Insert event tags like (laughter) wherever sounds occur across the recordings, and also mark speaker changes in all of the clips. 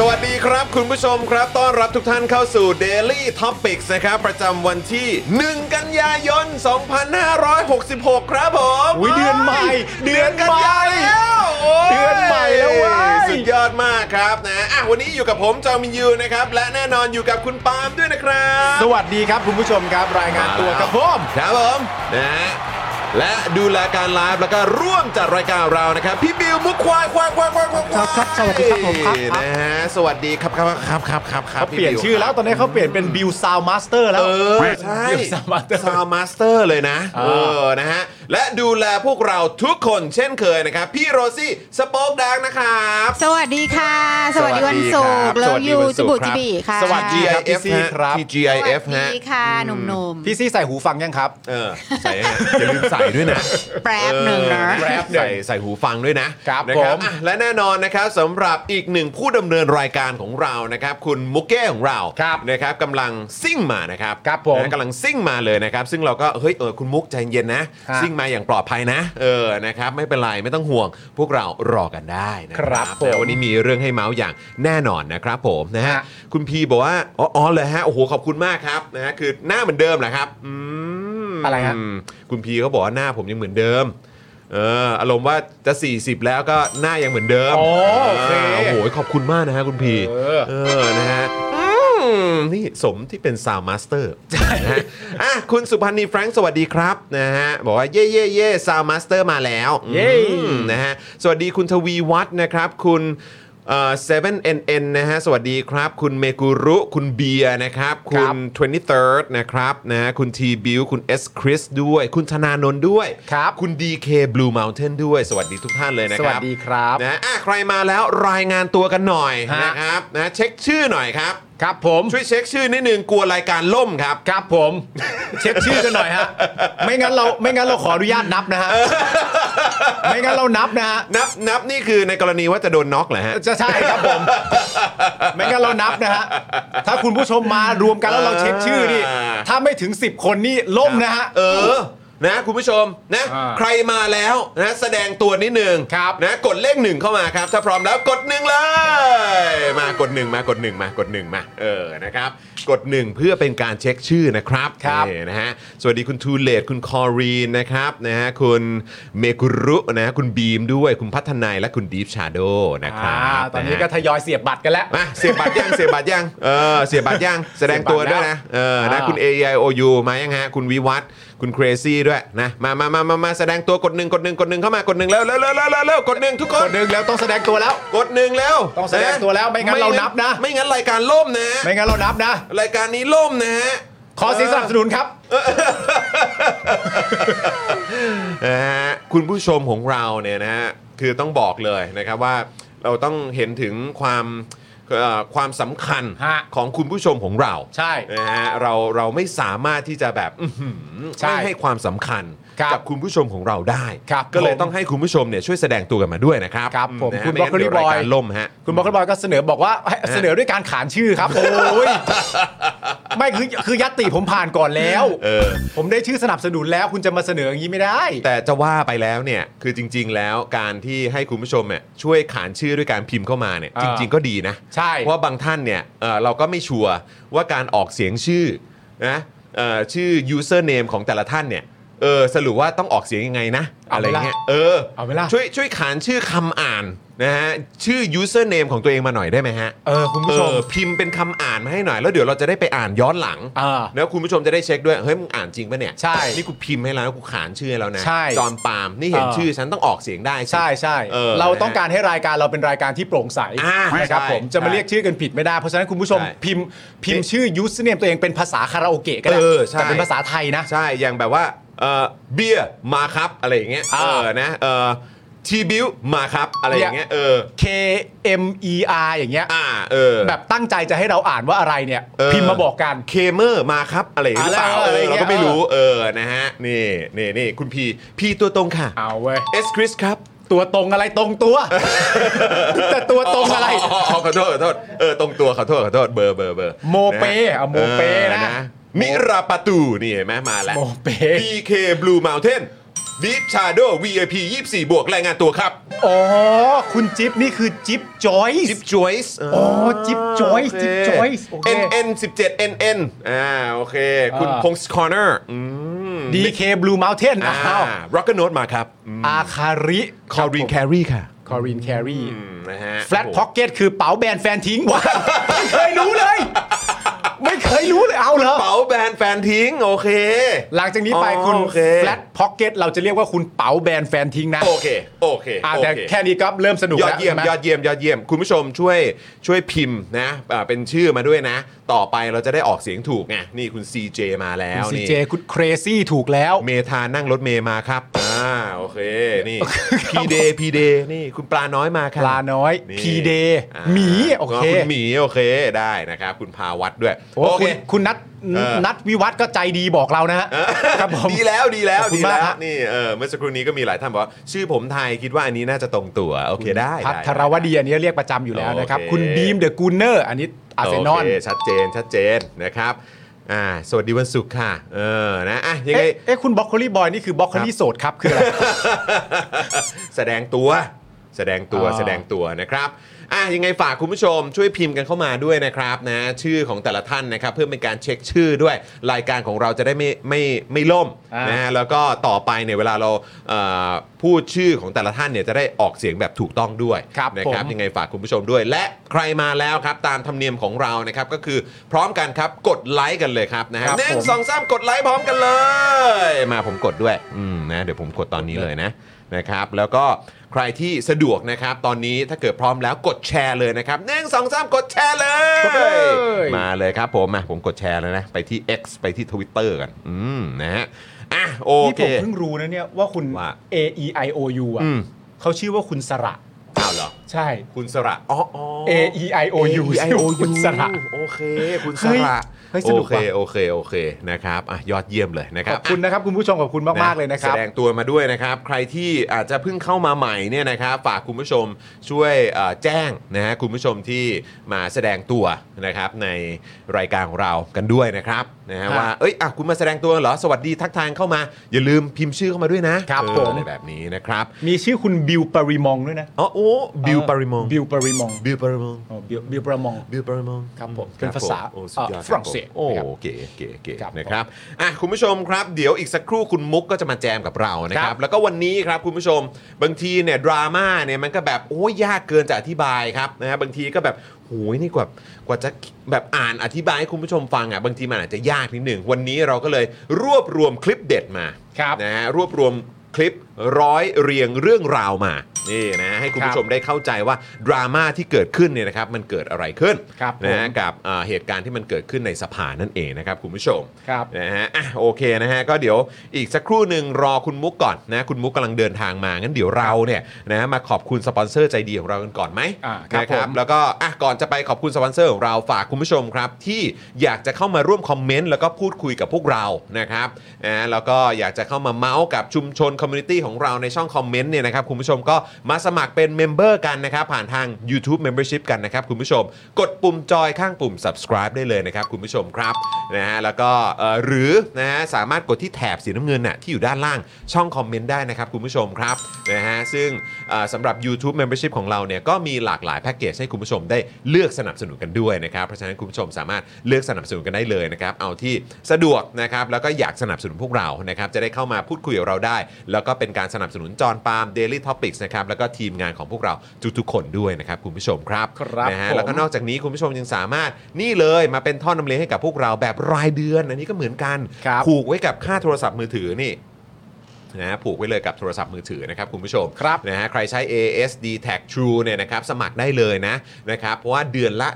Speaker 1: สวัสดีครับ คุณผู้ชมครับ ต้อนรับทุกท่านเข้าสู่ Daily Topics นะครับ ประจำวันที่ 1 กันยายน 2566 ครับผม
Speaker 2: อุ๊ยเดือนใหม่
Speaker 1: เดือนกันยายนแล้วโย
Speaker 2: เดือนใหม่แล้วเว้ย
Speaker 1: สุดยอดมากครับนะอ่ะวันนี้อยู่กับผมจอมินยูนะครับ และแน่นอนอยู่กับคุณปาล์มด้วยนะครับ
Speaker 2: สวัสดีครับคุณผู้ชมครับ รายงานตัวครับผม
Speaker 1: ครับผมนะและดูแลการไลฟ์แล้วก็ร่วมจัดรายการเรานะครับ พี่บิวมุกควายควายควายควายควาย
Speaker 3: ครับครับสวัสดีครับผมครับครับ
Speaker 1: นะฮะสวัสดีครับครับครับครับครับครับ
Speaker 2: เขาเปลี่ยนชื่อแล้วตอนนี้เขาเปลี่ยนเป็นบิวซาวมาสเตอร์แล้ว
Speaker 1: เออ ใช่
Speaker 2: Bill Soundmaster
Speaker 1: ซาวมาสเตอร์เลยนะ
Speaker 2: อ่า
Speaker 1: เออ นะฮะ และดูแลพวกเราทุกคนเช่นเคยนะครับ พี่โรซี่สป็อกดังนะครับ
Speaker 3: สวัสดีค่ะ สวัสดีวัน
Speaker 1: สวัสดี
Speaker 3: ศุกร์
Speaker 1: ครับ
Speaker 3: เลิ
Speaker 1: ส
Speaker 3: ฟยู
Speaker 1: วัสดีวันศุ
Speaker 3: จุ
Speaker 1: กร์
Speaker 3: บุ
Speaker 1: ครั
Speaker 3: จิ
Speaker 1: บ
Speaker 3: บีค่ะ
Speaker 2: สวัสดี ครับ
Speaker 1: GIF ฮะ
Speaker 2: ครับ
Speaker 1: TGIF
Speaker 3: สวั
Speaker 1: ฮะ
Speaker 3: สดีค่ะหนุ่ม
Speaker 2: พี่ซี่ใส่หูฟังยังครับ
Speaker 1: เออ ใส่ฮะอย่าลืมใส่ด้วยนะ
Speaker 3: ๆ แป๊บหนึ่งนะ
Speaker 1: เออ
Speaker 2: แป๊บหนึ่ง
Speaker 1: ใส่ใส่หูฟังด้วยนะครับนะ
Speaker 2: ผม
Speaker 1: อ่ะและแน่นอนนะครับสำหรับอีกหนึ่งผู้ดำเนินรายการของเรานะครับ คุณมุกเก้ของเรา
Speaker 2: ครับ
Speaker 1: นะครับกำลังซิ่งมานะครับ
Speaker 2: ครับผม
Speaker 1: นะกำลังซิ่งมาเลยนะครับ ซึ่งเราก็เฮ้ยเออคุณมุกใจเย็นนะ
Speaker 2: ฮะ
Speaker 1: ซิ่งมาอย่างปลอดภัยนะเออนะครับไม่เป็นไรไม่ต้องห่วง พวกเรารอกันได้นะครับ
Speaker 2: ผม
Speaker 1: นะวันนี้มีเรื่องให้เมาส์อย่างแน่นอนนะครับผมนะฮะ
Speaker 2: ฮะ
Speaker 1: คุณพีบอกว่าอ๋ออ๋อเลยฮะโอ้โหขอบคุณมากครับนะฮะคือหน้าเหมือนเดิมแหละครับอืม
Speaker 2: อะไรฮะ
Speaker 1: อืมคุณพีเขาบอกว่าหน้าผมยังเหมือนเดิม เอออารมณ์ว่าจะ 40 แล้วก็หน้ายังเหมือนเดิม
Speaker 2: อ๋อโอเค
Speaker 1: าโอ้โห ขอบคุณมากนะฮะคุณพี
Speaker 2: เออ
Speaker 1: เออนะฮะอืมนี่สมที่เป็นซาวมาสเตอร์ใช่ะอ่ะคุณสุพันธ์นีแฟรงค์สวัสดีครับนะฮะบอกว่าเย่เย่เย่ซาวมาสเตอร์มาแล้ว
Speaker 2: เย้
Speaker 1: อืมนะฮะสวัสดีคุณทวีวัฒน์นะครับ คุณเอ่อ 7NN นะฮะ สวัสดีครับ คุณเมกุรุ คุณเบียร์นะครับ
Speaker 2: ค
Speaker 1: คุณ
Speaker 2: รับ
Speaker 1: 23rd นะครับนะฮะคุณทีบิวคุณ S Chris ด้วย คุณธนานนท์ด้วย
Speaker 2: ครับ
Speaker 1: คุณ DK Blue Mountain ด้วย สวัสดีทุกท่านเลยนะ
Speaker 2: ส
Speaker 1: ค
Speaker 2: วัส
Speaker 1: รับ
Speaker 2: ดีครับ
Speaker 1: นะอ่ะใครมาแล้วรายงานตัวกันหน่อย
Speaker 2: ฮะ
Speaker 1: นะครับนะเช็คชื่อหน่อยครับ
Speaker 2: ครับผม
Speaker 1: ช่วยเช็คชื่อนิดนึงกลัวรายการล่มครับ
Speaker 2: ครับผม เช็คชื่อกันหน่อยฮะ ไม่งั้นเราไม่งั้นเราขออนุญาตนับนะฮะ ไม่งั้นเรานับนะฮะ
Speaker 1: นับนับนี่คือในกรณีว่าจะโดนน็อกเหรอฮะ
Speaker 2: จะใช่ครับผม ไม่งั้นเรานับนะฮะ ถ้าคุณผู้ชมมารวมกันแล้วเราเช็คชื่อนี่
Speaker 1: อ่า
Speaker 2: ถ้าไม่ถึง 10 คนนี่ล่มนะฮะ
Speaker 1: เออ นะคุณผู้ชมนะ
Speaker 2: อ่า
Speaker 1: ใครมาแล้วนะแสดงตัวนิดนึง
Speaker 2: ครับ
Speaker 1: นะกดเลขหนึ่งเข้ามาครับ ถ้าพร้อมแล้วกดหนึ่งเลยมากดหนึ่งมากดหนึ่งมากดหนึ่งมาเออนะครับกดหนึ่งเพื่อเป็นการเช็คชื่อนะครับ
Speaker 2: ครับ
Speaker 1: นี่นะฮะสวัสดีคุณทูเลตคุณคอรีนนะครับนะฮะคุณเมกุรุนะฮะคุณบีมด้วยคุณพัฒนายและคุณดีฟชาโดนะครั
Speaker 2: า
Speaker 1: บ
Speaker 2: ตอนนี้
Speaker 1: ะฮะ
Speaker 2: ก็ทยอยเสียบบัตรกันแล้ว
Speaker 1: มาเสียบบัตรยังเสียบบัตรยังเออเสียบบัตรยังแสดงตัวด้วยนะเออนะ
Speaker 2: อ่า
Speaker 1: คุณ AIOU มายังฮะ คุณวิวัฒน์คุณเครซี่ด้วยนะมามามามามาแสดงตัวกดหนึ่งกดหนึ่งกดหนึ่งเข้ามากดหนึ่งแล้วแล้วแล้วแล้วแล้วแล้วกดหนึ่งทุกค
Speaker 2: คน นหนึ่งแล้วต้องแสดงตัวแล้ว
Speaker 1: กดหนึ่งแล้ว
Speaker 2: ต้องแสดงตัวแล้วไม่งั้นเรานับนะ
Speaker 1: ไม่งั้นรายการล่มนะ
Speaker 2: ไม่งั้นเรานับนะ
Speaker 1: รายการนี้ล่มนะฮะ
Speaker 2: ขอเสียงสนับสนุนครับ
Speaker 1: นะฮะคุณผู้ชมของเราเนี่ยนะฮะคือต้องบอกเลยนะครับว่าเราต้องเห็นถึงความ เอ่อความสำคัญ
Speaker 2: ฮะ
Speaker 1: ของคุณผู้ชมของเรา
Speaker 2: ใช่
Speaker 1: นะฮะเราเราไม่สามารถที่จะแบบอื้อหือ
Speaker 2: ใช่
Speaker 1: ไม่ให้ความสำคัญ
Speaker 2: ครับ
Speaker 1: กัคุณผู้ชมของเราได้
Speaker 2: ครับ
Speaker 1: ก็เลย
Speaker 2: ผม
Speaker 1: ต้องให้คุณผู้ชมเนี่ยช่วยแสดงตัวกันมาด้วยนะครับ
Speaker 2: ครับผม
Speaker 1: นะฮะ
Speaker 2: คุณ
Speaker 1: ไม่งั้น
Speaker 2: Broccoli
Speaker 1: เดี๋ยวรายการ
Speaker 2: Boy
Speaker 1: ล่มฮะ
Speaker 2: คุณบอกคุณบอยก็เสนอบอกว่าให้เสนอด้วยการขานชื่อครับ โอ้ยไม่คือคือยัตติผมผ่านก่อนแล้ว
Speaker 1: เออ
Speaker 2: ผมได้ชื่อสนับสนุนแล้วคุณจะมาเสนออย่างนี้ไม่ได้
Speaker 1: แต่จะว่าไปแล้วเนี่ยคือจริง ๆ แล้วการที่ให้คุณผู้ชมเนี่ยช่วยขานชื่อด้วยการพิมพ์เข้ามาเนี่ย
Speaker 2: เออ
Speaker 1: จริง ๆ ก็ดีนะ
Speaker 2: ใช่
Speaker 1: เพราะว่าบางท่านเนี่ยเอ่อเราก็ไม่ชัวร์ว่าการออกเสียงชื่อนะเอ่อชื่อ user name ของแต่ละท่านเนี่ยเออสรุปว่าต้องออกเสียงยังไงนะ
Speaker 2: เอา
Speaker 1: อะไร
Speaker 2: ไหมล่ะ
Speaker 1: เงี้ยเออ
Speaker 2: เอาไหมล่ะ
Speaker 1: ช่วยช่วยขานชื่อคำอ่านนะฮะชื่อ user name ของตัวเองมาหน่อยได้ไหมฮะ
Speaker 2: เออคุณผู้ชม
Speaker 1: เออพิมพ์เป็นคำอ่านมาให้หน่อย แล้วเดี๋ยวเราจะได้ไปอ่านย้อนหลัง
Speaker 2: อ่า
Speaker 1: แล้วคุณผู้ชมจะได้เช็คด้วยเฮ้ยมึงอ่านจริงปะเนี่ย
Speaker 2: ใช่
Speaker 1: นี่กูพิมพ์ให้แล้วนะกูขานชื่อให้แล้วนะ
Speaker 2: ใช่
Speaker 1: จอม ปาล์มนี่เห็น
Speaker 2: เออ
Speaker 1: ชื่อฉันต้องออกเสียงได้สิ
Speaker 2: ใช่ใช่
Speaker 1: เออ
Speaker 2: เราต้องการให้รายการเราเป็นรายการที่โปร่งใส
Speaker 1: อ่า
Speaker 2: นะครับ
Speaker 1: ใช่
Speaker 2: ผมจะมาเรียกชื่อกันผิดไม่ได้ เพราะฉะนั้นคุณผู้ชม
Speaker 1: ใช่
Speaker 2: พิมพ์พิมพ์ชื่อยูสเนียมตัวเองเป็นภาษาคาราโอเกะก็ได้
Speaker 1: เออใช่
Speaker 2: แต่เป็นภาษาไทยนะ
Speaker 1: ใช่อย่างแบบว่าเอ่อเบียร์มาครับอะไรอย่างเงี้ย
Speaker 2: อ่า
Speaker 1: เออนะเอ่อทีบิวมาครับอะไรอย่างเงี้ย
Speaker 2: เนี่ย
Speaker 1: เออ
Speaker 2: K M E R อย่างเงี้ย
Speaker 1: อ่าเออ
Speaker 2: แบบตั้งใจจะให้เราอ่านว่าอะไรเนี่ย
Speaker 1: เออ
Speaker 2: พิมพ์มาบอกกัน
Speaker 1: เคเมอร์มาครับอะไรอย่างเงี้ยหรือเปล่า
Speaker 2: อะไรอะ
Speaker 1: เออ
Speaker 2: ไรอย่างเงี้ย
Speaker 1: เราก็ไม่รู้เออนะฮะนี่นี่นี่คุณพีพีตัวตรงค่ะ
Speaker 2: เอาเว้ย
Speaker 1: เอสคริสครับ
Speaker 2: ตัวตรงอะไรตรงตัว แต่ตัวตรงอะไร
Speaker 1: ขอโทษขอโทษเออตรงตัวขอโทษขอโทษเบอร์เบอร์เบอร์
Speaker 2: โมเปอ่ะโมเปนะ
Speaker 1: ออมิราปาตูนี่เห็นไหมมาแล้ว
Speaker 2: โมเป
Speaker 1: DK Blue Mountain Deep Shadow VIP 24 บวกรายงานตัวครับ
Speaker 2: อ๋อ คุณจิ๊บนี่คือจิ๊บจอยส์
Speaker 1: จิ๊บจอยส์
Speaker 2: อ๋อจิ๊บ Joyce จิ๊บ Joyce โอเค
Speaker 1: NN 17 NN อ่าโอเค คุณ
Speaker 2: อ่า
Speaker 1: พงศ์คอร์เนอร์อืม
Speaker 2: DK Blue Mountain
Speaker 1: อ่า
Speaker 2: อ้าว
Speaker 1: Rocker Note มาครับ
Speaker 2: อาคาริ
Speaker 1: คอรีนแครีค่ะ
Speaker 2: คอรินแครี
Speaker 1: อืมนะฮะ
Speaker 2: แฟลตพ็อกเก็ตคือเป๋าแบนแฟนทิ้งว้าว (laughs) ไม่เคยรู้เลย ไม่เคยรู้เลยเอาเหรอ
Speaker 1: เป๋าแบรนด์แฟนทิ้ง โอเค
Speaker 2: หลังจากนี้ไป
Speaker 1: อ๋อ
Speaker 2: คุณ
Speaker 1: โอเค
Speaker 2: แฟลตพ็อกเก็ตเราจะเรียกว่าคุณเป๋าแบนแฟนทิ้งนะ
Speaker 1: โอเค โอเค
Speaker 2: อ่า
Speaker 1: โอ
Speaker 2: แต่
Speaker 1: เ
Speaker 2: แค่นี้ก็เริ่มสนุก
Speaker 1: ยอ
Speaker 2: แล้ว
Speaker 1: ดเยี่ยม
Speaker 2: ใช่ไห
Speaker 1: ยอดเยี่ยมยอดเยี่ยมคุณผู้ชมช่วยช่วยพิมพ์นะอ่าเป็นชื่อมาด้วยนะ ต่อไปเราจะได้ออกเสียงถูกไงนี่คุณ CJ มาแล้ว
Speaker 2: คุณซี
Speaker 1: นี่
Speaker 2: เจคุณเครซี่ถูกแล้ว
Speaker 1: เมทานั่งรถเมย์มาครับ อ่า โอเค นี่
Speaker 2: (laughs)
Speaker 1: พีเดย์พีเดย์นี่คุณปลาน้อยมาครับ
Speaker 2: ปลาน้อยพีเดย์
Speaker 1: อ่า
Speaker 2: หมี โอเค
Speaker 1: คุณหมี โอเค ได้นะครับ คุณพาวัดด้วย
Speaker 2: โอ้คุณคุณนัท
Speaker 1: เออ
Speaker 2: นัทวิวัฒน์ก็ใจดีบอกเรานะฮะครับผม
Speaker 1: ดีแล้วดีแล้ว
Speaker 2: ขอบคุ
Speaker 1: ดี
Speaker 2: ณมาก
Speaker 1: แล้ว
Speaker 2: ฮะ
Speaker 1: นี่เออเมื่อสักครู่นี้ก็มีหลายท่านบอกว่าชื่อผมไทยคิดว่าอันนี้น่าจะตรงตัว โอเคได้
Speaker 2: พั
Speaker 1: ได้
Speaker 2: ทรวดีอันนี้เรียกประจำอยู่แล้วนะครับ
Speaker 1: โอเค
Speaker 2: คุณบีมเดอะกูเนอร์อันนี้อาร์เซนอล
Speaker 1: โคชัดเจนชัดเจนนะครับอ่าสวัสดีวันศุกร์ค่ะ เออนะอ่ะยังไง
Speaker 2: เอ๊ะเอ๊ะคุณบล็อกโคลีบอยนี่คือบล็อกโคลีโสดครับคืออะไร
Speaker 1: (laughs) แสดงตัวแสดงตัว
Speaker 2: อ่า
Speaker 1: แสดงตัวนะครับอ่ะยังไงฝากคุณผู้ชมช่วยพิมพ์กันเข้ามาด้วยนะครับนะชื่อของแต่ละท่านนะครับ เพื่อเป็นการเช็คชื่อด้วยรายการของเราจะได้ไม่ไม่ไม่ล่ม
Speaker 2: อ่า
Speaker 1: นะฮะแล้วก็ต่อไปเนี่ยเวลาเราเอ่อพูดชื่อของแต่ละท่านเนี่ยจะได้ออกเสียงแบบถูกต้องด้วย
Speaker 2: ครับ
Speaker 1: นะครับ
Speaker 2: ผม
Speaker 1: ยังไงฝากคุณผู้ชมด้วย และใครมาแล้วครับ ตามธรรมเนียมของเรานะครับก็คือพร้อมกันครับกดไลค์กันเลยครับนะฮะ
Speaker 2: ครับ
Speaker 1: หนึ่ง
Speaker 2: ผม
Speaker 1: สองสามกดไลค์พร้อมกันเลย มาผมกดด้วยอืมนะเดี๋ยวผมกดตอนนี้เลยนะ นะครับแล้วก็ใครที่สะดวกนะครับ ตอนนี้ถ้าเกิดพร้อมแล้วกดแชร์เลยนะครับหนึ่งสองสามกดแชร์เลย
Speaker 2: กดเลย
Speaker 1: มาเลยครับผมมาผมกดแชร์แล้วนะ ไปที่ X ไปที่ Twitter กัน อืมนะฮะอ่ะโอ
Speaker 2: นี่
Speaker 1: เค
Speaker 2: ผมเพิ่งรู้นะเนี่ยว่าคุณ
Speaker 1: ว่า
Speaker 2: A E I O U อ่ะ
Speaker 1: อืม
Speaker 2: เขาชื่อว่าคุณสระ
Speaker 1: อ้าวเหรอ
Speaker 2: ใช่
Speaker 1: คุณสระอ๋ออ๋อ
Speaker 2: A E I O U ชื่อว่าคุณสระ
Speaker 1: โอเค คุณส
Speaker 2: เฮ้ย
Speaker 1: ระ
Speaker 2: เฮ้ยส
Speaker 1: โอ
Speaker 2: นุก
Speaker 1: เค
Speaker 2: ว่ะ
Speaker 1: โอเคโอเคนะครับอ่ะยอดเยี่ยมเลยนะค
Speaker 2: ข
Speaker 1: รั
Speaker 2: อ
Speaker 1: บบ
Speaker 2: คุณนะครับคุณผู้ชมขอบคุณมากๆเลยนะครับ
Speaker 1: แสดงตัวมาด้วยนะครับ ใครที่อาจจะเพิ่งเข้ามาใหม่เนี่ยนะครับ ฝากคุณผู้ชมช่วยเอ่อแจ้งนะฮะคุณผู้ชมที่มาแสดงตัวนะครับในรายการของเรากันด้วยนะครับนะฮะ
Speaker 2: ฮะ
Speaker 1: ว่าเอ้ยอ่ะคุณมาแสดงตัวเหรอสวัสดีทักทายเข้ามา อย่าลืมพิมพ์ชื่อเข้ามาด้วยนะครับ เออ
Speaker 2: ผม
Speaker 1: อะไรแบบนี้นะครับ
Speaker 2: มีชื่อคุณบิวปริมองด้วยนะ
Speaker 1: อ๋อโอ้บิวปริมง
Speaker 2: บิวปริมอง
Speaker 1: บิวปริมง
Speaker 2: อ๋อบิวบิวปริมอง
Speaker 1: บิลบรมอง
Speaker 2: ครับผมเป็นภาษา
Speaker 1: โอ้สุดยอด
Speaker 2: เอ่อฝรั่งเศส
Speaker 1: คบผมโอ้
Speaker 2: นะครับ
Speaker 1: เก๋เก๋เก๋
Speaker 2: ครับผม
Speaker 1: นะครับอ่ะคุณผู้ชมครับ เดี๋ยวอีกสักครู่คุณมุกก็จะมาแจมกับเรานะค
Speaker 2: ค
Speaker 1: รั
Speaker 2: รับ บ
Speaker 1: แล้วก็วันนี้ครับคุณผู้ชมบางทีเนี่ยดราม่าเนี่ยมันก็แบบโอ้ยยากเกินจะอธิบายครับนะฮะบางทีก็แบบโอ้ยนี่กว่ากว่าจะแบบอ่านอธิบายให้คุณผู้ชมฟังอ่ะบางทีมันอาจจะยากนิดหนึ่งวันนี้เราก็เลยรวบรวมคลิปเด็ดมา
Speaker 2: ครับ
Speaker 1: นะฮะรวบรวมคลิปร้อยเรียงเรื่องราวมา นี่นะฮะให้คุณ
Speaker 2: ครับ
Speaker 1: ผู้ชมได้เข้าใจว่าดราม่าที่เกิดขึ้นเนี่ยนะครับมันเกิดอะไรขึ้น
Speaker 2: ครับ
Speaker 1: นะฮะ
Speaker 2: ผม
Speaker 1: กับอ่าเหตุการณ์ที่มันเกิดขึ้นในสภานั่นเองนะครับคุณผู้ชม
Speaker 2: ครับ
Speaker 1: นะฮะอ่ะโอเคนะฮะ ก็เดี๋ยวอีกสักครู่หนึ่งรอคุณมุกก่อนนะ คุณมุกกำลังเดินทางมา งั้นเดี๋ยวเราเนี่ยนะมาขอบคุณสปอนเซอร์ใจดีของเรากันก่อนไหม
Speaker 2: อ่าครับ
Speaker 1: นะ
Speaker 2: ผม
Speaker 1: แล้วก็อ่ะก่อนจะไปขอบคุณสปอนเซอร์ของเราฝากคุณผู้ชมครับ ที่อยากจะเข้ามาร่วมคอมเมนต์แล้วก็พูดคุยกับพวกเรานะครับนะแล้วก็อยากจะเข้ามาเมาส์กับชุมชนคอมมูนิตี้ของเราในช่องคอมเมนต์เนี่ยนะครับคุณผู้ชมก็มาสมัครเป็นเมมเบอร์กันนะครับผ่านทาง YouTube Membership กันนะครับคุณผู้ชม กดปุ่มจอยข้างปุ่ม subscribe ได้เลยนะครับคุณผู้ชมครับนะฮะแล้วก็เอ่อหรือนะฮะสามารถกดที่แถบสีน้ำเงินน่ะที่อยู่ด้านล่างช่องคอมเมนต์ได้นะครับคุณผู้ชมครับนะฮะซึ่งเอ่อสำหรับ YouTube Membership ของเราเนี่ยก็มีหลากหลายแพ็กเกจให้คุณผู้ชมได้เลือกสนับสนุนกันด้วยนะครับเพราะฉะนั้นคุณผู้ชมสามารถเลือกสนับสนุนกันได้เลยนะครับเอาที่สะดวกนะครับแล้วก็อยากสนับสนุนพวกเรานะครับจะได้เข้ามาพูดคุยกับเราได้ แล้วก็เป็นการสนับสนุนจอร์นปาล์ม Daily Topics นะครับแล้วก็ทีมงานของพวกเราทุกๆคนด้วยนะครับคุณผู้ชมครับ
Speaker 2: ครับ
Speaker 1: นะฮะ
Speaker 2: ผม
Speaker 1: แล้วก็นอก นอกจากนี้คุณผู้ชมยังสามารถนี่เลยมาเป็นท่อนำเลี้ยงให้กับพวกเราแบบรายเดือน อันนี้ก็เหมือนกัน
Speaker 2: ครับ
Speaker 1: ผูกไว้กับค่าโทรศัพท์มือถือนี่นะผูกไว้เลยกับโทรศัพท์มือถือนะครับคุณผู้ชม
Speaker 2: ครับ
Speaker 1: นะฮะใครใช้ ASD Tag True เนี่ยนะครับสมัครได้เลยนะนะครับเพราะว่าเดือนละ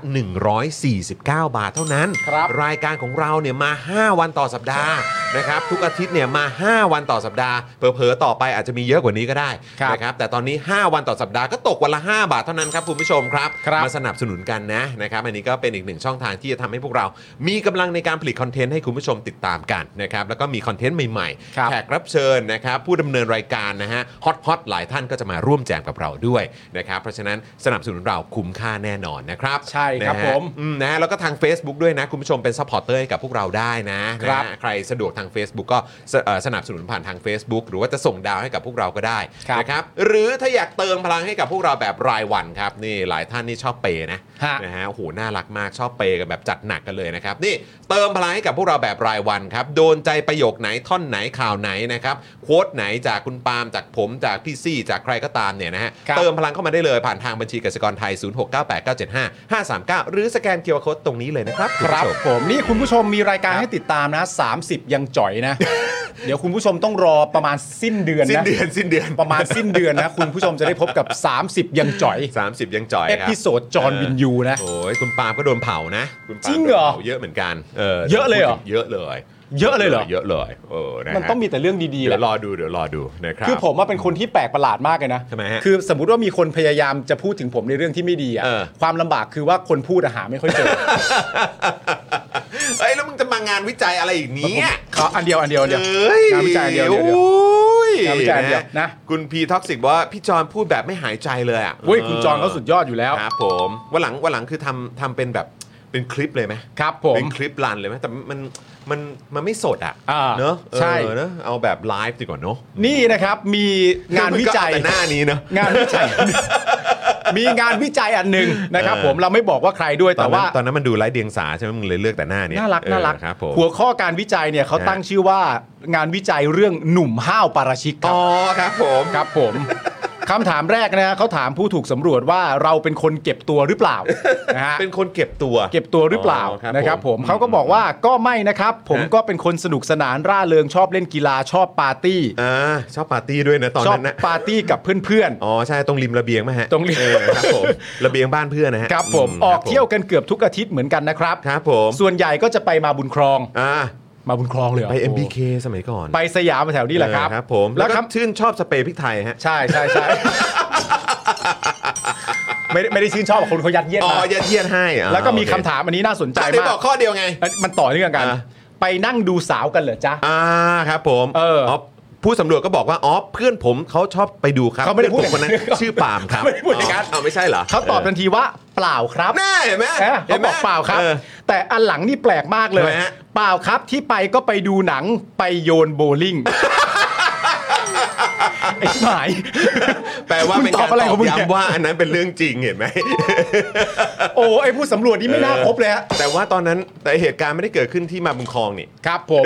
Speaker 1: 149 บาทเท่านั้น
Speaker 2: ครับ
Speaker 1: ยการของเราเนี่ยมา 5 วันต่อสัปดาห์นะครับทุกอาทิตย์เนี่ยมา 5 วันต่อสัปดาห์เผลอๆต่อไปอาจจะมีเยอะกว่านี้ก็ได้
Speaker 2: ครับ
Speaker 1: นะครับแต่ตอนนี้ 5 วันต่อสัปดาห์ก็ตกวันละ 5 บาทเท่านั้นครับคุณผู้ชมครับ
Speaker 2: ครับ
Speaker 1: มาสนับสนุนกันนะนะครับอันนี้ก็เป็นอีกหนึ่งช่องทางที่จะทำให้พวกเรา มีกำลังในการผลิตคอนเทนต์ให้คุณผู้ชมติดตามกันนะครับแล้วก็มีคอนเทนต์ใหม่ๆ
Speaker 2: ครับ
Speaker 1: แขกรับเชิญนะครับผู้ดำเนินรายการนะฮะฮอตฮอตหลายท่านก็จะมาร่วมแจมกับเราด้วยนะครับเพราะฉะนั้นสนับสนุนเราคุ้มค่าแน่นอนนะครับ
Speaker 2: ใช่ครับ
Speaker 1: นะฮะ
Speaker 2: ผม
Speaker 1: อืนะฮะแล้วก็ทาง Facebook ด้วยนะ คุณผู้ชมเป็นซัพพอร์ตเตอร์ให้กับพวกเราได้นะครับ นะฮะใครสะดวกทาง Facebook ก็สเอ่อสนับสนุนผ่านทาง Facebook หรือว่าจะส่งดาวให้กับพวกเราก็ได้
Speaker 2: ครับ
Speaker 1: นะครับหรือถ้าอยากเติมพลังให้กับพวกเราแบบรายวันครับนี่หลายท่านนี่ชอบเปย์นะ
Speaker 2: ฮะ
Speaker 1: นะฮะโอ้โหน่ารักมากชอบเปย์กันแบบจัดหนักกันเลยนะครับนี่เติมพลังให้กับพวกเราแบบรายวันครับโดนใจประโยคไหนท่อนไหนข่าวไหนนะครับโค้ดไหนจากคุณปาล์มจากผมจากพี่ซี่ จากใครก็ตามเนี่ยนะฮะ
Speaker 2: ครับ
Speaker 1: เติมพลังเข้ามาได้เลยผ่านทางบัญชีกสิกรไทย 0698975539 หรือสแกนเคียร์โค้ดตรงนี้เลยนะครับณ
Speaker 2: ค
Speaker 1: ผู้
Speaker 2: รับ
Speaker 1: ชม
Speaker 2: ผมนี่คุณผู้ชมมีรายการ
Speaker 1: ครับ
Speaker 2: ให้ติดตามนะ 30 ยังจ่อยนะ เดี๋ยวคุณผู้ชมต้องรอประมาณสิ้นเดือน
Speaker 1: สิ้น
Speaker 2: นะ
Speaker 1: เดือนสิ้นเดือน
Speaker 2: ประมาณสิ้นเดือนนะ คุณผู้ชมจะ
Speaker 1: (laughs)
Speaker 2: ได้พบกับ (laughs) 30 ยังจ่อย
Speaker 1: 30 ยังจ่อย
Speaker 2: เอ
Speaker 1: ครับ
Speaker 2: พิโซดจอห์นวินยูนะ
Speaker 1: โอ้ยคุณปาล์มก็โดนเผานะคุณปาล์ม
Speaker 2: จริงเหรอ
Speaker 1: โดนผาเยอะเหมือนกัน
Speaker 2: เยอะเลยเหรอ
Speaker 1: เยอะเลย
Speaker 2: เยอะเลยเหรอ
Speaker 1: เยอะเลยเออนะฮะ
Speaker 2: มันต้องมีแต่เรื่องดีๆแห
Speaker 1: เดี๋
Speaker 2: ละ
Speaker 1: ยวรอดูเดี๋ยวรอดูนะครับ
Speaker 2: คือผมว่าเป็นคนที่แปลกประหลาดมากเลยนะ
Speaker 1: ทำไมฮะ
Speaker 2: คือสมมติว่ามีคนพยายามจะพูดถึงผมในเรื่องที่ไม่ดีอะ
Speaker 1: เออ
Speaker 2: ความลำบากคือว่าคนพูดอะหาไม่ค่อยเจอ
Speaker 1: เอ้ยแล้วมึงจะมางานวิจัยอะไรอีกเนี้ย
Speaker 2: เขาอันเดียวอันเดียวอันเดียว
Speaker 1: เอ้ย
Speaker 2: งานวิจัยอันเดียวเดียวเดียว
Speaker 1: โอ้ย
Speaker 2: งานวิจัยอันเดียวนะ
Speaker 1: คุณพีท็อกซิกบอกว่าพี่จอนพูดแบบไม่หายใจเลยอ่ะ
Speaker 2: เว้ยคุณจอนเขาสุดยอดอยู่แล้ว
Speaker 1: ครับผมวันหลังวันหลังคือทำทำเป็นแบบเป็นคลิปเลยไหม
Speaker 2: ครับผม
Speaker 1: เป็นคลิปรันเลยไหมแต่มันมันมันไม่สดอ่ะ
Speaker 2: อ่า
Speaker 1: เนอะเออ
Speaker 2: ใช่
Speaker 1: เนอะเอาแบบไลฟ์ดีกว่าเนอะ
Speaker 2: นี่นะครับมีงานวิจัย
Speaker 1: มัก็เอแต่หน้านี้เนอะ
Speaker 2: งานวิจัย (laughs) มีงานวิจัยอันหนึ่งนะครับ
Speaker 1: เออ
Speaker 2: ผมเราไม่บอกว่าใครด้วย
Speaker 1: ตอ
Speaker 2: แต่
Speaker 1: นนั้
Speaker 2: ว่าน
Speaker 1: ตอนนั้นมันดูไร้เดียงสาใช่ไหมมึงเลยเลือกแต่หน้าเนี่ย
Speaker 2: น่ารัก
Speaker 1: เออ
Speaker 2: น่ารัก
Speaker 1: ครับผม
Speaker 2: หัวข้อการวิจัยเนี่ยเขา
Speaker 1: ฮะ
Speaker 2: ตั้งชื่อว่างานวิจัยเรื่องหนุ่มห้าวปาราชิกครับ
Speaker 1: อ๋อครับผม
Speaker 2: ครับผม คำถามแรกนะฮะเขาถามผู้ถูกสำรวจว่าเราเป็นคนเก็บตัวหรือเปล่า
Speaker 1: (laughs)
Speaker 2: นะฮะ
Speaker 1: เป็นคนเก็บตัว
Speaker 2: เก็บตัวหรือเปล่า
Speaker 1: อ๋อครับ
Speaker 2: นะครับ
Speaker 1: ผ
Speaker 2: ผม มเขาก็บอกว่าก็ไม่นะครับ ผม
Speaker 1: ฮะ
Speaker 2: ก็เป็นคนสนุกสนานร่าเริงชอบเล่นกีฬาชอบปาร์ตี้
Speaker 1: อ่าชอบปาร์ตี้ด้วยนะตอน
Speaker 2: ชอบ
Speaker 1: นั้นนะ
Speaker 2: ปาร์ตี้
Speaker 1: (laughs)
Speaker 2: กับเพื่อน
Speaker 1: อ๋อใช่ตรงริมระเบียงไหมฮะ
Speaker 2: ตรงริม
Speaker 1: เออครับ
Speaker 2: (laughs)
Speaker 1: ผมระเบียงบ้านเพื่อนนะฮะ
Speaker 2: ๆ ครับผม
Speaker 1: ม
Speaker 2: ออก
Speaker 1: ครับ
Speaker 2: เที่ยวกันเกือบทุกอาทิตย์เหมือนกันนะครับ
Speaker 1: ครับผม
Speaker 2: ส่วนใหญ่ก็จะไปมาบุญครอง
Speaker 1: อ่า
Speaker 2: มาบุญครองเลยเหรอ
Speaker 1: ไป MBK สมัยก่อน
Speaker 2: ไปสยามแถวนี้แหละครับ
Speaker 1: เออครับผม
Speaker 2: แล้
Speaker 1: แล้ว ว
Speaker 2: ค
Speaker 1: ก็
Speaker 2: รับ
Speaker 1: ชื่นชอบสเปรย์พริกไทยฮะ
Speaker 2: ใช่ใช่ใช่ ไม่ได้ไม่ได้ชื่นชอบกับคนเขายัดเยียด
Speaker 1: อ๋อ
Speaker 2: มา
Speaker 1: ยัดเยียดให้อ่า
Speaker 2: แล้วก็มี
Speaker 1: โอเค
Speaker 2: คำถามอันนี้น่าสนใจ
Speaker 1: ได้
Speaker 2: มา
Speaker 1: บอก กข้อเดียวไง
Speaker 2: มันต่อเนื่องกัน
Speaker 1: อ่ะ
Speaker 2: ไปนั่งดูสาวกันเหรอจ๊ะ
Speaker 1: อ่าครับผม
Speaker 2: เอออ๋
Speaker 1: ผู้สำรวจก็บอกว่าอ๋อเพื่อนผมเขาชอบไปดูครับ
Speaker 2: เขาไม่ได้พูด
Speaker 1: พื่อนผคนนั้น
Speaker 2: อย่างนั้น
Speaker 1: ชื่อปาล์มครับ
Speaker 2: เขาไม่ได้พูดอย่างนั้น
Speaker 1: อ๋อไม่ใช่เหรอ
Speaker 2: เขาตอบทันทีว่าเปล่าครับ
Speaker 1: แน่เห็นไหม
Speaker 2: เอ๊ะเขาบอกเปล่าครับ
Speaker 1: ออ
Speaker 2: แต่อันหลังนี่แปลกมากเลย
Speaker 1: ทำไมฮะ
Speaker 2: เปล่าครับที่ไปก็ไปดูหนังไปโยนโบว์ลิ่ง (laughs) ไอ้ชิบหมาย
Speaker 1: แปลว่าเป็น
Speaker 2: คุณต
Speaker 1: กา
Speaker 2: อ
Speaker 1: ร
Speaker 2: บ
Speaker 1: ต
Speaker 2: อะไรข
Speaker 1: อ
Speaker 2: อง
Speaker 1: บ
Speaker 2: คุณเนี่ย
Speaker 1: ย้ำว่าอันนั้นเป็นเรื่องจริงเห็นไหม
Speaker 2: โอ้ไอ้ผู้สำรวจนี่ไม่น่าครบเลยฮะ
Speaker 1: แต่ว่าตอนนั้นแต่เหตุการณ์ไม่ได้เกิดขึ้นที่มาบุญคลองนี่
Speaker 2: ครับผม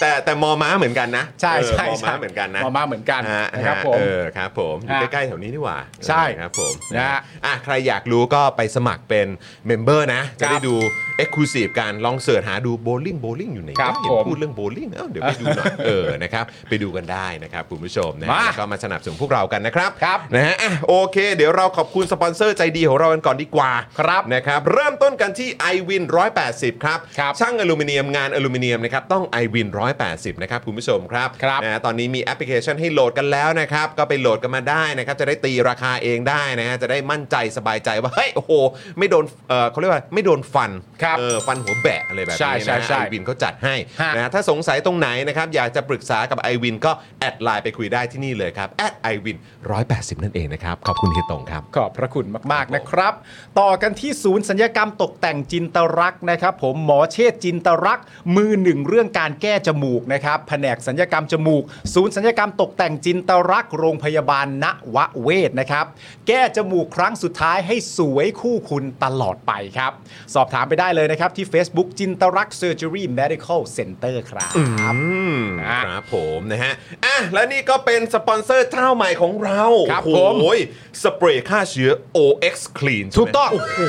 Speaker 1: เอ (laughs) แต่แต่มอม้าเหมือนกันนะ
Speaker 2: ใช่ใช่
Speaker 1: เออมอ
Speaker 2: ใช่
Speaker 1: ม้าเหมือนกันนะ
Speaker 2: มอมาเหมือนกัน
Speaker 1: ฮะ
Speaker 2: นะครับ
Speaker 1: ฮะ
Speaker 2: ผม
Speaker 1: เออครับผมอยู่
Speaker 2: ฮะ
Speaker 1: ใกล้ๆแถวนี้นี่หว่า
Speaker 2: ใช่
Speaker 1: เออครับผม
Speaker 2: นะฮะ
Speaker 1: อ่ะใครอยากรู้ก็ไปสมัครเป็นเมมเบอร์นะ จะได้ดู e x c l u s i v e กันลองเสิร์ชหาดูโบลิ่งโบลิ่งอยู่ไหน
Speaker 2: ครับ
Speaker 1: เห็น
Speaker 2: ผม
Speaker 1: พูดเรื่องโบลิ่งเอ้าเดี๋ยวไปดูหน่อย เออนะครับไปดูกันได้นะครับคุณผู้ชมนะ
Speaker 2: มา
Speaker 1: แล้วก็มาสนับสนุนพวกเรากันนะครับ
Speaker 2: ครับ
Speaker 1: นะฮะอ่ะโอเค เดี๋ยวเราขอบคุณสปอนเซอร์ใจดีของเรากันก่อนดีกว่า
Speaker 2: ครับ
Speaker 1: นะครับเริ่มต้นกันที่ iWin 180 ครับ
Speaker 2: ครับ
Speaker 1: ช่างอลูมิเนียมงานอลูมิเนียมนะครับต้อง iWin 180 นะครับคุณผู้ชมครับ
Speaker 2: ครับ
Speaker 1: นะฮะตอนนี้มีแอปพลิเคชันให้โหลดกันแล้วนะครับ ก็ไปโหลดกันมาได้นะครับ จะได้ตีราคาเองได้นะฮะจะได้มั่นใจสบายใจว่า เฮ้ย โอ้โห ไม่โดนเออเขาเรียกว่าไม่โดนฟัน
Speaker 2: ครับ
Speaker 1: เออฟันหัวแบะอะไรแบบ
Speaker 2: ใช่
Speaker 1: นี้
Speaker 2: ใช่
Speaker 1: นะ
Speaker 2: ใช่
Speaker 1: ไอวินเขาจัดให้
Speaker 2: ฮะ
Speaker 1: นะฮะถ้าสงสัยตรงไหนนะครับ อยากจะปรึกษากับไอวินก็แอดไลน์ไปคุยได้ที่นี่เลยครับแอดไอวินร้อยแปดสิบนั่นเองนะครับ ขอบคุณเฮยตงครับ
Speaker 2: ขอบพระคุณมากๆนะครับ ต่อกันที่ศูนย์สัญญกรรมตกแต่งจินตรักษณ์นะครับ ผมหมอเชษจินตรักษณ์มือหนึ่งเรื่องการแก้จมูกนะครับแผนกสัญญกรรมจมูก ศูนย์สัญญกรรมตกแต่งจินตรักษณ์โรงพยาบาลณวเวศนะครับ แก้จมูกครั้งสุดท้ายให้สวยคู่คุณตลอดไปครับ สอบถามไปได้เลยนะครับที่ Facebook จินตรักเซอร์เจอรี่เมดิคอลเซ็นเตอร์ครับ
Speaker 1: อืม
Speaker 2: อ่ะ
Speaker 1: ครับผมนะฮะอ่ะและนี่ก็เป็นสปอนเซอร์เจ้าใหม่ของเรา
Speaker 2: ครับ
Speaker 1: โอ้โห
Speaker 2: ผม
Speaker 1: สเปรย์ฆ่าเชื้อ OX Clean ใช่ไหม
Speaker 2: ถูกต้อง
Speaker 1: โอ้โห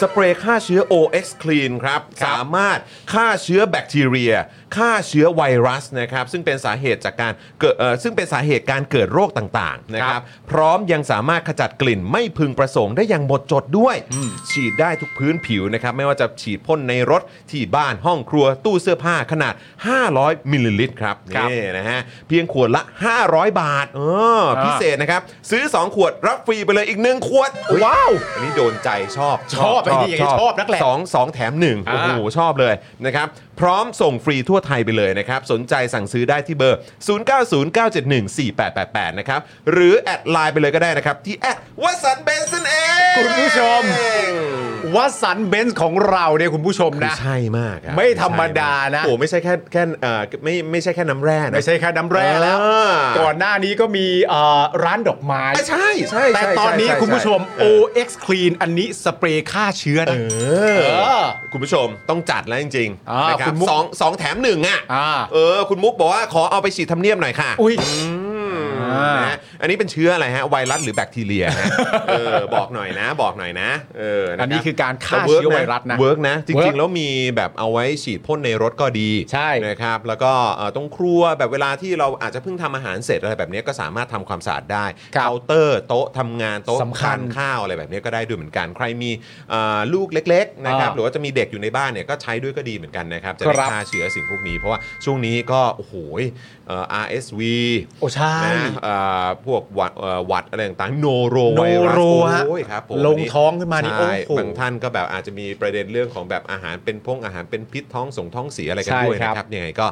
Speaker 1: สเปรย์ฆ่าเชื้อ OX Clean ครับ
Speaker 2: ครับ
Speaker 1: สามารถฆ่าเชื้อแบคทีเรียฆ่าเชื้อไวรัสนะครับซึ่งเป็นสาเหตุจากการเกิดเอ่อซึ่งเป็นสาเหตุการเกิดโรคต่างๆนะค
Speaker 2: ครั
Speaker 1: รับบ พร้อมยังสามารถขจัดกลิ่นไม่พึงประสงค์ได้อย่างหมดจดด้วย ฉีดได้ทุกพื้นผิวนะครับไม่ว่าจะฉีดพ่นในรถที่บ้านห้องครัวตู้เสื้อผ้าขนาด 500มิลลิลิตรครับ
Speaker 2: ครับ
Speaker 1: นี่นะฮะเพียงขวดละ 500 บาทเออ
Speaker 2: อ่า
Speaker 1: พิเศษนะครับ ซื้อ 2 ขวดรับฟรีไปเลยอีก 1 ขวด
Speaker 2: ว้าว
Speaker 1: อันนี้โดนใจชอบ
Speaker 2: ชอบไอ้นี่ไงชอบนักแหละ
Speaker 1: สองสองแถมหนึ่ง
Speaker 2: อ่า
Speaker 1: โอ้โห โอ้โหชอบเลยนะครับ พร้อมส่งฟรีทั่วไทยไปเลยนะครับ สนใจสั่งซื้อได้ที่เบอร์ 0909714888 นะครับ หรือแอดไลน์ไปเลยก็ได้นะครับ ที่แอดวสันเบนซ์นั่นเอง
Speaker 2: คุณผู้ชม วัสันเบนซ์ของเราเนี่ยคุณผู้ชม
Speaker 1: คือ
Speaker 2: นะ
Speaker 1: ใช่มากอะ
Speaker 2: ไม่ธรรมดานะ
Speaker 1: โอ้ไม่ใช่แค่แค่เอ่อไม่ไม่ใช่แค่น้ำแร่นะ
Speaker 2: ไม่ใช่แค่น้ำแร่แล้ว
Speaker 1: อ่า
Speaker 2: ก่อนหน้านี้ก็มีเอ่อร้านดอกไม้
Speaker 1: อ่ะใช่ใช่ใช่
Speaker 2: แต่ตอนนี้
Speaker 1: ใช่ใช่
Speaker 2: คุณผู้ชม
Speaker 1: เออ
Speaker 2: OX Clean อันนี้สเปรย์ฆ่าเชื้อนะ
Speaker 1: เออ
Speaker 2: เออ
Speaker 1: คุณผู้ชมต้องจัดแล้วจริง
Speaker 2: อ่า
Speaker 1: ๆนะครั
Speaker 2: คุ
Speaker 1: บ
Speaker 2: ณมุก
Speaker 1: สองสองแถมหนึ่งอ่ะ
Speaker 2: อ่า
Speaker 1: เออ คุณมุกบอกว่าขอเอาไปฉีดทำเนียบหน่อยค่ะ
Speaker 2: อุ้ย
Speaker 1: อืมนะฮะอันนี้เป็นเชื้ออะไรฮะ ไวรัสหรือแบคทีเรียฮะ เออ บอกหน่อยนะ บอกหน่อยนะ เออ
Speaker 2: อั
Speaker 1: อั
Speaker 2: นนี้คือการฆ่าเชื้อไวรัสนะ
Speaker 1: เวิร์กนะ จ
Speaker 2: work
Speaker 1: ริง ๆ แล้วมีแบบเอาไว้ฉีดพ่นในรถก็ดี
Speaker 2: ใช่
Speaker 1: นะครับ แล้วก็เอ่อตรงครัวแบบเวลาที่เราอาจจะเพิ่งทำอาหารเสร็จอะไรแบบนี้ก็สามารถทำความสะอาดได้
Speaker 2: ครับ
Speaker 1: เคาน์เตอร์โต๊ะทำงานโต๊ะ
Speaker 2: สำคัญ
Speaker 1: ทานข้าวอะไรแบบนี้ก็ได้ด้วยเหมือนกัน ใครมีเอ่อลูกเล็กๆนะครับ
Speaker 2: อ่า
Speaker 1: หรือว่าจะมีเด็กอยู่ในบ้านเนี่ยก็ใช้ด้วยก็ดีเหมือนกันนะครับจะ
Speaker 2: ค
Speaker 1: ได้
Speaker 2: รับ
Speaker 1: ฆ่าเชื้อสิ่งพวกนี้เพราะว่าช่วงนี้ก็โอ้โหเอ่อ RSV
Speaker 2: โอ้ใช่
Speaker 1: นะเอ่อพวกหวัดเอ่อหวัดอะไรต่างๆ โนโรไวรัส
Speaker 2: Noro ฮะ
Speaker 1: โอ้ยครับผม
Speaker 2: ลงท้องขึ้นมานี่
Speaker 1: ใช่
Speaker 2: โอ้โห
Speaker 1: บางท่านก็แบบอาจจะมีประเด็นเรื่องของแบบอาหารเป็นพงอาหารเป็นพิษท้องส่งท้องเสียอะไรกัน
Speaker 2: ใช่
Speaker 1: ด้วย
Speaker 2: ครับ
Speaker 1: นะครับยังไงก็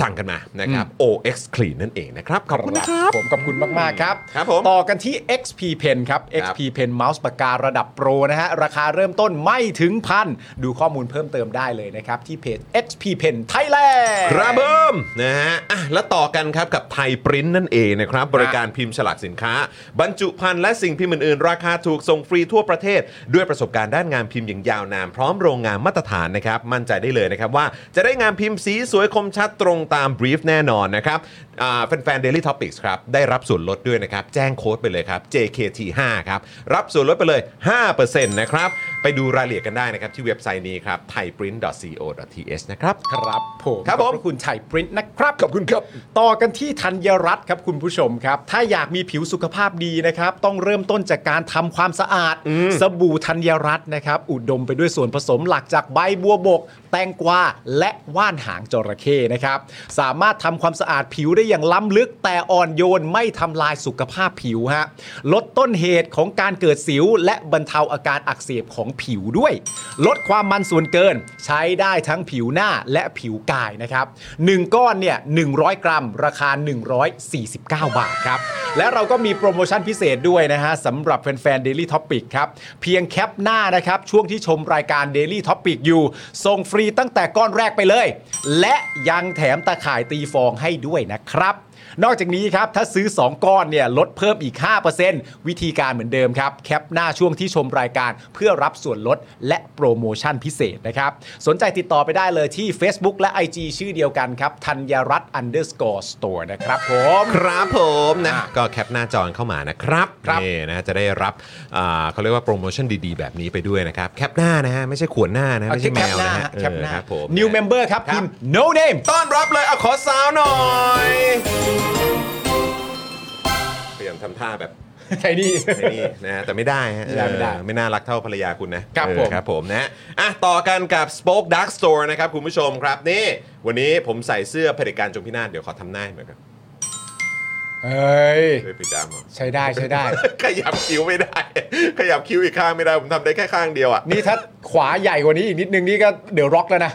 Speaker 1: สั่งกันมานะครับ OX Clean นั่นเองนะครับ ขอบคุณนะครับ
Speaker 2: ผมขอบคุณมาก ๆ ครับ
Speaker 1: ครับผม
Speaker 2: ต่อกันที่ XP Pen ครับ XP Pen เมาส์ปากการะดับโปรนะฮะ ราคาเริ่มต้นไม่ถึงพัน ดูข้อมูลเพิ่มเติมได้เลยนะครับ ที่เพจ XP Pen Thailand
Speaker 1: ครับเบิ่มนะฮะอ่ะแล้วต่อกันครับกับไทยปริ้นนั่นเองนะครับ บริการพิมพ์ฉลากสินค้า บรรจุภัณฑ์และสิ่งพิมพ์อื่นๆ ราคาถูกส่งฟรีทั่วประเทศ ด้วยประสบการณ์ด้านงานพิมพ์อย่างยาวนาน พร้อมโรงงานมาตรฐานนะครับ มั่นใจได้เลยนะครับ ว่าจะได้งานพิมพ์สีสวยคมชัดตรงตามบรีฟแน่นอนนะครับอ่าแฟนๆ Daily Topics ครับ ได้รับส่วนลดด้วยนะครับ แจ้งโค้ดไปเลยครับ JKT5 ครับ รับส่วนลดไปเลย 5%นะครับไปดูรายละเอียดกันได้นะครับที่เว็บไซต์นี้ครับ thaiprint.co.th นะครับ
Speaker 2: ครับผม
Speaker 1: ครับผม
Speaker 2: ขอพะคุณไทยปริ้นนะครับ ขอบคุณครับ ต่อกันที่ธัญรัตน์ครับคุณผู้ชมครับ ถ้าอยากมีผิวสุขภาพดีนะครับ ต้องเริ่มต้นจากการทำความสะอาด สบู่ธัญรัตน์นะครับ อุดมไปด้วยส่วนผสมหลักจากใบบัวบก แตงกวาและว่านหางจระเข้นะครับ สามารถทำความสะอาดผิวได้อย่างล้ำลึก แต่อ่อนโยนไม่ทำลายสุขภาพผิวฮะลดต้นเหตุของการเกิดสิว และบรรเทาอาการอักเสบของผิวด้วย ลดความมันส่วนเกิน ใช้ได้ทั้งผิวหน้าและผิวกายนะครับ 1 ก้อนเนี่ย 100 กรัม ราคา 149 บาทครับ และเราก็มีโปรโมชั่นพิเศษด้วยนะฮะสำหรับแฟนๆ Daily Topic ครับ เพียงแคปหน้านะครับ ช่วงที่ชมรายการ Daily Topic อยู่ ส่งฟรีตั้งแต่ก้อนแรกไปเลย และยังแถมตะข่ายตีฟองให้ด้วยนะครับ นอกจากนี้ครับ ถ้าซื้อ 2 ก้อนเนี่ยลดเพิ่มอีก 5%วิธีการเหมือนเดิมครับ แคปหน้าช่วงที่ชมรายการเพื่อรับส่วนลดและโปรโมชั่นพิเศษนะครับ สนใจติดต่อไปได้เลยที่ Facebook และ IG ชื่อเดียวกันครับธัญรัตน์ underscore store นะครับผม
Speaker 1: ครับผมนะ
Speaker 2: อ่ะ
Speaker 1: ก็แคปหน้าจอเข้ามานะครับ
Speaker 2: ครับ
Speaker 1: นี่นะจะได้รับอ่าเขาเรียกว่าโปรโมชั่นดีๆ แบบนี้ไปด้วยนะครับ แคปหน้านะฮะไม่ใช่ขวนหน้านะไม่ใช่แมวนะฮะ
Speaker 2: แคปหน้า
Speaker 1: เออครับผม
Speaker 2: new member ครับ
Speaker 1: ครับ
Speaker 2: พิมพ์ no name
Speaker 1: ต้อนรับเลยเอาขอสาวหน่อยพยายามทำท่าแบบ
Speaker 2: ใครดี
Speaker 1: ไอ้นี่นะฮะแต่ไม่ได้ฮะ
Speaker 2: ไม่ได้ไม่ได้
Speaker 1: เออไม่น่ารักเท่าภรรยาคุณนะครับ เออ
Speaker 2: ผม
Speaker 1: ครับผมนะฮะอ่ะต่อกันกับ Spoke Dark Store นะครับ คุณผู้ชมครับ นี่วันนี้ผมใส่เสื้อเผด็จการจงพินาศเดี๋ยวขอทำหน้าให้หน่อยครับ (laughs)
Speaker 2: เอ้ย
Speaker 1: เลยปิดดาม
Speaker 2: ใช้ได้ใช้ได้ (laughs)
Speaker 1: ขยับคิ้วไม่ได้ (laughs) ขยับคิ้วอีกข้างไม่ได้ ผมทำได้แค่ข้างเดียวอ่ะ
Speaker 2: นี่ถ้าขวาใหญ่กว่านี้อีกนิดนึงนี่ก็เดี๋ยวร็อกแล้วนะ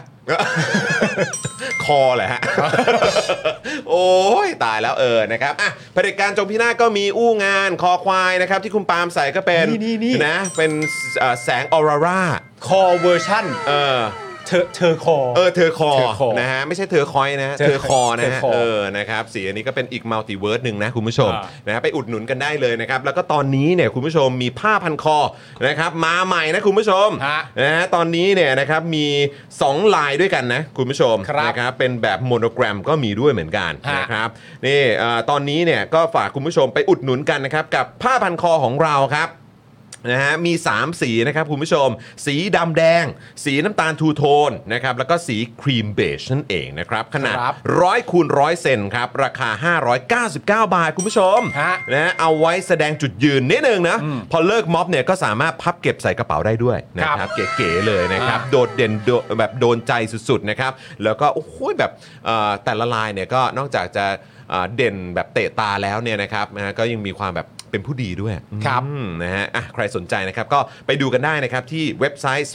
Speaker 1: คอแหละฮะ โอ้ยตายแล้วเออนะครับอ่ะเผด็จการจงพินาศก็มีอู้งานคอควายนะครับ ที่คุณปาล์มใส่ก็เป็น
Speaker 2: นี่นี่นี่
Speaker 1: นะเป็นเอ่อแสงออร่ารา
Speaker 2: คอเวอร์ชั่น
Speaker 1: เออ
Speaker 2: เธอเธอคอ
Speaker 1: เออเธอคอ
Speaker 2: เธอคอ
Speaker 1: นะฮะไม่ใช่เธอคอยนะฮะ
Speaker 2: เธอ
Speaker 1: เธอคอนะฮะ
Speaker 2: เธอคอ
Speaker 1: เออนะครับสีอันนี้ก็เป็นอีกมัลติเวิร์สหนึ่งนะคุณผู้ชม
Speaker 2: อ่า
Speaker 1: นะฮะไปอุดหนุนกันได้เลยนะครับ แล้วก็ตอนนี้เนี่ยคุณผู้ชมมีผ้าพันคอนะครับมาใหม่นะคุณผู้ชม
Speaker 2: ฮะ
Speaker 1: นะฮะตอนนี้เนี่ยนะครับมี 2 ลายด้วยกันนะคุณผู้ชม
Speaker 2: ครับ
Speaker 1: นะครับเป็นแบบโมโนแกรมก็มีด้วยเหมือนกัน
Speaker 2: ฮะ
Speaker 1: นะครับนี่เอ่อตอนนี้เนี่ยก็ฝากคุณผู้ชมไปอุดหนุนกันนะครับกับผ้าพันคอของเราครับ นะฮะมี 3 สีนะครับคุณผู้ชม สีดำแดง สีน้ำตาลทูโทนนะครับแล้วก็สีครีมเบจนั่นเองนะครับ ขนาด
Speaker 2: ครับ
Speaker 1: ร้อยคูณร้อยเซนครับ ราคา 599 บาทคุณผู้ชม
Speaker 2: ฮะ
Speaker 1: นะฮะเอาไว้แสดงจุดยืนนิดนึงนะ พอเลิกม็อบเนี่ยก็สามารถพับเก็บใส่กระเป๋าได้ด้วยนะค
Speaker 2: ค
Speaker 1: รั
Speaker 2: รั
Speaker 1: บบ เก๋ๆเลยนะครับ
Speaker 2: อ่า
Speaker 1: โดดเด่นโดแบบโดนใจสุดๆนะครับแล้วก็โอ้โหแบบเอ่อแต่ละลายเนี่ยก็นอกจากจะเอ่อเด่นแบบเตะตาแล้วเนี่ยนะครับนะฮะก็ยังมีความแบบเป็นผู้ดีด้วย
Speaker 2: ครับ
Speaker 1: อืม อืมนะฮะอ่ะใครสนใจนะครับ ก็ไปดูกันได้นะครับ ที่เว็บไซต์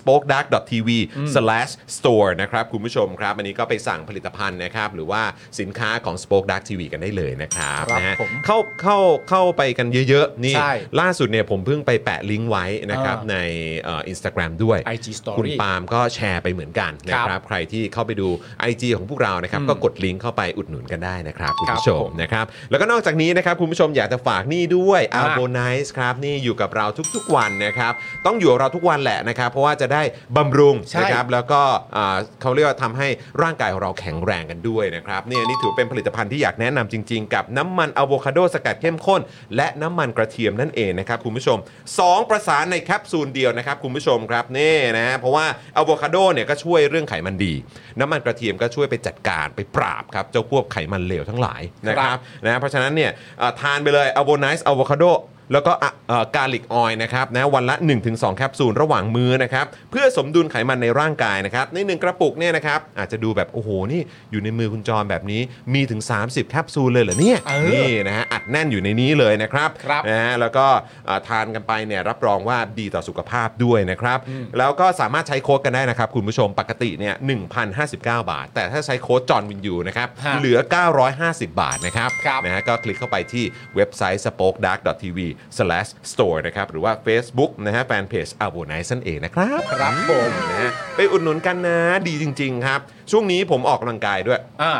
Speaker 1: spokedark.tv/store นะครับ คุณผู้ชมครับ อันนี้ก็ไปสั่งผลิตภัณฑ์นะครับ หรือว่าสินค้าของ Spoke Dark TV กันได้เลยนะครับ
Speaker 2: ครับ
Speaker 1: นะฮะ
Speaker 2: ผม
Speaker 1: เข้าเข้าเข้าไปกันเยอะๆ นี่
Speaker 2: ใช่
Speaker 1: ล่าสุดเนี่ยผมเพิ่งไปแปะลิงก์ไว้นะครับ
Speaker 2: อ่า
Speaker 1: ในเอินสตาแกรมด้วย
Speaker 2: IG Story
Speaker 1: คุณปาล์มก็แชร์ไปเหมือนกันนะค
Speaker 2: ครั
Speaker 1: รับบ ใครที่เข้าไปดู IG ของพวกเรานะครับ
Speaker 2: อืม
Speaker 1: ก็กดลิงก์เข้าไปอุดหนุนกันได้นะครับคุณ
Speaker 2: ครับ
Speaker 1: ผู้ชม
Speaker 2: ผม
Speaker 1: นะครับแล้วก็นอกจากนี้นะครับคุณผู้ชมอยากจะฝากนี่ด้วยอา
Speaker 2: อ่า
Speaker 1: โบ ไนส์ครับนี่อยู่กับเราทุกๆวันนะครับ ต้องอยู่กับเราทุกวันแหละนะครับ เพราะว่าจะได้บำรุง
Speaker 2: ใช่
Speaker 1: นะครับแล้วก็อ่าเขาเรียกว่าทำให้ร่างกายของเราแข็งแรงกันด้วยนะครับเนี่ยนี่ถือเป็นผลิตภัณฑ์ที่อยากแนะนำจริง ๆ กับน้ำมันอะโวคาโดสกัดเข้มข้น และน้ำมันกระเทียมนั่นเองนะครับคุณผู้ชม 2 ประสานในแคปซูลเดียวนะครับคุณผู้ชมครับนี่นะฮะเพราะว่าอะโวคาโดเนี่ยก็ช่วยเรื่องไขมันดี น้ำมันกระเทียมก็ช่วยไปจัดการไปปราบครับเจ้าพวกไขมันเลวทั้งหลายนะ
Speaker 2: ค
Speaker 1: ค
Speaker 2: รั
Speaker 1: รับ
Speaker 2: บ
Speaker 1: นะเพราะฉะนั้นเนี่ยเอ่อทานไปเลยอะโวนิสอะโวคาโดแล้วก็กาลิกออยนะครับนะวันละ 1-2 แคปซูลระหว่างมื้อนะครับเพื่อสมดุลไขมันในร่างกายนะครับในหนึ่งกระปุกเนี่ยนะครับอาจจะดูแบบ โอ้โห นี่อยู่ในมือคุณจอมแบบนี้มีถึง 30 แคปซูลเลยเหรอเนี่ย
Speaker 2: เออ
Speaker 1: นี่นะฮะอัดแน่นอยู่ในนี้เลยนะครับ
Speaker 2: ครับ
Speaker 1: นะฮะแล้วก็เอ่อทานกันไปเนี่ยรับรองว่าดีต่อสุขภาพด้วยนะครับ แล้วก็สามารถใช้โค้ดกันได้นะครับ คุณผู้ชมปกติเนี่ย1,059 บาท แต่ถ้าใช้โค้ดจอห์นวินยูนะครับ
Speaker 2: ฮะ
Speaker 1: เหลือ 950 บาทนะครับ
Speaker 2: ครับ
Speaker 1: นะฮะก็คลิกเข้าไปที่เว็บไซต์ spokedark.tv/store นะครับ หรือว่า Facebook นะฮะแฟนเพจ a v o n i c e นั่นเองนะครับ
Speaker 2: ครับผม
Speaker 1: นะฮะไปอุดหนุนกันนะดีจริง ๆ ครับ ช่วงนี้ผมออกกำลังกายด้วย
Speaker 2: อ่า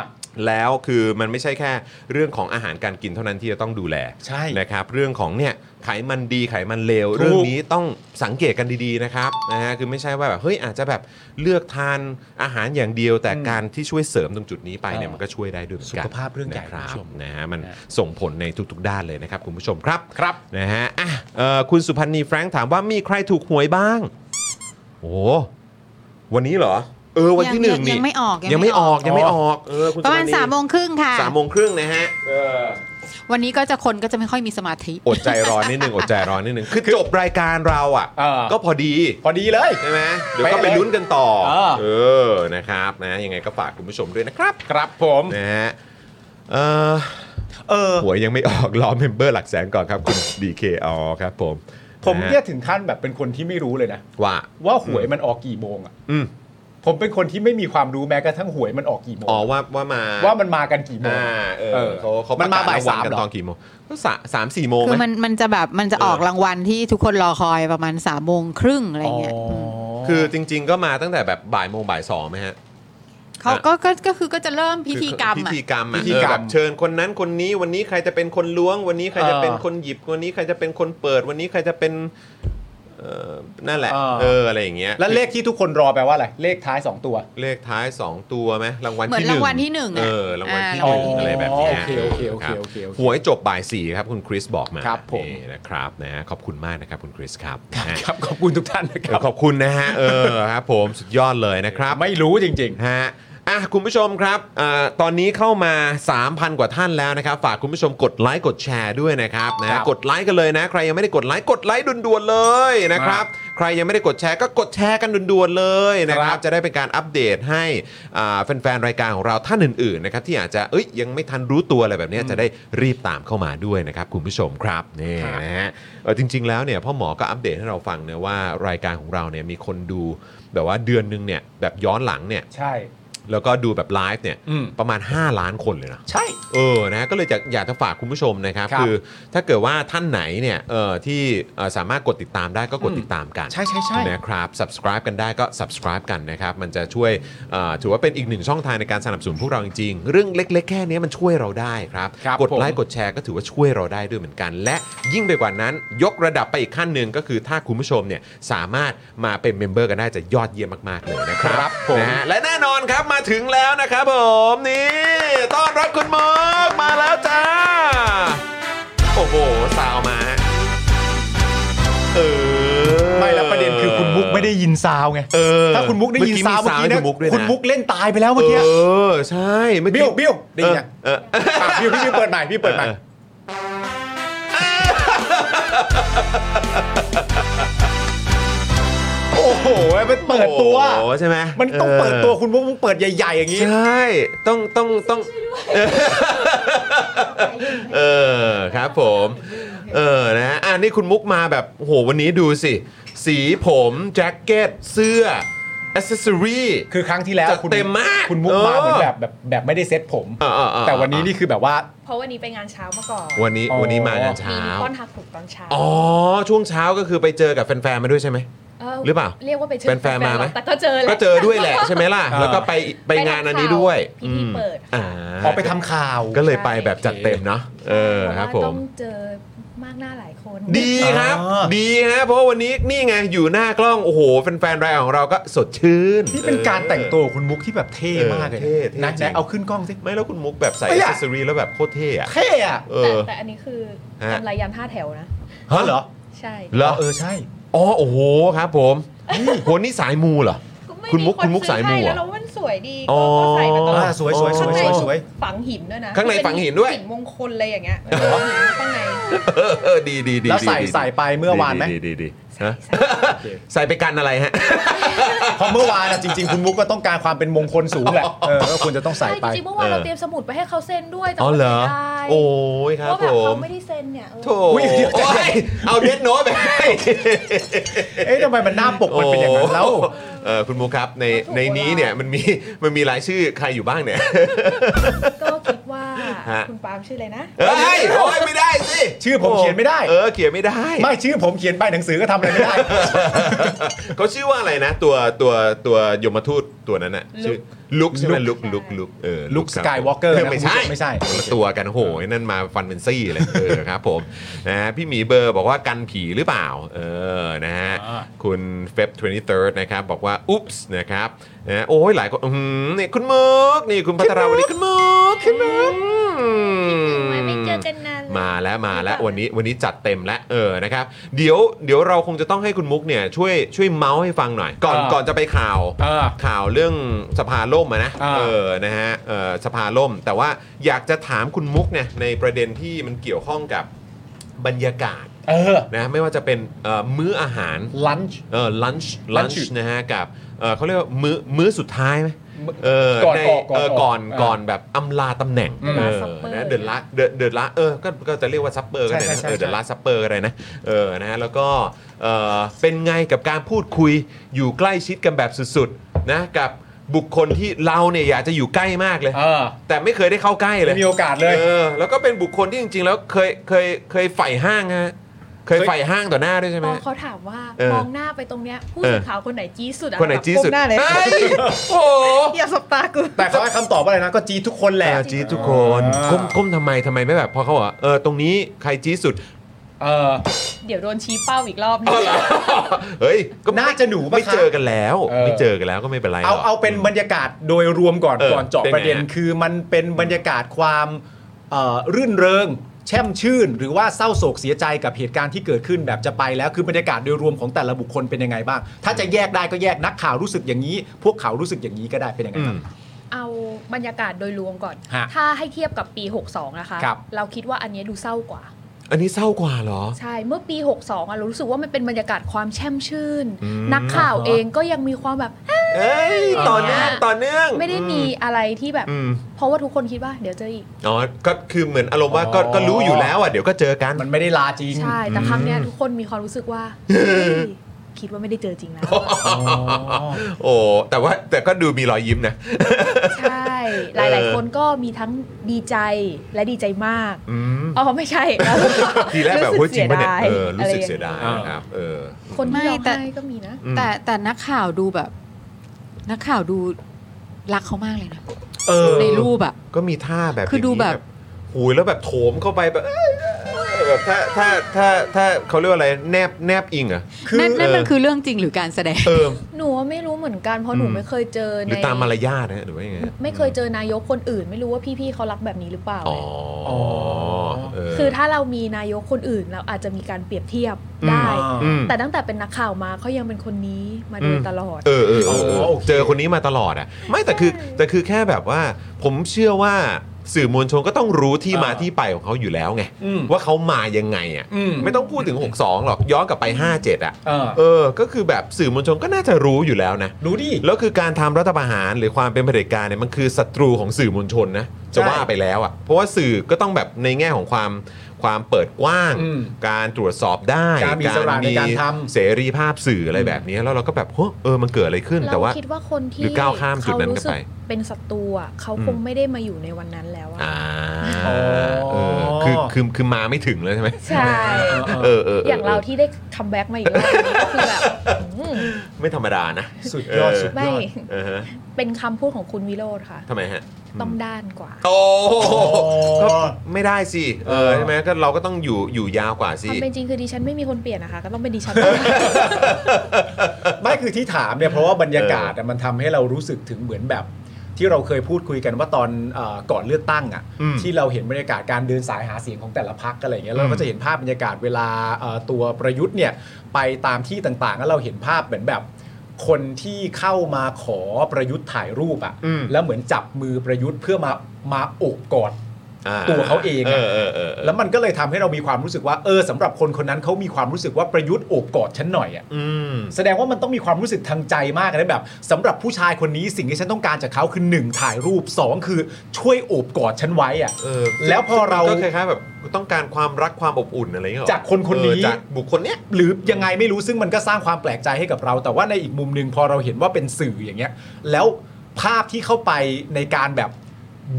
Speaker 1: แล้วคือมันไม่ใช่แค่เรื่องของอาหารการกินเท่านั้นที่จะต้องดูแล
Speaker 2: ใช่
Speaker 1: นะครับ เรื่องของเนี่ยไขมันดีไขมันเลว
Speaker 2: ถูก
Speaker 1: เรื่องนี้ต้องสังเกตกันดีๆนะครับนะฮะคือไม่ใช่ว่าแบบเฮ้ยอาจจะแบบเลือกทานอาหารอย่างเดียว แต่การที่ช่วยเสริมตรงจุดนี้ไปเนี่ย
Speaker 2: เออ
Speaker 1: มันก็ช่วยได้ด้วยเหมือนกั
Speaker 2: สุ
Speaker 1: น
Speaker 2: ขภาพเรื่องใหญ่
Speaker 1: นะครั
Speaker 2: คุณผู้ช
Speaker 1: บ
Speaker 2: ม
Speaker 1: นะฮะมัน
Speaker 2: นะ
Speaker 1: ส่งผลในทุกๆ ด้านเลยนะครับคุณผู้ชมครับ
Speaker 2: ครับ
Speaker 1: นะฮะอ่ะเอ่อคุณสุพันธ์นีแฟรงค์ถามว่ามีใครถูกหวยบ้างโอ้โหวันนี้เหรอเออวันที่หนึ่ง
Speaker 4: ยั
Speaker 1: นี่
Speaker 4: งไม่ออก
Speaker 1: ยังไม่ออกยังไม่ออกเออคุณ
Speaker 4: ประมาณ
Speaker 1: สุพณี
Speaker 4: สามโมงครึ่งค่ะ
Speaker 1: สามโมงครึ่งนะฮะ
Speaker 4: วันนี้ก็จะคนก็จะไม่ค่อยมีสมาธิ
Speaker 1: อดใจรอนิดนึง อดใจรอนิดนึง คือจบรายการเราอ่ะ
Speaker 2: เออ
Speaker 1: ก็พอดี
Speaker 2: พอดีเลย
Speaker 1: ใช่ไหมเดี๋ยวก็ไปลุ้นกันต่อ
Speaker 2: เออ
Speaker 1: เออ นะครับนะยังไงก็ฝากคุณผู้ชมด้วยนะครับ
Speaker 2: ครับผม
Speaker 1: นะฮะเออ
Speaker 2: เออ
Speaker 1: หวยยังไม่ออก (laughs) รอเมมเบอร์หลักแสนก่อนครับ คุณดีเคอ๋อครับผม
Speaker 2: ผม
Speaker 1: ะฮะ
Speaker 2: เนี่ยถึงขั้นแบบเป็นคนที่ไม่รู้เลยนะ
Speaker 1: ว่า
Speaker 2: ว่าหวยมันออกกี่โมงอ่ะ
Speaker 1: อืม
Speaker 2: ผมเป็นคนที่ไม่มีความรู้แม้กระทั่งหวยมันออกกี่โมง
Speaker 1: อ๋อว่าว่ามา
Speaker 2: ว่ามันมากันกี่โมง
Speaker 1: อ่าเอ
Speaker 2: เอ
Speaker 1: อ
Speaker 2: อ
Speaker 1: เขาเขา
Speaker 2: มันมา
Speaker 1: ประกศ
Speaker 2: บ่าย
Speaker 1: ร
Speaker 2: สาม
Speaker 1: งวัลกัน
Speaker 2: เหรอ
Speaker 1: ตอนกี่โมงก็สะสามสี่โมง
Speaker 4: คือ
Speaker 1: ไหม
Speaker 4: มันมันจะแบบมันจะออก
Speaker 1: เออ
Speaker 4: รางวัลที่ทุกคนรอคอยประมาณสามโมงครึ่งอะไรเงี้ยม
Speaker 1: คือจริง ๆ ก็มาตั้งแต่แบบบ่ายโมงบ่ายสองไหมฮะ
Speaker 4: เขาก็ก็ก็คือก็จะเริ่มพิธีกรรม
Speaker 1: พิ
Speaker 4: อ่ะ
Speaker 1: ธีกรรมอ่ะ
Speaker 2: พิธีกรรม
Speaker 1: เออแบบเชิญคนนั้นคนนี้วันนี้ใครจะเป็นคนล้วง วันนี้ใครจะเป็นคนหยิบวันนี้ใครจะเป็นคนเปิด วันนี้ใครจะเป็นเอ่อนั่นแหละ
Speaker 2: เออ
Speaker 1: เอออะไรอย่างเงี้ย
Speaker 2: แล้วเลขที่ทุกคนรอแปลว่าอะไร เลขท้าย 2 ตัว
Speaker 1: เลขท้าย 2 ตัวไหมรางวัล
Speaker 4: เหมือน
Speaker 1: ที่หนึ่ง
Speaker 4: รางวัลที่หนึ่งอะ
Speaker 1: เออรางวัลที่
Speaker 4: อ่า
Speaker 1: หนึ่งอะไรแบบเนี้ย
Speaker 2: โอเคโอเคโอเคโอเคโอเค
Speaker 1: หวยจบบ่ายสี่ครับคุณคริสบอกมา
Speaker 2: ครับผม
Speaker 1: นี่นะครับนะขอบคุณมากนะครับคุณคริสครับนะฮะ
Speaker 2: ครับขอบคุณทุกท่านนะค
Speaker 1: เอ
Speaker 2: รั
Speaker 1: อบ ขอบคุณนะฮะเออครับผมสุดยอดเลยนะครับ
Speaker 2: ไม่รู้จริง
Speaker 1: ฮะอ่ะคุณผู้ชมครับอาตอนนี้เข้ามา 3,000 กว่าท่านแล้วนะครับ ฝากคุณผู้ชมกดไลค์กดแชร์ด้วยนะครับนะ
Speaker 2: ครั
Speaker 1: ฮะ
Speaker 2: บ
Speaker 1: กดไลค์กันเลยนะ ใครยังไม่ได้กดไลค์กดไลค์ด่วนๆเลยนะครับ ใครยังไม่ได้กดแชร์ก็กดแชร์กันด่วนๆเลยนะค
Speaker 2: ครั
Speaker 1: รับ
Speaker 2: บ
Speaker 1: จะได้เป็นการอัปเดตให้อ่าแฟนๆรายการของเราท่านอื่นๆนะครับที่อาจจะเอ้ยยังไม่ทันรู้ตัวอะไรแบบเนี้ยจะได้รีบตามเข้ามาด้วยนะครับคุณผู้ชมครับนี่นะฮะเออจริง ๆ แล้วเนี่ยพ่อหมอก็อัปเดตให้เราฟังนะว่ารายการของเราเนี่ยมีคนดูแบบว่าเดือนนึงเนี่ยแบบย้อนหลังเนี่ย
Speaker 2: ๆ ใช่
Speaker 1: แล้วก็ดูแบบไลฟ์เนี่ย
Speaker 2: อืม
Speaker 1: ประมาณ 5 ล้านคนเลยนะ
Speaker 2: ใช่
Speaker 1: เออนะก็เลยจะอยากจะฝากคุณผู้ชมนะครับ
Speaker 2: ครับ
Speaker 1: คือถ้าเกิดว่าท่านไหนเนี่ยเออที่เอ่อสามารถกดติดตามได้ก็กดติดตามกัน
Speaker 2: ใช่ใช่ใช่
Speaker 1: นะครับ subscribe กันได้ก็ subscribe กันนะครับ มันจะช่วยเอ่อถือว่าเป็นอีกหนึ่งช่องทางในการสนับสนุนพวกเราจริงๆ เรื่องเล็ก ๆ แค่นี้มันช่วยเราได้ครับ
Speaker 2: ครับ
Speaker 1: กดไล
Speaker 2: ผ
Speaker 1: ค์
Speaker 2: ม
Speaker 1: กดแชร์ก็ถือว่าช่วยเราได้ด้วยเหมือนกัน และยิ่งไปกว่านั้นยกระดับไปอีกขั้นหนึ่งก็คือถ้าคุณผู้ชมเนี่ยสามารถมาเป็นเมมเบอร์กันได้จะยอดเยี่ยมมากๆเลยนะครับ
Speaker 2: ครับผม
Speaker 1: นะฮะและแน่นอนครับมาถึงแล้วนะครับผมนี่ต้อนรับคุณมอกมาแล้วจ้า โอ้โห สาวมาฮะเออ
Speaker 2: ไม่แล้วประเด็นคือคุณมุกไม่ได้ยินซาวไง
Speaker 1: เออ
Speaker 2: ถ้าคุณมุกได้ยินซาวเมื่อกี้นะ
Speaker 1: เมื่อกี้มีซาวให้
Speaker 2: คุ
Speaker 1: คุณณ
Speaker 2: มุ
Speaker 1: มุ
Speaker 2: ก
Speaker 1: กด้วยนะ
Speaker 2: เล่นตายไปแล้วเมื่อกี้
Speaker 1: เออ ใช่เมื่อ
Speaker 2: บิ้
Speaker 1: กี้
Speaker 2: วบิ้วได้ยินยัง
Speaker 1: เออเออ
Speaker 2: อ่ะบิ้วพี่พี่เปิดใหม่พี่เปิดใหม่โอ้โหมันเปิดตัว
Speaker 1: โอ้โหใช่ไหม
Speaker 2: มันต้องเปิดตัวคุณมุกมุกเปิดใหญ่ๆอย่างนี้
Speaker 1: ใช่ต้องต้องต้องเออครับผม เออนะฮะอ่ะนี่คุณมุกมาแบบโอ้โหวันนี้ดูสิ สีผมแจ็คเก็ตเสื้ออ c เซอรี่
Speaker 2: คือครั้งที่แล้ว
Speaker 1: จัด
Speaker 2: คุณ
Speaker 1: เต็มมาก
Speaker 2: คุณมุก
Speaker 1: เออ
Speaker 2: มาเหมือนแบบแบบแบบไม่ได้เซ็ตผม
Speaker 1: อ่าๆๆ
Speaker 2: แต่วันนี้นี่คือแบบว่า
Speaker 5: เพราะวันนี้ไปงานเช้ามาก่อน
Speaker 1: วันนี้
Speaker 2: อ๋อ
Speaker 1: วันนี้มางานเช้า
Speaker 5: มีป้อนหักผูกตอนเช้า
Speaker 1: อ๋อ ช่วงเช้าก็คือไปเจอกับแฟนๆมาด้วยใช่ไหม หรือเปล่า
Speaker 5: เรียกว่าไปเจอ
Speaker 1: เป็นแฟนมาไหม
Speaker 5: แต่ก็เจอแหละ
Speaker 1: ก็เจอด้วย
Speaker 5: (laughs)
Speaker 1: แหละใช่ไหมล่ะ
Speaker 2: อ่า
Speaker 1: แล้วก็ไปไปงานอันนี้ด้วย
Speaker 5: พิธีเปิด
Speaker 1: อ่า
Speaker 2: ออกไปทำข่าว
Speaker 1: ก็เลยไปแบบจัดเต็มเนาะเออครับผ
Speaker 5: เพาะว่าต้อ
Speaker 1: ม
Speaker 5: งเจอมากหน้าหลายคน
Speaker 1: ดีครับ
Speaker 2: อ่า
Speaker 1: ดีฮะเพราะวันนี้นี่ไงอยู่หน้ากล้อง โอ้โหแฟนๆรายการของเราก็สดชื่น
Speaker 2: นี่เป็นการแต่งตัวของคุณมุกที่แบบเท่มากเลย
Speaker 1: เออเท่
Speaker 2: นะ
Speaker 1: เท่จริง
Speaker 2: ไหนเอาขึ้นกล้องสิ
Speaker 1: ไม่แล้วคุณมุกแบบใส่
Speaker 2: ไม่
Speaker 1: อิ
Speaker 2: อะ
Speaker 1: สซอรีแล้วแบบโคตรเท่อะ
Speaker 2: เท่อะ
Speaker 1: เอ
Speaker 5: แต่
Speaker 1: อ
Speaker 5: แต่อันนี้คือ
Speaker 1: ฮะ
Speaker 5: กำไรยามห้าแถวนะ
Speaker 2: ฮะเหรอ
Speaker 5: ใช่
Speaker 1: เหรอ
Speaker 2: เออใช่
Speaker 1: อ๋อโอ้โหครับผมโหนี่สายมูเหรอ
Speaker 5: ไ
Speaker 1: คุณมุกคุณมุก
Speaker 5: ซื้อ
Speaker 1: สายมู
Speaker 5: ให้
Speaker 1: เหรอ
Speaker 5: แล้วแล้วมันสวยดี
Speaker 1: อ๋
Speaker 5: ก็ก็
Speaker 1: อ
Speaker 5: ใส่มาตลอด
Speaker 2: อ่าสวยสวยสวย
Speaker 5: ข้างใน
Speaker 2: สวยสวย
Speaker 5: ฝังหินด้วยนะ
Speaker 1: ข้างในฝังหินด้วย
Speaker 5: หินมงคลอะไรอย่างเงี้ยเออหินข้างใน
Speaker 1: เออเออดีดีดี
Speaker 2: แล้วใส่
Speaker 1: ดีดี
Speaker 2: ใส่ไปเมื่อวานไหม
Speaker 1: ดีดีดีดีฮะใส่ไปกันอะไรฮะ
Speaker 2: เพราะเมื่อวานอะจริง ๆ คุณมุกก็ต้องการความเป็นมงคลสูงแหละเออก็ควรจะต้องใส่
Speaker 5: ใช่
Speaker 2: ไป
Speaker 5: จริงๆเมื่อวาน
Speaker 1: เออ
Speaker 5: เราเตรียมสมุดไปให้เขาเซ็นด้วยแต่
Speaker 1: อ๋อ
Speaker 5: ว่า
Speaker 1: เหร
Speaker 5: เสี
Speaker 1: อย
Speaker 5: ดาย
Speaker 1: โอ้ยครับ
Speaker 5: ว่าแบ
Speaker 1: ผ
Speaker 5: บเขา
Speaker 1: ม
Speaker 5: ไม่ได้เซ็นเนี่ยเออ
Speaker 1: โถ่
Speaker 2: อุ๊ยเดี๋ยว
Speaker 1: โอ้ยเอาเด็ดโน้ตไปให้
Speaker 2: เอ๊ะทำไมมันหน้าปกมันเป็นอย่างนั้นแล้ว
Speaker 1: โอ้โหเออคุณมูครับใน
Speaker 5: ถูก
Speaker 1: ในนี้เนี่ย
Speaker 5: เวลามั
Speaker 1: มันมีมันมีรายชื่อใครอยู่บ้างเนี่ย
Speaker 5: ก็คิดว่า
Speaker 1: ฮะ
Speaker 5: คุณปาล์มชื่ออะไรนะ
Speaker 1: เอ้ยโอ้ยไม่ได้สิ
Speaker 2: ชื่อผมเขียนไม่ได้
Speaker 1: เออเขียนไม่ได้
Speaker 2: ไม่ชื่อผมเขียนไปหนังสือก็ทำอะไรไม่ได้
Speaker 1: เขาชื่อว่าอะไรนะ ตัวตัวตัวยมทูตตัวนั้นน่ะชื่อลุกใช่ไหมลุกลุกลุกเออ
Speaker 2: Luke
Speaker 1: ครับ
Speaker 2: Skywalker นะ
Speaker 1: ไม่ใช่
Speaker 2: คุณผู้ชมไม่ใช่
Speaker 1: ละตัวกันโหยนั่นมาฟันเป็นซี่เลยเออครับผมนะฮะพี่หมีเบอร์บอกว่ากันผีหรือเปล่า เออนะฮะคุณเฟบ23 นะครับ บอกว่า อุ๊ปส์นะครับนะโอ้ยหลายคนอื้อหือนี่คุณมุกนี่คุณพัทราวดีคุณมุกคุณมุก
Speaker 5: ไม่เจอกันนานเลย
Speaker 1: มาแล้วมาแล้ววันนี้วันนี้จัดเต็มแล้วเออนะครับเดี๋ยวเดี๋ยวเราคงจะต้องให้คุณมุกเนี่ยช่วยช่วยเมาส์ให้ฟังหน่อย ก่อน
Speaker 2: อ่า
Speaker 1: ก่อนจะไปข่าว
Speaker 2: เออ
Speaker 1: ข่าวเรื่องสภาล่มอะนะ
Speaker 2: อ่า
Speaker 1: เออนะฮะเออสภาล่ม แต่ว่าอยากจะถามคุณมุกเนี่ยในประเด็นที่มันเกี่ยวข้องกับบรรยากาศ
Speaker 2: เออ
Speaker 1: นะไม่ว่าจะเป็นเอ่อมื้ออาหาร
Speaker 2: lunch
Speaker 1: เออ lunch lunch
Speaker 2: lunch
Speaker 1: นะฮะกับเออเขาเรียกว่ามื้อมื้อสุดท้ายไหมเออ
Speaker 2: ก่อน
Speaker 1: ใน
Speaker 2: ออกก่อน
Speaker 1: เออ
Speaker 2: ออก
Speaker 1: ก่อน
Speaker 2: อ่า
Speaker 1: ก่อนแบบอำลาตำแหน่ง
Speaker 2: อืม
Speaker 1: เออ
Speaker 5: supper
Speaker 1: นะเดือนละเดือนเดือนละเออก็ก็จะเรียกว่าซัปเปอร์ก็ได้นะ
Speaker 2: ใช่ใช่ใช่
Speaker 1: เออเดือนละซัปเปอร์ก็ได้นะเออนะฮะแล้วก็เออเป็นไงกับการพูดคุยอยู่ใกล้ชิดกันแบบสุดๆนะกับบุคคลที่เราเนี่ยอยากจะอยู่ใกล้มากเลย
Speaker 2: เออ
Speaker 1: แต่ไม่เคยได้เข้าใกล้เลย
Speaker 2: ไม่มีโอกาสเลย
Speaker 1: เออแล้วก็เป็นบุคคลที่จริงๆ แล้วเคยเคยเคยใฝ่ห้างฮะ เคยไฟห้างต่อหน้าด้วยใช่ไห
Speaker 5: ต
Speaker 1: ม
Speaker 5: อนเขาถามว่า
Speaker 1: เออ
Speaker 5: มองหน้าไปตรงเนี้ยผู้
Speaker 1: เออ
Speaker 5: สื่อข่าวคนไหนจี้สุดอะ
Speaker 1: คนไหน
Speaker 5: แบบ
Speaker 1: จี้สุด
Speaker 5: ก้มหน้าเลย
Speaker 1: เฮ้ยโอ้โห
Speaker 5: อย่าสบตากู
Speaker 2: แต่เขาให้คำตอบว่าอะไรนะก็จีดทุกคนแห
Speaker 1: แต่
Speaker 2: ละ
Speaker 1: จี้ทุกคน
Speaker 2: อ่า
Speaker 1: ก้มก้มทำไมทำไมไม่แบบพอเขาบอกว่าเออตรงนี้ใครจี้สุด
Speaker 2: เออ
Speaker 5: เดี๋ยวโดนชี้เป้าอีกรอบหนึง
Speaker 1: เฮ้ยก็ไม่
Speaker 2: น่าจะหนูปะ
Speaker 1: ไม่
Speaker 2: คะ
Speaker 1: เจอกันแล้ว
Speaker 2: เออ
Speaker 1: ไม่เจอกันแล้วก็ไม่เป็นไรหรก
Speaker 2: เอาเอาเป็นบรรยากาศโดยรวมก่อน
Speaker 1: เออ
Speaker 2: ก่อนเจาะ
Speaker 1: เป็นไง
Speaker 2: ประเด็น
Speaker 1: ฮะ
Speaker 2: คือมันเป็นบรรยากาศความเอ่อรื่นเริง แช่มชื่น หรือว่าเศร้าโศกเสียใจกับเหตุการณ์ที่เกิดขึ้นแบบจะไปแล้วคือบรรยากาศโดยรวมของแต่ละบุคคลเป็นยังไงบ้าง ถ้าจะแยกได้ก็แยกนักข่าวรู้สึกอย่างนี้ พวกเขารู้สึกอย่างนี้ก็ได้เป็นยังไง
Speaker 1: อื
Speaker 2: ค
Speaker 1: ม
Speaker 2: รับ
Speaker 5: เอาบรรยากาศโดยรวมก่อน
Speaker 2: ฮะ
Speaker 5: ถ้าให้เทียบกับปี 62 นะคะ
Speaker 2: ครับ
Speaker 5: เราคิดว่าอันเนี้ยดูเศร้ากว่า
Speaker 1: อันนี้เศร้ากว่าเหรอ
Speaker 5: ใช่ เมื่อปี 62อะเรารู้สึกว่ามันเป็นบรรยากาศความแช่มชื่น
Speaker 1: อืม
Speaker 5: นักข่าวเองก็ยังมีความแบบ
Speaker 1: เอ้ย
Speaker 5: อ่า
Speaker 1: ต่อเนื่องต่อเนื่อง
Speaker 5: ไม่ได้มีอะไรที่แบบ
Speaker 1: อืม
Speaker 5: เพราะว่าทุกคนคิดว่าเดี๋ยวเจออีก
Speaker 1: อ๋อก็คือเหมือนอารมณ์ว่าก็
Speaker 2: อ๋อ
Speaker 1: ก็รู้อยู่แล้วอ่ะเดี๋ยวก็เจอกัน
Speaker 2: มันไม่ได้ลาจริง
Speaker 5: ใช่ แต่ครั้งเนี้ยทุกคนมีความรู้สึก
Speaker 1: (laughs)
Speaker 5: ว่าเฮ้ยคิดว่าไม่ได้เจอจริงแล้ว
Speaker 1: โอ้แต่ว่าแต่ก็ดูมีรอยยิ้มนะ
Speaker 5: ใช่ หลาย ๆ คนก็มีทั้งดีใจและดีใจมาก
Speaker 1: อืม
Speaker 5: อ๋อไม่ใช่แล้ว
Speaker 1: ทีแรกแบบ
Speaker 5: สึ
Speaker 1: เฮ้ยจริงปะเนี่ยเออรู้สึก
Speaker 5: อะไร
Speaker 1: เสียดายนะครับเออ
Speaker 5: คนที่ร้อง
Speaker 4: ไม่แต่
Speaker 5: ไห้ก็มีนะ
Speaker 1: อืม
Speaker 4: แต่แต่นักข่าวดูแบบ นักข่าวดูรักเขามากเลยนะ
Speaker 1: เออ
Speaker 4: ในรูปอ่ะ
Speaker 1: ก็มีท่าแบบ
Speaker 4: คือดูแบบ
Speaker 1: หูยแล้วแบบโถมเข้าไปแบบเอ้ยเอ้ยแบบถ้าถ้าถ้าถ้าเขาเรียกว่าอะไรแนบแนบอิงเหรอ่ะ
Speaker 2: คือ
Speaker 4: นั่นนั่น
Speaker 1: เออ
Speaker 4: มันคือเรื่องจริงหรือการแสดง
Speaker 1: เออ
Speaker 5: หนูว่าไม่รู้เหมือนกันเพราะหนู
Speaker 1: อืม
Speaker 5: ไม่เคยเจอ
Speaker 1: ห
Speaker 5: ใน
Speaker 1: รือตามมารยาทนะหรือว่ายังไง
Speaker 5: ไม่เคยเจอนายกคนอื่น ไม่รู้ว่าพี่ๆเขารักแบบนี้หรือเปล่า
Speaker 1: อ๋อเ
Speaker 5: คือถ้าเรามีนายกคนอื่นเราอาจจะมีการเปรียบเทียบได้
Speaker 1: อืม
Speaker 5: แต่ตั้งแต่เป็นนักข่าวมาเขายังเป็นคนนี้มาโดย
Speaker 1: อืม
Speaker 5: ตลอด
Speaker 1: เออเออเออ
Speaker 2: อ๋อโอเค
Speaker 1: เจอคนนี้มาตลอดอ่ะ ไม่แต่คือ
Speaker 5: ใช่
Speaker 1: แต่คือแค่แบบว่า ผมเชื่อว่าสื่อมวลชนก็ต้องรู้ที่มาที่ไปของเขาอยู่แล้วไง
Speaker 2: อืม
Speaker 1: ว่าเขามายังไงอ่ะ
Speaker 2: อืม
Speaker 1: ไม่ต้องพูดถึง 62 หรอก ย้อนกลับไป 57 อ่ะ
Speaker 2: เออ
Speaker 1: เออ ก็คือแบบสื่อมวลชนก็น่าจะรู้อยู่แล้วนะ
Speaker 2: ดูดิ
Speaker 1: แล้วคือการทำรัฐประหารหรือความเป็นเผด็จการเนี่ยมันคือศัตรูของสื่อมวลชนนะจะ
Speaker 2: ใช่
Speaker 1: ว่าไปแล้วอ่ะเพราะว่าสื่อก็ต้องแบบในแง่ของความความเปิดกว้าง
Speaker 2: อืม
Speaker 1: การตรวจสอบได้
Speaker 2: การมีอิสระในการทำ
Speaker 1: เสรีภาพสื่ออะไรแบบนี้ แล้วเราก็แบบเฮ้อเออมันเกิดอะไรขึ้นแต่ว่า
Speaker 5: เราคิดว่าคน
Speaker 1: หรื
Speaker 5: ที่
Speaker 1: อก้าวข้ามจุดนั้น
Speaker 5: เขรู้สึ
Speaker 1: ไป
Speaker 5: เป็นศัตรูอะเขา
Speaker 1: อืม
Speaker 5: คงไม่ได้มาอยู่ในวันนั้นแล้วอะ
Speaker 1: อ่า
Speaker 2: อ๋อ
Speaker 1: เออคือคือคือมาไม่ถึงเลยใช่ไหม
Speaker 5: ใช่
Speaker 1: เออเออ
Speaker 5: อย่างเราที่ได้คัมแบ็กมาอีกรอบนี้ก็คือแบบอืม
Speaker 1: ไม่ธรรมดานะ
Speaker 2: สุดยอดสุด
Speaker 5: ไม่
Speaker 2: ยอด
Speaker 1: เออฮะ
Speaker 5: เป็นคำพูดของคุณวิโรธค่ะ
Speaker 1: ทำไมฮะ
Speaker 5: ต้องด้านกว่า
Speaker 1: โตก็ไม่ได้สิเออ
Speaker 2: เออ
Speaker 1: ใช่ไหมก็เราก็ต้องอยู่อยู่ยาวกว่าสิ
Speaker 5: ความเป็นจริงคือดิฉันไม่มีคนเปลี่ยนนะคะ ก็ต้องเป็นดิฉัน
Speaker 2: ไม่คือที่ถามเนี่ยเพราะว่าบรรยากาศอะมันทำให้เรารู้สึกถึงเหมือนแบบ ที่เราเคยพูดคุยกันว่าตอนเอ่อก่อนเลือกตั้งอ่ะ
Speaker 1: อืม
Speaker 2: ที่เราเห็นบรรยากาศการเดินสายหาเสียงของแต่ละพักอะไรอย่างเงี้ยเรา
Speaker 1: อื
Speaker 2: ก็
Speaker 1: ม
Speaker 2: จะเห็นภาพบรรยากาศเวลาเอ่อตัวประยุทธ์เนี่ยไปตามที่ต่างๆ แล้วเราเห็นภาพเหมือนแบบ คนที่เข้ามาขอประยุทธ์ถ่ายรูปอ่ะ
Speaker 1: อืม
Speaker 2: แล้วเหมือนจับมือประยุทธ์เพื่อมามาโอบกอด ตัวเขาเอง
Speaker 1: เอ
Speaker 2: อะ
Speaker 1: อเออเออเออ
Speaker 2: แล้วมันก็เลยทำให้เรามีความรู้สึกว่าเออสำหรับคนคนนั้นเขามีความรู้สึกว่าประยุทธ์โอบกอดฉันหน่อยอ่ะ
Speaker 1: อืม
Speaker 2: แสดงว่ามันต้องมีความรู้สึกทางใจมากนะแบบสำหรับผู้ชายคนนี้สิ่งที่ฉันต้องการจากเขาคือหนึ่งถ่ายรูปสองคือช่วยโอบกอดฉันไว้อะ
Speaker 1: เออ
Speaker 2: แล้วพอเรา
Speaker 1: ก็คล้ายๆแบบต้องการความรักความอบอุ่นอะไรเงี้ยหรอ
Speaker 2: จากคนคนนี้
Speaker 1: เออจากบุคคลเนี้ย
Speaker 2: หรือยังไงไม่รู้ซึ่งมันก็สร้างความแปลกใจให้กับเรา แต่ว่าในอีกมุมหนึ่งพอเราเห็นว่าเป็นสื่ออย่างเงี้ย แล้วภาพที่เข้าไปในการแบบ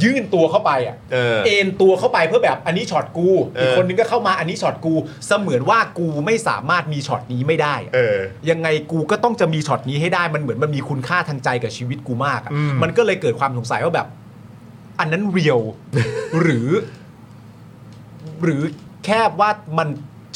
Speaker 2: ยื่นตัวเข้าไปอ่ะ
Speaker 1: เออ
Speaker 2: นตัวเข้าไปเพื่อแบบอันนี้ช็อตกู
Speaker 1: เอออี
Speaker 2: อีกคนนึงก็เข้ามาอันนี้ช็อตกู เสมือนว่ากูไม่สามารถมีช็อตนี้ไม่ได้อะ
Speaker 1: เออ
Speaker 2: ยังไงกูก็ต้องจะมีช็อตนี้ให้ได้มันเหมือนมันมีคุณค่าทางใจกับชีวิตกูมากอะ
Speaker 1: อืม
Speaker 2: มันก็เลยเกิดความสงสัยว่าแบบ อันนั้นเรียว
Speaker 1: (laughs)
Speaker 2: หรือ หรือแค่ว่ามัน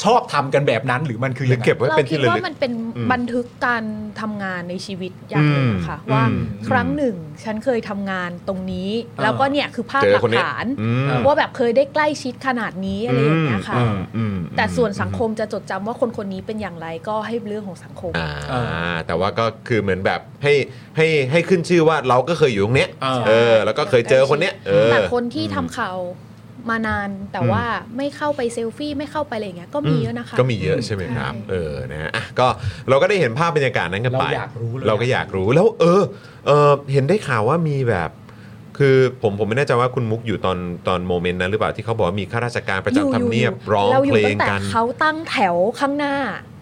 Speaker 2: ชอบทำกันแบบนั้น หรือมันคือ
Speaker 1: หรื
Speaker 2: ยั
Speaker 1: อง
Speaker 2: ไง
Speaker 1: เก็บไว้
Speaker 5: เรา
Speaker 1: เป็น
Speaker 5: คิ
Speaker 1: ที่
Speaker 5: ด
Speaker 1: ระ
Speaker 5: ว่า
Speaker 1: ลึก
Speaker 5: มันเป็น
Speaker 1: อืม
Speaker 5: บันทึกการทำงานในชีวิตอย่างหนึ่งค่ะ
Speaker 1: อืม
Speaker 5: ว่า
Speaker 1: อืม
Speaker 5: ครั้งหนึ่ง ฉันเคยทำงานตรงนี้
Speaker 2: อ่า
Speaker 5: แล้วก็เนี่ยคือภาพ
Speaker 1: เจอ
Speaker 5: หลัก
Speaker 1: คนเนี้ย
Speaker 5: ฐาน
Speaker 1: อืม
Speaker 5: ว่าแบบเคยได้ใกล้ชิดขนาดนี้อะไรอย่างเงี้ยค่ะ
Speaker 1: อืมอืม
Speaker 5: แต่ส่วนสังคมจะจดจำว่าคนคนนี้เป็นอย่างไรก็ให้เรื่องของสังคม
Speaker 1: อ่าแต่ว่าก็คือเหมือนแบบให้ให้ให้ขึ้นชื่อว่าเราก็เคยอยู่ตรงเนี้ย
Speaker 2: เออ
Speaker 1: เออ แล้วก็เคยเจอคนเนี้ยเออ
Speaker 5: แต่คนที่ทำข่าวมานานแต่
Speaker 1: อืม
Speaker 5: ว่าไม่เข้าไปเซลฟี่ไม่เข้าไปอะไรอย่างเงี้ยก็มีเยอะนะคะ
Speaker 1: ก็มีเยอะใช่ไหมครับ
Speaker 5: ใช่
Speaker 1: เออนะฮะอ่ะก็เราก็ได้เห็นภาพบรรยากาศนั้นกันไป
Speaker 2: เราอยากรู้เลย
Speaker 1: เราก็อยากรู้แล้วเออเออเห็นได้ข่าวว่ามีแบบ คือผมผมไม่แน่ใจว่าคุณมุกอยู่ตอนตอนโมเมนต์นั้นหรือเปล่าที่เขาบอกว่ามีข้าราชการประ
Speaker 5: อยู่
Speaker 1: จำทำเนียบ
Speaker 5: ยู่
Speaker 1: ร้อง
Speaker 5: เราอ
Speaker 1: เพ
Speaker 5: ยู่
Speaker 1: ล
Speaker 5: ตั้
Speaker 1: ง
Speaker 5: แต่
Speaker 1: กัน
Speaker 5: เขาตั้งแถวข้างหน้า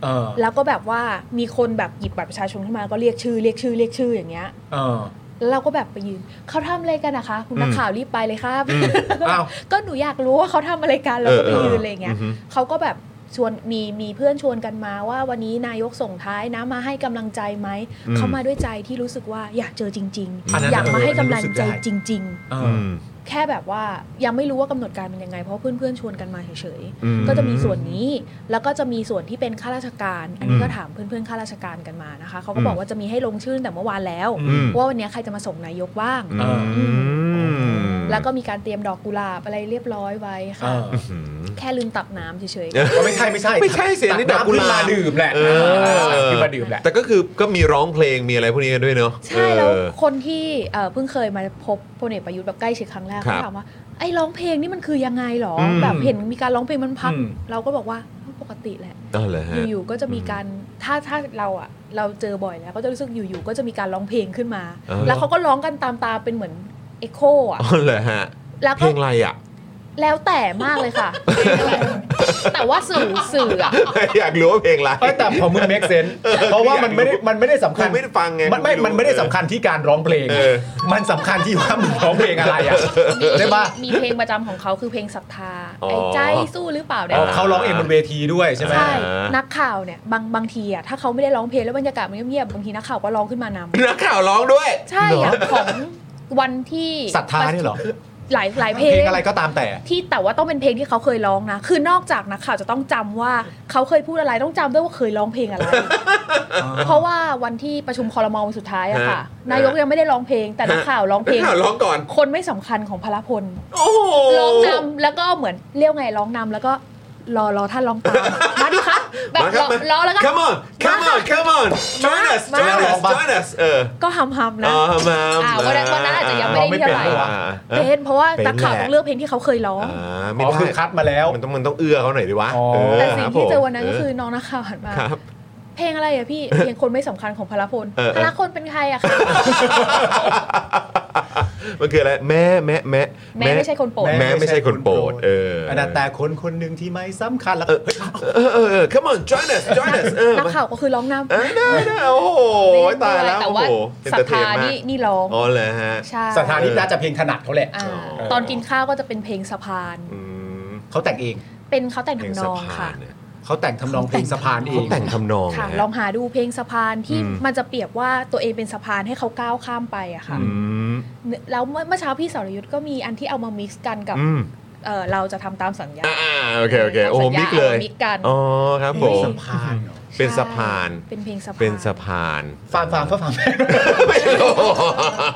Speaker 2: เออ
Speaker 5: แล้วก็แบบว่ามีคนแบบหยิบบัตรประชาชนขึ้นมาก็เรียกชื่อเรียกชื่อเรียกชื่ออย่างเงี้ย
Speaker 2: เออ
Speaker 5: แล้วเราก็แบบไปยืนเขาทำอะไรกันนะคะ คุณนัก
Speaker 1: อืม
Speaker 5: ข่าวรีบไปเลยครับ
Speaker 1: อืม
Speaker 5: แล้วก็แบบ
Speaker 2: อ้าว
Speaker 5: ก็หนูอยากรู้ว่าเขาทำอะไรกันแล้วก็ไป
Speaker 1: เออเออ
Speaker 5: ยืนอะไรอย่างเงี้ย
Speaker 1: อือฮึ
Speaker 5: เขาก็แบบ ชวนมีมีเพื่อนชวนกันมาว่าวันนี้นายกส่งท้ายนะมาให้กำลังใจไหม
Speaker 1: อืม
Speaker 5: เขามาด้วยใจที่รู้สึกว่าอยากเจอจริง
Speaker 2: อันนั้
Speaker 5: ๆ
Speaker 2: น
Speaker 5: อยากมาให้กำลังใจ
Speaker 2: เอออันนั้นรู้สึกได้
Speaker 5: จริง
Speaker 2: เออ
Speaker 1: อืม
Speaker 5: ๆ แค่แบบว่ายังไม่รู้ว่ากำหนดการเป็นยังไง เพราะเพื่อนๆชวนกันมาเฉย
Speaker 1: อืม
Speaker 5: ๆก็จะมีส่วนนี้แล้วก็จะมีส่วนที่เป็นข้าราชการ อันนี้
Speaker 1: อืม
Speaker 5: ก็ถามเพื่อนๆข้าราชการกันมานะคะเขาก็
Speaker 1: อืม
Speaker 5: บอกว่าจะมีให้ลงชื่อตั้งแต่เมื่อวานแล้ว
Speaker 1: อืม
Speaker 5: ว่าวันนี้ใครจะมาส่งนายกบ้าง
Speaker 1: อืม
Speaker 5: แล้วก็มีการเตรียมดอกกุหลาบอะไรเรียบร้อยไว้
Speaker 2: เอ
Speaker 5: ค่ะ
Speaker 2: อ
Speaker 1: อืม
Speaker 5: แค่ลืมตักน้ำเฉย
Speaker 1: เออ
Speaker 2: เอาไม่ใช่ไม่ใช่
Speaker 1: ไม่ใช่เสียงนี่ดอกกุหลาบ
Speaker 2: น้ำขึ้นมาดื่มแหละ
Speaker 1: เออ
Speaker 2: ขึ้นมาดื่มแหละ
Speaker 1: แต่ก็คือก็มีร้องเพลงมีอะไรพวกนี้กันด้วยเนอะ
Speaker 5: ๆ ใช่แล้ว
Speaker 1: เออ
Speaker 5: คนที่เอ่อเพิ่งเคยมาพบพลเอกประยุทธ์แบบใกล้ชิดครั้งแรก
Speaker 1: ครั
Speaker 5: เขา
Speaker 1: บ
Speaker 5: ถามว่าไอ้ร้องเพลงนี่มันคือยังไงหรออ
Speaker 1: ม
Speaker 5: แบบเห็นมีการร้องเพลงมันพัก
Speaker 2: อืม
Speaker 5: เราก็บอกว่าปกติแหละ
Speaker 1: อ๋อเหรอฮะ
Speaker 5: อยู่ๆก็จะมีการถ้าถ้าเราอะเราเจอบ่อยแล้ว ก็จะรู้สึกอยู่ๆก็จะมีการร้องเพลงขึ้นมา
Speaker 1: เออ
Speaker 5: แล้วเขาก็ร้องกันตามตามๆเป็นเหมือนเอ็โคอะ
Speaker 1: อ๋อเหรอฮะ
Speaker 5: แล้ว
Speaker 1: เพ
Speaker 5: ก็
Speaker 1: ลงอะไรอ่ะ (laughs)
Speaker 5: แล้วแต่มากเลยค่ะ แต่ว่าสื่อสื่ออะ
Speaker 1: อยากรู้ว่าเพลงอะไร
Speaker 2: เอ้ยแต่ผมมึง make sense เพราะว่ามันไม่ได้มันไม่ได้สำคัญ
Speaker 1: กูไม่ได้ฟังไง
Speaker 2: มันไม่
Speaker 1: กูไม่รู้
Speaker 2: มันไม่ได้สำคัญที่การร้องเพลง
Speaker 1: เออ
Speaker 2: มันสำคัญที่ว่ามึงร้องเพลงอะไรอ่ะใช่ปะ
Speaker 5: มีเพลงประจำของเขาคือเพลงศรัทธา
Speaker 1: อ๋อ
Speaker 5: ไอ้ใจสู้หรือเปล่าเนี่ย
Speaker 2: อ๋อเขาร้องเองบนเวทีด้วยใช่ไหม
Speaker 5: ใช่นักข่าวเนี่ยบางบางทีอะถ้าเขาไม่ได้ร้องเพลงแล้วบรรยากาศมันเงียบๆบางทีนักข่าวก็ร้องขึ้นมานำ
Speaker 1: นักข่าวร้องด้วย
Speaker 5: ใช่อะของวันที่
Speaker 2: ศรัทธาเนี่ยเหรอ
Speaker 5: หลายหลายเพล
Speaker 2: เพล
Speaker 5: ง
Speaker 2: งอะไรก็ตามแต่
Speaker 5: ที่แต่ว่าต้องเป็นเพลงที่เขาเคยร้องนะ คือนอกจากนักข่าวจะต้องจำว่าเขาเคยพูดอะไรต้องจำด้วยว่าเคยร้องเพล
Speaker 1: (laughs)
Speaker 5: งอะไร เพราะว่าวันที่ประชุมคอรมอวันสุดท้ายอะค่ะ
Speaker 1: ฮะ
Speaker 5: นายกยังไม่ได้ร้องเพลง แต่นักข่าวร้องเพลง
Speaker 1: นักข่าวร้องก่อน
Speaker 5: คนไม่สำคัญของพลพล
Speaker 1: โอ้โห
Speaker 5: ร้องนำแล้วก็เหมือนเรียกไงร้องนำแล้วก็รอรอท่านร้องตามมาดิคะแบบ
Speaker 1: มาค
Speaker 5: ร
Speaker 1: รับ
Speaker 5: อ
Speaker 1: มา
Speaker 5: รอแล้วก็
Speaker 1: Come on Come
Speaker 5: มา
Speaker 1: on Come on Join us
Speaker 5: มา
Speaker 1: Join
Speaker 2: มา
Speaker 1: us Join us เออ
Speaker 5: ก็หำหำๆนะ
Speaker 1: อ๋อมา
Speaker 5: อ่าวันนั้นวันนั้นอาจจะยังไม่ได้เท่าไหร่
Speaker 1: อ่าเอ๊ะ
Speaker 5: เป็นเพราะว่า
Speaker 1: เป็น
Speaker 5: นักข่าว
Speaker 1: แหละ
Speaker 5: ต้องเลือกเพลงที่เขาเคยร้อง
Speaker 1: อ่าไม่
Speaker 2: อ๋อ
Speaker 1: ได้
Speaker 2: คือคัดมาแล้ว
Speaker 1: มันต้องมันต้องเอื้อเขาหน่อยดิวะ
Speaker 2: อ๋อ
Speaker 1: เออ
Speaker 5: แต่สิ่ง
Speaker 1: ครับ
Speaker 5: ที่เจอ
Speaker 1: ผม
Speaker 5: วันนั้นก็คือน้องนักข่าวหันมา
Speaker 1: ครับ
Speaker 5: เพลงอะไรอะพี่ เพลงคนไม่สำคัญของพลพล
Speaker 1: เออ
Speaker 5: พลพลเป็นใครอะคะ
Speaker 1: มันคืออะไรแม่แม่แม่
Speaker 5: แม่ไม่ใช่คนโปรด
Speaker 1: แม่ไม่ใช่คนโปรดเออ
Speaker 2: อันนั้นแต่คนคนหนึ่งที่ไม่สำคัญแล้ว
Speaker 1: เออเออเออเออ Come on Join us Join us เออ
Speaker 5: นัก
Speaker 1: มา
Speaker 5: ข่าวก็คือร้องนำ
Speaker 1: เอ้ยได้ได้โอ้โหตายแล้ว
Speaker 5: แต่
Speaker 1: โอ้
Speaker 5: ว่า
Speaker 1: โห
Speaker 5: ศรัทธา
Speaker 1: เอนเตอร์เทมก
Speaker 5: นี่นี่ร้อง
Speaker 1: อ๋อเหรอฮะ
Speaker 5: ใช่
Speaker 2: สถานีน่าจะเพลงถนัดเขาแหละ
Speaker 5: อ่า
Speaker 1: อ๋อ
Speaker 5: ตอนกินข้าวก็จะเป็นเพลงสะพาน
Speaker 1: อืม
Speaker 2: เขาแต่งเอง
Speaker 5: เป็นเขาแต่ง
Speaker 1: เพลง
Speaker 5: ทำน
Speaker 1: สะ
Speaker 5: อง
Speaker 1: พา
Speaker 5: ค่ะ
Speaker 1: นเนี่ย
Speaker 2: เขาแต่งทำนองเพลงสะพานเอ
Speaker 1: เขา
Speaker 2: ง
Speaker 1: แต่งทำนอง
Speaker 5: ค่ะ
Speaker 1: นะฮะ
Speaker 5: ลองหาดูเพลงสะพานที่
Speaker 1: อืม
Speaker 5: มันจะเปรียบว่าตัวเองเป็นสะพานให้เขาก้าวข้ามไปอะค่ะ
Speaker 1: อืม
Speaker 5: แล้วเมื่อเมื่อเช้าพี่สรยุทธ์ก็มีอันที่เอามามิกซ์กันกับ
Speaker 1: อืม
Speaker 5: เอ่อเราจะทำตามสัญญา
Speaker 1: อ่าโอเคโอเคโอ้โห
Speaker 5: สัญ
Speaker 1: มิ
Speaker 5: ญาก
Speaker 1: เลย
Speaker 5: อาามิกซ์กัน
Speaker 1: อ๋อครับผ
Speaker 2: เพลง
Speaker 1: ม
Speaker 2: สะพานเหรอ
Speaker 1: เป็นสะพาน
Speaker 5: ใช่เป็นเพลงสะพาน
Speaker 1: เป็นสะพาน
Speaker 2: ฟาร์มฟาร์มฟาร์มฟาร์ม
Speaker 1: ไม่รู้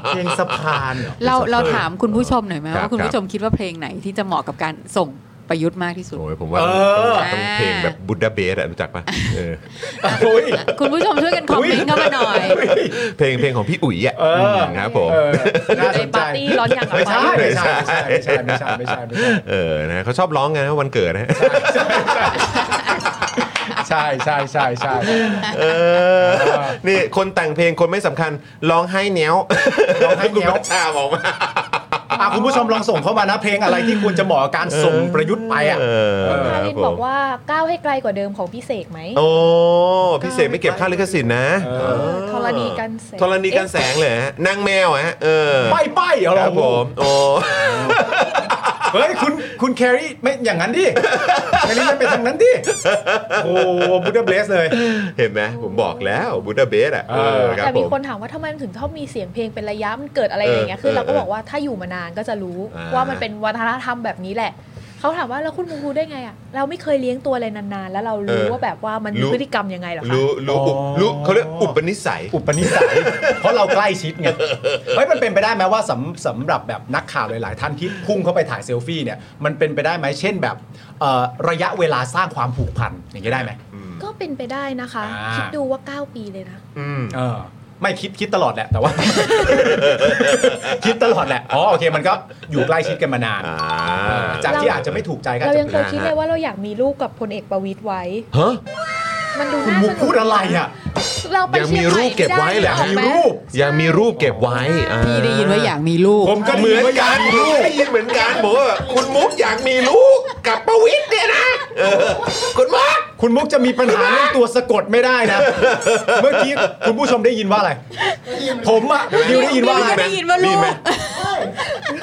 Speaker 2: เพลงสะพานเหรอ
Speaker 3: เรา
Speaker 1: เป็นสะพาน
Speaker 3: เราถามคุณผู้ชมหน่อยไหม
Speaker 1: ครับ
Speaker 3: ว่าคุณผู้ชมคิดว่าเพลงไหนที่จะเหมาะกับการส่งประยุทธ์มากที่สุด
Speaker 1: โอ้ยผมว่า
Speaker 2: เออ
Speaker 1: ต้องเพลงแบบบูดาเบสอะรู้จักปะเออ
Speaker 2: โอ้ย
Speaker 3: คุณผู้ชมช่วยกันคอมเมนต์เข้ามาหน่อย
Speaker 1: เพลงเพลงของพี่อุ๋ยอะ
Speaker 2: เออ
Speaker 1: ครับผม
Speaker 2: เออน่าสนใจ
Speaker 5: ปาร์ตี้ร้อนอย่างกับ
Speaker 2: ไม่
Speaker 5: ไฟ
Speaker 2: ใช่ไม่ใช่ไม่ใช่ไม่ใช่ไม่ใช่ไม่ใช่
Speaker 1: เออนะเขาชอบร้องไงนะวันเกิดนะฮะ
Speaker 2: ใช่ใช่ใช่ใช่
Speaker 1: เออ นี่คนแต่งเพลงคนไม่สำคัญร้องให้เนี้ยว
Speaker 2: ร้องไห้แนว
Speaker 1: คุณพัชชาบอกมา
Speaker 2: อ่ะคุณผู้ชมลองส่งเข้ามานะ เพลงอะไรที่ควรจะเหมาะกับการส่งประยุทธ์ไปอ่ะ
Speaker 1: เอ
Speaker 5: คา
Speaker 1: ครับ
Speaker 5: ริน
Speaker 1: ผม
Speaker 5: บอกว่าก้าวให้ไกลกว่าเดิมของพี่เสกไหม
Speaker 1: โอ้พี่เสกไม่เก็บค่าลิขสิทธิ์นะ
Speaker 2: เออ
Speaker 1: เออ
Speaker 5: ธรณีกันแสง
Speaker 1: ธรณีกันแสงเลยฮะนางแมวฮะเออ
Speaker 2: ไปไปเหรอ
Speaker 1: ครับผมโอ้
Speaker 2: เฮ้ยคุณคุณแครี่ไม่อย่างนั้นดิแครี่ไม่เป็นทางนั้นดิโอ้บูดาเบสเลย
Speaker 1: เห็นไหมผมบอกแล้วบูดาเบสอ่ะเออครับ
Speaker 5: แต่
Speaker 1: ผ
Speaker 5: มี
Speaker 1: ม
Speaker 5: คนถามว่าทำไมมันถึงชอบมีเสียงเพลงเป็นระยะมันเกิดอะไรอย่างเงี้ย
Speaker 1: เออ
Speaker 5: คือเราก็
Speaker 1: เออ
Speaker 5: บอกว่าถ้าอยู่มานานก็จะรู้
Speaker 1: อ่า
Speaker 5: ว่ามันเป็นวัฒนธรรมแบบนี้แหละ เขาถามว่าแล้วคุณครูได้ไงอ่ะเราไม่เคยเลี้ยงตัวอะไรนานๆ แล้วเรารู้ว่าแบบว่ามันมีพฤติกรรมยังไงเหรอคะ
Speaker 1: รู้รู้
Speaker 2: อ๋อ
Speaker 1: รู้เขาเรียกอุปนิสัย
Speaker 2: อุปนิสัย (laughs) เพราะเราใกล้ชิดไงเฮ้ยมันเป็นไปได้ไหมว่าสำสำหรับแบบนักข่าวหลาย ๆ ท่านที่พุ่งเข้าไปถ่ายเซลฟี่เนี่ยมันเป็นไปได้ไหมเช่นแบบเอ่อระยะเวลาสร้างความผูกพันอย่างนี้ยได้ไหม
Speaker 5: ก็เป็นไปได้นะคะ
Speaker 2: อ่า
Speaker 5: คิดดูว่า 9 ปีเลยนะ
Speaker 1: อืม
Speaker 2: เออไม่คิดคิดตลอดแหละแต่ว่า
Speaker 1: (laughs)
Speaker 2: คิดตลอดแหละอ๋อโอเค มันก็อยู่ใกล้ชิดกันมานาน
Speaker 1: อ่า
Speaker 2: จากที่อาจจะไม่ถูกใจกัน
Speaker 5: เรายังเคย
Speaker 1: จะเป็น
Speaker 5: คิด
Speaker 1: นะฮะ
Speaker 5: เลยว่าเราอยากมีลูกกับพลเอกประวิตยไว้
Speaker 1: ฮะ
Speaker 5: มันดู
Speaker 2: คุณ
Speaker 5: น่า
Speaker 2: มุ
Speaker 5: ส
Speaker 2: ก
Speaker 5: นุก
Speaker 2: พูดอะไรอ่ะ
Speaker 5: เราไป
Speaker 1: ยัง
Speaker 5: เชียง
Speaker 1: มี
Speaker 5: ให
Speaker 1: รู
Speaker 5: ม่
Speaker 1: ปเก็บไว้เหรอ
Speaker 5: ม่ด้
Speaker 2: มี
Speaker 5: หอ
Speaker 2: รูป
Speaker 1: ยังมีรูปเก็บไว้อ่า
Speaker 3: พี่ได้ยินว่าอยากมีลูก
Speaker 2: ผมก็
Speaker 1: เหมือนกัน
Speaker 2: ลูก
Speaker 1: ได้ยินเหมือนกันบอกว่าคุณมุกอยากมีลูกกับประวิทย์เนี่ยนะเออคุณมุก
Speaker 2: คุณมุกจะมีปัญหาเรื่องตัวสะกดไม่ได้นะ เมื่อกี้คุณผู้ชมได้ยินว่าอะไร ผมอ่ะดิวได้ยินว่าอะไร
Speaker 3: ได้ยินว่าลูก
Speaker 1: มีไหม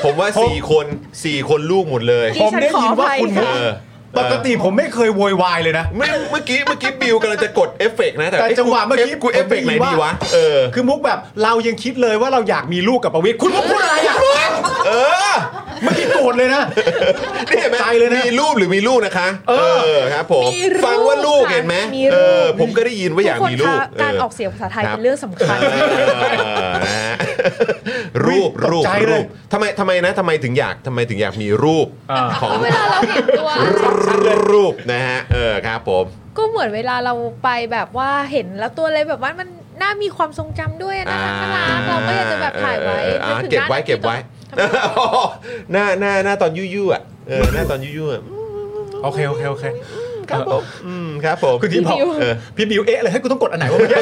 Speaker 1: ผมว่าสี่คนสี่คนลูกหมดเลย
Speaker 2: ผมได้ยินว่าคุณมุก
Speaker 1: เออ
Speaker 2: ปกติผมไม่เคยโวยวายเลยนะ
Speaker 1: ไม่เมื่อกี้เมื่อกี้บิวกำลังจะกดเอฟเฟกต์นะ แต่
Speaker 2: แต่
Speaker 1: ไอ้
Speaker 2: จังหวะเมื่อกี้
Speaker 1: กูเอฟเฟกต์ไหนดีวะ เออ
Speaker 2: คือมุกแบบเรายังคิดเลยว่าเราอยากมีลูกกับประวิทย์คุณมุกพูดอะไรอ่ะ
Speaker 1: เออ
Speaker 2: เมื่อกี้โกรธเลยนะ
Speaker 1: นี่เห็นไหม
Speaker 2: ใจเลยนะ
Speaker 1: มีรูปหรือมีลูกนะคะ
Speaker 2: เออ
Speaker 1: เออครับผม
Speaker 5: มีรูป
Speaker 1: ฟังว่าลูก
Speaker 5: ค่ะ
Speaker 1: เห็นไหม
Speaker 5: มีรูป
Speaker 1: เออผมก็ได้ยินว่าอยาก
Speaker 5: ทุกคน
Speaker 1: มีลูก
Speaker 5: คะการ
Speaker 1: เ
Speaker 5: ออกเสียงภาษาไทย
Speaker 1: ครับ
Speaker 5: เป็นเรื่องสำคัญ
Speaker 1: เออนะฮะรูป
Speaker 2: ตก
Speaker 1: รูป
Speaker 2: ใจเล
Speaker 1: รู
Speaker 2: ย
Speaker 1: ปทำไมทำไมนะทำไมถึงอยากทำไมถึงอยากมีรูปของ
Speaker 5: เวลาเราเห็นตัว
Speaker 1: รูปนะฮะเออครับผม
Speaker 5: ก็เหมือนเวลาเราไปแบบว่าเห็นแล้วตัวอะไรแบบว่ามันน่ามีความทรงจำด้วยนะน่ารักเราก็อยากจะแบบถ่ายไว้
Speaker 1: เออเออ
Speaker 5: นึถึง
Speaker 1: เก็บ
Speaker 5: ห
Speaker 1: ไว้
Speaker 5: น้า
Speaker 1: เก็บไว้
Speaker 5: ทำไม
Speaker 1: โอ้โหหน้าหน้าหน้าตอนยุ่ยๆอ่ะเออหน้าตอนยุ่ยๆอ่ะ
Speaker 2: โอเคโอเคโอเค
Speaker 1: ครับผมอืมครับผม
Speaker 2: คุณที่บอก
Speaker 1: เออ
Speaker 2: พี่บิวเอ๊ะเลยให้กูต้องกดอันไหนวะเมื่อกี้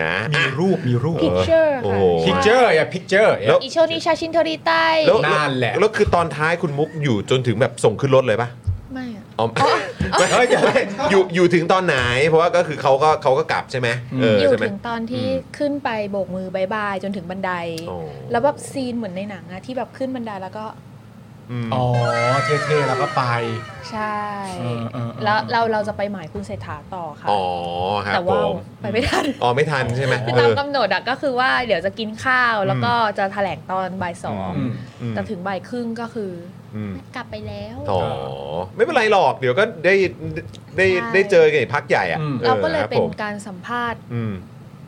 Speaker 1: นะ
Speaker 2: มีรูปมีรูป
Speaker 5: พิกเจอร์
Speaker 1: โอ้
Speaker 5: ค่ะ
Speaker 1: โห
Speaker 2: พิกเจอร์อ่ะพิกเจอร์
Speaker 1: แล้ว
Speaker 5: อิโชนิชาชินโทริไต
Speaker 1: แล้ว
Speaker 2: นั่นแหละ
Speaker 1: แล้วคือตอนท้ายคุณมุกอยู่จนถึงแบบส่งขึ้นรถเลยปะ
Speaker 5: ไม่อะ
Speaker 1: อ๋อไม่ไม่ (laughs) อยู่อยู่ถึงตอนไหน เพราะว่าก็คือเขาก็เขาก็กลับใช่ไหมเออ
Speaker 5: อยู่
Speaker 1: ใช่ไหม
Speaker 5: ถึงตอนที่ขึ้นไปโบกมือบายบายจนถึงบันได
Speaker 1: โอ้
Speaker 5: แล้วแบบซีนเหมือนในหนังอะที่แบบขึ้นบันไดแล้วก็
Speaker 1: อืม
Speaker 2: อ๋อเท่ๆแล้วก็ไป
Speaker 5: ใช่
Speaker 2: เออเออเออ
Speaker 5: แล้วเราเราจะไปหมายคุณเศรษฐาต่อค่ะ
Speaker 1: อ๋อครับ
Speaker 5: แต่
Speaker 1: ผ
Speaker 5: ว่าม ไปไม่ทัน
Speaker 1: อ๋อไม่ทันใช่ไหม
Speaker 5: คือตามกำหนดอะก็คือว่าเดี๋ยวจะกินข้าวแล้วก็จะแถลงตอนบ่ายสอง
Speaker 2: อืม
Speaker 1: อืม
Speaker 5: แต่ถึงบ่ายครึ่งก็คือ
Speaker 1: อืม
Speaker 5: กลับไปแล้ว
Speaker 1: อ๋อไม่เป็นไรหรอกเดี๋ยวก็ได้ได้
Speaker 5: ใช่
Speaker 1: ได้เจอกันอีกพักใหญ่อะ
Speaker 2: อืม
Speaker 1: ออ
Speaker 5: เราก็เลย
Speaker 1: ครับ
Speaker 5: เป็น
Speaker 1: ผม
Speaker 5: การสัมภาษณ์
Speaker 1: อืม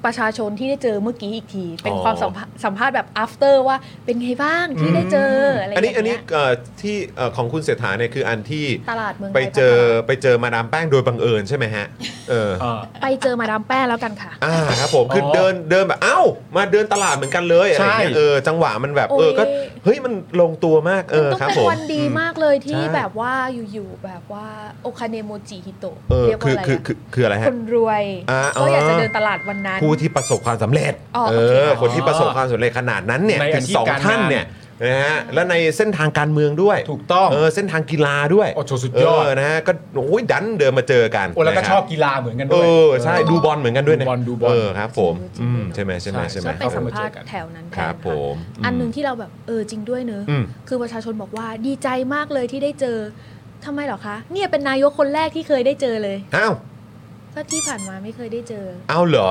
Speaker 5: ประชาชนที่ได้เจอเมื่อกี้อีกที เป็น
Speaker 1: อ๋อ
Speaker 5: ความสัมภาสัมภาษณ์แบบ after ว่าเป็นไงบ้างที่ได้เจออะไรอ
Speaker 1: อัน
Speaker 5: ย่าง
Speaker 1: นี้อันนี้
Speaker 5: เงี้ย
Speaker 1: เอ่อที่เอ่อของคุณเศรษฐาเนี่ยคืออันที่
Speaker 5: ตลาดเมือง
Speaker 1: ไป
Speaker 5: ทย
Speaker 1: เจอไปเจอมาดามแป้งโดยบังเอิญใช่ไหมฮะ เออ
Speaker 2: เออ
Speaker 5: ไปเจอมาดามแป้งแล้วกันค่ะ
Speaker 1: อ่าครับผมคืออ
Speaker 2: อ
Speaker 1: เดินเดินแบบเอ้ามาเดินตลาดเหมือนกันเลยอะไรอย่างเงี้ย
Speaker 2: ใช่
Speaker 1: เออจังหวะมันแบบเออ
Speaker 5: โอ้ย
Speaker 1: ก็เฮ้ยมันลงตัวมากเออ
Speaker 5: มันต้อง
Speaker 1: ครับ
Speaker 5: เป็
Speaker 1: ผ
Speaker 5: น
Speaker 1: ม
Speaker 5: วันดีมากเลยที่
Speaker 1: ใช่
Speaker 5: แบบว่าอยู่ๆแบบว่าโอคาเนโมจิฮิโตะ
Speaker 1: เออ
Speaker 5: เรียก
Speaker 1: คื
Speaker 5: ว่า
Speaker 1: อ
Speaker 5: อะไร
Speaker 1: คือ
Speaker 5: อะ
Speaker 1: คือคืออะไร
Speaker 5: ค
Speaker 1: ฮะ
Speaker 5: นรวย
Speaker 1: อ่าอ๋อ
Speaker 5: ก็อยากจะเดินตลาดวันนั้น
Speaker 1: ผู้ที่ประสบความสำเร็จ
Speaker 5: อ๋อ
Speaker 1: เอ
Speaker 5: โอเค
Speaker 1: อ คนที่ประสบความสำเร็จขนาดนั้นเนี่ย
Speaker 2: ใน
Speaker 1: ถึ
Speaker 2: อาง ชีพ
Speaker 1: สอง
Speaker 2: การ
Speaker 1: ท่าน
Speaker 2: งาน
Speaker 1: เนี่ยนะฮะ และในเส้นทางการเมืองด้วย
Speaker 2: ถูกต้อง
Speaker 1: เออ เส้นทางกีฬาด้วย
Speaker 2: โอ้โหสุดยอด
Speaker 1: เนะฮะ ก็โอ้ยดันเดินมาเจอกัน
Speaker 2: โอ้แล้วก็
Speaker 1: นะค
Speaker 2: ช
Speaker 1: รั
Speaker 2: อบกีฬาเหมือนกัน
Speaker 1: เอ
Speaker 2: ด้วย
Speaker 1: อ ใช่ ดูบอลเหมือนกันด้วยนะ
Speaker 2: ดูบอลดูบอล
Speaker 1: เออ ครับผม อืม ใช่ไหมใช่ไหมใช่ไหม
Speaker 5: ก็ไป
Speaker 1: เออ
Speaker 5: สัมภาษณ์แถวนั้นแท
Speaker 1: ครั
Speaker 5: น
Speaker 1: บ
Speaker 5: ค่ะ
Speaker 1: ผมอืม
Speaker 5: อันหนึ่งที่เราแบบเออจริงด้วยเนอะ
Speaker 1: อืม
Speaker 5: คือประชาชนบอกว่าดีใจมากเลยที่ได้เจอทำไมเหรอคะ เนี่ยเป็นนายกคนแรกที่เคยได้เจอเลย
Speaker 1: อ้าว
Speaker 5: ก็ที่ผ่านมาไม่เคยได้เจอ
Speaker 1: เอาเหรอ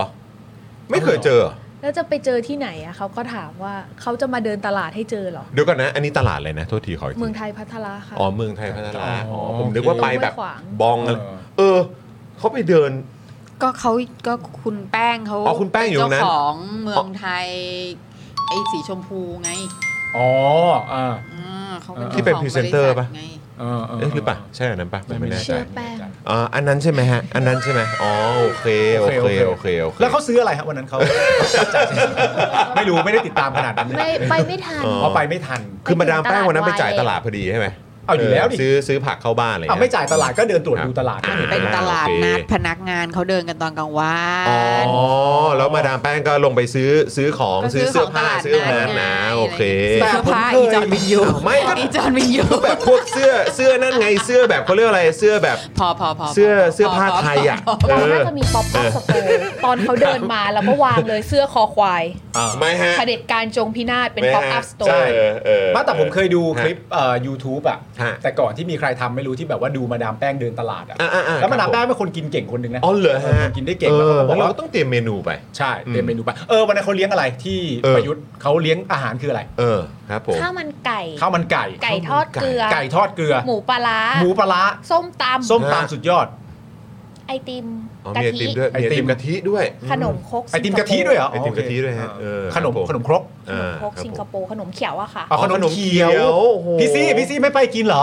Speaker 1: ไม่เคยเจอเหรอ
Speaker 5: แล้วจะไปเจอที่ไหนอ่ะเขาก็ถามว่าเขาจะมาเดินตลาดให้เจอเหรอ
Speaker 1: เดี๋ยวก่อนนะ อันนี้ตลาดเลยนะ โทษทีขออีก
Speaker 5: เมือง
Speaker 1: ที
Speaker 5: ไทยพัทละค่ะ
Speaker 1: อ๋อ เมืองไทยพัฒนาอ๋อ
Speaker 2: อ๋อ
Speaker 1: ผมนึกว่าไปแบ
Speaker 5: ต
Speaker 1: บ
Speaker 5: รงห้วยขวาง
Speaker 1: บองอะไร
Speaker 2: เออ
Speaker 1: เออ เขาไปเดิน
Speaker 3: ก็เขาก็คุณแป้งเขา
Speaker 1: อ๋อคุณแป้งอยู่ตรงนั้น
Speaker 3: เจ้าของเมืองไทย ไอ้สีชมพูไง
Speaker 2: อ๋ออ่า
Speaker 3: อ่าเขาเป็น
Speaker 1: ที่เป็น
Speaker 3: จ้าของ
Speaker 1: presenter
Speaker 3: บ
Speaker 1: ปะ
Speaker 3: ษัทไง
Speaker 1: เอ๊ะหรือเปล่าใช่อันนั้นปะผมไม่แน่ใจ
Speaker 5: เชื่อแป้ง
Speaker 1: อ่าอันนั้นใช่ไหมฮะ อันนั้นใช่ไหมอ๋อโอเคโอ
Speaker 2: โอ
Speaker 1: เค
Speaker 2: เค
Speaker 1: โอเคโอเค
Speaker 2: แล้วเขาซื้ออะไรฮะวัน
Speaker 1: (laughs)
Speaker 2: นั้นเขา ไม่รู้ไม่ได้ติดตามขนาดนั้น
Speaker 5: ไม่ไปไม่ทัน
Speaker 1: อ๋อ
Speaker 2: เขาไปไม่ทัน
Speaker 1: คือมาดามแป้งวันนั้นไปจ่ายต
Speaker 5: ต
Speaker 1: ลา
Speaker 5: ลา
Speaker 1: ด
Speaker 5: ด
Speaker 1: พอดีใช่ไหม
Speaker 2: เอาอยู่แล้วดิ
Speaker 1: ซื้อซื้อผักเข้าบ้านอะไรอย่ง
Speaker 2: อ่ะ
Speaker 1: เงี้ย
Speaker 2: ไม่จ่ายตลาดก็เดินตรวจดูตลาด
Speaker 1: อ่า
Speaker 3: เป็นตลาดนัด
Speaker 1: โอเค
Speaker 3: พนักงานเขาเดินกันตอนกลางวั
Speaker 1: อ๋อน แล้วมาดามแป้งก็ลงไปซื้อซื้อของ
Speaker 3: ก็ซื้อ
Speaker 1: ซื้อเสื้อผ้า
Speaker 3: ของตลาด
Speaker 1: ซื้ออะไร
Speaker 3: นัดไง
Speaker 1: นะโอเค
Speaker 2: แต่
Speaker 3: เสื้อผ้า
Speaker 2: ผมเคย
Speaker 3: อีจอนวินยู
Speaker 1: ไม่ก็
Speaker 3: อีจอนวินยู
Speaker 1: แบบพวกเสื้อเสื้อนั่นไงเสื้อแบบเขาเรียกอะไรเสื้อแบบ
Speaker 3: พอพอพอ
Speaker 1: เสื้อ
Speaker 3: พพ
Speaker 1: เสื้อผ้าไทยอ่ะ
Speaker 3: พพ
Speaker 1: เอ
Speaker 5: เรา
Speaker 1: อ
Speaker 5: น่าจะมีป๊อปอัพสโตร์ตอนเขาเดินมาแล้วก็วางเลยเสื้อคอควาย
Speaker 2: อ่า
Speaker 1: ไม่ฮะ
Speaker 5: เผด็จการจงพินาศเป็น
Speaker 1: ไม่
Speaker 5: ป๊อป
Speaker 1: ฮะ
Speaker 5: อัพสโต
Speaker 1: ใช่
Speaker 5: ร์
Speaker 1: เออเออ
Speaker 2: ไมาแต่ผมเคยดูคลิปเอ่อ YouTube อ่ะ
Speaker 1: ฮะ
Speaker 2: แต่ก่อนที่มีใครทำไม่รู้ที่แบบว่าดูมาดามแป้งเดินตลาดอ่ะ
Speaker 1: อ่ะอ่ะอ่ะ
Speaker 2: แล้วมาดามแป้งเป็นคนกินเก่งคนหนึ่งนะ
Speaker 1: อ๋อเหรอฮะ
Speaker 2: คนกินได้เก่งแล้วเขาก็บอก
Speaker 1: เรา
Speaker 2: ว่า
Speaker 1: ก็ต้องเตรียมเมนูไป
Speaker 2: ใช่เต็มเมนูไปเออวันนั้นเขาเลี้ยงอะไรที่
Speaker 1: เออ
Speaker 2: ประยุทธ์เขาเลี้ยงอาหารคืออะไร
Speaker 1: เออครับผม
Speaker 5: ข้าวมันไก่
Speaker 2: ข้าวมันไก่
Speaker 5: ไก่ทอดเกลือ
Speaker 2: ไก่ทอดเกลือ
Speaker 5: หมูปลาร้า
Speaker 2: หมูปลาร้า
Speaker 5: ส้มตำ
Speaker 2: ส้ม
Speaker 1: ฮะ
Speaker 2: ตำสุดยอด
Speaker 5: ไอติม
Speaker 1: อ๋อก
Speaker 5: ะ
Speaker 1: มี
Speaker 5: ทิ
Speaker 1: ไอติมด้วยมีไอ
Speaker 2: ไอ
Speaker 1: ติม
Speaker 2: ติม
Speaker 1: กะทิด้วย
Speaker 5: ขนมครก
Speaker 2: ไอติม
Speaker 5: สิ
Speaker 2: กะ
Speaker 5: งคโป
Speaker 2: ทิด้วยเหรอ
Speaker 1: ไอติมกะทิด้วยฮะ
Speaker 2: โอเค
Speaker 1: เออ
Speaker 2: ขนม
Speaker 1: ครับผม
Speaker 2: ขนมครก
Speaker 5: ขนมครกสิงคโปร์ขนมเขียวอะค่ะ
Speaker 2: เอาขนมเขียวพี่ซี่พี่ซี่ไม่ไปกินเหรอ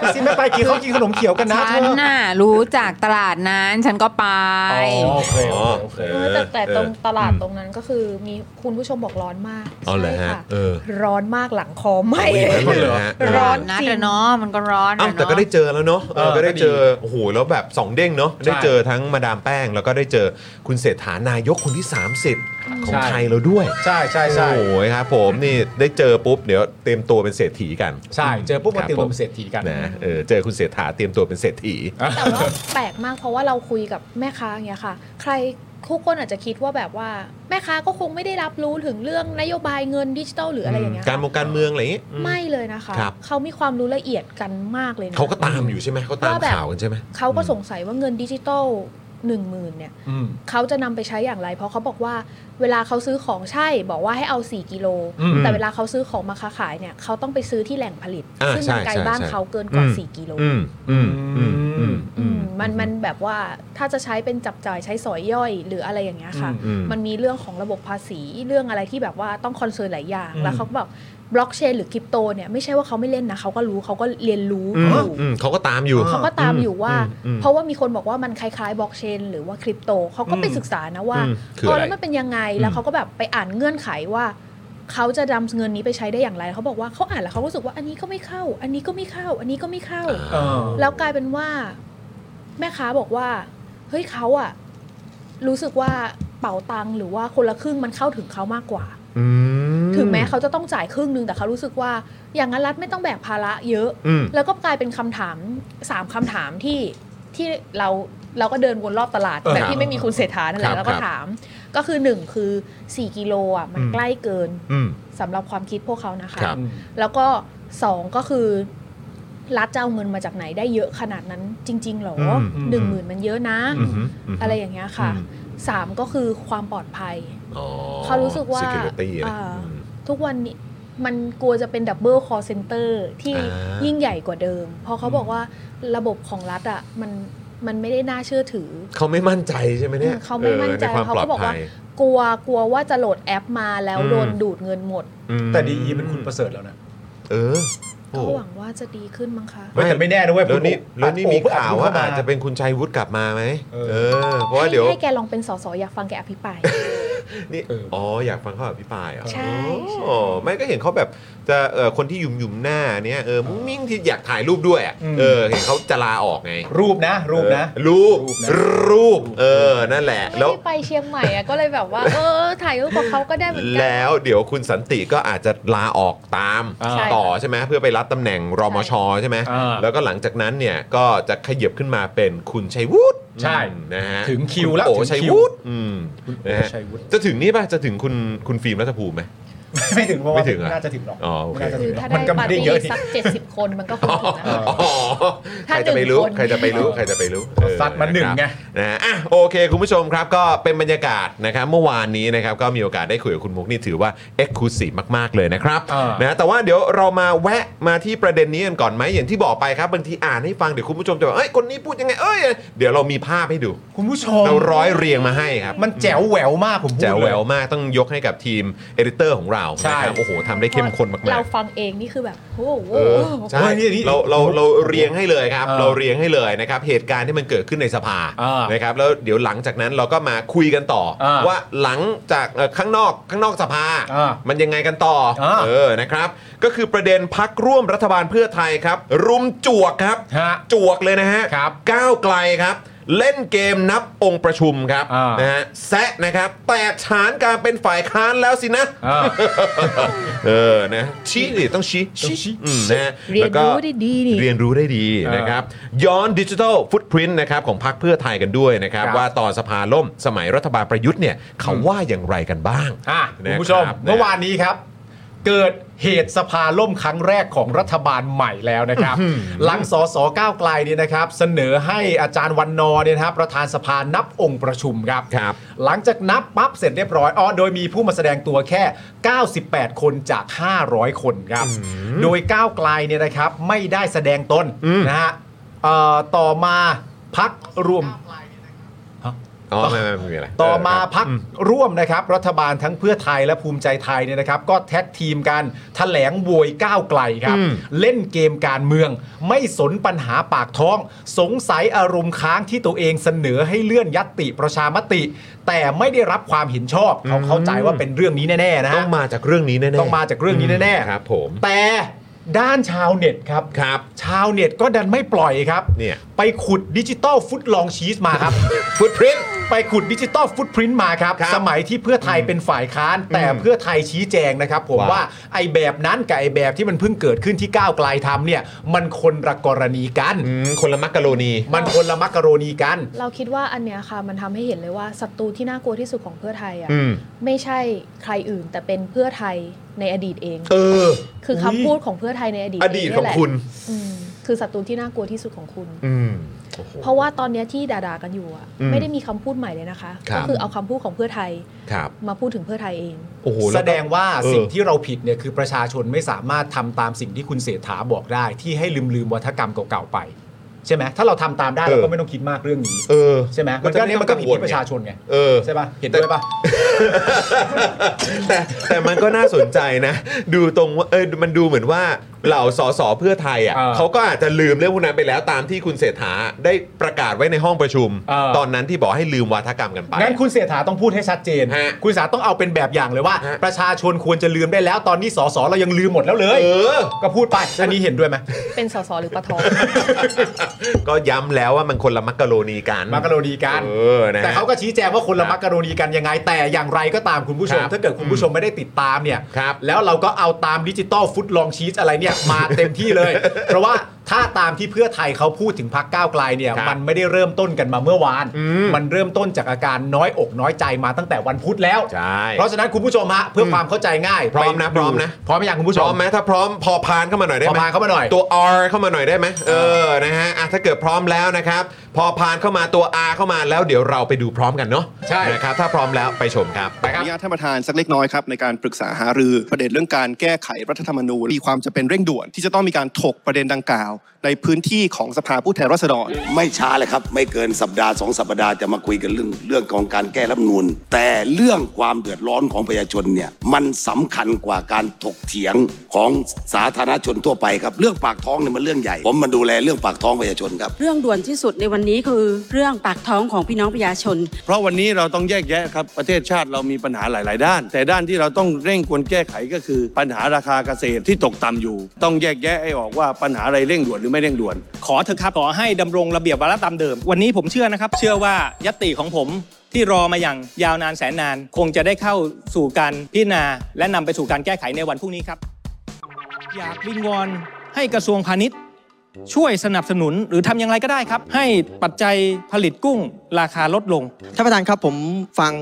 Speaker 2: พี่ซี่ไม่ไปกินเขากินขนมเขียวกันนะ
Speaker 3: ฉันน่ะรู้จากตลาดนั้นฉันก็ไป
Speaker 2: อ๋อโอเค
Speaker 1: อ๋อ
Speaker 2: โอเค
Speaker 5: เออแต่แต่ตรงตลาด
Speaker 1: อืม
Speaker 5: ตรงนั้นก็คือมีคุณผู้ชมบอกร้อนมาก
Speaker 1: อ๋อเหรอ
Speaker 5: ใช่
Speaker 1: ฮะ
Speaker 5: ค่ะ
Speaker 1: เออ
Speaker 5: ร้อนมากหลังคอไหม
Speaker 1: ไม่างนั้นเลยเหรอฮะ
Speaker 5: ร้อ
Speaker 3: นัดอะเนาะมันก็ร้อน
Speaker 1: เอ้า
Speaker 3: อะ
Speaker 1: แต่
Speaker 3: เนาะ
Speaker 1: ก็ได้เจอแล้วเนาะเออ
Speaker 2: เออ
Speaker 1: ก็ได้เจอ
Speaker 2: ก็ดี
Speaker 1: โอ้โหแล้วแบบสองเด้งเนาะ
Speaker 2: ใช่
Speaker 1: ได้เจอทั้งมาดามแป้ง แล้วก็ได้เจอคุณเศรษฐานายกคนที่ 30 ของ
Speaker 2: ใช่
Speaker 1: ไทยเราด้วย
Speaker 2: ใช่ใช่ใช่
Speaker 1: โอ้โหครับผมนี่ได้เจอปุ๊บเดี๋ยวเตรียมตัวเป็นเศรษฐีกัน
Speaker 2: ใช่เจอปุ๊บก็เตรียมตัวเป็น
Speaker 1: ค
Speaker 2: เศรษฐีกัน
Speaker 1: บผมนะเออเจอคุณเศรษฐาเตรียมตัวเป็นเศรษฐี
Speaker 5: แต่ว่าแปลกมากเพราะว่าเราคุยกับแม่ค้าอย่างเงี้ยค่ะ ใคร ทุกคนอาจจะคิดว่าแบบว่า แม่ค้าก็คงไม่ได้รับรู้ถึงเรื่องนโยบายเงินดิจิทัลหรืออะไรอย่างเงี้ย
Speaker 1: การมงการเมืองอะไรอย่างงี้
Speaker 5: ไม่เลยนะคะ
Speaker 1: ครับ
Speaker 5: เขามีความรู้ละเอียดกันมากเลยนะ
Speaker 1: เขาก็ตามอยู่ใช่ไหมเขาตาม
Speaker 5: ว่าแบบ
Speaker 1: ข่าวกันใช่ไหม
Speaker 5: เขาก็สงสัยว่าเงินดิจิทัลหนึ่งหมื่นเนี่ย
Speaker 2: อืม
Speaker 5: เขาจะนำไปใช้อย่างไร เพราะเขาบอกว่าเวลาเขาซื้อของใช่บอกว่าให้เอา 4 กิโล
Speaker 2: อืม
Speaker 5: แต่เวลาเขาซื้อของมาค้าขายเนี่ยเขาต้องไปซื้อที่แหล่งผลิต
Speaker 1: อ่า
Speaker 5: ซึ่ง
Speaker 1: ใช่
Speaker 5: มันไกล
Speaker 1: ใช่
Speaker 5: บ้าน
Speaker 1: ใช่
Speaker 5: เขาเกินกว่า 4 กิโล
Speaker 1: อืมอืมอืมอืม
Speaker 5: อืมมันมันแบบว่าถ้าจะใช้เป็นจับจ่ายใช้สอยย่อยหรืออะไรอย่างเงี้ยค่ะ
Speaker 1: อืม
Speaker 5: มันมีเรื่องของระบบภาษีเรื่องอะไรที่แบบว่าต้องคอนเซิร์นหลายอย่าง
Speaker 2: อืม
Speaker 5: แล้วเขาก็บอกบล็อกเชนหรือคริปโตเนี่ยไม่ใช่ว่าเขาไม่เล่นนะเขาก็รู้เขาก็เรียนรู้
Speaker 1: อืม
Speaker 5: อยู่
Speaker 1: อืมเขาก็ตามอยู่
Speaker 5: เขาก็ตามอยู่ว่า
Speaker 1: อืมอืม
Speaker 5: เพราะว่ามีคนบอกว่ามันคล้ายๆบล็อกเชนหรือว่าคริปโตเขาก็ไปศึกษานะว่า
Speaker 1: อืมคือ
Speaker 5: เออ
Speaker 1: อะไร
Speaker 5: แล้วมันเป็นยังไงแล้วเขาก็แบบไปอ่านเงื่อนไขว่าเขาจะนำเงินนี้ไปใช้ได้อย่างไรเขาบอกว่าเขาอ่านแล้วเขารู้สึกว่าอันนี้ก็ไม่เข้า อันนี้ก็ไม่เข้า อันนี้ก็ไม่เข้า
Speaker 1: อ่า
Speaker 2: เออ
Speaker 5: แล้วกลายเป็นว่า แม่ค้าบอกว่าเฮ้ยเขาอะรู้สึกว่าเป๋าตังค์หรือว่าคนละครึ่งมันเข้าถึงเขามากกว่า
Speaker 1: อื
Speaker 5: ถึงแม้เขาจะต้องจ่ายครึ่งหนึงแต่เขารู้สึกว่าอย่างนั้นรัฐไม่ต้องแบกภาระเยอะ
Speaker 1: อืม
Speaker 5: แล้วก็กลายเป็นคำถามสามคำถามที่ที่เราเราก็เดินวนรอบตลาด
Speaker 1: เออ
Speaker 5: แบบที่ไม่มีคุณเศรษฐานั่นแห
Speaker 1: ครั
Speaker 5: ละ
Speaker 1: บ
Speaker 5: แล้วก็ถาม ก็คือหนึ่งคือ 4 กิโลอ่ะมัน
Speaker 1: อืม
Speaker 5: ใกล้เกิน
Speaker 1: อืม
Speaker 5: สำหรับความคิดพวกเขานะคะ
Speaker 1: ครับ
Speaker 5: แล้วก็สองก็คือ รัฐจะเอาเงินมาจากไหนได้เยอะขนาดนั้นจริง ๆหรอ
Speaker 1: อืม
Speaker 5: หนึ่งหมื่นมันเยอะนะ
Speaker 1: อืมม
Speaker 5: อะไรอย่างเงี้ยค่ะสามก็คือความปลอดภัย
Speaker 1: อ๋อ
Speaker 5: เขารู้สึกว่า
Speaker 1: security อะไร
Speaker 5: อ่า
Speaker 1: อืม
Speaker 5: ทุกวันนี้มันกลัวจะเป็นดับเบิลคอร์เซนเตอร์ที่
Speaker 1: อ่ายิ่
Speaker 5: ยิ่งใหญ่กว่าเดิม เพราะเขาบอกว่าระบบของรัฐอ่ะมันมันไม่ได้น่าเชื่อถือ
Speaker 1: เขาไม่มั่นใจใช่ไหมเนี่ย
Speaker 5: อืมเขาไม่มั่นใจ
Speaker 1: ออความ
Speaker 5: เขา
Speaker 1: ป
Speaker 5: ก็บ
Speaker 1: ลอด
Speaker 5: อก
Speaker 1: ภั
Speaker 5: ว่า
Speaker 1: ย
Speaker 5: กลัวกลัวว่าจะโหลดแอปมาแล้ว
Speaker 1: อืม
Speaker 5: โดนดูดเงินหมด
Speaker 1: อืม
Speaker 2: แต่ดีอีเป็นคุณประเสริฐแล้วนะ
Speaker 1: เออ
Speaker 5: ก็
Speaker 1: โอ้
Speaker 5: หวังว่าจะดีขึ้นมั้งคะ
Speaker 2: เฮ้ยแต่ไม่แน่นะเว้ย
Speaker 1: แล้วนี่
Speaker 2: คุณ
Speaker 1: แล้วนี่มี
Speaker 2: โอ้โห
Speaker 1: ข่าวว่า
Speaker 2: เพิ่ง
Speaker 1: อาจ
Speaker 2: เข้
Speaker 1: จะเป็นคุณชัยวุฒิกลับมาไหม
Speaker 2: เออ
Speaker 1: เออ เพราะว่า
Speaker 5: ให้
Speaker 1: เดี๋ยว
Speaker 5: ให้แกลองเป็นสสอยากฟังแกอภิปราย
Speaker 1: นี่อ๋ออยากฟังเขาอภิปรายเหรอ่ะ
Speaker 5: ใช่ใช่
Speaker 1: อ๋อไม่ก็เห็นเขาแบบจะเออคนที่ยุ่มยุ่มๆหน้าเนี่ยเออมุ้งมิ้งที่อยากถ่ายรูปด้วยอะ
Speaker 2: อืม
Speaker 1: เออเห็นเขาจะลาออกไง
Speaker 2: รูปนะ รูปนะ
Speaker 1: เออรูป
Speaker 2: รูปนะ
Speaker 1: รูป เออ นั่นแหละ แล้ว
Speaker 5: ไม่ได้ไปเชียงใหม่อะก็เลยแบบว่า เออถ่ายรูปกับเขาก็ได้
Speaker 1: (laughs)
Speaker 5: เหมือนกัน
Speaker 1: แล้วเดี๋ยวคุณสันติก็อาจจะลาออกตาม
Speaker 2: อ่า
Speaker 5: ใช่
Speaker 1: ต่อใช่ไหมเพื่อไปรับตำแหน่งรมชใช่ไหม
Speaker 2: อ่า
Speaker 1: แล้วก็หลังจากนั้นเนี่ย ก็จะขยับขึ้นมาเป็นคุณชัยวุฒิ
Speaker 2: ใช่
Speaker 1: อืมนะฮะ
Speaker 2: ถึงคิวแล้ว
Speaker 1: ณโอ
Speaker 2: ถึงคิว
Speaker 1: ชัยวุฒิอืม
Speaker 2: คุณโอ้
Speaker 1: นะฮะ
Speaker 2: ชัยวุฒิ
Speaker 1: จะถึงนี่ป่ะ จะถึงคุณคุณฟิล์มรัฐภูมิไหม
Speaker 2: ไม่ถึงเพราะ
Speaker 1: ไม่
Speaker 2: ว่า
Speaker 1: ถึงเหรอ
Speaker 2: น่าจะถึงหรอก
Speaker 1: อ๋อโอเค
Speaker 2: น่าจะ
Speaker 5: คื
Speaker 2: ถึ
Speaker 5: อง
Speaker 2: หรอก
Speaker 5: ถ้า
Speaker 2: มัน
Speaker 5: ได้
Speaker 2: ก็
Speaker 5: ปา
Speaker 2: ไม่
Speaker 5: ร์
Speaker 2: ได้
Speaker 5: ตี้
Speaker 2: เยอะ
Speaker 5: ลิสต์
Speaker 2: นี่
Speaker 5: สักเจ็ดสิบคนมันก็คง
Speaker 1: (laughs)
Speaker 5: ถึงนะ
Speaker 1: อ๋อใครจะไปรู้ ใครจะไปรู้ ใครจะไปรู้เออ
Speaker 2: ซัดมาหนึ่งไง
Speaker 1: นะครับนะอ่ะโอเค คุณผู้ชมครับก็เป็นบรรยากาศนะครับเมื่อวานนี้นะครับก็มีโอกาสได้คุยกับคุณมุกนี่ถือว่าเอ็กซ์คลูซีฟมาก ๆ เลยนะครับ
Speaker 2: อ่าน
Speaker 1: นะแต่ว่าเดี๋ยวเรามาแวะมาที่ประเด็นนี้กันก่อนไหมอย่างที่บอกไปครับบางทีอ่านให้ฟังเดี๋ยวคุณผู้ชมจะบอกเอ้ยคนนี้พูดยังไงเอ้ยเดี๋ยวเรามีภาพให้ดู
Speaker 2: คุณผู้ชม
Speaker 1: เราร้อยเรียงมาให้ครับ
Speaker 2: มันแจ๋วแหววมากผมพูดเลย
Speaker 1: แจ๋วแหววมากต้องยกให้กับทีมเอดิเตอร์ของเรา
Speaker 2: ใช่
Speaker 1: นะครับโอ้โหทำได้เข้มข้นมากๆ
Speaker 5: เราฟังเองนี่คือแบบโอ้โห
Speaker 1: เออใช่
Speaker 2: โอ้ยนี่นี่
Speaker 1: เราเราเราเรียงให้เลยครับ
Speaker 2: เออ
Speaker 1: เราเรียงให้เลยนะครับ เหตุการณ์ที่มันเกิดขึ้นในสภา
Speaker 2: เออ
Speaker 1: นะครับแล้วเดี๋ยวหลังจากนั้นเราก็มาคุยกันต่อ
Speaker 2: เออ
Speaker 1: ว่าหลังจากเอ่อข้างนอกข้างนอกสภา
Speaker 2: เออ
Speaker 1: มันยังไงกันต่อ
Speaker 2: เออ
Speaker 1: เออนะครับ ก็คือประเด็นพักร่วมรัฐบาลเพื่อไทยครับ รุมจวกครับ
Speaker 2: ฮะ
Speaker 1: จวกเลยนะฮะ
Speaker 2: ครับ
Speaker 1: ก้าวไกลครับ เล่นเกมนับองค์ประชุมครับ
Speaker 2: อ่าน
Speaker 1: นะฮะแซะนะครับแตกฉานการเป็นฝ่ายค้านแล้วสินะ
Speaker 2: อ่า
Speaker 1: เออ นะ ชี้ดิต้องชี้
Speaker 2: ต้องชี้
Speaker 1: ชี้อืมนะฮะ
Speaker 3: เรียนรู้ได้ดีนี่
Speaker 1: แล้วก็เรียนรู้ได้ดีนะครับ ย้อนดิจิทัลฟุตพิ้นนะครับ ของพรรคเพื่อไทยกันด้วยนะครับ
Speaker 2: ครับ
Speaker 1: ว่าตอนสภาล่มสมัยรัฐบาลประยุทธ์เนี่ย เขาว่าอย่างไรกันบ้าง
Speaker 2: อ่ะ
Speaker 1: นะ
Speaker 2: คุณผู้ชม
Speaker 1: ครับ
Speaker 2: เมื่อวานนี้ครับ เกิดเหตุสภาล่มครั้งแรกของรัฐบาลใหม่แล้วนะครับ หลังสสก้าวไกลเนี่ยนะครับ เสนอให้อาจารย์วันนอร์เนี่ยนะครับประธานสภานับองค์ประชุมครับ
Speaker 1: ครับ
Speaker 2: หลังจากนับปั๊บเสร็จเรียบร้อยอ๋อโดยมีผู้มาแสดงตัวแค่ 98 คนจาก 500 คนครับ โดยก้าวไกลเนี่ยนะครับไม่ได้แสดงตนนะฮะเอ่อต่อมาพักรวม
Speaker 1: อ๋อ ไม่ไม่ไม่มีอะไร
Speaker 2: ต่อมา
Speaker 1: เครับ
Speaker 2: พักร่วมนะครับ รัฐบาลทั้งเพื่อไทยและภูมิใจไทยเนี่ยนะครับ ก็แท็กทีมกันถแถลงโวยก้าวไกลครับ
Speaker 1: อืม
Speaker 2: เล่นเกมการเมือง ไม่สนปัญหาปากท้อง สงสัยอารมณ์ค้างที่ตัวเองเสนอให้เลื่อนยัตติประชามติ แต่ไม่ได้รับความเห็นชอบ เขาเข้าใจว่าเป็นเรื่องนี้แน่ ๆ นะฮะ
Speaker 1: ต้องมาจากเรื่องนี้แน่ๆ
Speaker 2: ต้องมาจากเรื่องนี้แน่ๆ
Speaker 1: ครับผม
Speaker 2: แต่ ด้านชาวเน็ตครับ
Speaker 1: ครับ
Speaker 2: ชาวเน็ตก็ดันไม่ปล่อยครับ
Speaker 1: เนี่ย
Speaker 2: ไปขุดดิจิตอลฟุตลองชีสมา
Speaker 1: (laughs)
Speaker 2: ครับ
Speaker 1: ฟุตพริ้น
Speaker 2: ไปขุดดิจิตอลฟุตพิ้นมาครับ
Speaker 1: ครับ
Speaker 2: สมัยที่เพื่อไทยเป็นฝ่ายค้าน แต่เพื่อไทยชี้แจงนะครับ ผม
Speaker 1: ว่า
Speaker 2: ว่าไอแบบนั้นกับไอแบบที่มันเพิ่งเกิดขึ้นที่ก้าวไกลทำเนี่ย มันคนละกรณีกัน
Speaker 1: คนละมักกะโรนี
Speaker 2: มันคนละมักกะโรนีกัน
Speaker 5: เราคิดว่าอันเนี้ยค่ะ มันทำให้เห็นเลยว่าศัตรูที่น่ากลัวที่สุดของเพื่อไทยอ่ะ
Speaker 1: อืม
Speaker 5: ไม่ใช่ใครอื่นแต่เป็นเพื่อไทยในอดีตเอง
Speaker 1: เออ
Speaker 5: คือคำพูดของเพื่อไทยในอดีต
Speaker 1: อดีตของคุณ
Speaker 5: อืมคือศัตรูที่น่ากลัวที่สุดของคุณ
Speaker 1: อืม
Speaker 5: เพราะว่าตอนเนี้ยที่ด่าๆกันอยู่อะ
Speaker 1: อืม
Speaker 5: ไม่ได้มีคำพูดใหม่เลยนะคะ
Speaker 1: ครับ
Speaker 5: ก็คือเอาคำพูดของเพื่อไทย
Speaker 1: ครับ
Speaker 5: มาพูดถึงเพื่อไทยเอง
Speaker 1: โอ้โห
Speaker 2: แส
Speaker 1: ล้วก็
Speaker 2: ดงว่า
Speaker 1: เออ
Speaker 2: สิ่งที่เราผิดเนี่ยคือประชาชนไม่สามารถทำตามสิ่งที่คุณเสถาบอกได้ ที่ให้ลืมลืมๆวัฒกรรมเก่าๆไป ใช่ไหมถ้าเราทำตามได้เราก็ไม่ต้องคิดมากเรื่องนี้
Speaker 1: เออ
Speaker 2: ใช่ไหม
Speaker 1: มัน
Speaker 2: เพ
Speaker 1: ก็
Speaker 2: ราะฉะนี่มันก็ผิด
Speaker 1: มันก็กังวล
Speaker 2: ที่ประชาชนไง
Speaker 1: เออ
Speaker 2: ใช่ป่ะเห็นด้วยป่ะ
Speaker 1: แต่แต่มันก็น่าสนใจนะ (laughs) ดูตรงว่าเออมันดูเหมือนว่าเหล่าสสเพื่อไทยอ่ะ
Speaker 2: เออ
Speaker 1: เขาก็อาจจะลืมเรื่องพวกนั้นไปแล้วตามที่คุณเศรษฐาได้ประกาศไว้ในห้องประชุม
Speaker 2: เออ
Speaker 1: ตอนนั้นที่บอกให้ลืมวาทกรรมกันไป
Speaker 2: งั้นคุณเสถาต้องพูดให้ชัดเจน
Speaker 1: ฮะ
Speaker 2: คุณเสถาต้องเอาเป็นแบบอย่างเลยว่า
Speaker 1: ฮะ
Speaker 2: ประชาชนควรจะลืมได้แล้ว ตอนนี้สสเรายังลืมหมดแล้วเลย
Speaker 1: เออ
Speaker 2: ก็พูดไปอันนี้เห็นด้วยไหม
Speaker 5: เป็นสสหรือปท
Speaker 1: ก็ย้ำแล้วว่ามันคนละมักกะโรนีกัน
Speaker 2: มักกะโรนีกัน
Speaker 1: เออนะฮะ
Speaker 2: แต่เขาก็ชี้แจงว่าคนละมักกะโรนีกันยังไง แต่อย่างไรก็ตามคุณผู้ชม
Speaker 1: ครับ
Speaker 2: ถ้าเกิดคุณผู้ชมไม่ได้ติดตามเนี่ย
Speaker 1: ครับ
Speaker 2: แล้วเราก็เอาตามดิจิตอลฟุตลองชีสอะไรเนี่ย (laughs) มาเต็มที่เลย เพราะว่าถ้าตามที่เพื่อไทยเขาพูดถึงพักก้าวไกลเนี่ย
Speaker 1: ครับ
Speaker 2: มันไม่ได้เริ่มต้นกันมาเมื่อวาน มันเริ่มต้นจากอาการน้อยอกน้อยใจมาตั้งแต่วันพุธแล้ว
Speaker 1: ใช่
Speaker 2: เพราะฉะนั้นคุณผู้ชมฮะเพื่อความเข้าใจง่าย
Speaker 1: พร้อมนะ
Speaker 2: ไปดู
Speaker 1: พร้อมนะ
Speaker 2: พร้อมอย่างคุณผู้ช
Speaker 1: พร้
Speaker 2: ม
Speaker 1: อมไหมถ้าพร้อมพอพานเข้ามาหน่อยได้
Speaker 2: พอ
Speaker 1: ไหม
Speaker 2: พาเข้ามาหน่อย
Speaker 1: ตัว R เข้ามาหน่อยได้ไหมเออ นะฮะอ่ะถ้าเกิดพร้อมแล้วนะครับ พอผ่านเข้ามาตัว R เข้ามาแล้วเดี๋ยวเราไปดูพร้อมกันเนาะ
Speaker 2: ใช่
Speaker 1: นะครับ ถ้าพร้อมแล้วไปชมครับ
Speaker 2: ไป
Speaker 6: ข
Speaker 2: ค
Speaker 6: อ
Speaker 2: รับ
Speaker 6: อนุญาตท่านประธานสักเล็กน้อยครับในการปรึกษาหารือประเด็นเรื่องการแก้ไขรัฐธรรมนูญมีความจำเป็นเร่งด่วน ที่จะต้องมีการถกประเด็นดังกล่าว ในพื้นที่ของสภาผู้แทนราษฎร
Speaker 7: ไม่ช้าเลยครับ ไม่เกินสัปดาห์สองสัปดาห์จะมาคุยกันเรื่องเรื่องของการแก้รัฐธรรมนูลแต่เรื่องความเดือดร้อนของประชาชนเนี่ยมันสำคัญกว่าการถกเถียงของสาธารณชนทั่วไปครับ เรื่องปากท้องเนี่ยมันเรื่องใหญ่ ผมมาดูแลเรื่องปากท้องประชาชนครับ
Speaker 8: เรื่องด่วนที่สุดในวันนี้คือเรื่องปากท้องของพี่น้องประชาชน
Speaker 6: เพราะวันนี้เราต้องแยกแยะครับ ประเทศชาติเรามีปัญหาหลาย ๆ ด้าน แต่ด้านที่เราต้องเร่งควรแก้ไขก็คือ ปัญหาราคาเกษตรที่ตกต่ำอยู่ ต้องแยกแยะให้ออกว่าปัญหาอะไรเร่งด่วนหรือไม่เร่งด่วน
Speaker 9: ขอเถอะครับ ขอให้ดำรงระเบียบวาระตามเดิม วันนี้ผมเชื่อนะครับ เชื่อว่ายตติของผมที่รอมาอย่างยาวนานแสนนาน คงจะได้เข้าสู่การพิจารณา และนำไปสู่การแก้ไขในวันพรุ่งนี้ครับ อยากวิงวอนให้กระทรวงพาณิชย์ ช่วยสนับสนุนหรือทำอย่างไรก็ได้ครับ ให้ปัจจัยผลิตกุ้งราคาลดลง
Speaker 10: ท่านประธานครับผมฟัง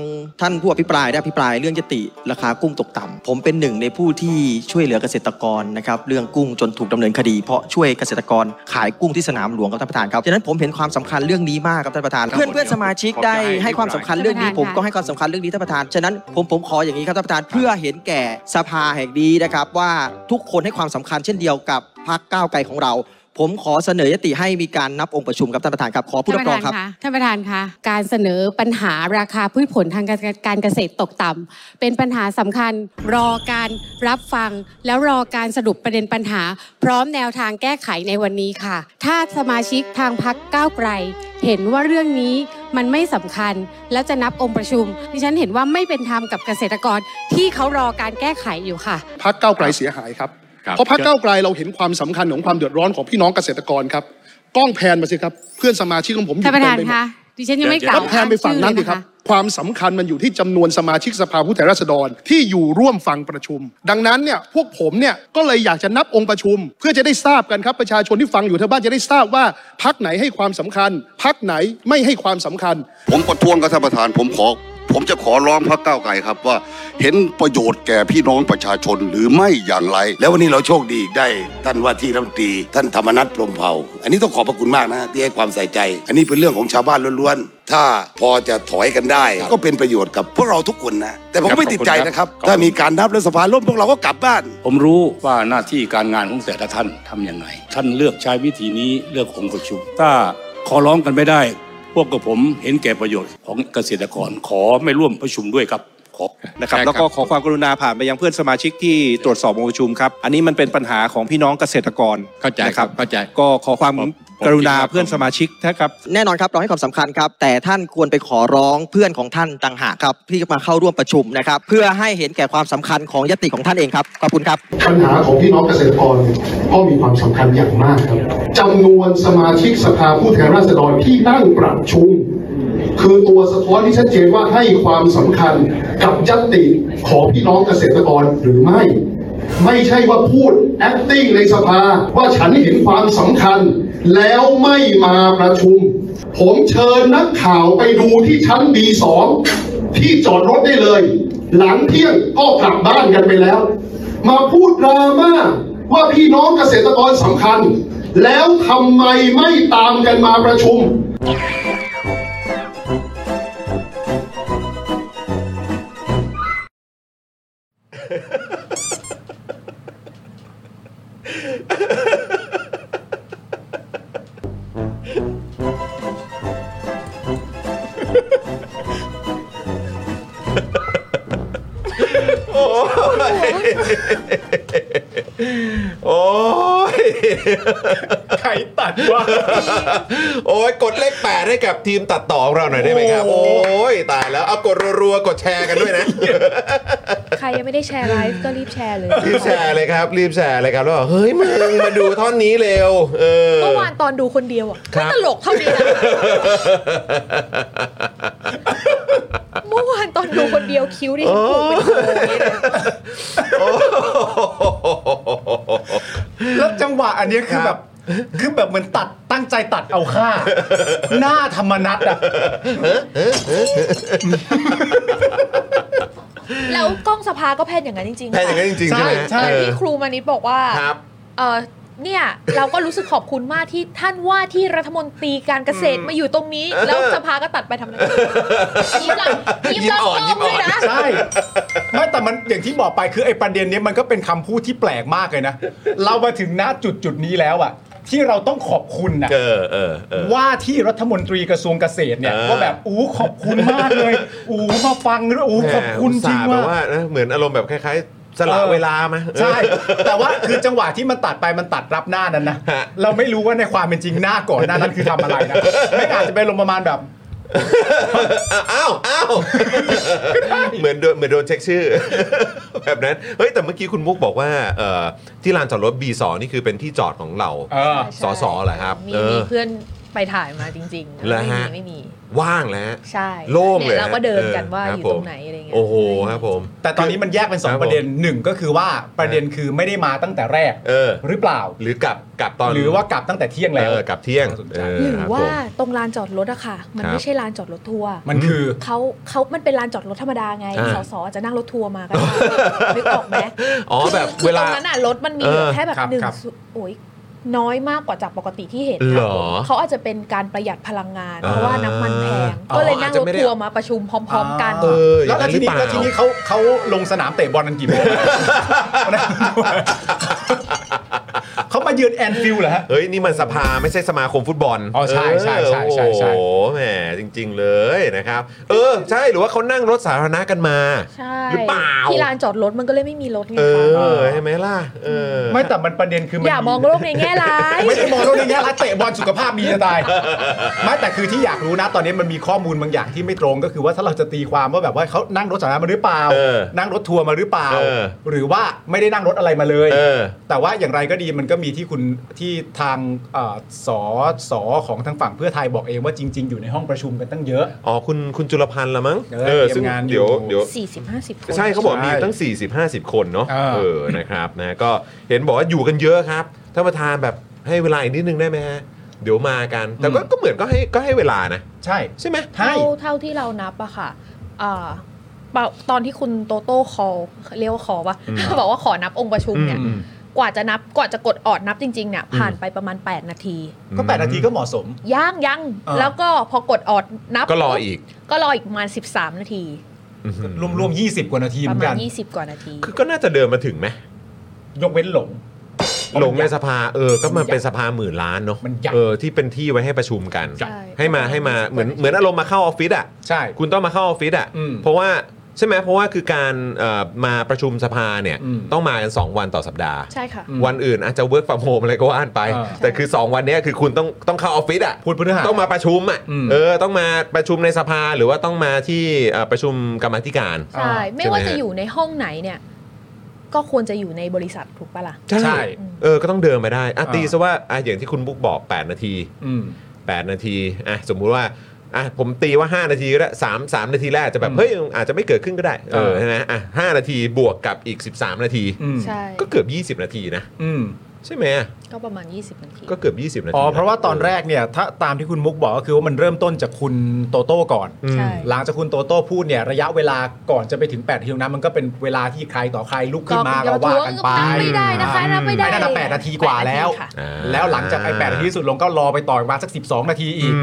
Speaker 10: ท่านผู้อภิปรายได้อภิปรายเรื่องยติราคากุ้งตกต่ำผมเป็นหนึ่งในผู้ที่ช่วยเหลือเกษตรกรนะครับเรื่องกุ้งจนถูกดำเนินคดี เพราะช่วยเกษตรกรขายกุ้งที่สนามหลวงครับท่านประธานครับฉะนั้นผมเห็นความสำคัญเรื่องนี้มากครับท่านประธานเพื่อนเพื่อนสมาชิกได้ให้ความสำคัญเรื่องนี้ผมก็ให้ความสำคัญเรื่องนี้ท่านประธานฉะนั้นผมผมขออย่างนี้ครับท่านประธานเพื่อเห็นแก่สภาแห่งนี้นะครับว่าทุกคนให้ความสำคัญเช่นเดียวกับพรรคก้าวไกลของเรา ผมขอเสนอยติให้มีการนับองค์ประชุมครับท่านประธานครับขอผู้รับรองครับ
Speaker 8: ท่านประธานคะการเสนอปัญหาราคาพืชผลทางการการเกษตรตกต่ำเป็นปัญหาสำคัญรอการรับฟัง แล้วรอการสรุปประเด็นปัญหา พร้อมแนวทางแก้ไขในวันนี้ค่ะ ถ้าสมาชิกทางพักก้าวไกล เห็นว่าเรื่องนี้มันไม่สำคัญ และจะนับองค์ประชุมดิฉันเห็นว่าไม่เป็นธรรมกับเกษตรกรที่เขารอการแก้ไขอยู่ค่ะ
Speaker 9: พักเก้าวไกลเสียหายครับ เพราะพักเก้าวไกลเราเห็นความสำคัญของความเดือดร้อนของพี่น้องเกษตรกรครับกล้องแพนมาสิครับ เพื่อนสมาชิกของผมอยู่
Speaker 8: ท่านประธาน
Speaker 9: เต็มไปหมด
Speaker 8: คะดิฉันยังไม่กล่า
Speaker 9: รั
Speaker 8: ว
Speaker 9: บแทนไปฝั่งนั้น
Speaker 8: อ้า
Speaker 9: สิ
Speaker 8: ชื่อเล
Speaker 9: ครับ
Speaker 8: ยะะ
Speaker 9: ความสำคัญมันอยู่ที่จำนวนสมาชิกสภาผู้แทนราษฎรที่อยู่ร่วมฟังประชุม ดังนั้นเนี่ยพวกผมเนี่ยก็เลยอยากจะนับองค์ประชุม เพื่อจะได้ทราบกันครับประชาชนที่ฟังอยู่ทางบ้านจะได้ทราบว่าพักไหนให้ความสำคัญ พักไหนไม่ให้ความสำคัญ
Speaker 7: ผมประท้วงกับท่านประธานผมขอ ผมจะขอร้องพรรคก้าวไกลครับว่า เห็นประโยชน์แก่พี่น้องประชาชนหรือไม่อย่างไร แล้ววันนี้เราโชคดีได้ ท่านว่าที่รัฐมนตรี ท่านธรรมนัฐพรหมเผ่า อันนี้ต้องขอบพระคุณมากนะที่ให้ความใส่ใจ อันนี้เป็นเรื่องของชาวบ้านล้วนๆ ถ้าพอจะถอยกันได้ ก็เป็นประโยชน์กับพวกเราทุกคนนะ แต่ผมไม่ติดใจนะครับ ถ้ามีการนับและสภาล่มพวกเราก็กลับบ้าน
Speaker 9: ผมรู้ว่าหน้าที่การงานของแต่ละท่านทำยังไง ท่านเลือกใช้วิธีนี้เลือกองค์ประชุม ถ้าขอร้องกันไม่ได้ พวกกับผมเห็นแก่ประโยชน์ของเกษตรกรขอไม่ร่วมประชุมด้วยครับ
Speaker 7: ครบ
Speaker 11: นะครับแล้วก็ขอความกรุณาผ่านไปยังเพื่อนสมาชิกที่ตรวจสอบองค์ประชุมครับ อันนี้มันเป็นปัญหาของพี่น้องเกษตรกรเข้าใจครับเข้าใจก็ขอความกรุณาเพื่อนสมาชิกนะครับ
Speaker 10: แน่นอนครับเราให้ความสำคัญครับ แต่ท่านควรไปขอร้องเพื่อนของท่านต่างหากครับที่มาเข้าร่วมประชุมนะครับ เพื่อให้เห็นแก่ความสำคัญของยติของท่านเองครับขอบคุณครับ
Speaker 12: ปัญหาของพี่น้องเกษตรกรเนี่ยก็มีความสำคัญอย่างมากครับจำนวนสมาชิกสภาผู้แทนราษฎรที่ตั้งประชุม คือตัวสะท้อนที่ชัดเจนว่าให้ความสำคัญกับยติของพี่น้องเกษตรกรหรือไม่ ไม่ใช่ว่าพูด acting ในสภาว่าฉันเห็นความสำคัญ แล้วไม่มาประชุม ผมเชิญนักข่าวไปดูที่ชั้น B2 ที่จอดรถได้เลย หลังเที่ยงก็กลับบ้านกันไปแล้ว มาพูดดราม่าว่าพี่น้องเกษตรกรสำคัญ แล้วทำไมไม่ตามกันมาประชุม
Speaker 1: โอ้ยโอ้ย
Speaker 2: ใครตัดวะ
Speaker 1: โอ้ยกดเลขแปดให้กับทีมตัดต่อของเราหน่อยได้ไหมครับ โอ้ยตายแล้วเอากดรัวๆกดแชร์กันด้วยนะ
Speaker 5: ใครยังไม่ได้แชร์ไลฟ์ก็รีบแชร์เลย
Speaker 1: รีบแชร์เลยครับ รีบแชร์เลยครับแล้วบอกเฮ้ยมึงมาดูท่อนนี้เร็วเออ
Speaker 5: เมื่อวานตอนดูคนเดียวอ่ะ
Speaker 1: ครั
Speaker 5: ไม่
Speaker 1: บ
Speaker 5: ตลกเท่านี้นะ เมื่อวานตอนดูคนเดียวคิ้วดิฉันผูกเป็นโค้งอย่างนี้เลย
Speaker 2: แล้วจังหวะอันเนี้ยคือแบบคือแบบเหมือนตัดตั้งใจตัดเอาค่า หน้าธรรมนัตอะ
Speaker 5: แล้วกล้องสภาก็แพทย์อย่างนั้นจริงๆ
Speaker 1: แพทย์อย่างนั้นจริงๆใช่ไหม
Speaker 5: ใช่
Speaker 1: เออ
Speaker 5: ที่ครูมานิดบอกว่า
Speaker 1: ครับ
Speaker 5: เออเนี่ย เราก็รู้สึกขอบคุณมากที่ท่านว่าที่รัฐมนตรีการเกษตรมาอยู่ตรงนี้
Speaker 1: เออ
Speaker 5: แล้วสภาก็ตัดไปทำไมยิ้มหลังยิ้มหลังกล้องเลยนะ
Speaker 2: ใช่ไม่แต่มันอย่างที่บอกไปคือไอ้ประเด็นเนี้ยมันก็เป็นคำพูดที่แปลกมากเลยนะ เรามาถึงณจุดจุดนี้แล้วอะที่เราต้องขอบคุณนะ
Speaker 1: เออเออเออ
Speaker 2: ว่าที่รัฐมนตรีกระทรวงเกษตรเนี่ย
Speaker 1: เออ
Speaker 2: ก็แบบอู้ขอบคุณมากเลยอู้มาฟังด้วยอู้ขอบคุณจริง
Speaker 1: แหมอุตส่าห์แบบ
Speaker 2: ว่า
Speaker 1: ว่านะเหมือนอารมณ์แบบคล้ายๆ สละ
Speaker 2: ออ
Speaker 1: เวลามาเออ
Speaker 2: ใช่ แต่ว่าคือจังหวะที่มันตัดไปมันตัดรับหน้านั้นนะ เราไม่รู้ว่าในความเป็นจริงหน้าก่อนหน้านั้นคือทำอะไรนะไม่อาจจะเป็นลมประมาณแบบ
Speaker 1: อ้าวอ้าวเหมือนโด (laughs) นเหมือนโดนเช็คชื่อ (laughs) แบบนั้น เฮ้ย แต่เมื่อกี้คุณมุกบอกว่าเอ่อที่ลานจอดรถ B2 นี่คือเป็นที่จอดของเรา
Speaker 2: เออ
Speaker 1: สอสอเหรอครับ
Speaker 5: มี
Speaker 1: เอ
Speaker 5: มี
Speaker 1: อ
Speaker 5: เพื่อนไปถ่ายมาจริงๆนะ
Speaker 1: เหรอ
Speaker 5: ไม่มี
Speaker 1: ฮะ
Speaker 5: ไม่มี
Speaker 1: ว่างแล้วฮะ
Speaker 5: ใช่
Speaker 1: โล่งเลย
Speaker 5: นี่เราก็เดินกันว่าอยู่ตรง
Speaker 1: ไห
Speaker 5: ไหนอะไรเงี้ย
Speaker 1: โอ้โหครับผม
Speaker 2: แต่ตอนนี้มันแยกเป็น
Speaker 1: ครับ
Speaker 2: 2
Speaker 1: ผม
Speaker 2: ประเด็นหนึ่งก็คือว่าประเด็นคือไม่ได้มาตั้งแต่แรก
Speaker 1: เออ
Speaker 2: หรือเปล่า
Speaker 1: หรือกลับกลับตอน
Speaker 2: หรือว่ากลับตั้งแต่เที่ยงแล้ว
Speaker 1: เออกลับเที่ยงเออ
Speaker 5: หรือ
Speaker 1: ครับ
Speaker 5: ว่า
Speaker 1: ผม
Speaker 5: ตรงลานจอดรถอะค่ะ มัน
Speaker 1: ครับ
Speaker 5: ไม่ใช่ลานจอดรถทัวร์
Speaker 1: มันคือ
Speaker 5: เขาเขามันเป็นลานจอดรถธรรมดาไง
Speaker 1: อ่า
Speaker 5: สสอาจจะนั่งรถทัวร์มาก็ได้นึกออกไหม
Speaker 1: อ๋อแบบ
Speaker 5: คือ
Speaker 1: เว
Speaker 5: ต
Speaker 1: ลา
Speaker 5: รงนั้นอะรถมันมีเหลือแค่แบบห
Speaker 1: เออครับ
Speaker 5: นึ่ง
Speaker 1: ครับ
Speaker 5: สุโอ้ยน้อยมากกว่าจากปกติที่เห็น
Speaker 1: เหรอ
Speaker 5: เขาอาจจะเป็นการประหยัดพลังงาน
Speaker 1: อ่า
Speaker 5: เพราะว่าน้ำมันแพง
Speaker 1: อ๋อ
Speaker 5: ก็เลยนั่ง
Speaker 1: อาจจะ
Speaker 5: รถ
Speaker 1: ไม่ได้
Speaker 5: ทัวร์มาประชุมพร้อม ๆ กัน
Speaker 1: เอออ
Speaker 2: แล้
Speaker 1: ย่าว งนั้น
Speaker 2: ทีนี้
Speaker 1: หรือเปล่า
Speaker 2: แล้วทีนี้เขาเขาลงสนามเตะบอลกันกี่โมง (laughs) เขามายืนแอนฟิลเหรอฮะ
Speaker 1: เฮ้ย นี่มันสภาไม่ใช่สมาคมฟุตบอล
Speaker 2: อ๋อใช่ใช่ใช่ใช่ใช่
Speaker 1: เออโอ้โหแหมจริง ๆ เลยนะครับ เออ ใช่หรือว่าเขานั่งรถสาธารณะกันมา
Speaker 5: ใช่
Speaker 1: หรือเปล่า
Speaker 5: ที่ลานจอดรถมันก็เลยไม่มีรถไง
Speaker 1: เอ
Speaker 5: คะ
Speaker 1: อใช่ไหมล่ะเออ
Speaker 2: ไม่แต่มันประเด็นคือ
Speaker 5: อย่ามองโลกในแง่ร้าย
Speaker 2: ไม่ได้มองโลกในแง่ร้ายเตะบอลสุขภาพดีจะตายไม่แต่คือที่อยากรู้นะ ตอนนี้มันมีข้อมูลบางอย่างที่ไม่ตรงก็คือว่าถ้าเราจะตีความว่าแบบว่าเขานั่งรถสาธารณะมาหรือเปล่า
Speaker 1: เออ
Speaker 2: นั่งรถทัวร์มาหรือเปล่า
Speaker 1: เออ
Speaker 2: หรือว่าไม่ได้นั่งรถอะไรมาเลย
Speaker 1: เออ
Speaker 2: แต่ว่าอย่างไรก็ดีมันก็มีที่คุณที่ทางเอ่อสอสอของทางฝั่งเพื่อไทยบอกเองว่าจริง ๆ อยู่ในห้องประชุมกันตั้งเยอะ
Speaker 1: (laughs) อ๋อคุณคุณจุลพันธ์ละมั้ง
Speaker 2: เออเตรียมงานอยู่
Speaker 1: เดี๋ยวเดี๋ยว
Speaker 5: สี่สิบห้าสิบคน
Speaker 1: ใช่เขาบอกมีตั้ง 40 50 คนเนาะเออนะครับนะก็เห็นบอกว่าอยู่กันเยอะครับท่านประธานแบบให้เวลาอีกนิดนึงได้ไหมฮะ เดี๋ยวมากัน แต่ก็ก็เหมือนก็ให้ก็ให้เวลานะ
Speaker 2: ใช่
Speaker 1: ใช่ไหม
Speaker 5: เท่าเท่าที่เรานับอะค่ะอ่าเปล่าตอนที่คุณโตโต้คอลเรียกว่าคอปะ
Speaker 1: อืม
Speaker 5: บอกว่าขอนับองค์ประชุมเนี่ย กว่าจะนับกว่าจะกดออดนับจริงๆเนี่ยผ่านไปประมาณ 8 นาที
Speaker 2: ก็ 8 นาทีก็เหมาะสม
Speaker 5: ย่างยัง
Speaker 2: อ่า
Speaker 5: แล้วก็พอกดออดนับ
Speaker 1: ก็รออีก
Speaker 5: ก็รออีกประมาณ 13 นาที
Speaker 2: รวมๆ20 กว่านาทีเห
Speaker 5: ป
Speaker 2: มื
Speaker 5: ระ
Speaker 2: อน
Speaker 5: มาณ
Speaker 2: กัน
Speaker 5: 20 กว่านาที
Speaker 1: คือก็น่าจะเดินมาถึงไหม
Speaker 2: ยกเว้นหลง
Speaker 1: หลงในสภาเออก็มันเป็นสภาหมื่นล้านเนาะเออที่เป็นที่ไว้ให้ประชุมกัน
Speaker 2: ใช่
Speaker 1: ให้มาให้มาเหมือนเหมือนอารมณ์มาเข้าออฟฟิศอ่ะ
Speaker 2: ใช่
Speaker 1: คุณต้องมาเข้าออฟฟิศอ่ะ
Speaker 2: อืม
Speaker 1: เพราะว่า ใช่ไหมเพราะว่าคือการเอ่อมาประชุมสภาเนี่ยต้องมากัน 2 วันต่อสัปดาห์
Speaker 5: ใช่ค่ะ
Speaker 1: วันอื่นอาจจะเวิร์กฟ m ร์มโฮมอะไรก็ว่านไป
Speaker 5: อ่า
Speaker 1: แต่คือ 2 วันเนี้ยคือคุณต้องต้องเข้าออฟฟิศอ่ะพูดพฤหัสต้องมาประชุมอ่ะ
Speaker 2: อืม
Speaker 1: เออต้องมาประชุมในสภาหรือว่าต้องมาที่เอ่อประชุมกรรมาธิการ
Speaker 5: ใช่ไม่ว่า
Speaker 1: หฮ
Speaker 5: จะอยู่ในห้องไหนเนี่ย ก็ควรจะอยู่ในบริษัทถูกปะล่ะ
Speaker 1: ใช่ เออ ก็ต้องเดินมาได้อ่ะ
Speaker 5: อ่า
Speaker 1: ตีซะว่าอ่ะอย่างที่คุณบุ๊กบอก 8 นาที
Speaker 2: อืม
Speaker 1: 8 นาที อ่ะ สมมุติว่า อ่ะ ผมตีว่า 5 นาทีก็ได้3 3 นาทีแรกอาจจะแบบ เฮ้ย อาจจะไม่เกิดขึ้นก็ได้ เออ
Speaker 2: อ่า
Speaker 1: ใช่ไหมอ่ะ 5 นาทีบวกกับอีก 13 นาที
Speaker 5: ใช่
Speaker 1: ก็เกือบ 20 นาทีนะ
Speaker 2: อืม
Speaker 1: ใช่ไหมอ่ะ
Speaker 5: ก็ประมาณ 20 นาที
Speaker 1: ก็เกือบ 20 นาที
Speaker 2: อ๋อ เพราะว่าตอน
Speaker 1: เ
Speaker 2: แรกเนี่ยถ้าตามที่คุณมุกบอกก็คือว่ามันเริ่มต้นจากคุณโตโต้ก่อน
Speaker 1: ใช่
Speaker 2: หลังจากคุณโตโต้พูดเนี่ยระยะเวลาก่อนจะไปถึง8ปดทีตรงนั้นมันก็เป็นเวลาที่ใครต่อใครลุกขึ้นมา
Speaker 5: ก็
Speaker 2: ก็ว่ากันไป
Speaker 5: ก็ไม่ได้นะคะนับไม่ได้
Speaker 2: นั่นแหละแปดนาทีกว่าแล้ว
Speaker 5: แปดนาทีค่ะ
Speaker 2: แล้วหลังจากไอ้แปดนาทีที่สุดลงก็รอไปต่ออีกประมาณสัก 12 นาทีอีก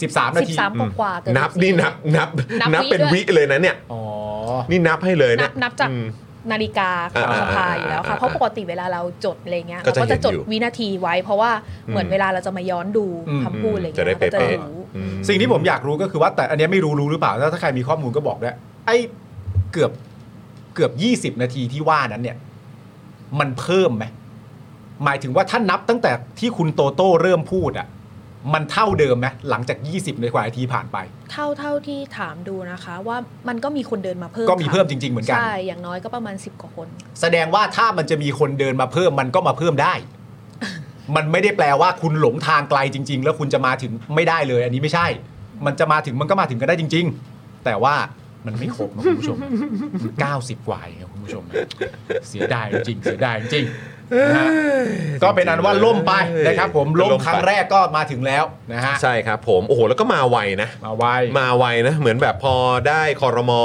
Speaker 2: 13 นาที
Speaker 5: 13กว่ากว่าๆเกือบ
Speaker 1: นับ
Speaker 5: 14
Speaker 1: นี่นับนับ
Speaker 5: นับ
Speaker 1: นับเป็น
Speaker 5: วิ
Speaker 1: วิ
Speaker 5: ด้วย
Speaker 1: เลยนะเนี่ย
Speaker 2: อ๋อ
Speaker 1: นี่นับให้เลย
Speaker 5: นั
Speaker 1: เนี่
Speaker 5: บ
Speaker 1: ย
Speaker 5: นับจากนาฬิกาของ
Speaker 1: อ่า
Speaker 5: สภาอยู่แล้วค่ะ
Speaker 1: อ่า
Speaker 5: เพราะปกติเวลาเราจดอะไรเงี้ย
Speaker 1: ก็
Speaker 5: เรา
Speaker 1: จะ
Speaker 5: ก็จะจด
Speaker 1: เห็นอยู่
Speaker 5: วินาทีไว้ เพราะว่าเหมือน
Speaker 1: อืม
Speaker 5: เวลาเราจะมาย้อนดูคำพูดอะไรเงี้ย
Speaker 1: จะได้
Speaker 5: ราก็
Speaker 1: เป๊ะ
Speaker 5: รู้
Speaker 1: ๆอืม
Speaker 2: สิ่งที่ผมอยากรู้ก็คือว่าแต่อันเนี้ยไม่รู้รู้หรือเปล่าถ้าถ้าใครมีข้อมูลก็บอกด้วยไอ้เกือบเกือบ 20 นาทีที่ว่านั้นเนี่ย มันเพิ่มไหมหมายถึงว่าถ้านับตั้งแต่ที่คุณโตโต้เริ่มพูดอะมันเท่าเดิมไหมหลังจาก 20ในกว่านาทีผ่านไป
Speaker 5: เท่าเท่าที่ถามดูนะคะ ว่ามันก็มีคนเดินมาเพิ่ม
Speaker 2: ก็มี
Speaker 5: ค่ะ
Speaker 2: เพิ่มจริงๆเหมือนกัน
Speaker 5: ใช่ อย่างน้อยก็ประมาณ 10 กว่าคน
Speaker 2: แสดงว่าถ้ามันจะมีคนเดินมาเพิ่มมันก็มาเพิ่มได้ มันไม่ได้แปลว่าคุณหลงทางไกลจริง ๆ แล้วคุณจะมาถึงไม่ได้เลย อันนี้ไม่ใช่ มันจะมาถึงมันก็มาถึงกันได้จริง ๆ แต่ว่ามันไม่ครบนะคุณผู้ชม 90 กว่าเองครับคุณผู้ชมนะเสียดายจริงๆเสียดายจริงๆนะฮะก็เป็นอันว่าล่มไปนะครับ ผมล่ม
Speaker 1: ล่มไป
Speaker 2: ครั้งแรกก็มาถึงแล้วนะฮะ
Speaker 1: ใช่ครับผมโอ้โหแล้วก็มาไวนะ
Speaker 2: มาไว
Speaker 1: มาไวนะเหมือนแบบพอได้คอรมอ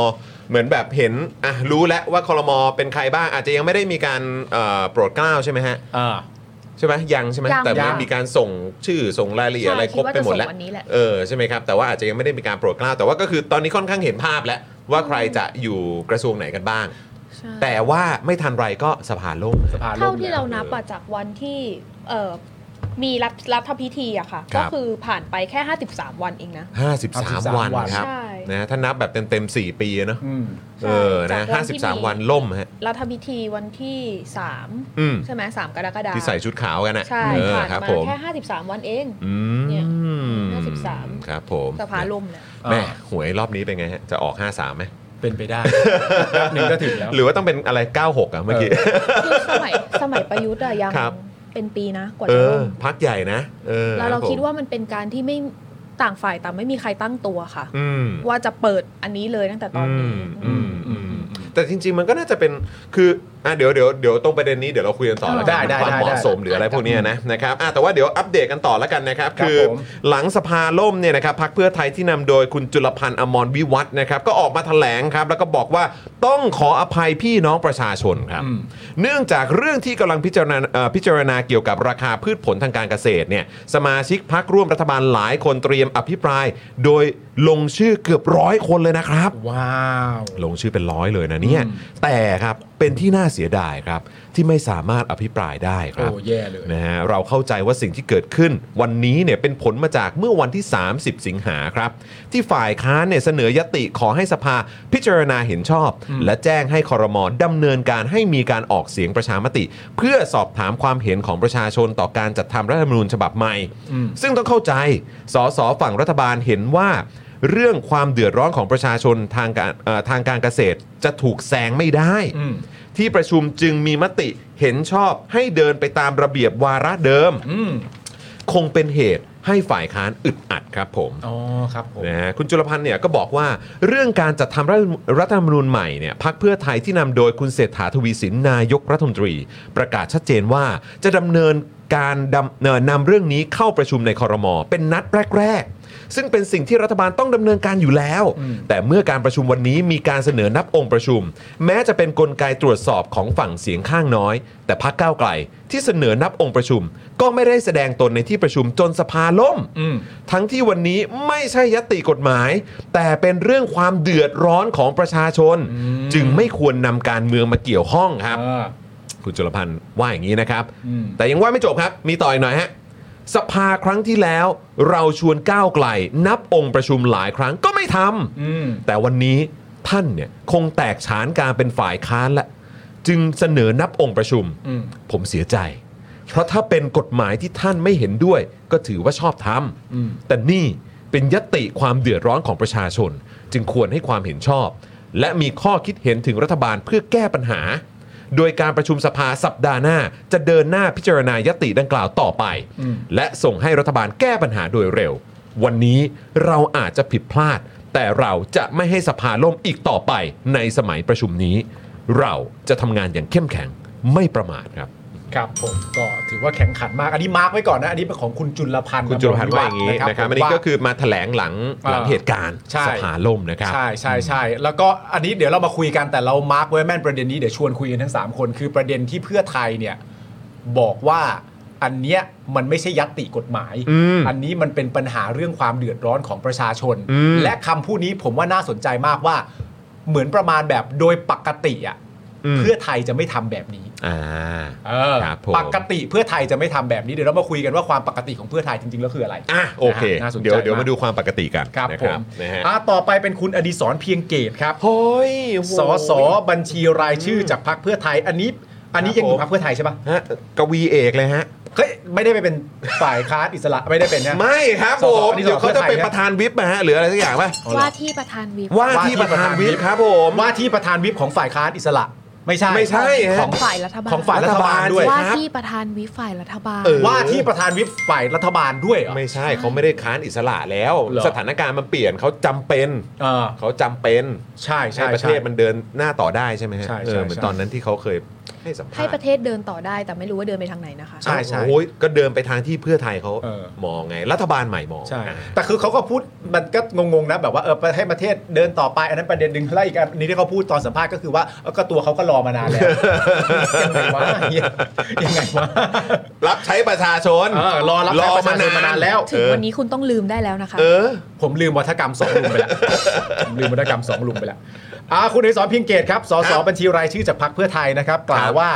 Speaker 1: เหมือนแบบเห็นอ่ะรู้แล้วว่าคอรมอเป็นใครบ้างอาจจะยังไม่ได้มีการเอ่อโปรดเกล้าใช่ไหมฮะใช่ไหมยังใช่ไหม
Speaker 5: ยัง
Speaker 1: แต่
Speaker 5: ยั
Speaker 1: ไม่
Speaker 5: ง
Speaker 1: มีการส่งชื่อส่งรายละเอียด
Speaker 5: ใช่
Speaker 1: อะไรครบไปหมดแล้ว
Speaker 5: คิดว่าจะส่งวันนี้แหละ
Speaker 1: เออใช่ไหมครับแต่ว่าอาจจะยังไม่ได้มีการโปรดเกล้าแต่ว่าก็คือตอนนี้ค่อนข้างเห็นภาพแล้วว่าใครจะอยู่กระทรวงไหนกันบ้าง
Speaker 5: ใช่
Speaker 1: แต่ว่าไม่ทันไรก็สภาล่มสภาล่ม
Speaker 5: เท่าที่เรานับอะจากวันที่เอ่อมีรัฐรัฐพิธีอะค่ะ
Speaker 1: ครั
Speaker 5: ก็
Speaker 1: บ
Speaker 5: คือผ่านไปแค่ 53 วันเองนะ
Speaker 1: 53 วันครับ
Speaker 5: ใช่
Speaker 1: นะถ้านับแบบเต็มๆ4ปีอะเนอะเออนะ
Speaker 5: จากวันที่มี
Speaker 1: 53 วันล่มฮะ
Speaker 5: รัฐพิธีวันที่สาม
Speaker 1: อืม
Speaker 5: ใช่ไหมสามกรกฎาคม
Speaker 1: ที่ใส่ชุดขาวกันนะ
Speaker 5: ใช่
Speaker 1: เออ
Speaker 5: ผ่าน
Speaker 1: ครับ
Speaker 5: มา
Speaker 1: ผม
Speaker 5: แค่ 53 วันเอง
Speaker 1: อื
Speaker 5: เนี่ย
Speaker 1: ม
Speaker 5: ห้าสิบสาม
Speaker 1: ครับผม
Speaker 5: สภาล่มเนี่ย
Speaker 1: แม่หวยรอบนี้เป็นไงฮะ จะออก 53ไหม
Speaker 2: เป็นไปได้ หนึ่งก็ถึงแล้ว
Speaker 1: หรือว่าต้องเป็นอะไร 96 อ่ะเมื่อกี้
Speaker 5: คือสมัยสมัยประยุทธ์อะยัง
Speaker 1: ครับ
Speaker 5: เป็นปีนะกว่า
Speaker 1: เอ
Speaker 5: จะ
Speaker 1: อ
Speaker 5: ล่ม
Speaker 1: พักใหญ่นะเออ
Speaker 5: แล้วเรา
Speaker 1: บผม
Speaker 5: คิดว่ามันเป็นการที่ไม่ต่างฝ่ายต่างไม่มีใครตั้งตัวค่ะ
Speaker 1: อืม
Speaker 5: ว่าจะเปิดอันนี้เลยตั้งแต่ตอนนี้
Speaker 1: อืมอืมแต่จริง ๆ มันก็น่าจะเป็นคืออ่ะเดี๋ยวเดี๋ยวเดี๋ยวตรงประเด็นนี้เดี๋ยวเราคุยกันต่อแล้วกั
Speaker 2: ได้ได้
Speaker 1: ความ
Speaker 2: ได้
Speaker 1: เหมาะสม
Speaker 2: ได้
Speaker 1: หรืออะไรพวกเนี้ยนะนะครับอ่ะแต่ว่าเดี๋ยวอัปเดตกันต่อแล้วกันนะครับ คือหลังสภาล่มเนี่ยนะครับพักเพื่อไทยที่นำโดยคุณจุลพันธ์อมรวิวัฒน์นะครับ ก็ออกมาแถลงครับ แล้วก็บอกว่าต้องขออภัยพี่น้องประชาชนครับ เนื่องจากเรื่องที่กำลังพิจารณาเอ่อพิจารณาเกี่ยวกับราคาพืชผลทางการเกษตรเนี่ยสมาชิกพักร่วมรัฐบาลหลายคนเตรียมอภิปราย โดยลงชื่อเกือบร้อยคนเลยนะครับ
Speaker 2: ว้าว
Speaker 1: ลงชื่อเป็นร้อยเลยนะเนี่ยแต่ครับเป็นที่น่าเสียดายครับ ที่ไม่สามารถอภิปรายได้ครับ
Speaker 2: โอ้แย่เลย
Speaker 1: นะฮะเราเข้าใจว่าสิ่งที่เกิดขึ้น วันนี้เนี่ยเป็นผลมาจากเมื่อวันที่ 30 สิงหาครับ ที่ฝ่ายค้านเนี่ยเสนอยติขอให้สภาพิจารณาเห็นชอบ และแจ้งให้คอรมอดำเนินการให้มีการออกเสียงประชามติ เพื่อสอบถามความเห็นของประชาชนต่อการจัดทำรัฐธรรมนูญฉบับใหม่
Speaker 2: อืม
Speaker 1: ซึ่งต้องเข้าใจ สสฝั่งรัฐบาลเห็นว่า เรื่องความเดือดร้อนของประชาชนทางการเอ่อทางการเกษตรจะถูกแซงไม่ได้ ที่ประชุมจึงมีมติเห็นชอบให้เดินไปตามระเบียบวาระเดิม คงเป็นเหตุให้ฝ่ายค้านอึดอัดครับผม
Speaker 2: อ๋อครับผม
Speaker 1: นะฮะคุณจุลพันธ์เนี่ยก็บอกว่าเรื่องการจัดทำรัฐรัฐธรรมนูญใหม่เนี่ยพักเพื่อไทยที่นำโดยคุณเศรษฐาทวีสินนายกรัฐมนตรี ประกาศชัดเจนว่าจะดำเนินการดำเอ่อนำเรื่องนี้เข้าประชุมในคอรมอเป็นนัดแรก ๆ ซึ่งเป็นสิ่งที่รัฐบาลต้องดำเนินการอยู่แล้ว แต่เมื่อการประชุมวันนี้มีการเสนอนับองค์ประชุม แม้จะเป็นกลไกตรวจสอบของฝั่งเสียงข้างน้อย แต่พักก้าวไกลที่เสนอนับองค์ประชุม ก็ไม่ได้แสดงตนในที่ประชุมจนสภาล่ม
Speaker 2: อืม
Speaker 1: ทั้งที่วันนี้ไม่ใช่ยติกฎหมาย แต่เป็นเรื่องความเดือดร้อนของประชาชน จึงไม่ควรนำการเมืองมาเกี่ยวข้องครับ คุณจุลพันธ์ว่าอย่างนี้นะครับ แต่ยังว่าไม่จบครับ มีต่ออีกหน่อยฮะ สภาครั้งที่แล้วเราชวนก้าวไกล นับองค์ประชุมหลายครั้งก็ไม่ทำแต่วันนี้ ท่านเนี่ยคงแตกฉานการเป็นฝ่ายค้านละจึงเสนอนับองค์ประชุม
Speaker 2: อืม
Speaker 1: ผมเสียใจ เพราะถ้าเป็นกฎหมายที่ท่านไม่เห็นด้วย ก็ถือว่าชอบท
Speaker 2: อืม
Speaker 1: ำแต่นี่เป็นยติความเดือดร้อนของประชาชน จึงควรให้ความเห็นชอบ และมีข้อคิดเห็นถึงรัฐบาลเพื่อแก้ปัญหา โดยการประชุมสภาสัปดาห์หน้า จะเดินหน้าพิจารณายติดังกล่าวต่อไป
Speaker 2: อืม
Speaker 1: และส่งให้รัฐบาลแก้ปัญหาโดยเร็ว วันนี้เราอาจจะผิดพลาด แต่เราจะไม่ให้สภาล่มอีกต่อไปในสมัยประชุมนี้ เราจะทำงานอย่างเข้มแข็งไม่ประมาทครับ
Speaker 2: ครับผมก็ถือว่าแข่งขันมาก อันนี้มาร์กไว้ก่อนนะ อันนี้เป็นของคุณจุลพันธ์
Speaker 1: คุณจุลพันธ์ว่าอย่างนี้
Speaker 2: ำง
Speaker 1: นะครับ
Speaker 2: ผม
Speaker 1: อันนี้
Speaker 2: ว่า
Speaker 1: ก็คือมาแถลงหลัง
Speaker 2: อ่า
Speaker 1: หลังเหตุการณ์
Speaker 2: ใช่
Speaker 1: สภาล่มนะครับ
Speaker 2: ใช่ใช่ใช่แล้วก็อันนี้เดี๋ยวเรามาคุยกันแต่เรามาร์กไว้แม่นประเด็นนี้เดี๋ยวชวนคุยกันทั้ง 3 คนคือประเด็นที่เพื่อไทยเนี่ยบอกว่าอันเนี้ยมันไม่ใช่ยัตติกฎหมาย
Speaker 1: อืม
Speaker 2: อันนี้มันเป็นปัญหาเรื่องความเดือดร้อนของประชาชน
Speaker 1: อืม
Speaker 2: และคำพูดนี้ผมว่าน่าสนใจมากว่า เหมือนประมาณแบบโดยปกติอ่ะเพื่อไทยจะไม่ทำแบบนี้
Speaker 1: อ่า
Speaker 2: เออ
Speaker 1: ครับผม
Speaker 2: ปกติเพื่อไทยจะไม่ทำแบบนี้เดี๋ยวเรามาคุยกันว่าความปกติของเพื่อไทยจริงๆแล้วคืออะไร
Speaker 1: อ่ะโอเค
Speaker 2: นะฮะน่าสนใจ
Speaker 1: เดี๋ยวเดี๋ยว
Speaker 2: ก
Speaker 1: มาดูความปกติกัน
Speaker 2: ครับ
Speaker 1: นะ
Speaker 2: ผม
Speaker 1: นะฮะ
Speaker 2: อ่ะต่อไปเป็นคุณอดิศรเพียงเกตครับ
Speaker 1: โอ้ยโห
Speaker 2: สอสอบัญชีรายชื่อจากพรรคเพื่อไทย อันนี้ อันนี้ยังอยู่พรรคเพื่อไทยใช่ปะ
Speaker 1: ฮะกวีเอกเลยฮะ
Speaker 2: เฮ้ยไม่ได้ไปเป็น (laughs) ฝ่ายค้านอิสระไม่ได้เป็นนะ
Speaker 1: ไม่ครับ
Speaker 2: ส
Speaker 1: ผ
Speaker 2: อสอ
Speaker 1: ม
Speaker 2: อศ
Speaker 1: เดี๋ยวเขาจะเป็นประธานวิปนะฮะหรืออะไรสักอย่างป่ะ
Speaker 3: ว่าที่ประธานวิป
Speaker 1: ว่าที่ประธานวิปครับผม
Speaker 2: ว่าที่ประธานวิปของฝ่ายค้านอิสระ ไม่ใช่
Speaker 1: ไม่ใช่ฮะ
Speaker 2: ของ
Speaker 3: ฝ่ายรัฐบาล
Speaker 2: ของฝ่ายรัฐบาลด้วย
Speaker 3: ว่าที่ประธานวิปฝ่ายรัฐบาล
Speaker 1: เออ
Speaker 2: ว่าที่ประธานวิปฝ่ายรัฐบาลด้วยเหรอ
Speaker 1: ไม่ใช่เขาไม่ได้ค้านอิสระแล้ว
Speaker 2: เหรอ
Speaker 1: สถานการณ์มันเปลี่ยนเขาจำเป็นเขาจำเป็น
Speaker 2: ใช่ใช่
Speaker 1: ห้ประเทศ
Speaker 2: ใช่
Speaker 1: มันเดินหน้าต่อได้ใช่ไหมฮะ
Speaker 2: ใช่
Speaker 1: เอ
Speaker 2: ใช่
Speaker 1: อเหมือน
Speaker 2: ใช่
Speaker 1: ตอนนั้นที่เขาเคยให้สัมภา
Speaker 5: ให้
Speaker 1: ษณ์
Speaker 5: ประเทศเดินต่อได้แต่ไม่รู้ว่าเดินไปทางไหนนะคะ
Speaker 1: โอ้ยก็เดินไปทางที่เพื่อไทยเขามองไง
Speaker 2: (laughs)
Speaker 1: รัฐบาลใหม่มอง
Speaker 2: ใช่แต่คือเขาก็พูดมันก็งงๆนะแบบว่าเออให้ประเทศเดินต่อไปอันนั้นประเด็นหนึ่งแล้วอีกอันนี้ที่เขาพูดตอนสัมภาษณ์ก็คือว่าเออก็ตัวเขาก็รอมานานแล้ว ยังไงวะเหี้ยยังไงวะ
Speaker 1: รับใช้ประชาชน
Speaker 2: เออรอรับใช้ประชาชนมานานแล้ว
Speaker 5: ถึงวันนี้คุณต้องลืมได้แล้วนะคะ
Speaker 1: เออ
Speaker 2: ผมลืมวัฒกรรมสองลุงไปแล้วผมลืมวัฒกรรมสองลุงไปแล้วอ่าคุณไอสอนเพียงเกตครับสสบัญชีรายชื่อจากพรรคเพื่อไทยนะครับ กล่าวว่า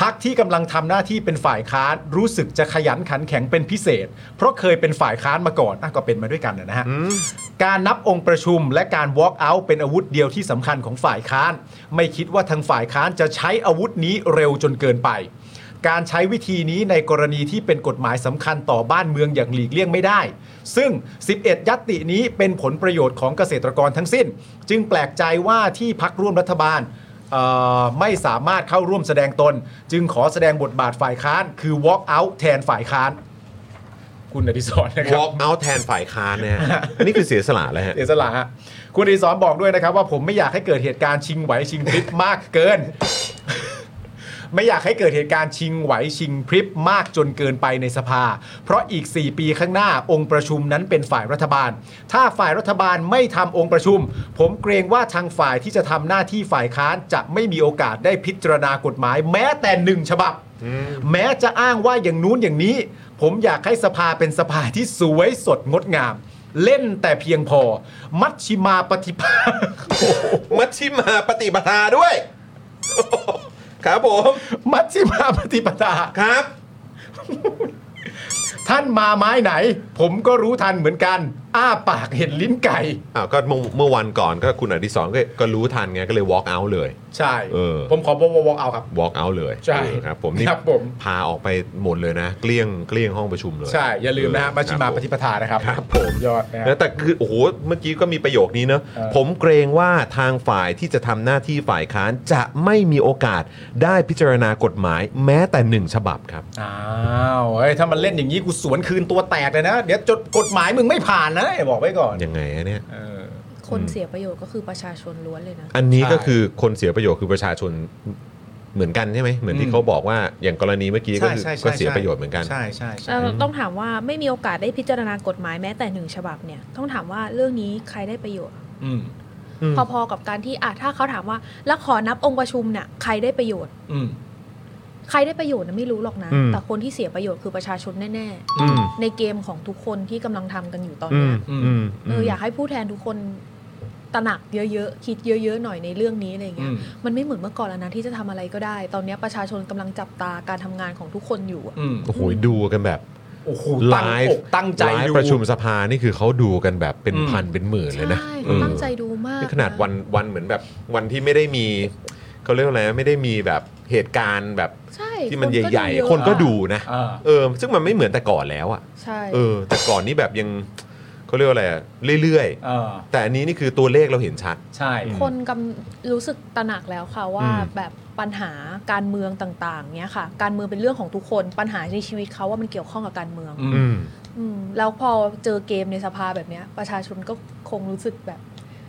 Speaker 2: พักที่กำลังทำหน้าที่เป็นฝ่ายค้านรู้สึกจะขยันขันแข็งเป็นพิเศษ เพราะเคยเป็นฝ่ายค้านมาก่อนอ่ะก็เป็นมาด้วยกันนะฮะ การนับองค์ประชุมและการ walk out เป็นอาวุธเดียวที่สำคัญของฝ่ายค้าน ไม่คิดว่าทางฝ่ายค้านจะใช้อาวุธนี้เร็วจนเกินไป การใช้วิธีนี้ในกรณีที่เป็นกฎหมายสำคัญต่อบ้านเมืองอย่างหลีกเลี่ยงไม่ได้ ซึ่ง 11 ยัตตินี้เป็นผลประโยชน์ของเกษตรกรทั้งสิ้น จึงแปลกใจว่าที่พักร่วมรัฐบาล เอ่อไม่สามารถเข้าร่วมแสดงตน จึงขอแสดงบทบาทฝ่ายค้าน คือ walk out แทนฝ่ายค้าน คุณอดิศรนะครับ
Speaker 1: walk out แทนฝ่ายค้านนะฮะอันนี้คือเสียสละแล้วฮะ
Speaker 2: เสียสละฮะคุณอดิศรบอกด้วยนะครับ ว่าผมไม่อยากให้เกิดเหตุการณ์ชิงไหวชิงพริบมากเกิน (laughs) ไม่อยากให้เกิดเหตุการณ์ชิงไหวชิงพริบมากจนเกินไปในสภา เพราะอีก 4 ปีข้างหน้าองค์ประชุมนั้นเป็นฝ่ายรัฐบาล ถ้าฝ่ายรัฐบาลไม่ทำองค์ประชุม ผมเกรงว่าทางฝ่ายที่จะทำหน้าที่ฝ่ายค้านจะไม่มีโอกาสได้พิจารณากฎหมาย แม้แต่หนึ่งฉบับ แม้จะอ้างว่าอย่างนู้นอย่างนี้ ผมอยากให้สภาเป็นสภาที่สวยสดงดงาม เล่นแต่เพียงพอ มัชชิมาปฏิปา
Speaker 1: มัชชิมาปฏิปทาด้วย (laughs) ครับผม
Speaker 2: มัชชิมาปฏิปทา
Speaker 1: ครับ
Speaker 2: ท่านมาไม้ไหน ผมก็รู้ทันเหมือนกัน อ้าปากเห็นลิ้นไก่
Speaker 1: อ้าวก็เมื่อเมื่อวันก่อนก็คุณอดิศรก็ก็รู้ทันไงก็เลย walk out เลย
Speaker 2: ใช่
Speaker 1: เออ
Speaker 2: ผมขอบอกวอลเอาครับ
Speaker 1: walk out เลย
Speaker 2: ใช่
Speaker 1: เออครับผมนี่
Speaker 2: ครับผม
Speaker 1: พาออกไปหมดเลยนะ เกลี้ยงเกลี้ยงห้องประชุมเลย
Speaker 2: ใช่ อย่าลืมนะฮะ
Speaker 1: เออ
Speaker 2: มัชชิมา
Speaker 1: ครับผ
Speaker 2: ปฏิปทานะครับ
Speaker 1: ครับผม
Speaker 2: ยอดนะฮะ
Speaker 1: นะแต่คือโอ้โหเมื่อกี้ก็มีประโยคนี้เนอะ
Speaker 2: เออ
Speaker 1: ผมเกรงว่าทางฝ่ายที่จะทำหน้าที่ฝ่ายค้านจะไม่มีโอกาสได้พิจารณากฎหมายแม้แต่หนึ่งฉบับครับ
Speaker 2: อ้าวเฮ้ยถ้ามันเล่นอย่างนี้กูสวนคืนตัวแตกเลยนะ เดี๋ยวจดกฎหมายมึงไม่ผ่านนะบอกไว้ก่อน
Speaker 1: ยังไงอะเนี่ย
Speaker 5: คนเสียประโยชน์ก็คือประชาชนล้วนเลยนะ
Speaker 1: อันนี้ก็
Speaker 2: ใช่
Speaker 1: คือคนเสียประโยชน์คือประชาชนเหมือนกันใช่ไหมเหมือนที่
Speaker 2: อืม
Speaker 1: เขาบอกว่าอย่างกรณีเมื่อกี้ก็คือ
Speaker 2: ใช่ใช่
Speaker 1: ก็เสีย
Speaker 2: ใช่
Speaker 1: ประโยชน์เหมือนกัน
Speaker 2: ใช่ใช่ใช่
Speaker 5: เราต้องถามว่าไม่มีโอกาสได้พิจารณากฎหมายแม้แต่หนึ่งฉบับเนี่ย ต้องถามว่าเรื่องนี้ใครได้ประโยชน์
Speaker 2: อืม
Speaker 5: พอๆกับการที่อ่ะถ้าเขาถามว่า แล้วขอนับองค์ประชุมเนี่ยใครได้ประโยชน์
Speaker 2: อืม
Speaker 5: ใครได้ประโยชน์นะไม่รู้หรอกนะ
Speaker 1: อืม
Speaker 5: แต่คนที่เสียประโยชน์คือประชาชนแน่
Speaker 1: อืม
Speaker 5: ๆ ในเกมของทุกคนที่กำลังทำกันอยู่ตอน
Speaker 1: อื
Speaker 5: เนี้
Speaker 1: ม
Speaker 5: ย
Speaker 1: อืม
Speaker 5: เอออยากให้ผู้แทนทุกคนตระหนักเยอะๆ คิดเยอะ ๆ หน่อยในเรื่องนี้อะไรเงี้ย
Speaker 2: อืม
Speaker 5: มันไม่เหมือนเมื่อก่อนแล้วนะที่จะทำอะไรก็ได้ ตอนเนี้ยประชาชนกำลังจับตาการทำงานของทุกคนอยู่อะ
Speaker 1: โอ้โหดูกันแบบ
Speaker 2: โอ้โห
Speaker 1: ไล
Speaker 2: ตั้งอ
Speaker 1: ฟ์
Speaker 2: กตั้งใจ
Speaker 1: ไล
Speaker 2: ดู
Speaker 1: ฟ์ประชุมสภานี่คือเขาดูกันแบบเป็น
Speaker 2: อืม
Speaker 1: พันเป็นหมื่นเลยนะ
Speaker 5: ใช่
Speaker 1: เออ
Speaker 5: ตั้งใจดูมาก
Speaker 1: นี่ขนาดวันวันเหมือนแบบวันที่ไม่ได้มีเขาเรียกว่าอะไรนะไม่ได้มีแบบเหตุการณ์แบบ
Speaker 5: ใช่
Speaker 1: ที่มัน
Speaker 5: คก็
Speaker 1: ใหญ่
Speaker 5: เยอะ
Speaker 1: ๆ คนก็ดูนะ
Speaker 5: อ่า
Speaker 1: เออ ซึ่งมันไม่เหมือนแต่ก่อนแล้วอ่ะ
Speaker 5: ใช่
Speaker 1: เออ แต่ก่อนนี้แบบยังเขาเรียกว่าอะไรอะเรื่อย
Speaker 2: เออ
Speaker 1: แต่อันนี้นี่คือตัวเลขเราเห็นชัด
Speaker 2: ใช่
Speaker 5: คนกำรู้สึกตระหนักแล้วค่ะว่า
Speaker 1: อืม
Speaker 5: แบบปัญหาการเมืองต่างๆเนี้ยค่ะ การเมืองเป็นเรื่องของทุกคนปัญหาในชีวิตเขาว่ามันเกี่ยวข้องกับการเมือง
Speaker 1: อืม
Speaker 5: อืมแล้วพอเจอเกมในสภาแบบเนี้ยประชาชนก็คงรู้สึกแบบ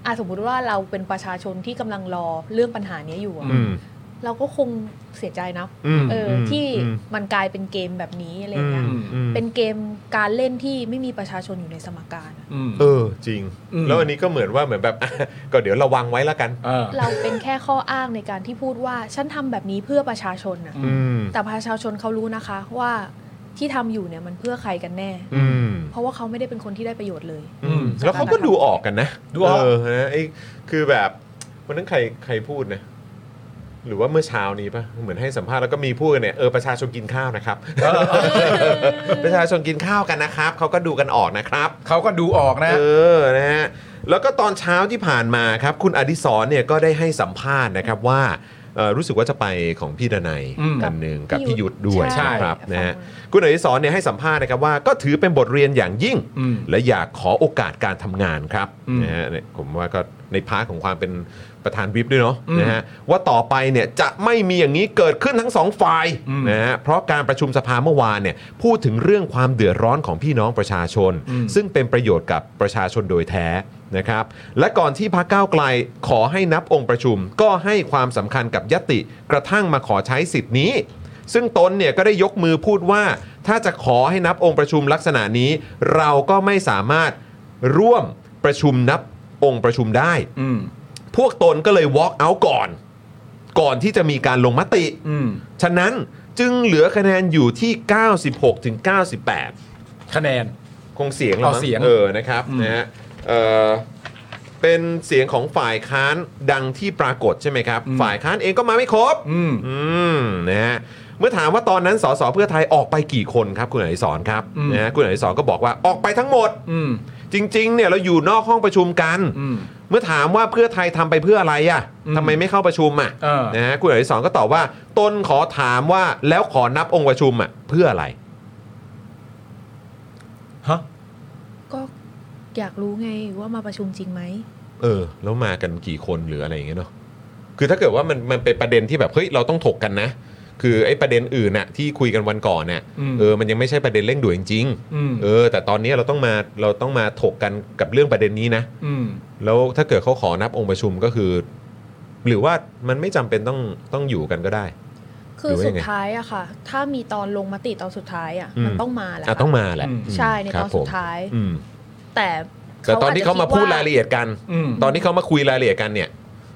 Speaker 5: อ่ะสมมุติว่าเราเป็นประชาชนที่กำลังรอเรื่องปัญหาเนี้ยอยู่อะ
Speaker 1: อืม
Speaker 5: เราก็คงเสียใจนะ
Speaker 1: อืม
Speaker 5: เอออ
Speaker 1: ม
Speaker 5: ที่
Speaker 1: อืม
Speaker 5: มันกลายเป็นเกมแบบนี้อะไรเงี้ย
Speaker 1: อืมอืม
Speaker 5: เป็นเกมการเล่นที่ไม่มีประชาชนอยู่ในสมการอะ
Speaker 1: เออจริง แล้วอันนี้ก็เหมือนว่าเหมือนแบบ (laughs) ก็เดี๋ยวระวังไว้แล้วกัน
Speaker 5: เราเป็นแค่ข้ออ้างในการที่พูดว่าฉันทำแบบนี้เพื่อประชาชนนะ
Speaker 1: อืม
Speaker 5: แต่ประชาชนเขารู้นะคะว่าที่ทำอยู่เนี่ยมันเพื่อใครกันแน่
Speaker 1: อืม
Speaker 5: เพราะว่าเขาไม่ได้เป็นคนที่ได้ประโยชน์เลย
Speaker 1: อืมแล้วเขาก็ดูออกกันนะ
Speaker 5: ดูออก
Speaker 1: เออนะไอ้คือแบบวันนั้นใครใครพูดนะ หรือว่าเมื่อเช้านี้ปะเหมือนให้สัมภาษณ์แล้วก็มีพูดกันเนี่ยเออประชาชนกินข้าวนะครับ ประชาชนกินข้าวกันนะครับเขาก็ดูกันออกนะครับ
Speaker 2: เขาก็ดูออกนะ
Speaker 1: เออนะฮะแล้วก็ตอนเช้าที่ผ่านมาครับ คุณอดิศรเนี่ยก็ได้ให้สัมภาษณ์นะครับว่าเอ่อรู้สึกว่าจะไปของพี่ดนัย
Speaker 2: อืม
Speaker 1: อันหนึ่งกับพี่ยุทธด้วย
Speaker 2: ใช่
Speaker 1: นะครับนะฮะคุณอดิศรเนี่ยให้สัมภาษณ์นะครับว่าก็ถือเป็นบทเรียนอย่างยิ่ง
Speaker 2: อืม
Speaker 1: และอยากขอโอกาสการทำงานครับ
Speaker 2: อืม
Speaker 1: นะฮะเนี่ยผมว่าก็ในพาร์ทของความเป็นประธานวิปด้วยเนาะ
Speaker 2: อืม
Speaker 1: นะฮะว่าต่อไปเนี่ยจะไม่มีอย่างนี้เกิดขึ้นทั้งสองฝ่าย
Speaker 2: อืม
Speaker 1: นะฮะเพราะการประชุมสภาเมื่อวานเนี่ยพูดถึงเรื่องความเดือดร้อนของพี่น้องประชาชน
Speaker 2: อืม
Speaker 1: ซึ่งเป็นประโยชน์กับประชาชนโดยแท้นะครับ และก่อนที่พรรคก้าวไกลขอให้นับองค์ประชุม ก็ให้ความสำคัญกับยติกระทั่งมาขอใช้สิทธิ์นี้ ซึ่งตนเนี่ยก็ได้ยกมือพูดว่า ถ้าจะขอให้นับองค์ประชุมลักษณะนี้ เราก็ไม่สามารถร่วมประชุมนับองค์ประชุมได้
Speaker 2: อืม
Speaker 1: พวกตนก็เลย walk out ก่อน ก่อนที่จะมีการลงมติ
Speaker 2: อืม
Speaker 1: ฉะนั้นจึงเหลือคะแนนอยู่ที่ 96ถึง98
Speaker 2: คะแนน
Speaker 1: คงเสียงแล้วมั้
Speaker 2: เอาเสียง
Speaker 1: เออนะครับนะฮะเออเป็นเสียงของฝ่ายค้านดังที่ปรากฏใช่ไหมครับ ฝ่ายค้านเองก็มาไม่ครบ
Speaker 2: อืม
Speaker 1: นะฮะเมื่อถามว่าตอนนั้นสสเพื่อไทยออกไปกี่คนครับ คุณอนิสรครับ
Speaker 2: อืม
Speaker 1: นะฮะคุณอนิสรก็บอกว่าออกไปทั้งหมด
Speaker 2: อืม
Speaker 1: จริงๆ เนี่ยเราอยู่นอกห้องประชุมกัน
Speaker 2: อืม
Speaker 1: เมื่อถามว่าเพื่อไทยทำไปเพื่ออะไรอ่ะทำไมไม่เข้าประชุมอ่ะ
Speaker 2: เออ
Speaker 1: นะฮะคุณอนิสรก็ตอบว่าตนขอถามว่าแล้วขอนับองค์ประชุมอ่ะเพื่ออะไร
Speaker 5: ก็อยากรู้ไงว่ามาประชุมจริงไหม
Speaker 1: เออแล้วมากันกี่คนหรืออะไรอย่างเงี้ยเนาะคือถ้าเกิดว่ามันมันเป็นประเด็นที่แบบเฮ้ยเราต้องถกกันนะ คือไอ้ประเด็นอื่นน่ะที่คุยกันวันก่อนเนี่ย
Speaker 2: อืม
Speaker 1: เออมันยังไม่ใช่ประเด็นเร่งด่วนจริงๆ
Speaker 2: อืม
Speaker 1: เออ แต่ตอนนี้เราต้องมาเราต้องมาถกกันกับเรื่องประเด็นนี้นะ
Speaker 2: อืม
Speaker 1: แล้วถ้าเกิดเขาขอนับองค์ประชุมก็คือ หรือว่ามันไม่จำเป็นต้องต้องอยู่กันก็ได้
Speaker 5: คือสุดท้ายอะค่ะ ถ้ามีตอนลงมติตอนสุดท้ายอะมัน
Speaker 1: อืม
Speaker 5: ต้องมาแหละ
Speaker 1: อ่ะต้องมาแหละ
Speaker 5: อื
Speaker 1: อืม
Speaker 5: ใช่ใน
Speaker 1: ครั
Speaker 5: ต
Speaker 1: บ
Speaker 5: อนสุด
Speaker 1: ผม
Speaker 5: ท้าย
Speaker 1: อืม
Speaker 5: แต่
Speaker 1: แต่ตอนที่เขามาพูดรายละเอียดกัน
Speaker 2: อืม
Speaker 1: ตอนที่เขามาคุยรายละเอียดกันเนี่ย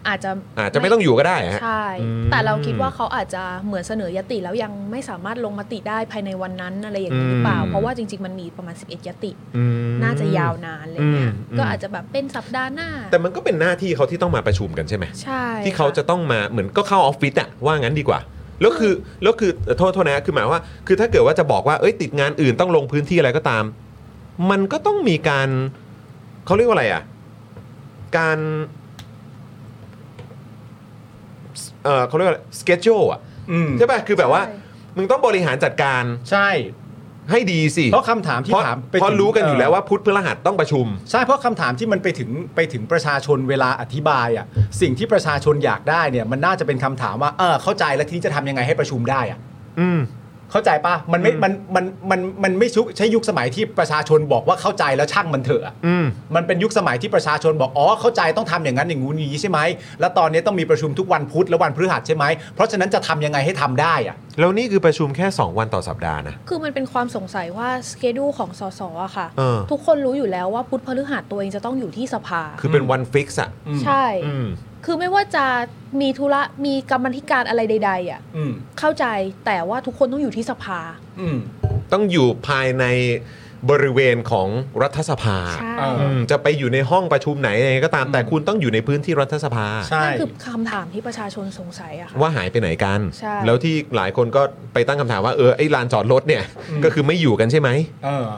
Speaker 5: อาจจะ
Speaker 1: อาจจะไม่ต้องอยู่ก็ได้ฮะ
Speaker 5: ใช่
Speaker 1: อืม
Speaker 5: แต่เราคิดว่าเขาอาจจะเหมือนเสนอยติแล้วยังไม่สามารถลงมติได้ภายในวันนั้นอะไรอย่างนี้หรือเปล่า
Speaker 1: อืม
Speaker 5: เพราะว่าจริง ๆ มันมีประมาณ 11 ยติ
Speaker 1: อืม
Speaker 5: น่าจะยาวนานอะไรเงี้ย
Speaker 1: มม
Speaker 5: ก็อาจจะแบบเป็นสัปดาห์หน้า
Speaker 1: แต่มันก็เป็นหน้าที่เขาที่ต้องมาประชุมกันใช่ไหม
Speaker 5: ใช่
Speaker 1: ที่เขาจะต้องมาเหมือนก็เข้าออฟฟิศอะว่างั้นดีกว่า แล้วคือแล้วคือโทษโทษนะคือหมายว่า คือถ้าเกิดว่าจะบอกว่าเอ้ยติดงานอื่นต้องลงพื้นที่อะไรก็ตาม มันก็ต้องมีการเขาเรียกว่าอะไรอะการเออเขาเรียกว่าสเกจโจอะ
Speaker 2: อืม
Speaker 1: ใช่ป่ะคือแบบว่ามึงต้องบริหารจัดการ
Speaker 2: ใช่
Speaker 1: ให้ดีสิ
Speaker 2: เพราะคำถามที่
Speaker 1: เพระ
Speaker 2: ถามไป
Speaker 1: เพราะ
Speaker 2: ถึง
Speaker 1: รู้กันอยู่
Speaker 2: เอ่อ
Speaker 1: แล้วว่าพุธพฤหัสต้องประชุม
Speaker 2: ใช่เพราะคำถามที่มันไปถึงไปถึงประชาชนเวลาอธิบายอ่ะสิ่งที่ประชาชนอยากได้เนี่ยมันน่าจะเป็นคำถามว่าเออเข้าใจแล้วทีนี้จะทำยังไงให้ประชุมได้อ่ะ
Speaker 1: อืม
Speaker 2: เข้าใจปะมันไม่มันมันมันมันไม่ชุใช่ยุคสมัยที่ประชาชนบอกว่าเข้าใจแล้วช่างมันเถอะอะ
Speaker 1: อืม
Speaker 2: มันเป็นยุคสมัยที่ประชาชนบอกอ๋อเข้าใจต้องทำอย่างนั้นอย่างงู้นอย่างนี้ใช่ไหมแล้วตอนนี้ต้องมีประชุมทุกวันพุธและวันพฤหัสใช่ไหมเพราะฉะนั้นจะทำยังไงให้ทำได้อ่ะ
Speaker 1: แล้วนี่คือประชุมแค่ 2 วันต่อสัปดาห์นะ
Speaker 5: คือมันเป็นความสงสัยว่าสเกดูของสสอะค่ะ
Speaker 1: เออ
Speaker 5: ทุกคนรู้อยู่แล้วว่าพุธพฤหัสตัวเองจะต้องอยู่ที่สภา
Speaker 1: คือเป็นวันฟิกซ์อ่ะ
Speaker 5: ใช่
Speaker 1: อืม
Speaker 5: คือไม่ว่าจะมีธุระมีกรรมธิการอะไรใด ๆ อ่ะ
Speaker 2: อืม
Speaker 5: เข้าใจแต่ว่าทุกคนต้องอยู่ที่สภา
Speaker 2: อืม
Speaker 1: ต้องอยู่ภายใน บริเวณของรัฐสภาอืมจะไปอยู่ในห้องประชุมไหนยังไงก็ตามแต่คุณต้องอยู่ในพื้นที่รัฐสภา
Speaker 5: นั่นคือคำถามที่ประชาชนสงสัยอะค่ะ
Speaker 1: ว่าหายไปไหนกัน
Speaker 5: ใช่
Speaker 1: แล้วที่หลายคนก็ไปตั้งคำถามว่าเออไอ้ลานจอดรถเนี่ย ก็คือไม่อยู่กันใช่ไหม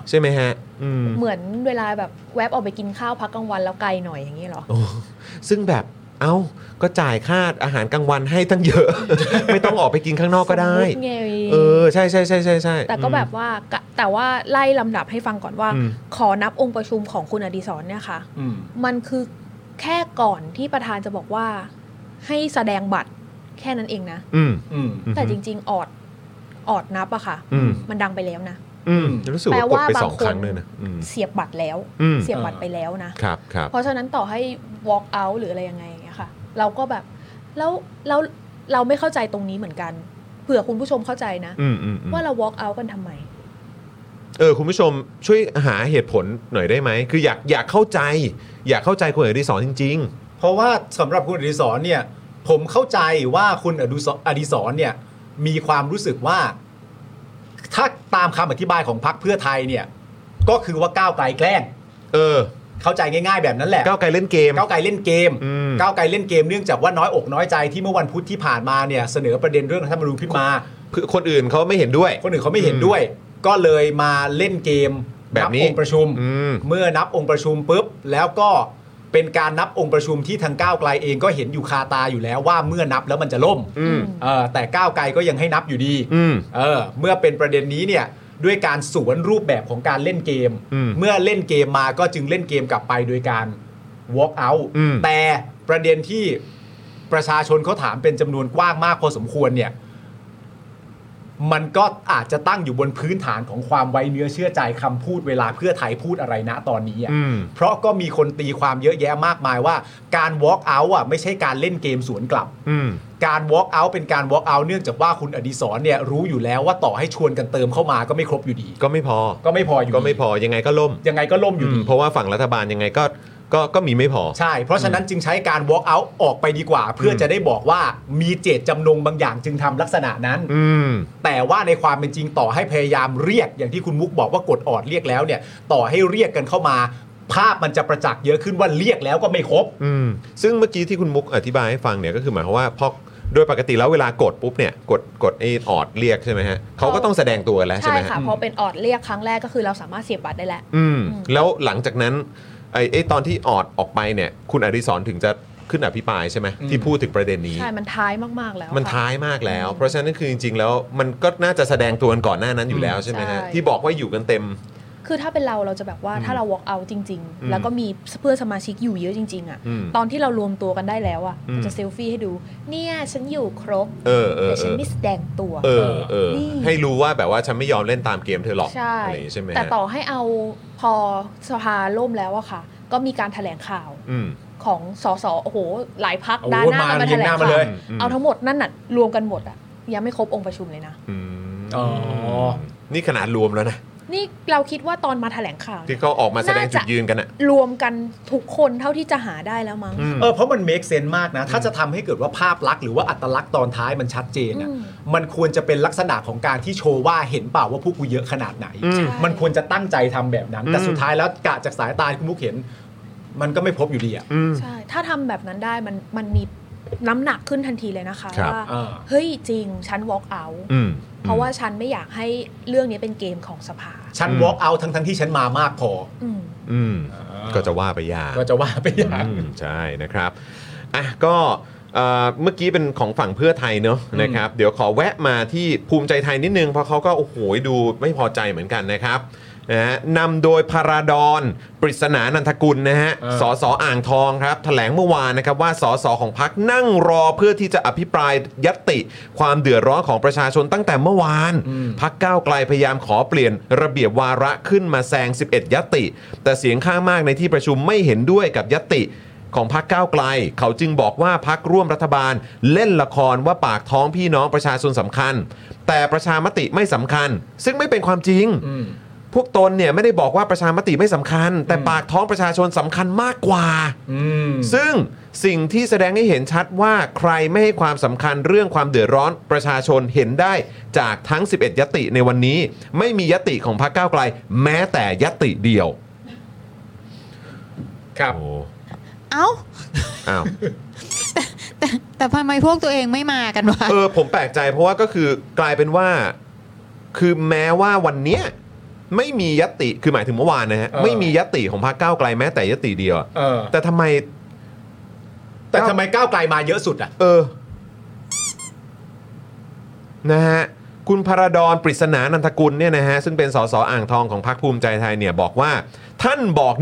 Speaker 1: ใช่ไหมฮะ อืม
Speaker 5: เหมือนเวลาแบบแวบออกไปกินข้าวพักกลางวันแล้วไกลหน่อยอย่างนี้เหรอ
Speaker 1: โอ้ซึ่งแบบ เอ้า ก็จ่ายค่าอาหารกลางวันให้ตั้งเยอะ (laughs) ไม่ต้องออกไปกินข้างนอกก็
Speaker 5: ส
Speaker 1: ได้
Speaker 5: มมุติไง
Speaker 1: เออ ใช่ใช่ใช่ใช่ใช่
Speaker 5: แต่ก็แบบว่ากะแต่ว่าไล่ลำดับให้ฟังก่อนว่า
Speaker 1: อืม
Speaker 5: ขอนับองค์ประชุมของคุณอดีศรเนี่ยค่ะ
Speaker 1: อืม
Speaker 5: มันคือแค่ก่อนที่ประธานจะบอกว่า ให้แสดงบัตรแค่นั้นเองนะ
Speaker 1: อืม
Speaker 5: แต่จริง ๆ ออดออดนับอะค่ะ
Speaker 1: อืม
Speaker 5: มันดังไปแล้วนะ
Speaker 1: อืมรู้สึกว่ากดไป
Speaker 5: แปลว่าบาง
Speaker 1: สองครั้ง
Speaker 5: คน
Speaker 1: เลยนะอืม
Speaker 5: เสียบบัตรแล้ว
Speaker 1: อืม
Speaker 5: เสียบบัตรไปแล้วนะ
Speaker 1: ครับครับ
Speaker 5: เพราะฉะนั้นต่อให้ walk out หรืออะไรยังไงอย่างเงี้ยค่ะ เราก็แบบแล้วแล้วเราไม่เข้าใจตรงนี้เหมือนกันเผื่อคุณผู้ชมเข้าใจนะ
Speaker 1: อืมอืมอืม
Speaker 5: ว่าเรา walk out กันทำไม
Speaker 1: เออคุณผู้ชมช่วยหาเหตุผลหน่อยได้ไหม คืออยากอยากเข้าใจ อยากเข้าใจคุณอดิศรจริง
Speaker 2: เพราะว่าสำหรับคุณอดิศรเนี่ย ผมเข้าใจว่าคุณอดุสอดิศรเนี่ย มีความรู้สึกว่า ถ้าตามคำอธิบายของพรรคเพื่อไทยเนี่ย ก็คือว่าก้าวไกลแกล้ง
Speaker 1: เออ
Speaker 2: เข้าใจง่าย ๆ แบบนั้นแหละ
Speaker 1: ก้าวไกลเล่นเกม
Speaker 2: ก้าวไกลเล่นเกม ก้าวไกลเล่นเกมเนื่องจากว่าน้อยอกน้อยใจที่เมื่อวันพุธที่ผ่านมาเนี่ยเสนอประเด็นเรื่องรัฐธรรมนูญขึ้นมา
Speaker 1: คือคนอื่นเขาไม่เห็นด้วย
Speaker 2: คนอื่นเขาไม่เห็นด้วย ก็เลยมาเล่นเกม
Speaker 1: แบบนี้
Speaker 2: องค์ประชุม เมื่อนับองค์ประชุมปุ๊บแล้วก็เป็นการนับองค์ประชุมที่ทางก้าวไกลเองก็เห็นอยู่คาตาอยู่แล้วว่าเมื่อนับแล้วมันจะล่ม
Speaker 1: อืม
Speaker 2: เออแต่ก้าวไกลก็ยังให้นับอยู่ดี
Speaker 1: อืม
Speaker 2: เออเมื่อเป็นประเด็นนี้เนี่ยด้วยการสวนรูปแบบของการเล่นเกม
Speaker 1: อืม
Speaker 2: เมื่อเล่นเกมมาก็จึงเล่นเกมกลับไปโดยการ walk out
Speaker 1: อืม
Speaker 2: แต่ประเด็นที่ประชาชนเขาถามเป็นจำนวนกว้างมากพอสมควรเนี่ย มันก็อาจจะตั้งอยู่บนพื้นฐานของความไว้เนื้อเชื่อใจคำพูดเวลาเพื่อไทยพูดอะไรนะตอนนี้อะ
Speaker 1: อืม
Speaker 2: เพราะก็มีคนตีความเยอะแยะมากมายว่า การ walk out อ่ะไม่ใช่การเล่นเกมสวนกลับ
Speaker 1: อืม
Speaker 2: การ walk out เป็นการ walk out เนื่องจากว่าคุณอดีศรเนี่ยรู้อยู่แล้วว่าต่อให้ชวนกันเติมเข้ามาก็ไม่ครบอยู่ดี
Speaker 1: ก็ไม่พอ
Speaker 2: ก็ไม่พออยู่
Speaker 1: ก็ไม่พอ ยังไงก็ล่ม
Speaker 2: ยังไงก็ล่มอยู่ดี
Speaker 1: เพราะว่าฝั่งรัฐบาลยังไงก็ ก็ ก็มีไม่พอ
Speaker 2: ใช่ เพราะฉะนั้นจึงใช้การ walk out ออกไปดีกว่า เพื่อจะได้บอกว่ามีเจตจำนงบางอย่างจึงทำลักษณะนั้น
Speaker 1: อืม
Speaker 2: แต่ว่าในความเป็นจริงต่อให้พยายามเรียกอย่างที่คุณมุกบอกว่ากดออดเรียกแล้วเนี่ย ต่อให้เรียกกันเข้ามา ภาพมันจะประจักษ์เยอะขึ้นว่าเรียกแล้วก็ไม่ครบ
Speaker 1: อืม ซึ่งเมื่อกี้ที่คุณมุกอธิบายให้ฟังเนี่ยก็คือหมายความว่าพอโดยปกติแล้วเวลากดปุ๊บเนี่ย กด กดไอ้ออดเรียกใช่ไหมฮะเขาก็ต้องแสดงตัวกันแล้วใช่
Speaker 5: ใช่
Speaker 1: ไหมฮ
Speaker 5: ค่ะพอเป็นออดเรียกครั้งแรกก็คือเราสามารถเสียบบัตรได้แล้ว
Speaker 1: อืม แล้วหลังจากนั้นไอ้ไอ้ตอนที่ออดออกไปเนี่ย คุณอดิศรถึงจะขึ้นอภิปรายใช่ไหมที่พูดถึงประเด็นนี้
Speaker 5: ใช่มันท้ายมากๆแล้ว
Speaker 1: มัน
Speaker 5: ค่ะ
Speaker 1: ท้ายมากแล้ว เพราะฉะนั้นคือจริง ๆ แล้วมันก็น่าจะแสดงตัวกันก่อนหน้านั้นอยู่แล้วใช่ไหมฮะ
Speaker 5: ใช่
Speaker 1: ที่บอกว่าอยู่กันเต็ม
Speaker 5: คือถ้าเป็นเราเราจะแบบว่าถ้าเรา walk out จริง
Speaker 1: อืม
Speaker 5: ๆ แล้วก็มีเพื่อนสมาชิกอยู่เยอะจริง ๆอะ
Speaker 1: อืม
Speaker 5: ตอนที่เรารวมตัวกันได้แล้วอะ
Speaker 1: อืม
Speaker 5: จะเซลฟี่ให้ดู เนี่ยฉันอยู่ครบ
Speaker 1: เออเออ
Speaker 5: แต่
Speaker 1: เอ
Speaker 5: ฉัน
Speaker 1: อ
Speaker 5: ไม่แสดงตัว
Speaker 1: เออเออ
Speaker 5: นี่
Speaker 1: ให้รู้ว่าแบบว่าฉันไม่ยอมเล่นตามเกมเธอหรอก
Speaker 5: ใช่
Speaker 1: อะไรอย่างงี้ใช่ไหมฮะ
Speaker 5: แต่ต่อให้เอาพอสภาล่มแล้วอะค่ะ ก็มีการแถลงข่าว
Speaker 1: อืม
Speaker 5: ของสสโอ้โห หลายพัก
Speaker 1: โอ้โห
Speaker 5: ด้านหน้ากันมา
Speaker 1: มาเรี
Speaker 5: แถ
Speaker 1: ยง
Speaker 5: ล
Speaker 1: ห
Speaker 5: ง
Speaker 1: น้ามา
Speaker 5: ข่า
Speaker 1: เล
Speaker 5: วย
Speaker 1: อืม
Speaker 5: เอาทั้งหมดนั่นน่ะรวมกันหมดอะยังไม่ครบองค์ประชุมเลยนะ
Speaker 1: อืมนี่ขนาดรวมแล้วนะ
Speaker 5: นี่เราคิดว่าตอนมาแถลงข่าว
Speaker 1: ที่เขาออกมาแสดงจุดยืนกันอะ
Speaker 5: รวมกันทุกคนเท่าที่จะหาได้แล้วมั้ง
Speaker 2: เออเพราะมัน make sense มากนะ ถ้าจะทำให้เกิดว่าภาพลักษณ์หรือว่าอัตลักษณ์ตอนท้ายมันชัดเจนอะ
Speaker 5: อืม
Speaker 2: มันควรจะเป็นลักษณะของการที่โชว์ว่าเห็นเปล่าว่าพวกกูเยอะขนาดไหน
Speaker 1: อืมใช่
Speaker 2: มันควรจะตั้งใจทำแบบนั้น
Speaker 1: อืม
Speaker 2: แต่สุดท้ายแล้วกะจากสายตาที่คุณมุกเห็น มันก็ไม่พบอยู่ดีอะ
Speaker 5: ใช่ ถ้าทำแบบนั้นได้มันมันมีน้ำหนักขึ้นทันทีเลยนะคะ
Speaker 2: ครับ
Speaker 5: ว่า
Speaker 2: อ่า
Speaker 5: เฮ้ยจริง ฉัน walk out
Speaker 1: อืม
Speaker 5: เพราะว่าฉันไม่อยากให้เรื่องนี้เป็นเกมของสภา
Speaker 2: ฉัน
Speaker 1: อืม
Speaker 2: walk out ทั้งทั้งๆที่ฉันมามากพอ
Speaker 5: อืม
Speaker 1: อืม ก็จะว่าไปยาก
Speaker 2: ก็จะว่าไปยาก
Speaker 1: อืมใช่นะครับ อ่ะก็เอ่อเมื่อกี้เป็นของฝั่งเพื่อไทยเนอะนะครับ เดี๋ยวขอแวะมาที่ภูมิใจไทยนิดนึง เพราะเขาก็โอ้โหดูไม่พอใจเหมือนกันนะครับนะฮะนำโดยพาราดอนปริศนานันทกุลนะฮะ
Speaker 13: อ่า
Speaker 1: สสอ่างทองครับแถลงเมื่อวานนะครับว่าสสของพักนั่งรอเพื่อที่จะอภิปรายยัตติ ความเดือดร้อนของประชาชนตั้งแต่เมื่อวาน พักก้าวไกลพยายามขอเปลี่ยนระเบียบวาระขึ้นมาแซง 11 ยัตติ แต่เสียงข้างมากในที่ประชุมไม่เห็นด้วยกับยัตติ ของพักก้าวไกล เขาจึงบอกว่าพักร่วมรัฐบาล เล่นละครว่าปากท้องพี่น้องประชาชนสำคัญ แต่ประชามติไม่สำคัญ ซึ่งไม่เป็นความจริง พวกตนเนี่ยไม่ได้บอกว่าประชามติไม่สำคัญ แต่ปากท้องประชาชนสำคัญมากกว่า ซึ่งสิ่งที่แสดงให้เห็นชัดว่าใครไม่ให้ความสำคัญเรื่องความเดือดร้อนประชาชนเห็นได้จากทั้ง 11 ยติในวันนี้ ไม่มียติของพรรคก้าวไกล แม้แต่ยติเดียว
Speaker 2: ครับ
Speaker 3: เอ้า
Speaker 1: อ้าว
Speaker 3: แต่ทำไมพวกตัวเองไม่มากันวะ
Speaker 1: เออผมแปลกใจเพราะว่าก็คือกลายเป็นว่า คือแม้ว่าวันเนี้ยไม่มียติคือหมายถึงเมื่อวานนะฮะ
Speaker 2: เออ
Speaker 1: ไม่มียติของพรรคก้าวไกลแม้แต่ยติเดียวอะ
Speaker 2: เออ
Speaker 1: แต่ทำไม
Speaker 2: แต่ทำไมก้าวไกลมาเยอะสุดอ่ะ
Speaker 1: เออ นะฮะคุณพระดอนปริศนานันทกุลเนี่ยนะฮะซึ่งเป็นสสอ่างทองของพรรคภูมิใจไทยเนี่ยบอกว่า ท่านบอก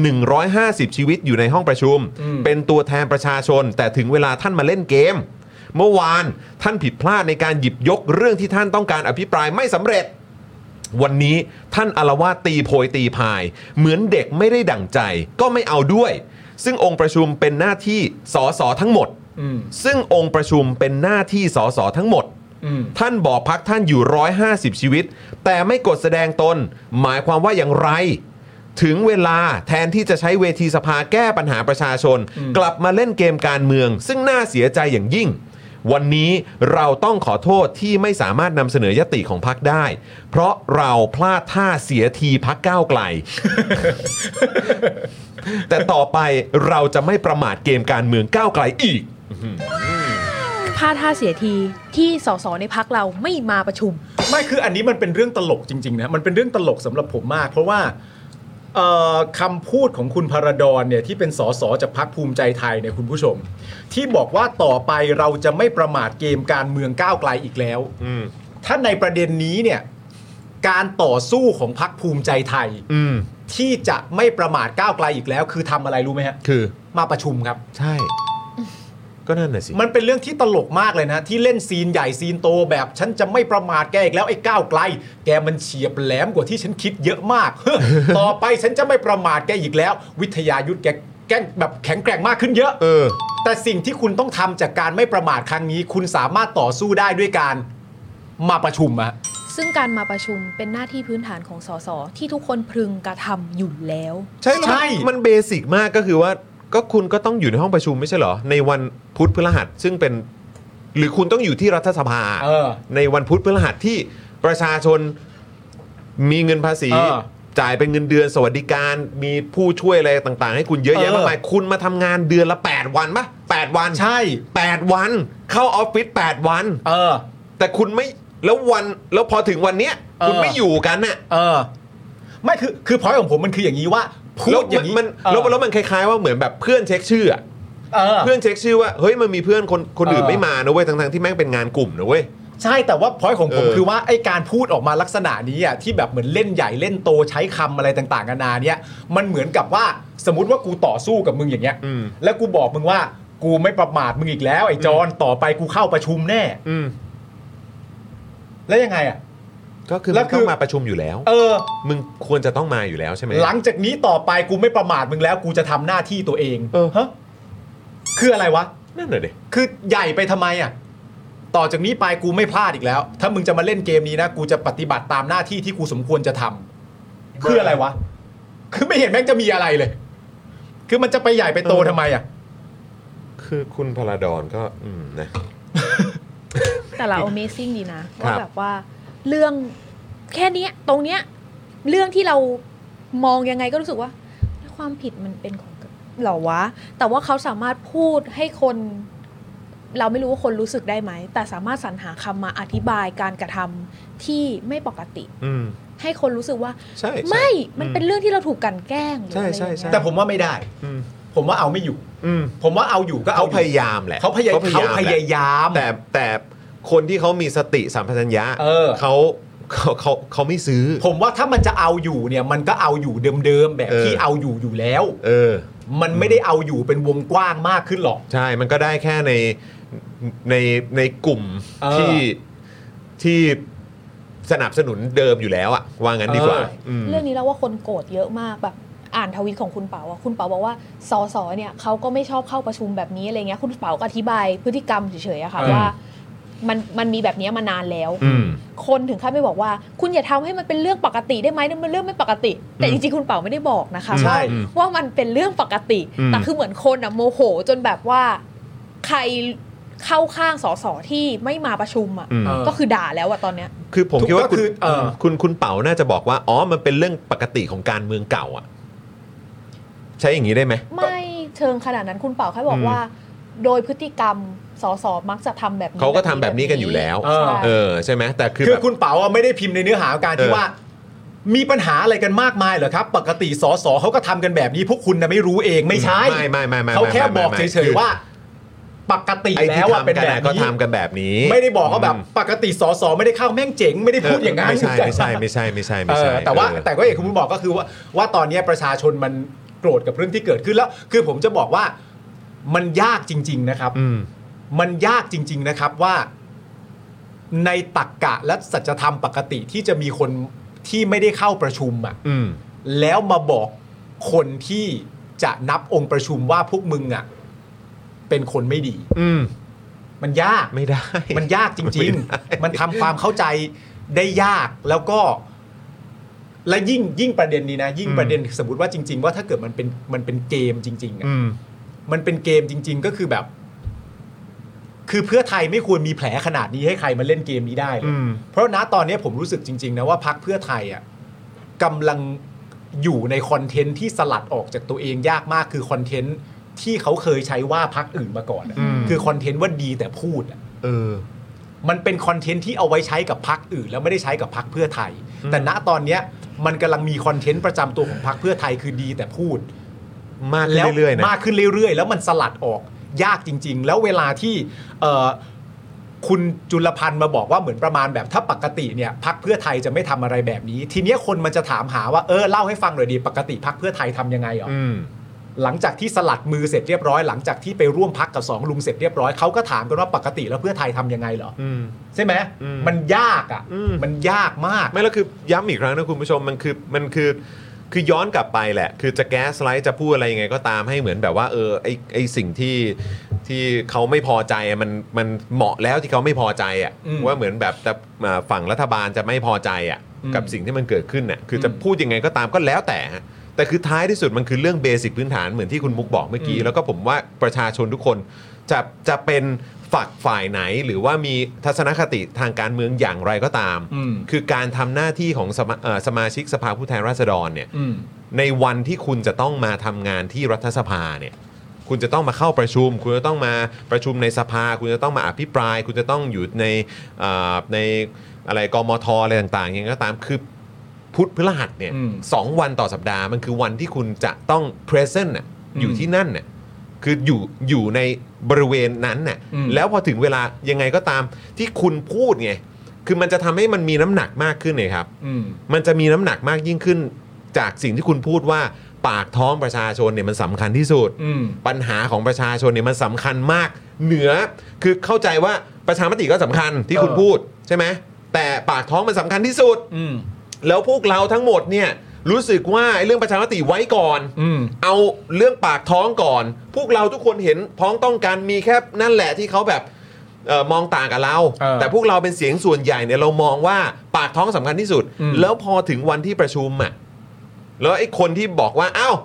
Speaker 1: 150 ชีวิตอยู่ในห้องประชุม
Speaker 2: อืม
Speaker 1: เป็นตัวแทนประชาชน แต่ถึงเวลาท่านมาเล่นเกม เมื่อวานท่านผิดพลาดในการหยิบยกเรื่องที่ท่านต้องการอภิปรายไม่สำเร็จ วันนี้ท่านอารวาสตีโพยตีพาย เหมือนเด็กไม่ได้ดั่งใจ ก็ไม่เอาด้วย ซึ่งองค์ประชุมเป็นหน้าที่สสทั้งหมด
Speaker 2: อืม
Speaker 1: ซึ่งองค์ประชุมเป็นหน้าที่สสทั้งหมด
Speaker 2: อืม
Speaker 1: ท่านบอกพักท่านอยู่ 150 ชีวิต แต่ไม่กดแสดงตน หมายความว่าอย่างไร ถึงเวลาแทนที่จะใช้เวทีสภาแก้ปัญหาประชาชน กลับมาเล่นเกมการเมือง ซึ่งน่าเสียใจอย่างยิ่ง วันนี้เราต้องขอโทษที่ไม่สามารถนำเสนอยติของพักได้ เพราะเราพลาดท่าเสียทีพักก้าวไกล แต่ต่อไปเราจะไม่ประมาทเกมการเมืองก้าวไกลอีก
Speaker 5: พลาดท่าเสียทีที่สสในพักเราไม่มาประชุม
Speaker 2: ไม่คืออันนี้มันเป็นเรื่องตลกจริงๆนะมันเป็นเรื่องตลกสำหรับผมมาก เพราะว่าเอ่อคำพูดของคุณพระดอนเนี่ยที่เป็นสสจากพักภูมิใจไทยเนี่ยคุณผู้ชม ที่บอกว่าต่อไปเราจะไม่ประมาทเกมการเมืองก้าวไกลอีกแล้วถ้าในประเด็นนี้เนี่ยการต่อสู้ของพักภูมิใจไทยที่จะไม่ประมาทก้าวไกลอีกแล้ว คือทำอะไรรู้ไหมฮะ
Speaker 1: คือ
Speaker 2: มาประชุมครับ
Speaker 1: ใช่ ก็นั่นน่ะสิ
Speaker 2: มันเป็นเรื่องที่ตลกมากเลยนะ ที่เล่นซีนใหญ่ซีนโตแบบฉันจะไม่ประมาทแกอีกแล้วไอ้ก้าวไกล แกมันเฉียบแหลมกว่าที่ฉันคิดเยอะมาก (laughs) เฮ้อต่อไปฉันจะไม่ประมาทแกอีกแล้ว วิทยายุทธแกแกล้งแบบแข็งแกร่งมากขึ้นเยอะ
Speaker 1: เออ
Speaker 2: แต่สิ่งที่คุณต้องทำจากการไม่ประมาทครั้งนี้ คุณสามารถต่อสู้ได้ด้วยการมาประชุมอะ
Speaker 5: ซึ่งการมาประชุมเป็นหน้าที่พื้นฐานของสสที่ทุกคนพึงกระทำอยู่แล้ว
Speaker 1: ใช่ใช่มันเบสิกมากก็คือว่า ก็คุณก็ต้องอยู่ในห้องประชุมไม่ใช่เหรอ ในวันพุธพฤหัสซึ่งเป็น หรือคุณต้องอยู่ที่รัฐสภา ในวันพุธพฤหัสที่ประชาชนมีเงินภาษี
Speaker 2: เออ
Speaker 1: จ่ายเป็นเงินเดือนสวัสดิการ มีผู้ช่วยอะไรต่างๆ ให้คุณเยอะแยะ
Speaker 2: เออ
Speaker 1: มากมายคุณมาทำงานเดือนละ 8 วันปะ8วัน
Speaker 2: ใช่
Speaker 1: 8 วัน เข้าออฟฟิศ8วัน
Speaker 2: เออ
Speaker 1: แต่คุณไม่แล้ววันแล้วพอถึงวันเนี้ยคุณไม่อยู่กันน่ะ
Speaker 2: เออ ไม่คือคือพอยของผมมันคืออย่างนี้ว่าพู
Speaker 1: แล้ว
Speaker 2: ดอย่างนี้
Speaker 1: มันแล้วแล้วมันคล้ายๆว่าเหมือนแบบเพื่อนเช็คชื่ออะ
Speaker 2: เออ
Speaker 1: เพื่อนเช็คชื่อว่าเฮ้ยมันมีเพื่อนคนคนอื่น
Speaker 2: เออ
Speaker 1: ไม่มานะเว้ยทั้งๆที่แม่งเป็นงานกลุ่มนะเว้ย
Speaker 2: ใช่แต่ว่าพอยของผม
Speaker 1: เออ
Speaker 2: คือว่าไอการพูดออกมาลักษณะนี้อ่ะที่แบบเหมือนเล่นใหญ่เล่นโตใช้คำอะไรต่างๆนานาเนี่ยมันเหมือนกับว่าสมมติว่ากูต่อสู้กับมึงอย่างเงี้ยแล้วกูบอกมึงว่า กูไม่ประมาทมึงอีกแล้ว ไอ้จอนต่อไปกูเข้าประชุมแน่แล้วยังไงอ่ะ
Speaker 1: ก็คือ
Speaker 2: แล้
Speaker 1: มึ
Speaker 2: ว
Speaker 1: ง
Speaker 2: คือ
Speaker 1: ต้องมาประชุมอยู่แล้ว
Speaker 2: เออ
Speaker 1: มึงควรจะต้องมาอยู่แล้วใช่ไหม
Speaker 2: หลังจากนี้ต่อไปกูไม่ประมาทมึงแล้ว กูจะทำหน้าที่ตัวเองเออฮะคืออะไรวะ
Speaker 1: นั่นเลย
Speaker 2: คือใหญ่ไปทำไมอ่ะ ต่อจากนี้ไปกูไม่พลาดอีกแล้ว ถ้ามึงจะมาเล่นเกมนี้นะ กูจะปฏิบัติตามหน้าที่ที่กูสมควรจะทำคืออะไรวะ คือไม่เห็นแม่งจะมีอะไรเลย คือมันจะไปใหญ่ไปโตทำไมอ่ะ
Speaker 1: คือคุณพลาดอนก็ อืมนะ
Speaker 5: แต่เรา Amazing ดีนะ
Speaker 1: ครั
Speaker 5: ว่า
Speaker 1: บ
Speaker 5: แบบว่าเรื่องแค่เนี้ยตรงเนี้ยเรื่องที่เรามองยังไงก็รู้สึกว่า ความผิดมันเป็นของเหรอวะ แต่ว่าเขาสามารถพูดให้คน เราไม่รู้ว่าคนรู้สึกได้ไหม แต่สามารถสรรหาคำมาอธิบายการกระทำที่ไม่ปกติ
Speaker 1: อืม
Speaker 5: ให้คนรู้สึกว่า
Speaker 1: ใช่ใช่
Speaker 5: ไม่มัน
Speaker 1: อืม
Speaker 5: เป็นเรื่องที่เราถูกกลันแกล้งหรือ
Speaker 1: ใช่
Speaker 5: อะไร
Speaker 1: ใช่ใช่
Speaker 2: แต่ผมว่าไม่ได้ ผมว่าเอาไม่อยู่
Speaker 1: อืม
Speaker 2: ผมว่าเอาอยู่ก็เอา
Speaker 1: เขาพยายามแหละ
Speaker 2: เขาพยายามเขาพยายาม
Speaker 1: แหละแต่แต่คนที่เขามีสติสัมปชัญญะ
Speaker 2: เออ
Speaker 1: เขาเขาเขาเขาไม่ซื้อ
Speaker 2: ผมว่าถ้ามันจะเอาอยู่เนี่ย มันก็เอาอยู่เดิมๆแบบ
Speaker 1: เออ
Speaker 2: ที่เอาอยู่อยู่แล้ว
Speaker 1: เออ
Speaker 2: มันไม่ได้เอาอยู่เป็นวงกว้างมากขึ้นหรอก
Speaker 1: ใช่ มันก็ได้แค่ในในในกลุ่ม
Speaker 2: เออ
Speaker 1: ที่ที่สนับสนุนเดิมอยู่แล้วอะว่างั้นดีกว่า
Speaker 2: เออ
Speaker 1: ม
Speaker 5: เรื่องนี้แล้วว่าคนโกรธเยอะมากแบบอ่านทวิตของคุณเปาอะคุณเปาบอกว่าสสเนี่ยเขาก็ไม่ชอบเข้าประชุมแบบนี้อะไรเงี้ยคุณเปาก็อธิบายพฤติกรรมเฉยๆอะค่ะ
Speaker 1: อืม
Speaker 5: ว่า มันมันมีแบบเนี้ยมานานแล้ว
Speaker 1: อืม
Speaker 5: คนถึงขั้นไปบอกว่า คุณอย่าทำให้มันเป็นเรื่องปกติได้ไหมนั่นมันเรื่องไม่ปกติ แต่
Speaker 4: อืม
Speaker 5: จริงๆคุณเป่าไม่ได้บอกนะคะ
Speaker 4: ใช่
Speaker 5: ว่า
Speaker 4: อืม
Speaker 5: ว่ามันเป็นเรื่องปกติ
Speaker 4: อืม
Speaker 5: แต่คือเหมือนคนอะโมโหจนแบบว่า ใครเข้าข้างสสที่ไม่มาประชุมอะ
Speaker 1: อืม
Speaker 5: ก็คือด่าแล้วอะตอนเนี้ย
Speaker 1: คือผม
Speaker 5: ถูก
Speaker 1: คิดว่าคุณ
Speaker 5: ก็คือเอ่อ
Speaker 1: คุณคุณเป๋าน่าจะบอกว่าอ๋อมันเป็นเรื่องปกติของการเมืองเก่าอ่ะ ใช้อย่างนี้ได้ไหม
Speaker 5: ไม่เชิงขนาดนั้นคุณเป่าแค่บอ
Speaker 1: อื
Speaker 5: ก
Speaker 1: ม
Speaker 5: ว่า โดยพฤติกรรมสสมักจะทำแบบนี้
Speaker 1: เขาก็ทำแบบนี้กันอยู่แล้ว
Speaker 5: ใช่
Speaker 1: เออใช่ไหมแต่คือ
Speaker 2: คือ
Speaker 1: แบบ
Speaker 2: คุณเป๋าอะไม่ได้พิมพ์ในเนื้อหาการที่
Speaker 1: เออ
Speaker 2: ว่า มีปัญหาอะไรกันมากมายเหรอครับ ปกติสสเขาก็ทำกันแบบนี้พวกคุณนะไม่รู้เองไม่ใช่
Speaker 1: ไม่ไม่ไม่ไม่
Speaker 2: เขาแค่
Speaker 1: ไม่ไม่
Speaker 2: บอก
Speaker 1: ไม่
Speaker 2: เฉย
Speaker 1: คือ
Speaker 2: ๆว่า ปกติ
Speaker 1: ไอ้
Speaker 2: แล้
Speaker 1: ที่
Speaker 2: วว่า
Speaker 1: ทำ
Speaker 2: เป็น
Speaker 1: กัน
Speaker 2: แบ
Speaker 1: อะ
Speaker 2: บ
Speaker 1: ก็
Speaker 2: นี้
Speaker 1: ทำกันแบบนี้
Speaker 2: ไม่ได้บอกว่าแบบปกติสสไม่ได้เข้าแม่งเจ๋งไม่ได้พูดอย่างนั้น
Speaker 1: ไม่ใช่ไม่ใช่ไม่ใช่ไม่ใช่ไม่ใช่
Speaker 2: เออแต่ว่า
Speaker 1: เออ
Speaker 2: แต่ก็อย่างคุณบอกก็คือว่าว่าตอนเนี้ยประชาชนมันโกรธกับเรื่องที่เกิดขึ้นแล้ว คือผมจะบอกว่ามันยากจริง ๆนะครับมันยากจริง ๆนะครับว่า ในตักกะและสัจธรรมปกติที่จะมีคนที่ไม่ได้เข้าประชุมอ่ะ
Speaker 1: อืม
Speaker 2: แล้วมาบอกคนที่จะนับองค์ประชุมว่าพวกมึงอ่ะ เป็นคนไม่ดี
Speaker 1: อืม
Speaker 2: มันยาก
Speaker 1: ไม่ได้
Speaker 2: มันยากจริง ๆ มันทำความเข้าใจได้ยากแล้วก็ และยิ่งยิ่งประเด็นนี้นะ ยิ่งประเด็นสมมติว่าจริง ๆ ว่าถ้าเกิดมันเป็นมันเป็นเกมจริงๆอะ
Speaker 1: อืม
Speaker 2: มันเป็นเกมจริง ๆ ก็คือแบบ คือเพื่อไทยไม่ควรมีแผลขนาดนี้ให้ใครมาเล่นเกมนี้ได้เลย
Speaker 1: อืม
Speaker 2: เพราะณตอนนี้ผมรู้สึกจริง ๆ นะว่าพักเพื่อไทยอ่ะกำลังอยู่ในคอนเทนต์ที่สลัดออกจากตัวเองยากมากคือคอนเทนต์ที่เขาเคยใช้ว่าพักอื่นมาก่อนอะ
Speaker 1: อืม
Speaker 2: คือคอนเทนต์ว่าดีแต่พูดอะ
Speaker 1: เออ
Speaker 2: มันเป็นคอนเทนต์ที่เอาไว้ใช้กับพักอื่น แล้วไม่ได้ใช้กับพักเพื่อไทย
Speaker 1: อืม
Speaker 2: แต่ณตอนเนี้ยมันกำลังมีคอนเทนต์ประจำตัวของพักเพื่อไทยคือดีแต่พูด
Speaker 1: มากขึ้น
Speaker 2: แล้ว
Speaker 1: เรื่อยๆนะ
Speaker 2: มากขึ้นเรื่อยๆ แล้วมันสลัดออกยากจริง ๆ แล้วเวลาที่เอ่อคุณจุลพันธ์มาบอกว่าเหมือนประมาณแบบถ้าปกติเนี่ยพักเพื่อไทยจะไม่ทำอะไรแบบนี้ ทีเนี้ยคนมันจะถามหาว่าเออเล่าให้ฟังหน่อยดีปกติพักเพื่อไทยทำยังไงหรอ
Speaker 1: อืม
Speaker 2: หลังจากที่สลัดมือเสร็จเรียบร้อยหลังจากที่ไปร่วมพักกับสองลุงเสร็จเรียบร้อยเขาก็ถามกันว่าปกติแล้วเพื่อไทยทำยังไงเหรอ
Speaker 1: อืม
Speaker 2: ใช่ไหม
Speaker 1: อืม
Speaker 2: มันยากอ่ะ มันยากมาก
Speaker 1: ไม่แล้วคือย้ำอีกครั้งนะคุณผู้ชมมันคือมันคือคือย้อนกลับไปแหละ คือจะแก๊สไลท์จะพูดอะไรยังไงก็ตามให้เหมือนแบบว่าเออไอไอสิ่งที่ที่เขาไม่พอใจอะมันมันเหมาะแล้วที่เขาไม่พอใจอ่ะ
Speaker 13: อืม
Speaker 1: ว่าเหมือนแบบแต่อ่าฝั่งรัฐบาลจะไม่พอใจอ่ะ
Speaker 13: อืม
Speaker 1: กับสิ่งที่มันเกิดขึ้นน่ะคือจะพูดยังไงก็ตามก็แล้วแต่ฮะแต่คือท้ายที่สุดมันคือเรื่องเบสิกพื้นฐานเหมือนที่คุณมุกบอกเมื่อกี้
Speaker 13: อืม
Speaker 1: แล้วก็ผมว่าประชาชนทุกคนจะจะเป็นฝักฝ่ายไหนหรือว่ามีทัศนคติทางการเมืองอย่างไรก็ตาม
Speaker 13: อืม
Speaker 1: คือการทำหน้าที่ของสมาเอ่อสมาชิกสภาผู้แทนราษฎรเนี่ย
Speaker 2: อืม
Speaker 1: ในวันที่คุณจะต้องมาทำงานที่รัฐสภาเนี่ยคุณจะต้องมาเข้าประชุม คุณจะต้องมาประชุมในสภา คุณจะต้องมาอภิปราย คุณจะต้องอยู่ในเอ่อในอะไรกมทอะไรต่างๆอย่างไรก็ตามคือพุธพฤหัสเนี่ยสองวันต่อสัปดาห์มันคือวันที่คุณจะต้อง present น่ะอยู่ที่นั่นน่ะ คืออยู่อยู่ในบริเวณนั้นน่ะ
Speaker 13: อืม
Speaker 1: แล้วพอถึงเวลายังไงก็ตามที่คุณพูดไง คือมันจะทำให้มันมีน้ำหนักมากขึ้นเลยครับ
Speaker 2: อืม
Speaker 1: มันจะมีน้ำหนักมากยิ่งขึ้น จากสิ่งที่คุณพูดว่าปากท้องประชาชนเนี่ยมันสำคัญที่สุด
Speaker 2: อืม
Speaker 1: ปัญหาของประชาชนเนี่ยมันสำคัญมาก เหนือคือเข้าใจว่าประชามติก็สำคัญที่คุณ
Speaker 13: เออ
Speaker 1: พูดใช่ไหมแต่ปากท้องมันสำคัญที่สุด
Speaker 2: อืม
Speaker 1: แล้วพวกเราทั้งหมดเนี่ยรู้สึกว่าไอ้เรื่องประชามติไว้ก่อน
Speaker 2: อืม
Speaker 1: เอาเรื่องปากท้องก่อน พวกเราทุกคนเห็นพ้องต้องการมีแค่นั่นแหละที่เขาแบบเออมองต่างกับเรา แต่พวกเราเป็นเสียงส่วนใหญ่เนี่ยเรามองว่าปากท้องสำคัญที่สุด แล้วพอถึงวันที่ประชุมอ่ะแล้วไอ้คนที่บอกว่าอ้าว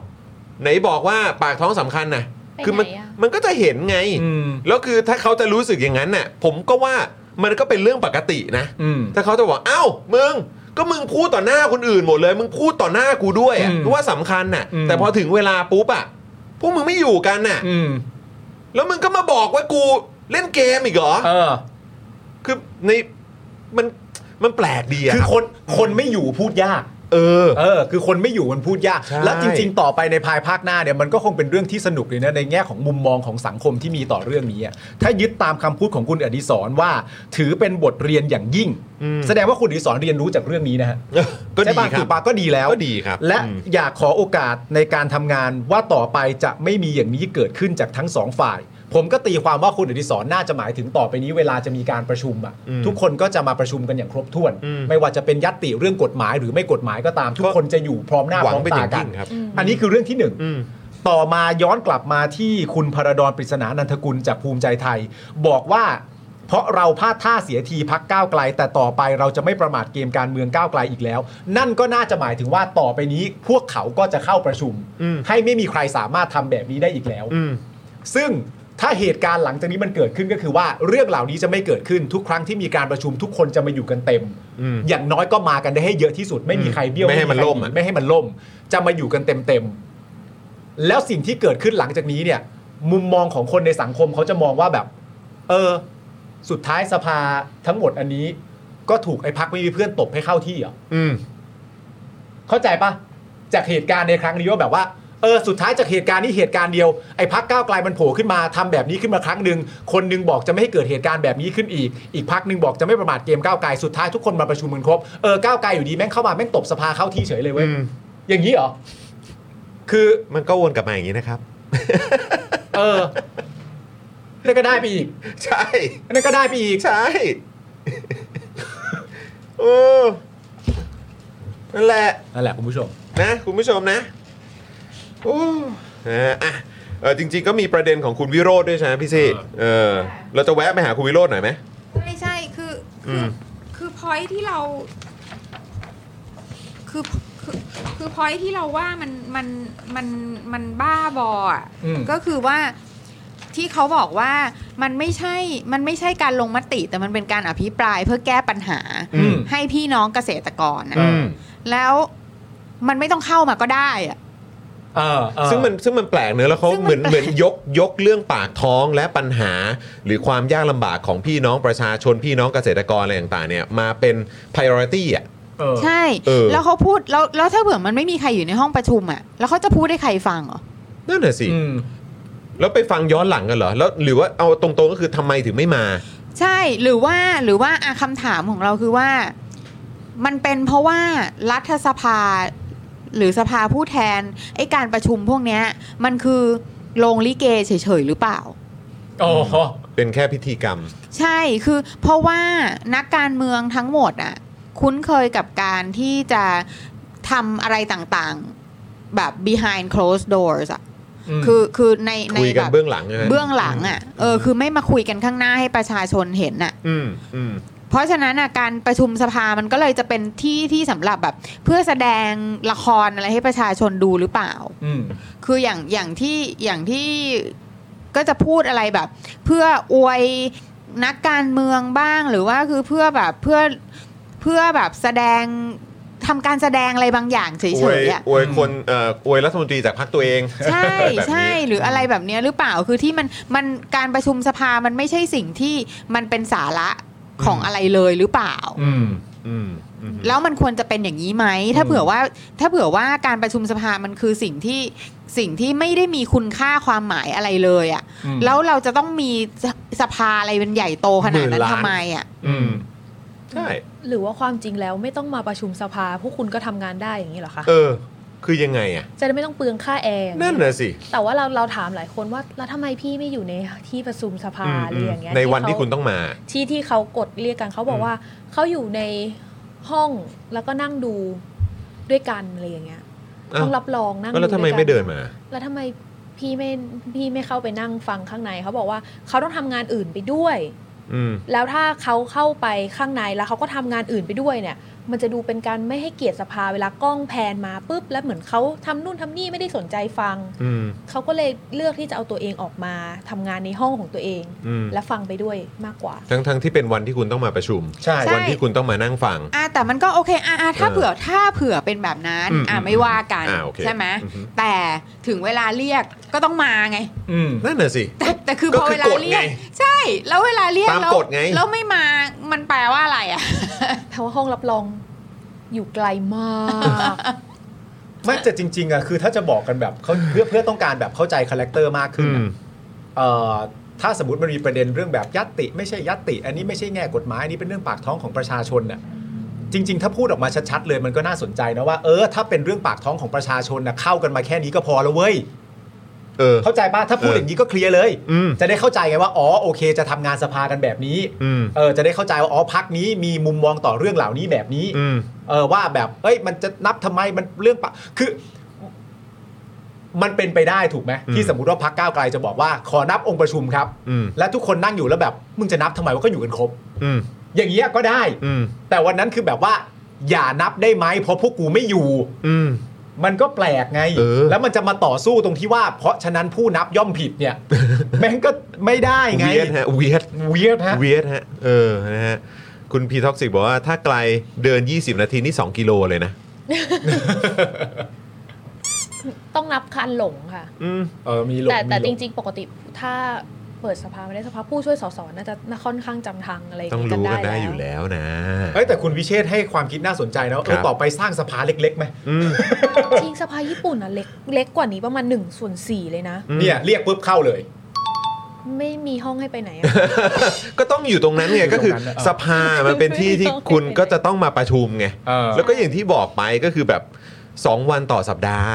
Speaker 1: ไหนบอกว่าปากท้องสำคัญนะคือมันมันก็จะเห็นไง แล้วคือถ้าเขาจะรู้สึกอย่างนั้นน่ะผมก็ว่ามันก็เป็นเรื่องปกตินะ
Speaker 2: อืม
Speaker 1: ถ้าเขาจะบอกเอ้ามึง ก็มึงพูดต่อหน้าคนอื่นหมดเลย มึงพูดต่อหน้ากูด้วยอะเพราะว่าสำคัญน่ะ
Speaker 13: อืม
Speaker 1: แต่พอถึงเวลาปุ๊บอ่ะ พวกมึงไม่อยู่กันน่ะ
Speaker 2: อืม
Speaker 1: แล้วมึงก็มาบอกว่ากูเล่นเกมอีกเหรอ
Speaker 2: เออ
Speaker 1: คือในมันมันแปลกดีอะ
Speaker 2: คือคนคนไม่อยู่พูดยาก
Speaker 1: เออ
Speaker 2: เออ คือคนไม่อยู่มันพูดยาก
Speaker 1: ใช่
Speaker 2: แล้วจริง ๆ ต่อไปในภายภาคหน้าเนี่ยมันก็คงเป็นเรื่องที่สนุกเลยนะในแง่ของมุมมองของสังคมที่มีต่อเรื่องนี้อะถ้ายึดตามคำพูดของคุณอดิศรว่า ถือเป็นบทเรียนอย่างยิ่ง แสดงว่าคุณอดิศรเรียนรู้จากเรื่องนี้นะฮะ
Speaker 1: ก็
Speaker 2: ใช่
Speaker 1: ดี
Speaker 2: ปะ
Speaker 1: ครั
Speaker 2: ถู
Speaker 1: บ
Speaker 2: กปะก็ดีแล้ว
Speaker 1: ก็ดีครับ
Speaker 2: และ
Speaker 1: อืม
Speaker 2: อยากขอโอกาสในการทำงานว่าต่อไปจะไม่มีอย่างนี้เกิดขึ้นจากทั้งสองฝ่าย ผมก็ตีความว่าคุณอดิศรน่าจะหมายถึงต่อไปนี้เวลาจะมีการประชุมอ่ะ
Speaker 13: อืม
Speaker 2: ทุกคนก็จะมาประชุมกันอย่างครบถ้วน
Speaker 13: อืม
Speaker 2: ไม่ว่าจะเป็นยัตติเรื่องกฎหมายหรือไม่กฎหมายก็ตาม ทุกคนจะอยู่พร้อมหน้า
Speaker 13: หวั
Speaker 2: พ
Speaker 13: ง
Speaker 2: ร้อม
Speaker 13: เป็นอ
Speaker 2: ตา
Speaker 13: ย่าง
Speaker 2: กั
Speaker 13: ยิ่
Speaker 2: น
Speaker 13: งครับ
Speaker 2: อันนี้คือเรื่องที่หนึ่งต่อมาย้อนกลับมาที่คุณพระดอนปริศนานันทกุลจากภูมิใจไทย บอกว่า เพราะเราพลาดท่าเสียทีพักก้าวไกล แต่ต่อไปเราจะไม่ประมาทเกมการเมืองก้าวไกลอีกแล้ว นั่นก็น่าจะหมายถึงว่าต่อไปนี้พวกเขาก็จะเข้าประชุม ให้ไม่มีใครสามารถทำแบบนี้ได้อีกแล้ว ซึ่งถ้าเหตุการณ์หลังจากนี้มันเกิดขึ้นก็คือว่าเรื่องเหล่านี้จะไม่เกิดขึ้นทุกครั้งที่มีการประชุมทุกคนจะมาอยู่กันเต็ม อย่างน้อยก็มากันได้ให้เยอะที่สุดไม่มีใครเบี้ยว
Speaker 1: ไม่ให้มัน
Speaker 2: คร
Speaker 1: ล่มอะ
Speaker 2: ไม่ให้มันล่ม จะมาอยู่กันเต็มเต็มๆแล้วสิ่งที่เกิดขึ้นหลังจากนี้เนี่ย มุมมองของคนในสังคมเขาจะมองว่าแบบ เออ สุดท้ายสภาทั้งหมดอันนี้ ก็ถูกไอ้พักไม่มีเพื่อนตบให้เข้าที่เหรอ
Speaker 1: อืม
Speaker 2: เข้าใจปะจากเหตุการณ์ในครั้งนี้ว่าแบบว่าเออสุดท้ายจากเหตุการณ์นี้เหตุการณ์เดียวไอ้พักก้าวไกลมันโผล่ขึ้นมาทำแบบนี้ขึ้นมาครั้งหนึ่งคนหนึงบอกจะไม่ให้เกิดเหตุการณ์แบบนี้ขึ้นอีก อีกพักหนึ่งบอกจะไม่ประมาทเกมก้าวไกลสุดท้ายทุกคนมาประชุมกันครบเออก้าวไกลอยู่ดีแม่งเข้ามาแม่งตบสภาเข้าที่เฉยเลยเว้ยอย่างนี้เหรอ คือ
Speaker 1: มันก็วนกลับมาอย่างนี้นะครับ
Speaker 2: เออนั่นก็ได้ไปอีก
Speaker 1: ใช่
Speaker 2: นั่นก็ได้ไปอีก
Speaker 1: ใช่ (laughs) เออนั่นแหละ
Speaker 2: นั่นแหละคุณผู้ชม
Speaker 1: นะคุณผู้ชมนะโอ้นะฮะอ่ะเออจริง ๆ ก็มีประเด็นของคุณวิโรธด้วยใช่ไหมพี่ซีเออเราจะแวะไปหาคุณวิโรธหน่อยไหม
Speaker 4: ไม่ใช่ คือ
Speaker 1: อืม
Speaker 4: คือพอยที่เราคือคือคือพอยที่เราว่ามันมันมันมันบ้าบออ่ะ
Speaker 14: อืม
Speaker 4: ก็คือว่าที่เขาบอกว่ามันไม่ใช่มันไม่ใช่การลงมติ แต่มันเป็นการอภิปรายเพื่อแก้ปัญหา
Speaker 14: อืม
Speaker 4: ให้พี่น้องเกษตรกรนะแล้วมันไม่ต้องเข้ามาก็ได้อ่ะ
Speaker 2: เออ
Speaker 4: เออ
Speaker 1: ซึ่งมันซึ่งมันแปลกเนอะแล้วเขาเหมือนเหมือนยกยกเรื่องปากท้องและปัญหา หรือความยากลำบากของพี่น้องประชาชนพี่น้องเกษตรกรอะไรต่างๆเนี่ยมาเป็น priority อ่ะ
Speaker 4: ใช่
Speaker 1: เออ
Speaker 4: แล้วเขาพูดแล้วแล้วถ้าเผื่อมันไม่มีใครอยู่ในห้องประชุมอ่ะแล้วเขาจะพูดให้ใครฟังเหรอ
Speaker 1: นั่นแหละสิแล้วไปฟังย้อนหลังกันเหรอแล้วหรือว่าเอาตรงๆก็คือทำไมถึงไม่มา
Speaker 4: ใช่หรือว่าหรือว่าอ่ะคำถามของเราคือว่า มันเป็นเพราะว่ารัฐสภาหรือสภาผู้แทนไอ้การประชุมพวกเนี้ย มันคือโรงลิเกเฉยๆหรือเปล่า
Speaker 2: อ๋อ
Speaker 1: เป็นแค่พิธีกรรม
Speaker 4: ใช่คือเพราะว่านักการเมืองทั้งหมดอ่ะ คุ้นเคยกับการที่จะทำอะไรต่างๆแบบ behind closed doors อ่ะคือคือในใน
Speaker 1: คุยกัน
Speaker 4: แบบ
Speaker 1: เบื้องหลังใช่ไหม
Speaker 4: เบื้องหลังอ่ะเออคือไม่มาคุยกันข้างหน้าให้ประชาชนเห็นอ่ะ
Speaker 1: อืมอืม
Speaker 4: เพราะฉะนั้นน่ะการประชุมสภามันก็เลยจะเป็นที่ที่สำหรับแบบ เพื่อแสดงละครอะไรให้ประชาชนดูหรือเปล่า
Speaker 2: อืม
Speaker 4: คืออย่างอย่างที่อย่างที่ก็จะพูดอะไรแบบ เพื่ออวยนักการเมืองบ้างหรือว่าคือเพื่อแบบเพื่อเพื่อแบบแสดงทำการแสดงอะไรบางอย่างเฉ
Speaker 1: อวย
Speaker 4: ยๆอ่ะ
Speaker 1: อวยคนเอ่ออวยรัฐมนตรีจากพรรคตัวเอง
Speaker 4: ใช่
Speaker 1: แบบนี้
Speaker 4: ใช่หรืออะไรแบบเนี้ยหรือเปล่าคือที่มันมันการประชุมสภามันไม่ใช่สิ่งที่มันเป็นสาระของอะไรเลยหรือเปล่า
Speaker 2: อืม
Speaker 1: อืม
Speaker 4: แล้วมันควรจะเป็นอย่างนี้ไหม ถ้าเผื่อว่าถ้าเผื่อว่าการประชุมสภามันคือสิ่งที่สิ่งที่ไม่ได้มีคุณค่าความหมายอะไรเลยอะ่ะ
Speaker 14: อืม
Speaker 4: แล้วเราจะต้องมีสภาอะไรเป็นใหญ่โตขนาดนั้
Speaker 1: หมื่
Speaker 4: น
Speaker 1: นล้าน
Speaker 4: ทำไมอะ่ะ
Speaker 1: อืม ใช่
Speaker 5: หรือว่าความจริงแล้วไม่ต้องมาประชุมสภา พวกคุณก็ทำงานได้อย่างนี้เหรอคะ
Speaker 1: เออ คือยังไงอ่ะ
Speaker 5: จะได้ไม่ต้องเปลืองค่าแอร์
Speaker 1: นั่นน่ะสิ
Speaker 5: แต่ว่าเราเราถามหลายคนว่าแล้วทำไมพี่ไม่อยู่ในที่ประชุมสภา
Speaker 1: อืม
Speaker 5: อะไรอย่างเงี้ย
Speaker 1: ในวันที่
Speaker 5: เขา
Speaker 1: คุณต้องมา
Speaker 5: ที่ที่เขากดเรียกกันเขาบอกว่าเขาอยู่ในห้องแล้วก็นั่งดูด้วยกันอะไรอย่างเงี้ย
Speaker 1: อ้าว
Speaker 5: ต้องรับรองนั่ง
Speaker 1: แล้วทำไม
Speaker 5: วยกั
Speaker 1: ไม่เดินมา
Speaker 5: แล้วทำไมพี่ไม่พี่ไม่เข้าไปนั่งฟังข้างในเขาบอกว่าเขาต้องทำงานอื่นไปด้วย
Speaker 1: อืม
Speaker 5: แล้วถ้าเขาเข้าไปข้างในแล้วเขาก็ทำงานอื่นไปด้วยเนี่ย มันจะดูเป็นการไม่ให้เกียรติสภาเวลากล้องแพนมาปุ๊บแล้วเหมือนเขาทำนู่นทำนี่ไม่ได้สนใจฟัง
Speaker 1: อืม
Speaker 5: เขาก็เลยเลือกที่จะเอาตัวเองออกมาทำงานในห้องของตัวเอง
Speaker 1: อืม
Speaker 5: และฟังไปด้วยมากกว่า
Speaker 1: ทั้งทั้งที่เป็นวันที่คุณต้องมาประชุม
Speaker 2: ใช่
Speaker 1: วันที่คุณต้องมานั่งฟัง
Speaker 4: อ่ะแต่มันก็โอเคอ่ะอ่ะถ้า
Speaker 1: เออ
Speaker 4: เผื่อถ้าเผื่อเป็นแบบนั้น
Speaker 1: อืม
Speaker 4: อ่ะไม่ว่ากัน
Speaker 1: อ่ะโอเค
Speaker 4: ใช่ไหม
Speaker 1: อือฮึ
Speaker 4: แต่ถึงเวลาเรียกก็ต้องมาไง
Speaker 1: นั่นน่ะสิ
Speaker 4: แต่แต่คือ
Speaker 1: ก็
Speaker 4: พอ
Speaker 1: คือ
Speaker 4: เวลาเรียก
Speaker 1: กฎไง
Speaker 4: ใช่ แล้วเวลาเรียก
Speaker 1: ตาม
Speaker 4: แล้ว
Speaker 1: กฎไง
Speaker 4: แล้วไม่มามันแปลว่าอะไรอ่ะ
Speaker 5: แปลว่าห้องรับรองอยู่ไกลมาก
Speaker 2: ไม่แต่จริงๆอะคือถ้าจะบอกกันแบบเขาเพื่อเพื่อต้องการแบบเข้าใจคาแรคเตอร์มากขึ้นอะเอ่อถ้าสมมติมันมีประเด็นเรื่องแบบยัตติ ไม่ใช่ยัตติ อันนี้ไม่ใช่แง่กฎหมาย อันนี้เป็นเรื่องปากท้องของประชาชนน่ะจริง ๆ ถ้าพูดออกมาชัดๆเลยมันก็น่าสนใจนะว่าเออถ้าเป็นเรื่องปากท้องของประชาชนน่ะเข้ากันมาแค่นี้ก็พอแล้วเว้ย
Speaker 1: เออ
Speaker 2: เข้าใจป่ะถ้าพูดอย่างนี้ก็เคลียร์เลย จะได้เข้าใจไงว่าอ๋อโอเค จะทำงานสภากันแบบนี้
Speaker 1: อืม
Speaker 2: เออจะได้เข้าใจว่าอ๋อพักนี้มีมุมมองต่อเรื่องเหล่านี้แบบนี้
Speaker 1: อืม
Speaker 2: เออว่าแบบ เอ้ย มันจะนับทำไมมันเรื่องปะคือ มันเป็นไปได้ถูกไหมที่สมมติว่าพักก้าวไกลจะบอกว่าขอนับองค์ประชุมครับ
Speaker 1: อืม
Speaker 2: และทุกคนนั่งอยู่แล้วแบบ มึงจะนับทำไมว่าก็อยู่กันครบ
Speaker 1: อืม
Speaker 2: อย่างเงี้ยก็ได้
Speaker 1: อืม
Speaker 2: แต่วันนั้นคือแบบว่า อย่านับได้ไหมเพราะพวกกูไม่อยู่
Speaker 1: อืม
Speaker 2: มันก็แปลกไง แล้วมันจะมาต่อสู้ตรงที่ว่า เพราะฉะนั้นผู้นับย่อมผิด
Speaker 1: (laughs)
Speaker 2: เนี่ย แม่งก็ไม่ได้ไง
Speaker 1: เวียดฮะเวียด
Speaker 2: เวียดฮะ
Speaker 1: เวียดฮะเออนะฮะคุณพีท็อกซิกบอกว่าถ้าไกลเดิน 20 นาทีนี่ 2 กิโลเลยนะ
Speaker 5: ต้องนับคันหลงค่ะ
Speaker 2: เออมีหลง
Speaker 5: แต่แต่จ
Speaker 2: มีหลง
Speaker 5: ริง ๆ ปกติถ้าเปิดสภาไม่ได้สภาผู้ช่วยสสน่าจะน่าค่อนข้างจำทางอะไร
Speaker 1: ต้อง
Speaker 5: กั
Speaker 1: รู้
Speaker 5: น
Speaker 1: กัน
Speaker 5: ได้
Speaker 1: ได้อ
Speaker 5: แล้ว
Speaker 1: ยู่แล้วนะ
Speaker 2: เอ้ยแต่คุณวิเชษฐ์ให้ความคิดน่าสนใจนะเอ
Speaker 1: ครั
Speaker 2: อบ ต่อไปสร้างสภาเล็กๆไหม
Speaker 5: จริงสภาญี่ปุ่นอ่ะเล็กเล็กกว่านี้ประมาณ1นส่วนสเลยนะ
Speaker 2: เนี่ยเรียกปุ๊บเข้าเลย
Speaker 5: ไม่มีห้องให้ไปไหนอะ
Speaker 1: ก็ต้องอยู่ตรง (laughs) นั้นไงก็คือสภามันเป็นที่ที่คุณก็จะต้องมาประชุมไง แล้วก็อย่างที่บอกไปก็คือแบบ 2 วันต่อสัปดาห์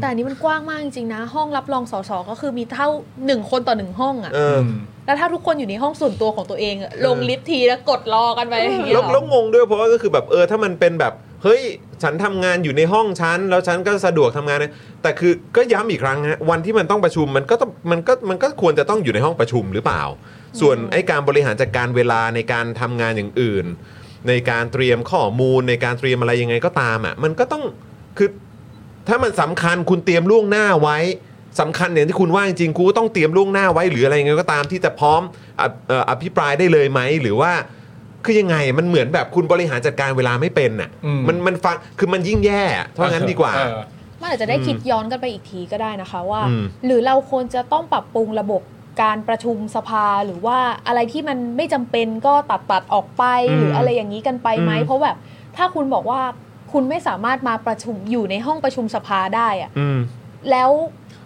Speaker 5: แต่อันนี้มันกว้างมากจริงๆนะ ห้องรับรองสสก็คือมีเท่าหนึ่งคนต่อหนึ่งห้องอะ
Speaker 1: เออ
Speaker 5: แล้วถ้าทุกคนอยู่ในห้องส่วนตัวของตัวเองอะลงลิฟต์ทีแล้วกดรอกันไปอย่างเงี้ย
Speaker 1: แล้ว
Speaker 5: เหรอ
Speaker 1: แล้วงงด้วยเพราะว่าก็คือแบบเออถ้ามันเป็นแบบเฮ้ยฉันทำงานอยู่ในห้องฉันแล้วฉันก็สะดวกทำงานนะแต่คือก็ย้ำอีกครั้งฮะวันที่มันต้องประชุมมันก็ต้องมันก็มันก็ควรจะต้องอยู่ในห้องประชุมหรือเปล่า ส่วนไอ้การบริหารจัดการเวลาในการทำงานอย่างอื่น ในการเตรียมข้อมูลในการเตรียมอะไรยังไงก็ตามอ่ะมันก็ต้องคือถ้ามันสำคัญคุณเตรียมล่วงหน้าไว้สำคัญอย่างที่คุณว่าจริงๆกูก็ต้องเตรียมล่วงหน้าไว้ หรืออะไรยังไงก็ตามที่จะพร้อมอภิเอ่ออภิปรายได้เลยไหมหรือว่า คือยังไงมันเหมือนแบบคุณบริหารจัดการเวลาไม่เป็นอ่ะ
Speaker 2: อืม
Speaker 1: มันมันฟังคือมันยิ่งแย่อะเท่านั้นดีกว่า
Speaker 2: เออ
Speaker 5: มันอาจจะได้คิดย้อนกันไปอีกทีก็ได้นะคะว่า
Speaker 1: อืม
Speaker 5: หรือเราควรจะต้องปรับปรุงระบบการประชุมสภาหรือว่าอะไรที่มันไม่จำเป็นก็ตัดตัดๆออกไป
Speaker 3: อืม
Speaker 5: หรืออะไรอย่างนี้กันไปไหม
Speaker 3: อืม
Speaker 5: เพราะแบบถ้าคุณบอกว่าคุณไม่สามารถมาประชุมอยู่ในห้องประชุมสภาได้อะ
Speaker 1: อืม
Speaker 5: แล้ว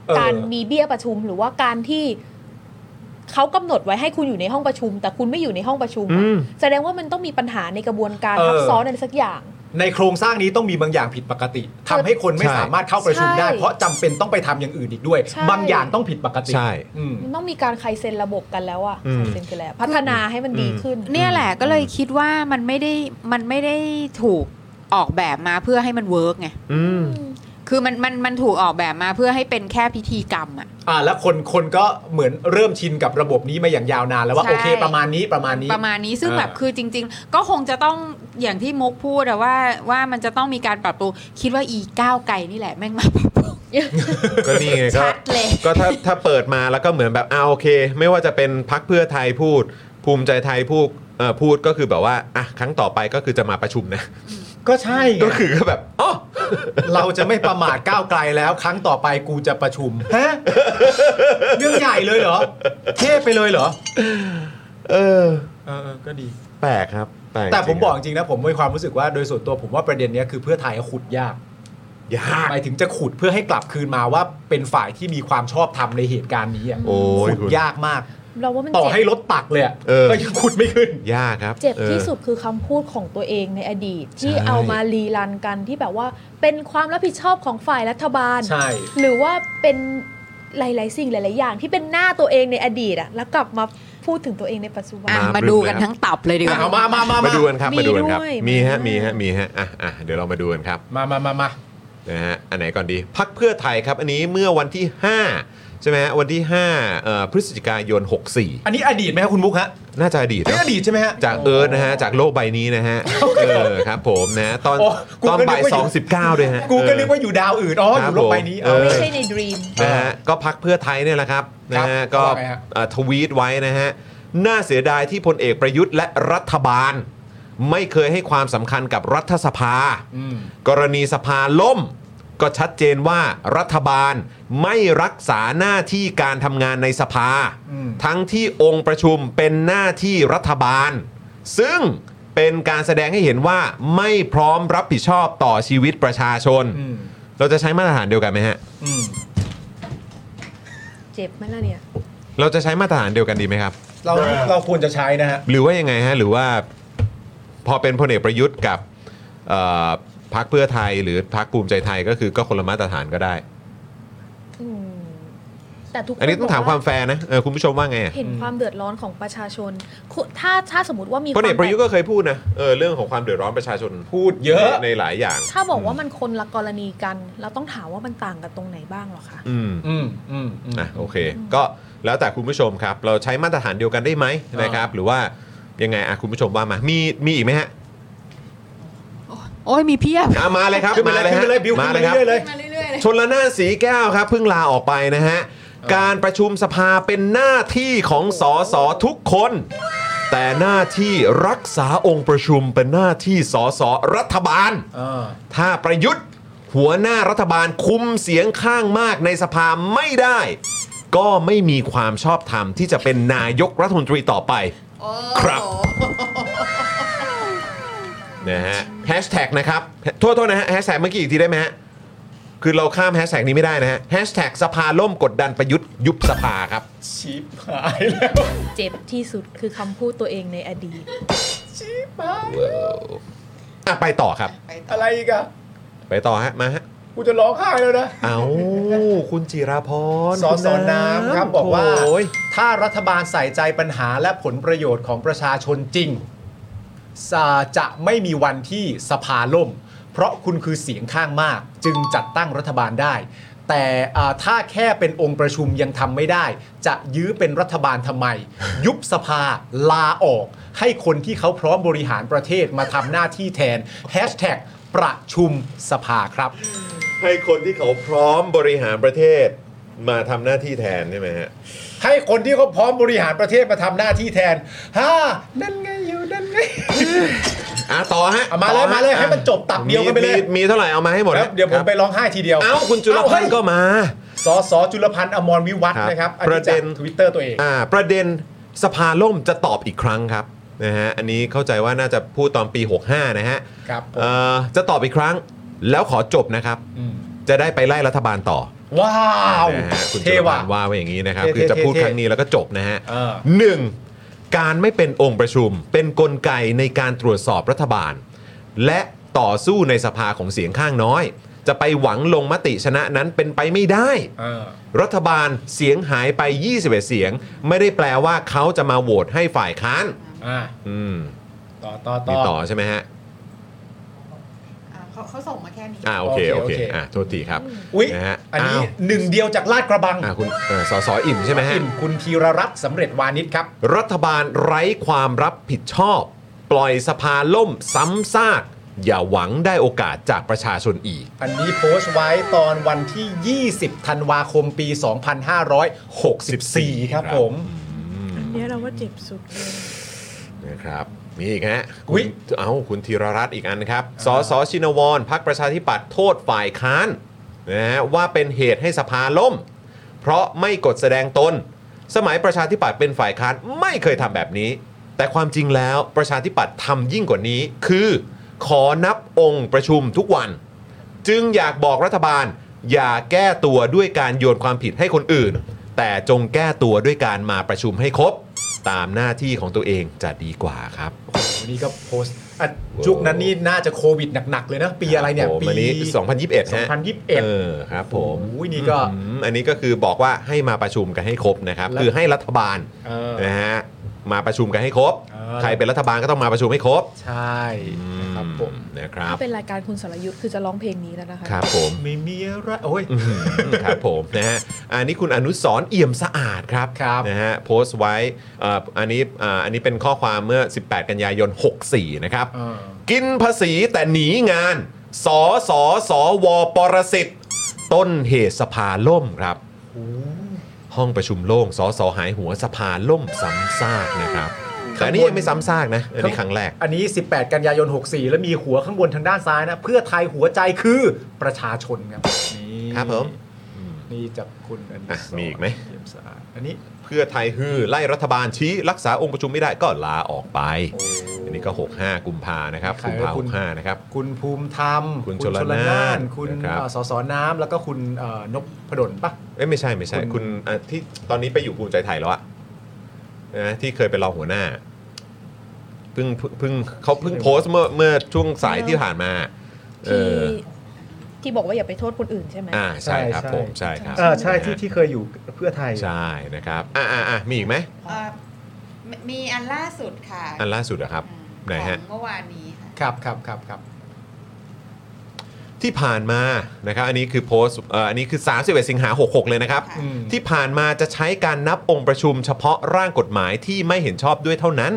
Speaker 1: เออ
Speaker 5: การมีเบี้ยประชุมหรือว่าการที่เขากำหนดไว้ให้คุณอยู่ในห้องประชุม แต่คุณไม่อยู่ในห้องประชุมอะ
Speaker 2: อืม
Speaker 5: แสดงว่ามันต้องมีปัญหาในกระบวนการ
Speaker 2: เออ
Speaker 5: ทับซ้อนอะไรสักอย่าง
Speaker 2: ในโครงสร้างนี้ต้องมีบางอย่างผิดปกติทำให้คนไม่
Speaker 1: ใช่
Speaker 2: สามารถเข้าประชุมได้
Speaker 5: ใช่
Speaker 2: เพราะจำเป็นต้องไปทำอย่างอื่นอีกด้วย
Speaker 5: ใช่
Speaker 2: บางอย่างต้องผิดปกติ
Speaker 1: ใช่
Speaker 2: อืม
Speaker 5: มันต้องมีการใครเซ็นระบบกันแล้วอะ
Speaker 2: อืม
Speaker 5: ใครเซ็นกันแล้ว พัฒนาให้มันดีขึ้น
Speaker 4: เนี่ยแหละก็เลยคิดว่ามันไม่ได้มันไม่ได้ถูกออกแบบมาเพื่อให้มันเวิร์กไง
Speaker 1: อืม
Speaker 4: คือมันมันมันถูกออกแบบมาเพื่อให้เป็นแค่พิธีกรรมอ่ะ
Speaker 2: อ่าแล้วคนคนก็เหมือนเริ่มชินกับระบบนี้มาอย่างยาวนานแล้วว่า
Speaker 4: ใช่
Speaker 2: โอเคประมาณนี้ประมาณนี้
Speaker 4: ประมาณนี้ซึ่งแบบ
Speaker 2: เออ
Speaker 4: คือจริง ๆ ก็คงจะต้องอย่างที่มุกพูดอะว่าว่ามันจะต้องมีการปรับปรุงคิดว่าอีก้าวไก่นี่แหละแม่งมา
Speaker 1: ก็นี่ไงก็ก็ถ้าถ้าเปิดมาแล้วก็เหมือนแบบเอาโอเค ไม่ว่าจะเป็นพักเพื่อไทยพูด ภูมิใจไทยพูดเอ่อพูดก็คือแบบว่าอ่ะครั้งต่อไปก็คือจะมาประชุมนะ
Speaker 2: ก็ใช่
Speaker 1: ก็คือก็แบบอ๋อ
Speaker 2: เราจะไม่ประมาทก้าวไกลแล้ว ครั้งต่อไปกูจะประชุมฮะเรื่องใหญ่เลยเหรอเทพไปเลยเหรอ
Speaker 1: เออ
Speaker 2: เออเออก็ดี
Speaker 1: แปลกครับแปลก
Speaker 2: แต่ผม
Speaker 1: จริงๆ
Speaker 2: บอกจริงนะผมมีความรู้สึกว่าโดยส่วนตัวผมว่าประเด็นเนี้ยคือเพื่อไทยขุดยาก
Speaker 1: ยาก
Speaker 2: หมายถึงจะขุดเพื่อให้กลับคืนมาว่าเป็นฝ่ายที่มีความชอบธรรมในเหตุการณ์นี้อ่ะ
Speaker 1: โอ้ย
Speaker 2: ขุด
Speaker 1: คุณ
Speaker 2: ยากมาก
Speaker 5: เราว่ามัน
Speaker 2: ต่อ
Speaker 5: เจ็บ
Speaker 2: ให้รถตักเลยอะ
Speaker 1: เออ
Speaker 2: ก็ยังขุดไม่ขึ้น
Speaker 1: ยากครับ
Speaker 5: เจ็บ
Speaker 1: ออ
Speaker 5: ที่สุดคือคำพูดของตัวเองในอดีต ที่
Speaker 1: ใช่
Speaker 5: เอามารีรันกันที่แบบว่าเป็นความรับผิดชอบของฝ่ายรัฐบาล
Speaker 2: ใช่
Speaker 5: หรือว่าเป็นหลาย ๆ สิ่งหลาย ๆ อย่างที่เป็นหน้าตัวเองในอดีตอะแล้วกลับมาพูดถึงตัวเองในปัจจุบัน
Speaker 1: อ่ะมาดูกันทั้งตับ
Speaker 4: เลยดีกว่า
Speaker 2: เอามามามา
Speaker 1: มาดูกันครับ
Speaker 5: มี
Speaker 1: มาดูกันครับ
Speaker 5: ด้วย
Speaker 1: มีฮะมีฮะมีฮะอ่ะอ่ะเดี๋ยวเรามาดูกันครับ
Speaker 2: มามามามา
Speaker 1: นะฮะอันไหนก่อนดีพักเพื่อไทยครับ อันนี้เมื่อวันที่ 5 ใช่ไหมฮะวันที่5เอ่อพฤศจิกายน 64
Speaker 2: อันนี้อดีตไหมครับคุณมุกฮะ
Speaker 1: น่าจะอดีต
Speaker 2: นี่
Speaker 1: นะ
Speaker 2: อดีตใช่ไหมฮะ
Speaker 1: จากเอิร์ธนะฮะ จากโลกใบนี้นะฮะเออครับผมนะ ตอน
Speaker 2: โอ้กู
Speaker 1: ตอน
Speaker 2: ก็นึก
Speaker 1: บ่าย
Speaker 2: ว่าอยู่
Speaker 1: สองสิบเก้าด้วยฮะ
Speaker 2: กูก็
Speaker 1: เออ
Speaker 2: นึกว่าอยู่ดาวอื่นอ๋ออ
Speaker 1: ครับ
Speaker 2: ยู่โลกใบนี้
Speaker 1: ผม
Speaker 2: เอา
Speaker 5: ไม่ใช่ในดีม
Speaker 1: นะฮะก็พักเพื่อไทยเนี่ยแหละครับนะฮะก็
Speaker 2: ว่าไงฮะ
Speaker 1: เอ่อทวีตไว้นะฮะน่าเสียดายที่พลเอกประยุทธ์และรัฐบาล ไม่เคยให้ความสำคัญกับรัฐสภา
Speaker 2: อืม
Speaker 1: กรณีสภาล่ม ก็ชัดเจนว่ารัฐบาลไม่รักษาหน้าที่การทำงานในสภา
Speaker 2: อืม
Speaker 1: ทั้งที่องค์ประชุมเป็นหน้าที่รัฐบาล ซึ่งเป็นการแสดงให้เห็นว่าไม่พร้อมรับผิดชอบต่อชีวิตประชาชน
Speaker 2: อืม
Speaker 1: เราจะใช้มาตรฐานเดียวกันไหมฮะ
Speaker 2: อืม
Speaker 5: เจ็บไหมล่ะเนี่ย
Speaker 1: เราจะใช้มาตรฐานเดียวกันดีไหมครับ
Speaker 2: เราเราควรจะใช้นะฮะ
Speaker 1: หรือว่ายังไงฮะ หรือว่าพอเป็นพลเอกประยุทธ์กับเอ่อพรรคเพื่อไทยหรือพรรคภูมิใจไทยก็คือก็คนละมาตรฐานก็ได้
Speaker 5: อืม แต่ทุกคน
Speaker 1: อันนี้ต้องถาม
Speaker 5: บก
Speaker 1: ความแฟร์นะเออคุณผู้ชมว่าไงอะ
Speaker 5: เห็นความเดือดร้อนของประชาชนคุณถ้าถ้าสมมติว่ามี
Speaker 1: พลเอ
Speaker 5: ค
Speaker 1: ก
Speaker 5: วาม
Speaker 1: ประยุทธ์ก็เคยพูดนะเออเรื่องของความเดือดร้อนประชาชน
Speaker 2: พูดเยอะ
Speaker 1: ในหลายอย่าง
Speaker 5: ถ้าบอกว่ามันคนละกรณีกัน เราต้องถามว่ามันต่างกันตรงไหนบ้างหรอคะ
Speaker 1: อืม
Speaker 2: อืมอืม
Speaker 1: อ่ะโอเค ก็แล้วแต่คุณผู้ชมครับ เราใช้มาตรฐานเดียวกันได้ไหมนะครับ หรือว่ายังไงอ่ะคุณผู้ชมว่ามามีมีอีกไหมฮะ
Speaker 4: โอ้ยมีเพียบ
Speaker 1: อ่ะมาเลยครับ
Speaker 4: ขึ้นไปเลย
Speaker 1: ฮะ
Speaker 4: ขึ้นไปเลยบิวขึ้นไป
Speaker 1: มาเลยครับ
Speaker 4: เรื่อยๆเลย
Speaker 1: ชนละนานสีแก้วครับ เพิ่งลาออกไปนะฮะ การประชุมสภาเป็นหน้าที่ของสสทุกคน แต่หน้าที่รักษาองค์ประชุมเป็นหน้าที่สสรัฐบาล
Speaker 2: อ่า
Speaker 1: ถ้าประยุทธ์หัวหน้ารัฐบาลคุมเสียงข้างมากในสภาไม่ได้ ก็ไม่มีความชอบธรรมที่จะเป็นนายกรัฐมนตรีต่อไป ครับนะฮะแฮชแท็กนะครับโทษโทษนะฮะแฮชแท็กเมื่อกี้อีกทีได้ไหมฮะ คือเราข้ามแฮชแท็กนี้ไม่ได้นะฮะแฮชแท็กสภาล่มกดดันประยุทธ์ยุบสภาครับ
Speaker 2: ชิบหายแล้ว
Speaker 5: เจ็บที่สุดคือคำพูดตัวเองในอดีต
Speaker 2: ชิบหาย
Speaker 1: อ่ะไปต่อครับ
Speaker 2: อะไรอีกอะ
Speaker 1: ไปต่อฮะมาฮะ
Speaker 2: กูจะร้องไห้แล้วนะ
Speaker 1: เอาคุณจิราพร
Speaker 2: สอ
Speaker 1: คุณ
Speaker 2: สอน้ำครับบอกว่า
Speaker 1: โย
Speaker 2: ถ้ารัฐบาลใส่ใจปัญหาและผลประโยชน์ของประชาชนจริงสาจะไม่มีวันที่สภาล่ม เพราะคุณคือเสียงข้างมาก จึงจัดตั้งรัฐบาลได้ แต่อ่าถ้าแค่เป็นองค์ประชุมยังทำไม่ได้ จะยื้อเป็นรัฐบาลทำไม ยุบสภาลาออก ให้คนที่เขาพร้อมบริหารประเทศมาทำหน้าที่แทนแฮชแท็กประชุมสภาครับ
Speaker 1: ให้คนที่เขาพร้อมบริหารประเทศมาทำหน้าที่แทนใช่ไหมฮะ
Speaker 2: ให้คนที่เขาพร้อมบริหารประเทศมาทำหน้าที่แทนฮ่านั่นไงอยู่นั่นไง
Speaker 1: อ่ะต่อฮะ
Speaker 2: เอามาเลย
Speaker 1: ต่อฮะ
Speaker 2: มาเลยให้
Speaker 1: อ่ะ
Speaker 2: มันจบตับเดียวกันไปเลย
Speaker 1: มีมีมีเท่าไหร่เอามาให้หมด
Speaker 2: แล้วเดี๋ยวผมไปร้องไห้ทีเดียว
Speaker 1: เอ้าคุณจุลพันธ์ก็มา
Speaker 2: สอสอจุลพันธ์อมรวิวัฒน์
Speaker 1: ครับ
Speaker 2: นะครับ
Speaker 1: ประเด็น
Speaker 2: ทวิตเตอร์ตัวเอง
Speaker 1: อ่า ประเด็นสภาล่มจะตอบอีกครั้งครับนะฮะอันนี้เข้าใจว่าน่าจะพูดตอนปี 65 นะฮะ
Speaker 2: ครับผม
Speaker 1: เอ่อจะตอบอีกครั้ง แล้วขอจบนะครับ จะได้ไปไล่รัฐบาลต่อ
Speaker 2: ว้าว
Speaker 1: นะฮะคุณ
Speaker 2: เท
Speaker 1: จุลพั
Speaker 2: ว่ะ
Speaker 1: นธ์ว่าไว้อย่างนี้นะครับ
Speaker 2: เท่ๆ
Speaker 1: คือจะพูด
Speaker 2: เท่ๆ
Speaker 1: ครั้งนี้แล้วก็จบนะฮะ
Speaker 2: เออ
Speaker 1: หนึ่งการไม่เป็นองค์ประชุม เป็นกลไกในการตรวจสอบรัฐบาล และต่อสู้ในสภาของเสียงข้างน้อย จะไปหวังลงมติชนะนั้นเป็นไปไม่ได้ รัฐบาลเสียงหายไป 21 เสียง ไม่ได้แปลว่าเขาจะมาโหวตให้ฝ่ายค้าน
Speaker 2: อ่า
Speaker 1: อืม
Speaker 2: ต่อต่อ
Speaker 1: มีต่อใช่ไหมฮะ
Speaker 4: เขาเขาส่งมาแค่นี้
Speaker 1: อ่าโอเค โอ
Speaker 2: โอ
Speaker 1: เค
Speaker 2: เค
Speaker 1: อ่าโทษทีครับ
Speaker 2: อุ๊ย
Speaker 1: นะฮะ
Speaker 2: อันนี้
Speaker 1: าว
Speaker 2: หนึ่งเดียวจากลาดกระบัง
Speaker 1: อ่าคุณเอ่อสอสออิ่มใช่ไหมฮะ
Speaker 2: อิ่มคุณธีรรัตน์สำเร็จวานิชครับ
Speaker 1: รัฐบาลไร้ความรับผิดชอบ ปล่อยสภาล่มซ้ำซาก อย่าหวังได้โอกาสจากประชาชนอีก
Speaker 2: อันนี้โพสต์ไว้ตอนวันที่ 20 ธันวาคมปี 2564 ครับผม
Speaker 3: อันเนี้ยเราว่าเจ็บสุดเลย
Speaker 1: นะครับมีอีกฮะคุณเอาคุณธีรรัตน์อีกอันครับสสชินวรพักประชาธิปัตย์โทษฝ่ายค้านนะฮะว่าเป็นเหตุให้สภาล่ม เพราะไม่กดแสดงตน สมัยประชาธิปัตย์เป็นฝ่ายค้านไม่เคยทำแบบนี้ แต่ความจริงแล้วประชาธิปัตย์ทำยิ่งกว่านี้ คือขอนับองค์ประชุมทุกวัน จึงอยากบอกรัฐบาล อย่าแก้ตัวด้วยการโยนความผิดให้คนอื่น แต่จงแก้ตัวด้วยการมาประชุมให้ครบ ตามหน้าที่ของตัวเองจะดีกว่าครับ
Speaker 2: วันนี้ก็โพสต์อ่ะยุคนั้นนี่น่าจะโควิดหนัก ๆ เลยนะ ปีอะไรเนี่ย
Speaker 1: ผม
Speaker 2: ปี
Speaker 1: อันนี้ 2021ฮะ
Speaker 2: 2021
Speaker 1: เออครับผม
Speaker 2: โอ้ยนี่ก็
Speaker 1: อืมอันนี้ก็คือบอกว่าให้มาประชุมกันให้ครบนะครับ
Speaker 2: แล้ว
Speaker 1: คือให้รัฐบาล
Speaker 2: เออ
Speaker 1: นะฮะมาประชุมกันให้ครบ
Speaker 2: เออ
Speaker 1: ใครเป็นรัฐบาลก็ต้องมาประชุมให้ครบ
Speaker 2: ใช่
Speaker 1: ครับผมนะครับ
Speaker 5: ถ้าเป็นรายการคุณสรยุทธ์คือจะร้องเพลงนี้แล้วนะคะ
Speaker 1: ครับผม
Speaker 2: ไม่มีอะไรโอ้ย
Speaker 1: อื้อหือครับผม (laughs) นะฮะอันนี้คุณอนุสรณ์เอี่ยมสะอาดครับนะฮะโพสต์ไว้เอ่ออันนี้อ่าอันนี้เป็นข้อความเมื่อ 18 กันยายน 64 นะครับ กินภาษีแต่หนีงาน สสสวปรสิตต้นเหตุสภาล่มครับ ห้องประชุมโล่งสสหายหัวสภาล่มซ้ำซากนะครับ แต่อันนี้ยังไม่ซ้ำซากนะ อันนี้ครั้งแรก
Speaker 2: อันนี้ 18 กันยายน 64 แล้วมีหัวข้างบนทางด้านซ้ายนะ เพื่อไทยหัวใจคือประชาชนครับ นี่
Speaker 1: ครับผม
Speaker 2: นี่จากคุณอันนี้
Speaker 1: อ่ะมีอีกไหม
Speaker 2: เยี่ยมสะอาดอันนี้
Speaker 1: เพื่อไทยฮือ ไล่รัฐบาลชี้รักษาองค์ประชุมไม่ได้ก็ลาออกไป อันนี้ก็ 65 กุมภานะครับ
Speaker 2: ใคร
Speaker 1: กุมภา
Speaker 2: ว่าคุณ
Speaker 1: 65 นะครับ
Speaker 2: คุณภูมิธรรม
Speaker 1: คุณ
Speaker 2: ช
Speaker 1: ชล
Speaker 2: ล
Speaker 1: นาน
Speaker 2: าน นคุณ
Speaker 1: นะครับ
Speaker 2: เอ่อสสน้ำแล้วก็คุณเอ่อนพพดลปะ
Speaker 1: เอ้ยไม่ใช่ไม่ใช่
Speaker 2: คุ
Speaker 1: คุณ ณอ่ะที่ตอนนี้ไปอยู่ภูมิใจไทยแล้วอะนะที่เคยเป็นรองหัวหน้าเพิ่งเพิ่งเพิ่งเขาเพิ่งโพสต์เมื่อเมื่อช่วงสายที่ผ่านมา เอ
Speaker 5: ที่
Speaker 1: อ
Speaker 5: ที่บอกว่าอย่าไปโทษคนอื่นใช่ไหม
Speaker 1: อ่าใช่ครับผมใช่ครับ
Speaker 2: เออใช่ที่ที่เคยอยู่เพื่อไทย
Speaker 1: ใช่นะครับอ่าอ่าอ่ามีอีกไหม
Speaker 15: เอ่อมมีอันล่าสุดค่ะ
Speaker 1: อันล่าสุดเหรอะครับไหนฮะ
Speaker 15: เมื่อวานนี้ค่ะ
Speaker 2: ครับครับครับครับ
Speaker 1: ที่ผ่านมานะครับอันนี้คือโพสต์เอ่ออันนี้คือ 31 สิงหา 66 เลยนะครับ ที่ผ่านมาจะใช้การนับองค์ประชุมเฉพาะร่างกฎหมายที่ไม่เห็นชอบด้วยเท่านั้น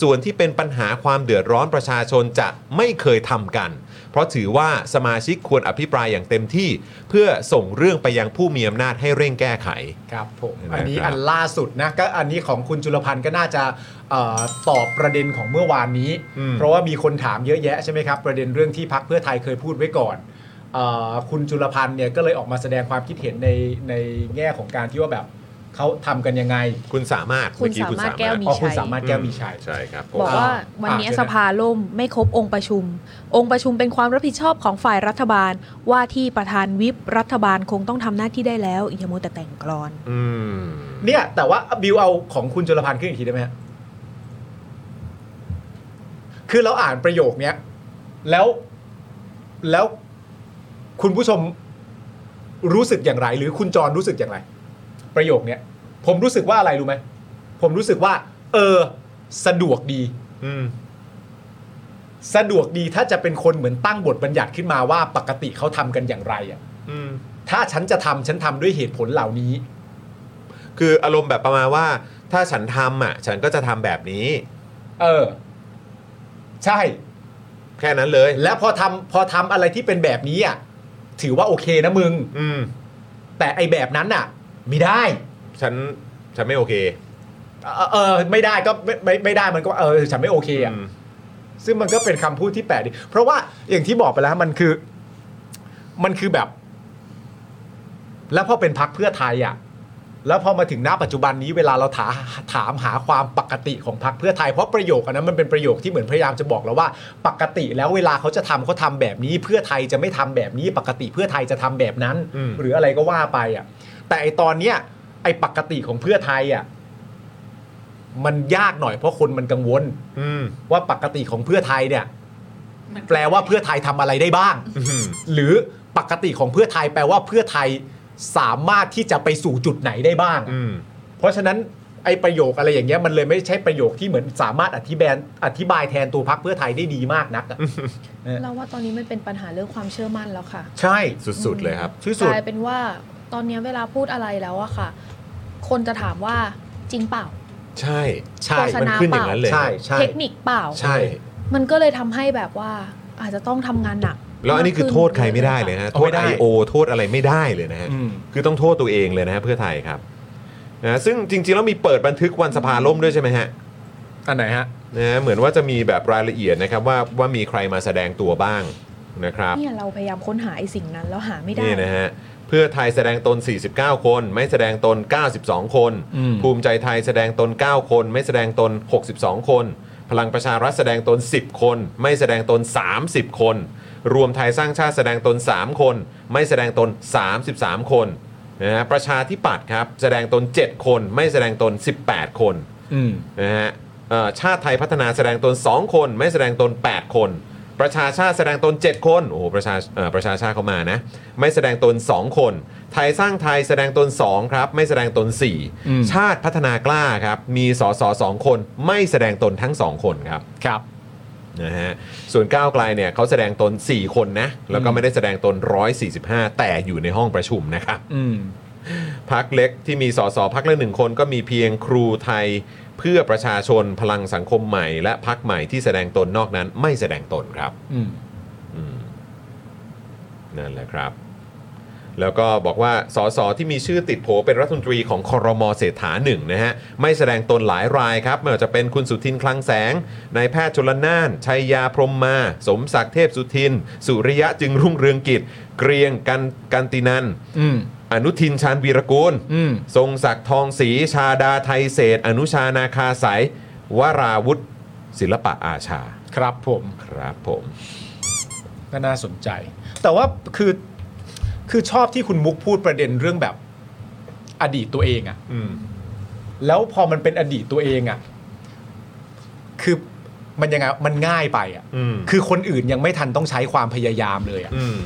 Speaker 1: ส่วนที่เป็นปัญหาความเดือดร้อนประชาชนจะไม่เคยทำกัน เพราะถือว่าสมาชิกควรอภิปรายอย่างเต็มที่ เพื่อส่งเรื่องไปยังผู้มีอำนาจให้เร่งแก้ไข
Speaker 2: ครับผมอันนี้
Speaker 1: นะครับ
Speaker 2: อันล่าสุดนะก็อันนี้ของคุณจุลพันธ์ก็น่าจะเอ่อตอบประเด็นของเมื่อวานนี้ เพราะว่ามีคนถามเยอะแยะใช่ไหมครับ ประเด็นเรื่องที่พักเพื่อไทยเคยพูดไว้ก่อนเออคุณจุลพันธ์เนี่ยก็เลยออกมาแสดงความคิดเห็นในในแง่ของการที่ว่าแบบเขาทำกันยังไง
Speaker 1: คุณสามารถ
Speaker 5: คุณเมื่อกี้คุณสามารถสามารถแก้วมีชัย
Speaker 2: อ๋อคุณสามารถแก้วมีชัย
Speaker 1: ใช่ครับผม
Speaker 5: บอกว่าวันนี้สภาล่มไม่ครบองค์ประชุม องค์ประชุมเป็นความรับผิดชอบของฝ่ายรัฐบาล ว่าที่ประธานวิปรัฐบาลคงต้องทำหน้าที่ได้แล้วอย่ามัวแต่แต่งกลอน
Speaker 2: เนี่ยแต่ว่าบิวเอาของคุณจุลพันธ์ขึ้นอีกทีได้ไหมฮะคือเราอ่านประโยคเนี้ยแล้วแล้วคุณผู้ชมรู้สึกอย่างไร หรือคุณจรรู้สึกอย่างไร ประโยคเนี้ยผมรู้สึกว่าอะไรรู้ไหมผมรู้สึกว่า เออ สะดวกดีสะดวกดีถ้าจะเป็นคนเหมือนตั้งบทบัญญัติขึ้นมาว่าปกติเขาทำกันอย่างไรอ่ะถ้าฉันจะทำฉันทำด้วยเหตุผลเหล่านี้
Speaker 1: คืออารมณ์แบบประมาณว่า ถ้าฉันทำอ่ะ ฉันก็จะทำแบบนี้
Speaker 2: เออ ใช่
Speaker 1: แค่นั้นเลย
Speaker 2: แล้วพอทำพอทำอะไรที่เป็นแบบนี้อ่ะถือว่าโอเคนะมึง
Speaker 1: อืม
Speaker 2: แต่ไอแบบนั้นอ่ะ ไม่ได้
Speaker 1: ฉันฉันไม่โอเค
Speaker 2: เออเออไม่ได้ก็ไม่ไม่ไม่ได้มันก็เออฉันไม่โอเคอ่ะซึ่งมันก็เป็นคำพูดที่แปลกดีเพราะว่าอย่างที่บอกไปแล้วมันคือ มันคือแบบ แล้วพอเป็นพักเพื่อไทยอ่ะ แล้วพอมาถึงหน้าปัจจุบันนี้เวลาเราถาถามหาความปกติของพรรคเพื่อไทยเพราะประโยคอันนั้นมันเป็นประโยคที่เหมือนพยายามจะบอกแล้วว่า ปกติแล้วเวลาเขาจะทำเขาทำแบบนี้ เพื่อไทยจะไม่ทำแบบนี้ ปกติเพื่อไทยจะทำแบบนั้น
Speaker 1: อืม
Speaker 2: หรืออะไรก็ว่าไปอ่ะ แต่ไอตอนเนี้ยไอปกติของเพื่อไทยอ่ะ มันยากหน่อยเพราะคนมันกังวลว่าปกติของเพื่อไทยเนี่ย แปลว่าเพื่อไทยทำอะไรได้บ้าง หรือปกติของเพื่อไทยแปลว่าเพื่อไทยสามารถที่จะไปสู่จุดไหนได้บ้าง เพราะฉะนั้นไอประโยคอะไรอย่างเงี้ยมันเลยไม่ใช่ประโยคที่เหมือนสามารถอธิบายอธิบายแทนตัวพักเพื่อไทยได้ดีมากนักอะ เออ
Speaker 5: เราว่าตอนนี้มันเป็นปัญหาเรื่องความเชื่อมั่นแล้วค่ะ
Speaker 2: ใช่
Speaker 1: สุดๆเลยครับ
Speaker 5: กลายเป็นว่าตอนนี้เวลาพูดอะไรแล้วอะค่ะ คนจะถามว่าจริงเปล่า
Speaker 1: ใช่ใช่
Speaker 5: โฆษ
Speaker 1: มัน
Speaker 5: ณา
Speaker 1: ขึ้น
Speaker 5: เป
Speaker 1: อย่า
Speaker 5: ล่าง
Speaker 1: นั้นเลย
Speaker 5: เทคนิคเปล่า
Speaker 1: ใช่
Speaker 5: มันก็เลยทำให้แบบว่าอาจจะต้องทำงานหนัก
Speaker 1: แล้วอันนี้คือโทษใครไม่ได้เลยนะฮะโทษไอโอโทษอะไรไม่ได้เลยนะฮะคือต้องโทษตัวเองเลยนะฮะเพื่อไทยครับนะซึ่งจริงๆแล้วมีเปิดบันทึกวันสภาล่มด้วยใช่ไหมฮะ
Speaker 2: อันไหนฮะ
Speaker 1: นะฮะเหมือนว่าจะมีแบบรายละเอียดนะครับ ว่าว่ามีใครมาแสดงตัวบ้างนะครับ
Speaker 5: เนี่ยเราพยายามค้นหาไอ้สิ่งนั้นแล้วหาไม่ได้
Speaker 1: นี่นะฮะเพื่อไทยแสดงตน 49 คน ไม่แสดงตน 92 คน
Speaker 2: อืม
Speaker 1: ภูมิใจไทยแสดงตน 9 คน ไม่แสดงตน 62 คน พลังประชารัฐแสดงตน 10 คน ไม่แสดงตน 30 คน รวมไทยสร้างชาติแสดงตน 3 คน ไม่แสดงตน 33 คนนะฮะประชาธิปัตย์ครับแสดงตน 7 คน ไม่แสดงตน 18 คน
Speaker 2: อืม
Speaker 1: นะฮะเอ่อชาติไทยพัฒนาแสดงตน 2 คน ไม่แสดงตน 8 คน ประชาชาติแสดงตน 7 คนโอ้โหประชาเอ่อประชาชาติเขามานะ ไม่แสดงตน 2 คน ไทยสร้างไทยแสดงตน 2 ครับ ไม่แสดงตน
Speaker 2: อืม
Speaker 1: 4 ชาติพัฒนากล้าครับ มีสสสองคน ไม่แสดงตนทั้ง 2 คนครับ
Speaker 2: ครับ
Speaker 1: นะฮะส่วนก้าวไกลเนี่ยเขาแสดงตน 4 คนนะ แล้วก็ไม่ได้แสดงตน 145 แต่อยู่ในห้องประชุมนะครับ
Speaker 2: อืม
Speaker 1: พักเล็กที่มีสสพักละหนึ่งคนก็มีเพียงครูไทยเพื่อประชาชนพลังสังคมใหม่ และพักใหม่ที่แสดงตนนอกนั้นไม่แสดงตนครับ
Speaker 2: อืม
Speaker 1: อืมนั่นแหละครับ แล้วก็บอกว่าสสที่มีชื่อติดโผเป็นรัฐมนตรีของคอรมอเศรษฐาหนึ่งนะฮะ ไม่แสดงตนหลายรายครับไม่ว่าจะเป็นคุณสุทินคลังแสงนายแพทย์ชลน่าน ชัยยาพรหมมา สมศักดิ์เทพสุทิน สุริยะจึงรุ่งเรืองกิจ เกรียงกันกันตินัน
Speaker 2: อืม
Speaker 1: อนุทินชาญวีรกูล
Speaker 2: อืม
Speaker 1: ทรงศักดิ์ทองศรีชาดาไทยเศษ อนุชานาคาสายวราวุธศิลปะอาชา
Speaker 2: ครับผม
Speaker 1: ครับผม
Speaker 2: ก็น่าสนใจ แต่ว่าคือคือชอบที่คุณมุกพูดประเด็นเรื่องแบบอดีตตัวเองอะ
Speaker 1: อืม
Speaker 2: แล้วพอมันเป็นอดีตตัวเองอะ่ะ คือมันยังไงมันง่ายไปอะ่ะ
Speaker 1: อืม
Speaker 2: คือคนอื่นยังไม่ทันต้องใช้ความพยายามเลยอะ่ะ
Speaker 1: อืม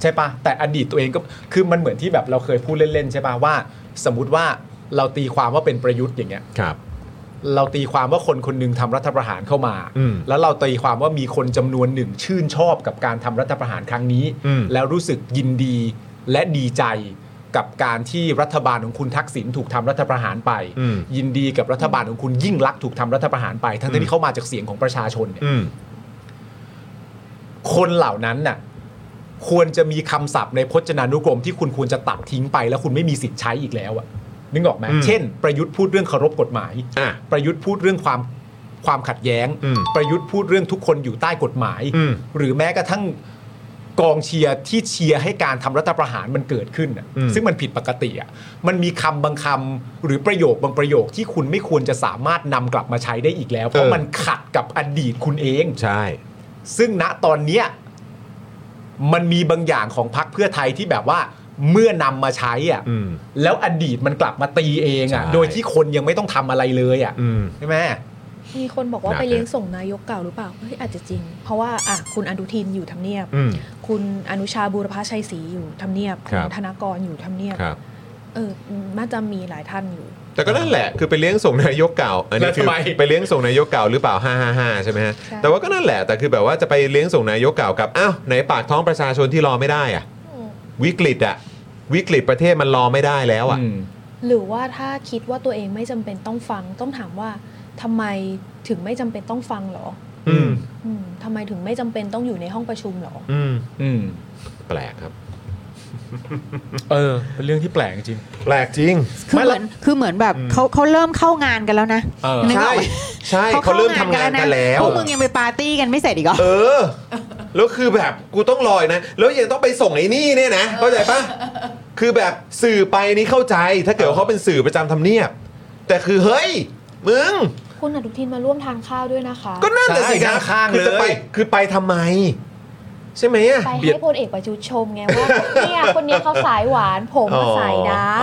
Speaker 2: ใช่ปะแต่อดีตตัวเองก็คือมันเหมือนที่แบบเราเคยพูดเล่นๆใช่ปะว่า สมมติว่าเราตีความว่าเป็นประยุทธ์อย่างเงี้ย
Speaker 1: ครับ
Speaker 2: เราตีความว่าคนคนหนึ่งทำรัฐประหารเข้ามา
Speaker 1: อืม
Speaker 2: แล้วเราตีความว่ามีคนจำนวนหนึ่งชื่นชอบกับการทำรัฐประหารครั้งนี้
Speaker 1: อืม
Speaker 2: แล้วรู้สึกยินดีและดีใจกับการที่รัฐบาลของคุณทักษิณถูกทำรัฐประหารไป
Speaker 1: อืม
Speaker 2: ยินดีกับรัฐบาลของคุณยิ่งรักษณ์ถูกทำรัฐประหารไป ทั้งๆที่เขามาจากเสียงของประชาชนเนี่ย
Speaker 1: อืม
Speaker 2: คนเหล่านั้นน่ะควรจะมีคำศัพท์ในพจนานุกรมที่คุณควรจะตัดทิ้งไป แล้วคุณไม่มีสิทธิ์ใช้อีกแล้วอะนึกออกไหม
Speaker 1: อืม
Speaker 2: เช่น ประยุทธ์พูดเรื่องเคารพกฎหมาย ประยุทธ์พูดเรื่องความความขัดแย้ง
Speaker 1: อืม
Speaker 2: ประยุทธ์พูดเรื่องทุกคนอยู่ใต้กฎหมาย
Speaker 1: อืม
Speaker 2: หรือแม้กระทั่งกองเชียร์ที่เชียร์ให้การทำรัฐประหารมันเกิดขึ้นน่ะ
Speaker 1: อืม
Speaker 2: ซึ่งมันผิดปกติอ่ะมันมีคำบางคำหรือประโยคบางประโยคที่คุณไม่ควรจะสามารถนำกลับมาใช้ได้อีกแล้ว เพราะมันขัดกับอดีตคุณเอง
Speaker 1: ใช่
Speaker 2: ซึ่งณตอนเนี้ยมันมีบางอย่างของพรรคเพื่อไทยที่แบบว่าเมื่อนำมาใช้อ่ะ
Speaker 1: อืม
Speaker 2: แล้วอดีตมันกลับมาตีเองอ่ะ
Speaker 1: ใช่
Speaker 2: โดยที่คนยังไม่ต้องทำอะไรเลยอ่ะ
Speaker 1: อืม
Speaker 2: ใช่ไหม
Speaker 5: มีคนบอกว่า
Speaker 2: หนัก
Speaker 5: ไปเลี้ยง
Speaker 2: นะ
Speaker 5: ส่งนายกเก่าหรือเปล่าเฮ้ยอาจจะจริง เพราะว่าอ่ะคุณอนุทินอยู่ทำเนียบ
Speaker 1: อืม
Speaker 5: คุณอนุชาบูรพาชัยศรีอยู่ทำเนียบ
Speaker 1: ครั
Speaker 5: คุ
Speaker 1: บ
Speaker 5: ณธนากรอยู่ทำเนียบ
Speaker 1: ครับ
Speaker 5: เออน่าจะมีหลายท่านอยู่
Speaker 1: แต่ก็นั่นแหละ คือไปเลี้ยงส่งนายกเก่า อันนี้
Speaker 2: แล้ว
Speaker 1: คื
Speaker 2: ทำ
Speaker 1: อ
Speaker 2: ไม
Speaker 1: ไปเลี้ยงส่งนายกเก่าหรือเปล่า5 5 5ใช่ไหมฮะ
Speaker 5: ใช่
Speaker 1: แต่ว่าก็นั่นแหละแต่คือแบบว่าจะไปเลี้ยงส่งนายกเก่ากับอ้าวไหนปากท้องประชาชนที่รอไม่ได้อะวิกฤตอะวิกฤตประเทศมันรอไม่ได้แล้วอะ
Speaker 5: หรือว่าถ้าคิดว่าตัวเองไม่จำเป็นต้องฟัง ต้องถามว่าทำไมถึงไม่จำเป็นต้องฟังเหรอ
Speaker 1: อืม
Speaker 5: อืมทำไมถึงไม่จำเป็นต้องอยู่ในห้องประชุมเหรอ
Speaker 1: อืม
Speaker 2: อืม
Speaker 1: แปลกครับ
Speaker 2: เออ เป็นเรื่องที่แปลกจริง
Speaker 1: แปลกจริง
Speaker 4: คือเหมือนคือเหมือนแบบเขาเขาเริ่มเข้างานกันแล้วนะ
Speaker 1: เออ
Speaker 4: นึกออกไหม
Speaker 1: ใช่ใช่เขาเริ่มทำงานกันแล้ว
Speaker 4: พวกมึงยังไปปาร์ตี้กันไม่เสร็จอีกเหรอ
Speaker 1: เออ แล้วคือแบบกูต้องลอยนะ แล้วยังต้องไปส่งไอ้นี่เนี่ยนะเข้าใจปะคือแบบสื่อไปนี่เข้าใจ ถ้าเกิดว่าเขาเป็นสื่อประจำทำเนียบ แต่คือเฮ้ยมึง
Speaker 5: คุณอนุทินมาร่วมทานข้าวด้วยนะคะ
Speaker 1: ก็นั่นแหละสิครับ
Speaker 2: ข้างๆ
Speaker 1: คือจะไป
Speaker 2: เลย
Speaker 1: คือไปทำไม ใช่ไหมอะ
Speaker 5: ไปให้พลเอกประยุทธ์ชมไงว่าเนี่ยคนเนี้ยเขาสายหวานผมมาสายดาร์ก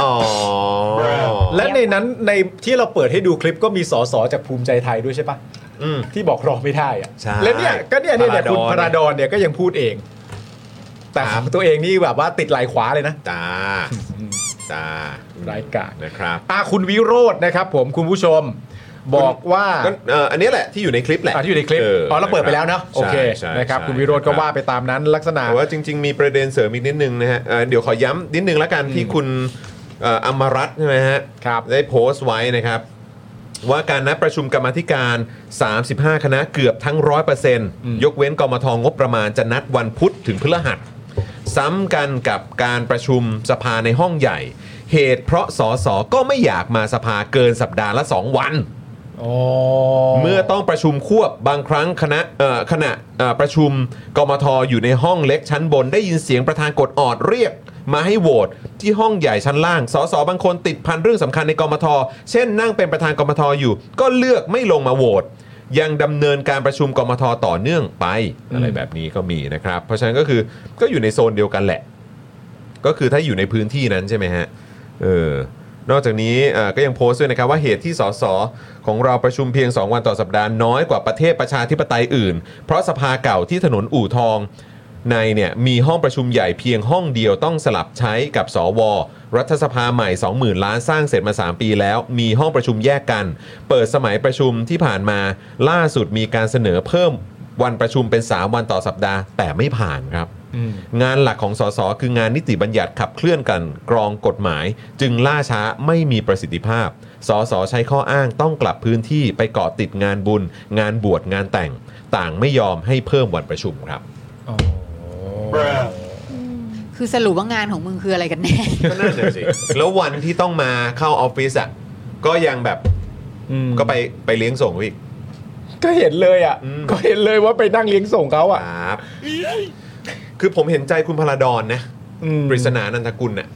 Speaker 2: และในนั้นในที่เราเปิดให้ดูคลิปก็มีสสจากภูมิใจไทยด้วยใช่ปะที่บอกรอไม่ได้อะ
Speaker 1: ใช่
Speaker 2: และเนี่ยก็เนี่ยเนี่ยเนี่ยคุณพ
Speaker 1: พารา
Speaker 2: รา
Speaker 1: ด
Speaker 2: ด
Speaker 1: อ
Speaker 2: อน นเนี่ยก็ยังพูดเอง แต่ของตัวเองนี่แบบว่าติดไหลขวาเลยนะ
Speaker 1: จ้าจ้าร
Speaker 2: ายการ
Speaker 1: นะครับ
Speaker 2: อาคุณวิโรจน์นะครับผมคุณผู้ชม บอกว่า
Speaker 1: ก็เอ่ออันนี้แหละที่อยู่ในคลิปแหละ
Speaker 2: อ่ะที่อยู่ในคลิป
Speaker 1: เ
Speaker 2: อ๋อเราเปิดไปแล้วเนอะโอเค
Speaker 1: ใช่
Speaker 2: นะครับ
Speaker 1: ใช่
Speaker 2: คุณวิโรจน์ก็
Speaker 1: คบ
Speaker 2: ว่าไปตามนั้นลักษณะ
Speaker 1: แต่ว่าจริง ๆ มีประเด็นเสริมอีกนิดนึงนะฮะเอ่อเดี๋ยวขอย้ำนิดนึงละกันที่คุณเอ่ออมรัตน์ใช่ไหมฮะได้โพสต์ไว้นะครับ ว่าการนัดประชุมกรรมาธิการ 35 คณะเกือบทั้ง 100%ยกเว้นกมทงบประมาณจะนัดวันพุธถึงพฤหัส ซ้ำกันกับการประชุมสภาในห้องใหญ่ เหตุเพราะสสก็ไม่อยากมาสภาเกินสัปดาห์ละ 2 วัน เมื่อต้องประชุมควบบางครั้งคณะเอ่อขณะเอ่อประชุมกมทอยู่ในห้องเล็กชั้นบนได้ยินเสียงประธานกดออดเรียก มาให้โหวตที่ห้องใหญ่ชั้นล่างสสบางคนติดพันเรื่องสำคัญในกมท เช่นนั่งเป็นประธานกมทอยู่ ก็เลือกไม่ลงมาโหวตยังดำเนินการประชุมกมทต่อเนื่องไปอะไรแบบนี้ก็มีนะครับ เพราะฉะนั้นก็คือก็อยู่ในโซนเดียวกันแหละ ก็คือถ้าอยู่ในพื้นที่นั้นใช่ไหมฮะ เออ นอกจากนี้เอ่อก็ยังโพสต์ด้วยนะครับว่าเหตุที่สสของเราประชุมเพียง 2 วันต่อสัปดาห์น้อยกว่าประเทศประชาธิปไตยอื่น เพราะสภาเก่าที่ถนนอู่ทองในเนี่ยมีห้องประชุมใหญ่เพียงห้องเดียวต้องสลับใช้กับสว รัฐสภาใหม่ 20,000 ล้านสร้างเสร็จมา 3 ปีแล้ว มีห้องประชุมแยกกัน เปิดสมัยประชุมที่ผ่านมาล่าสุดมีการเสนอเพิ่มวันประชุมเป็น 3 วันต่อสัปดาห์ แต่ไม่ผ่านครับ งานหลักของสสคืองานนิติบัญญัติขับเคลื่อนกันกรองกฎหมาย จึงล่าช้าไม่มีประสิทธิภาพสสใช้ข้ออ้างต้องกลับพื้นที่ไปเกาะติดงานบุญ งานบวชงานแต่ง ต่างไม่ยอมให้เพิ่มวันประชุมครับ
Speaker 4: คือสรุปว่างานของมึงคืออะไรกันแน่
Speaker 1: ก็นั่นแหละสิ แล้ววันที่ต้องมาเข้าออฟฟิศอ่ะก็ยังแบบก็ไปไปเลี้ยงส่งเขาอีก
Speaker 2: ก็เห็นเลยอ่ะก็เห็นเลยว่าไปนั่งเลี้ยงส่งเขาอ่ะ
Speaker 1: ครับ คือผมเห็นใจคุณพลาดอนนะปริศนานันทกุลเนี่ย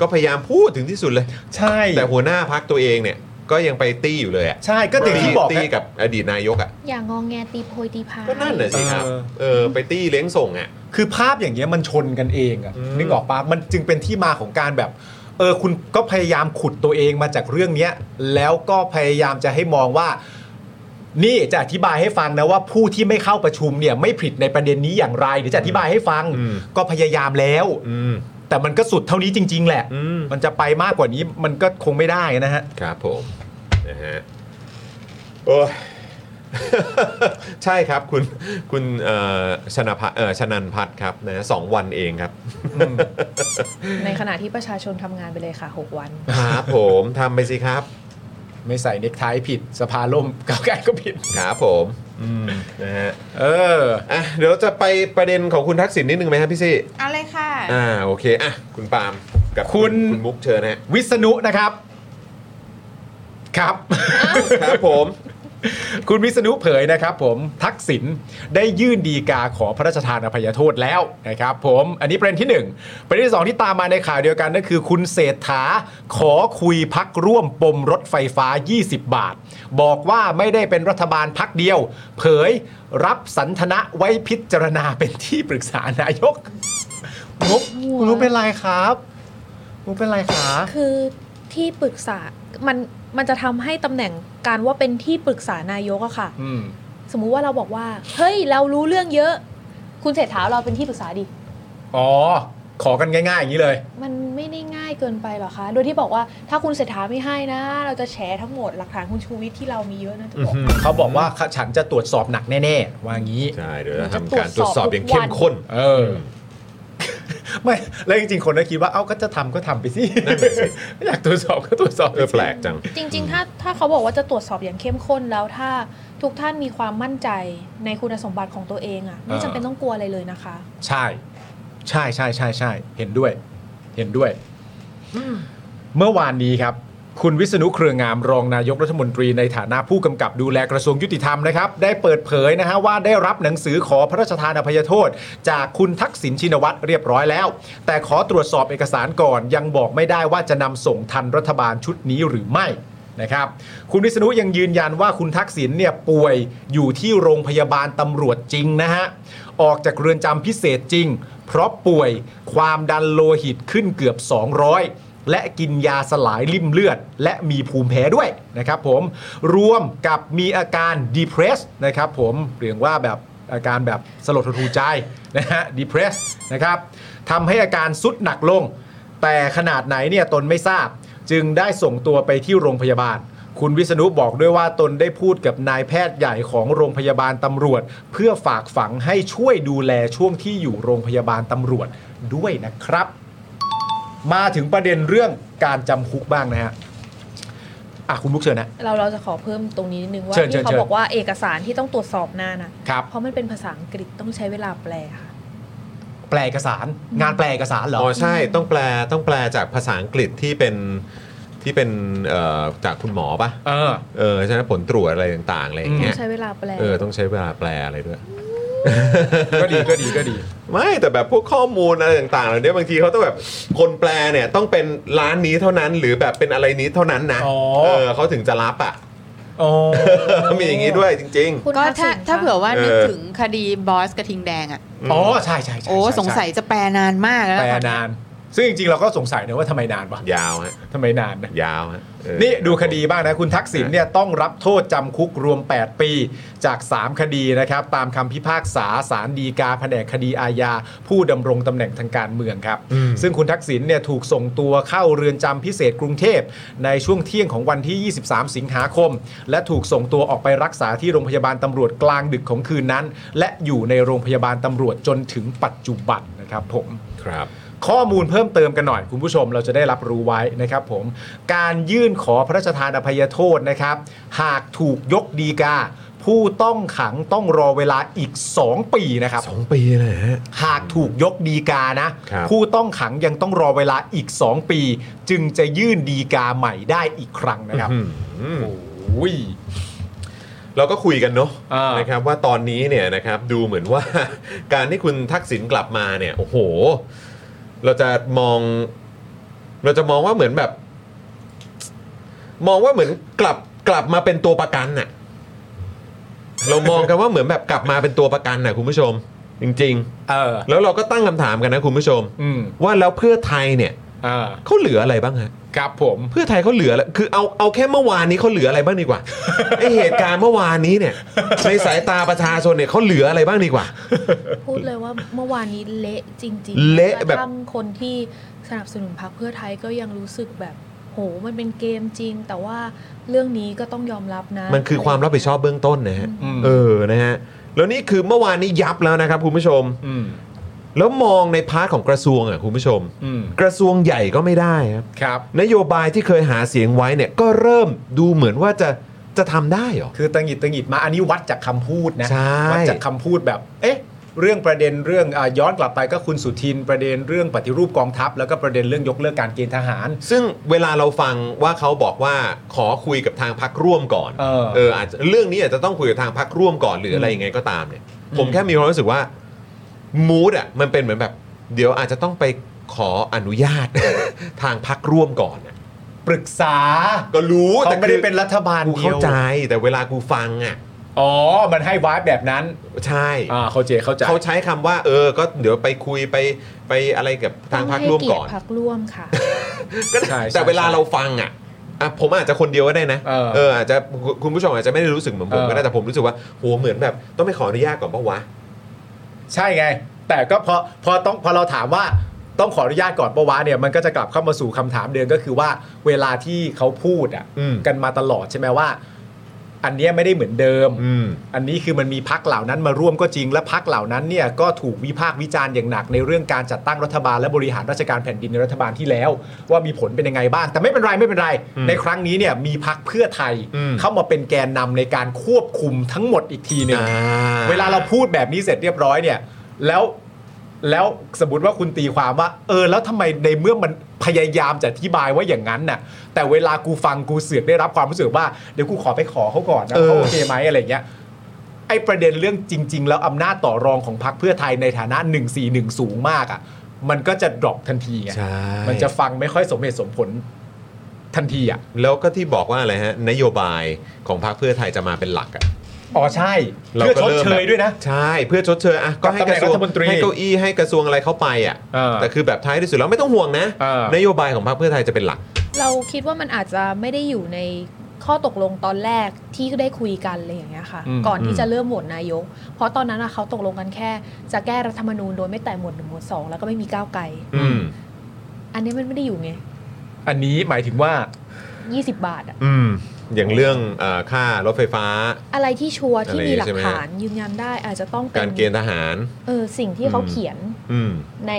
Speaker 1: ก็พยายามพูดถึงที่สุดเลย
Speaker 2: ใช่
Speaker 1: แต่หัวหน้าพักตัวเองเนี่ย ก็ยังไปตี้อยู่เลยอะ
Speaker 2: ใช่ก็ถึงที่บอก
Speaker 1: ตี้ตี้กับอดีตนายกอ่ะ
Speaker 5: อย่างงองแงตีโพยตีพาย
Speaker 1: ก็นั่นแหละสิครับ เออไปตี้เลี้ยงส่งอ่ะ
Speaker 2: คือภาพอย่างเงี้ยมันชนกันเองอะนึกออกปะมันจึงเป็นที่มาของการแบบ เออคุณก็พยายามขุดตัวเองมาจากเรื่องเนี้ย แล้วก็พยายามจะให้มองว่า นี่จะอธิบายให้ฟังนะว่าผู้ที่ไม่เข้าประชุมเนี่ยไม่ผิดในประเด็นนี้อย่างไรเดี๋ยวจะอธิบายให้ฟังก็พยายามแล้วแต่มันก็สุดเท่านี้จริง ๆ แหละ มันจะไปมากกว่านี้มันก็คงไม่ได้นะฮะ
Speaker 1: ครับผมนะฮะโอ้ย ใช่ครับคุณคุณเอ่อชนะพัฒน์เอ่อชนันพัฒน์ครับนะสองวันเองครับ
Speaker 5: ในขณะที่ประชาชนทำงานไปเลยค่ะ 6 วัน
Speaker 1: ครับผมทำไปสิครับ
Speaker 2: ไม่ใส่เน็กไทผิดสภาล่ม (laughs) ก้าวไกลก็ผิด
Speaker 1: ครับผมอืมนะฮะ
Speaker 2: เอ
Speaker 1: ออ่ะเดี๋ยวจะไปประเด็นของคุณทักษิณนิดนึงไหมครับพี่ซี่
Speaker 4: (laughs) เอาเลยค่ะ
Speaker 1: อ่าโอเคอ่ะคุณปาล์มกับคุณคุณมุกเชิญนะฮะ
Speaker 2: วิษณุนะครับ ครับ
Speaker 1: ครับผม
Speaker 2: คุณวิษณุเผยนะครับผมทักษิณได้ยื่นดีกาขอพระราชทานอภัยโทษแล้วนะครับผมอันนี้ประเด็นที่ 1 ประเด็นที่ 2 ที่ตามมาในข่าวเดียวกันก็คือ คุณเศรษฐาขอคุยพักร่วมปมรถไฟฟ้า 20 บาท บอกว่าไม่ได้เป็นรัฐบาลพักเดียว เผยรับสันทนะไว้พิจารณาเป็นที่ปรึกษานายกมุกคุณรู้เป็นไรครับมุกเป็นไรครับ
Speaker 5: คือที่ปรึกษามันมันจะทำให้ตำแหน่งการว่าเป็นที่ปรึกษานายกอะค่ะ
Speaker 2: อืม
Speaker 5: สมมุติว่าเราบอกว่า เฮ้ย เรารู้เรื่องเยอะ คุณเศรษฐาเราเป็นที่ปรึกษาดิ
Speaker 2: อ๋อ ขอกันง่ายๆอย่างนี้เลย
Speaker 5: มันไม่ได้ง่ายเกินไปหรอคะ โดยที่บอกว่าถ้าคุณเศรษฐาไม่ให้นะ เราจะแฉทั้งหมดหลักฐานคุณชูวิทย์ที่เรามีเยอะนะ
Speaker 2: เขาบอกว่าฉันจะตรวจสอบหนักแน่ๆ ว่างี้
Speaker 1: ใช่ เดี๋ยวจะ
Speaker 5: ทำการตรวจสอบอย่างเข้มข้น
Speaker 2: เออ ไม่ แล้วจริงๆ คนก็คิดว่า เอ้า ก็จะทำก็ทำไปสิอยากตรวจสอบก็ตรวจสอบเออแปลกจัง
Speaker 5: จริง ๆ ถ้าถ้าเขาบอกว่าจะตรวจสอบอย่างเข้มข้นแล้วถ้าทุกท่านมีความมั่นใจในคุณสมบัติของตัวเองอะไม่จำเป็นต้องกลัวอะไรเลยนะคะ
Speaker 2: ใช่ ใช่ใช่ใช่ใช่ เห็นด้วย เห็นด้วย เมื่อวานนี้ครับ คุณวิษณุเครืองามรองนายกรัฐมนตรีในฐานะผู้กำกับดูแลกระทรวงยุติธรรมนะครับ ได้เปิดเผยนะฮะว่าได้รับหนังสือขอพระราชทานอภัยโทษ จากคุณทักษิณชินวัตรเรียบร้อยแล้ว แต่ขอตรวจสอบเอกสารก่อน ยังบอกไม่ได้ว่าจะนำส่งทันรัฐบาลชุดนี้หรือไม่นะครับ คุณวิษณุยังยืนยันว่าคุณทักษิณเนี่ยป่วยอยู่ที่โรงพยาบาลตำรวจจริงนะฮะออกจากเรือนจำพิเศษจริง เพราะป่วยความดันโลหิตขึ้นเกือบ 200 และกินยาสลายริ่มเลือด และมีภูมิแพ้ด้วยนะครับผมรวมกับมีอาการ depressed นะครับผมเรียกว่าแบบอาการแบบสลดหดหูใจนะฮะ depressed นะครับทำให้อาการสุดหนักลง แต่ขนาดไหนเนี่ยตนไม่ทราบ จึงได้ส่งตัวไปที่โรงพยาบาล คุณวิษณุบอกด้วยว่าตนได้พูดกับนายแพทย์ใหญ่ของโรงพยาบาลตำรวจ เพื่อฝากฝังให้ช่วยดูแลช่วงที่อยู่โรงพยาบาลตำรวจด้วยนะครับ มาถึงประเด็นเรื่องการจำคุกบ้างนะฮะ อ่ะ คุณบุ๊กเชิญนะ
Speaker 5: เราเราจะขอเพิ่มตรงนี้นิดนึงว่า
Speaker 2: เชิญเชิญ
Speaker 5: ที่เขา
Speaker 2: เชิญ
Speaker 5: บอกว่าเอกสารที่ต้องตรวจสอบหน้าน่ะ
Speaker 2: ครับ
Speaker 5: เพราะมันเป็นภาษาอังกฤษต้องใช้เวลาแปลค่ะ
Speaker 2: แปลเอกสาร งานแปลเอกสารเหรอ
Speaker 1: อ๋อใช่ต้องแปลต้องแปลจากภาษาอังกฤษที่เป็นที่เป็นเอ่อจากคุณหมอปะ
Speaker 2: เออ
Speaker 1: เออใช่ไหมผลตรวจอะไรต่างๆอะไรอย่างเงี้
Speaker 5: ต้
Speaker 1: ย
Speaker 5: องใช้เวลาแปล
Speaker 1: เออต้องใช้เวลาแปลอะไรด้วย
Speaker 2: ก็ดีก็ดีก็ดี
Speaker 1: (laughs) ไม่แต่แบบพวกข้อมูลอะไรต่างๆเหล่านี้บางทีเขาต้องแบบคนแปลเนี่ยต้องเป็นร้านนี้เท่านั้น หรือแบบเป็นอะไรนี้เท่านั้นนะเออเขาถึงจะรับอ่ะ
Speaker 2: อ๋อ
Speaker 1: (laughs) มีอย่างนี้ด้วยจริง ๆ
Speaker 4: ก็ถ้าถ้าเผื่อว่านึก
Speaker 1: เออ
Speaker 4: ถึงคดีบอสกระทิงแดงอ่ะ
Speaker 2: อ๋อ ใช่ใช่ใช่
Speaker 4: โอ้
Speaker 2: ใช่ใช่
Speaker 4: สงสัยจะแปลนานมากแล้ว
Speaker 2: แปลนาน ซึ่งจริงๆ เราก็สงสัยนะว่าทำไมนานวะ
Speaker 1: ยาวฮะ
Speaker 2: ทำไมนานนะ
Speaker 1: ยาวฮะเออ
Speaker 2: นี่ดูคดีบ้างนะคุณทักษิณเนี่ยต้องรับโทษจำคุกรวม 8 ปีจาก 3 คดีนะครับ ตามคำพิพากษาสารดีกาแผนกคดีอาญาผู้ดำรงตำแหน่งทางการเมืองครับ
Speaker 1: อืม
Speaker 2: ซึ่งคุณทักษิณเนี่ยถูกส่งตัวเข้าเรือนจำพิเศษกรุงเทพ ในช่วงเที่ยงของวันที่ 23 สิงหาคม และถูกส่งตัวออกไปรักษาที่โรงพยาบาลตำรวจกลางดึกของคืนนั้น และอยู่ในโรงพยาบาลตำรวจจนถึงปัจจุบันนะครับผม
Speaker 1: ครับ
Speaker 2: ข้อมูลเพิ่มเติมกันหน่อย คุณผู้ชมเราจะได้รับรู้ไว้นะครับผม การยื่นขอพระราชทานอภัยโทษนะครับ หากถูกยกดีกา ผู้ต้องขังต้องรอเวลาอีก 2 ปีนะครับ
Speaker 1: 2 ปีเลยฮะ
Speaker 2: หากถูกยกดีกานะ
Speaker 1: ครับ
Speaker 2: ผู้ต้องขังยังต้องรอเวลาอีก 2 ปี จึงจะยื่นดีกาใหม่ได้อีกครั้งนะครับ
Speaker 1: อืม
Speaker 2: โอ้ย
Speaker 1: เราก็คุยกันเนาะนะครับว่าตอนนี้เนี่ยนะครับดูเหมือนว่า การที่คุณทักษิณกลับมาเนี่ย โอ้โห เราจะมอง เราจะมองว่าเหมือนแบบ มองว่าเหมือนกลับกลับมาเป็นตัวประกันน่ะ เรามองกันว่าเหมือนแบบกลับมาเป็นตัวประกันน่ะคุณผู้ชม จริง
Speaker 2: เออ
Speaker 1: แล้วเราก็ตั้งคำถามกันนะคุณผู้ชม
Speaker 2: อืม
Speaker 1: ว่าแล้วเพื่อไทยเนี่ย เขาเหลืออะไรบ้างฮะ
Speaker 2: ครับผม
Speaker 1: เพื่อไทยเขาเหลืออะไรคือเอาเอาแค่เมื่อวานนี้เขาเหลืออะไรบ้างดีก
Speaker 2: (laughs)
Speaker 1: ว่า ไอเหตุการณ์เมื่อวานนี้เนี่ย ในสายตาประชาชนเนี่ยเขาเหลืออะไรบ้างดีกว่า
Speaker 5: พูดเลยว่าเมื่อวานนี้เละจริง
Speaker 1: เละแบบ
Speaker 5: กรทั่งคนที่สนับสนุนพรรคเพื่อไทยก็ยังรู้สึกแบบโหมันเป็นเกมจริง แต่ว่าเรื่องนี้ก็ต้องยอมรับนะ
Speaker 1: มันคือความรับผิดชอบเบื้องต้นนะฮะ
Speaker 5: อืม
Speaker 1: เออนะฮะแล้วนี่คือเมื่อวานนี้ยับแล้วนะครับคุณผู้ชม
Speaker 2: อืม
Speaker 1: แล้วมองในพาร์ทของกระทรวงอ่ะคุณผู้ชม
Speaker 2: อืม
Speaker 1: กระทรวงใหญ่ก็ไม่ได้ครับ
Speaker 2: ครับ
Speaker 1: นโยบายที่เคยหาเสียงไว้เนี่ยก็เริ่มดูเหมือนว่าจะจะทำได้เหรอ
Speaker 2: คือตังหงิดตังหงิดมาอันนี้วัดจากคำพูดนะ
Speaker 1: ใช่
Speaker 2: วัดจากคำพูดแบบ เอ๊ะ เรื่องประเด็นเรื่องอาย้อนกลับไปก็คุณสุทินประเด็นเรื่องปฏิรูปกองทัพ แล้วก็ประเด็นเรื่องยกเลิกการเกณฑ์ทหาร
Speaker 1: ซึ่งเวลาเราฟังว่าเขาบอกว่าขอคุยกับทางพักร่วมก่อน
Speaker 2: เออ
Speaker 1: เอออาจจะเรื่องนี้อาจจะต้องคุยกับทางพักร่วมก่อนหรืออะไรยังไงก็ตามเนี่ย ผมแค่มีความรู้สึกว่ามูดอ่ะมันเป็นเหมือนแบบ เดี๋ยวอาจจะต้องไปขออนุญาต (laughs) ทางพักร่วมก่อนอะ
Speaker 2: ปรึกษา
Speaker 1: ก็รู้แต่
Speaker 2: เขาไม่ได้เป็นรัฐบาล
Speaker 1: กูเข้า
Speaker 2: เดียว
Speaker 1: ใจแต่เวลากูฟังอ่ะ
Speaker 2: อ๋อ มันให้วายแบบนั้น
Speaker 1: ใช่
Speaker 2: อ่าเข้าใจเข้าใจ
Speaker 1: เขาใช้คำว่า เออ ก็เดี๋ยวไปคุยไปไปอะไรกับทางพักร่วมก่อน
Speaker 5: ต้งให้เยติพักร่วมค่ะ
Speaker 1: แต่เวลาเราฟังอ่ะอ่ะ ผมอาจจะคนเดียวก็ได้นะ เอออาจจะคุณคุณผู้ชมอาจจะไม่ได้รู้สึกเหมือนผมก็ได้แต่ผมรู้สึกว่าโหเหมือนแบบ ต้องไปขออนุญาตก่อนปะวะ
Speaker 2: ใช่ไง แต่ก็พอพอต้องพอเราถามว่าต้องขออนุญาตก่อนปะวะเนี่ยมันก็จะกลับเข้ามาสู่คำถามเดิมก็คือว่าเวลาที่เขาพูดอ่ะ
Speaker 1: อืม
Speaker 2: กันมาตลอดใช่ไหมว่า อันเนี้ยไม่ได้เหมือนเดิม อันนี้คือมันมีพักเหล่านั้นมาร่วมก็จริงและพักเหล่านั้นเนี่ยก็ถูกวิพากษ์วิจารณ์อย่างหนักในเรื่องการจัดตั้งรัฐบาลและบริหารราชการแผ่นดินในรัฐบาลที่แล้ว ว่ามีผลเป็นยังไงบ้าง แต่ไม่เป็นไรไม่เป็นไร
Speaker 1: อืม
Speaker 2: ในครั้งนี้เนี่ยมีพักเพื่อไทย
Speaker 1: อืม
Speaker 2: เข้ามาเป็นแกนนำในการควบคุมทั้งหมดอีกทีหนึ่ง เวลาเราพูดแบบนี้เสร็จเรียบร้อยเนี่ย แล้วแล้วสมมติว่าคุณตีความว่า เออ แล้วทำไมในเมื่อมันพยายามจะอธิบายว่าอย่างนั้นน่ะ แต่เวลากูฟังกูเสือกได้รับความรู้สึกว่าเดี๋ยวกูขอไปขอเขาก่อนนะ
Speaker 1: เออ
Speaker 2: เขาโอเคไหมอะไรเงี้ยไอ้ประเด็นเรื่องจริง ๆ แล้วอำนาจต่อรองของพรรคเพื่อไทยในฐานะ 141 สูงมากอะ่ะ มันก็จะดรอปทันทีไงมันจะฟังไม่ค่อยสมเหตุสมผลทันทีอ่ะ
Speaker 1: แล้วก็ที่บอกว่าอะไรฮะ นโยบายของพรรคเพื่อไทยจะมาเป็นหลักอ่ะ
Speaker 2: อ๋อใช่ เพื่อชดเชยด้วยนะ
Speaker 1: ใช่เพื่อชดเชยอ่ะก็ให้กระทรวง
Speaker 2: ตำแหน่งรัฐมนตรี
Speaker 1: ให้เก้าอี้ให้กระทรวงอะไรเข้าไปอ่ะแต่คือแบบท้ายที่สุดแล้วไม่ต้องห่วงนะนโยบายของพรรคเพื่อไทยจะเป็นหลัก
Speaker 5: เราคิดว่ามันอาจจะไม่ได้อยู่ในข้อตกลงตอนแรกที่ได้คุยกันอะไรอย่างเงี้ยค่ะ
Speaker 1: อืม
Speaker 5: ก่อนที่
Speaker 1: อืม
Speaker 5: จะเริ่มโหวตนายก เพราะตอนนั้นน่ะเขาตกลงกันแค่ จะแก้รัฐธรรมนูญโดยไม่แตะหมวดหนึ่งหมวดสองแล้วก็ไม่มีก้าวไกล
Speaker 1: อืม
Speaker 5: อันนี้มันไม่ได้อยู่ไง
Speaker 2: อันนี้หมายถึงว่า
Speaker 5: 20 บาทอะ
Speaker 1: อืม อย่างเรื่องเออค่ารถไฟฟ้า
Speaker 5: อะไรที่ชัวร์ที่
Speaker 1: อะไร
Speaker 5: มีหลัก
Speaker 1: ใช่ไหม
Speaker 5: ฐานยืนยันได้อาจจะต้องเป็
Speaker 1: การ
Speaker 5: น
Speaker 1: เกณฑ์ทหาร
Speaker 5: เออสิ่งที่เขา
Speaker 1: อืม
Speaker 5: เขียน
Speaker 1: อืม
Speaker 5: ใน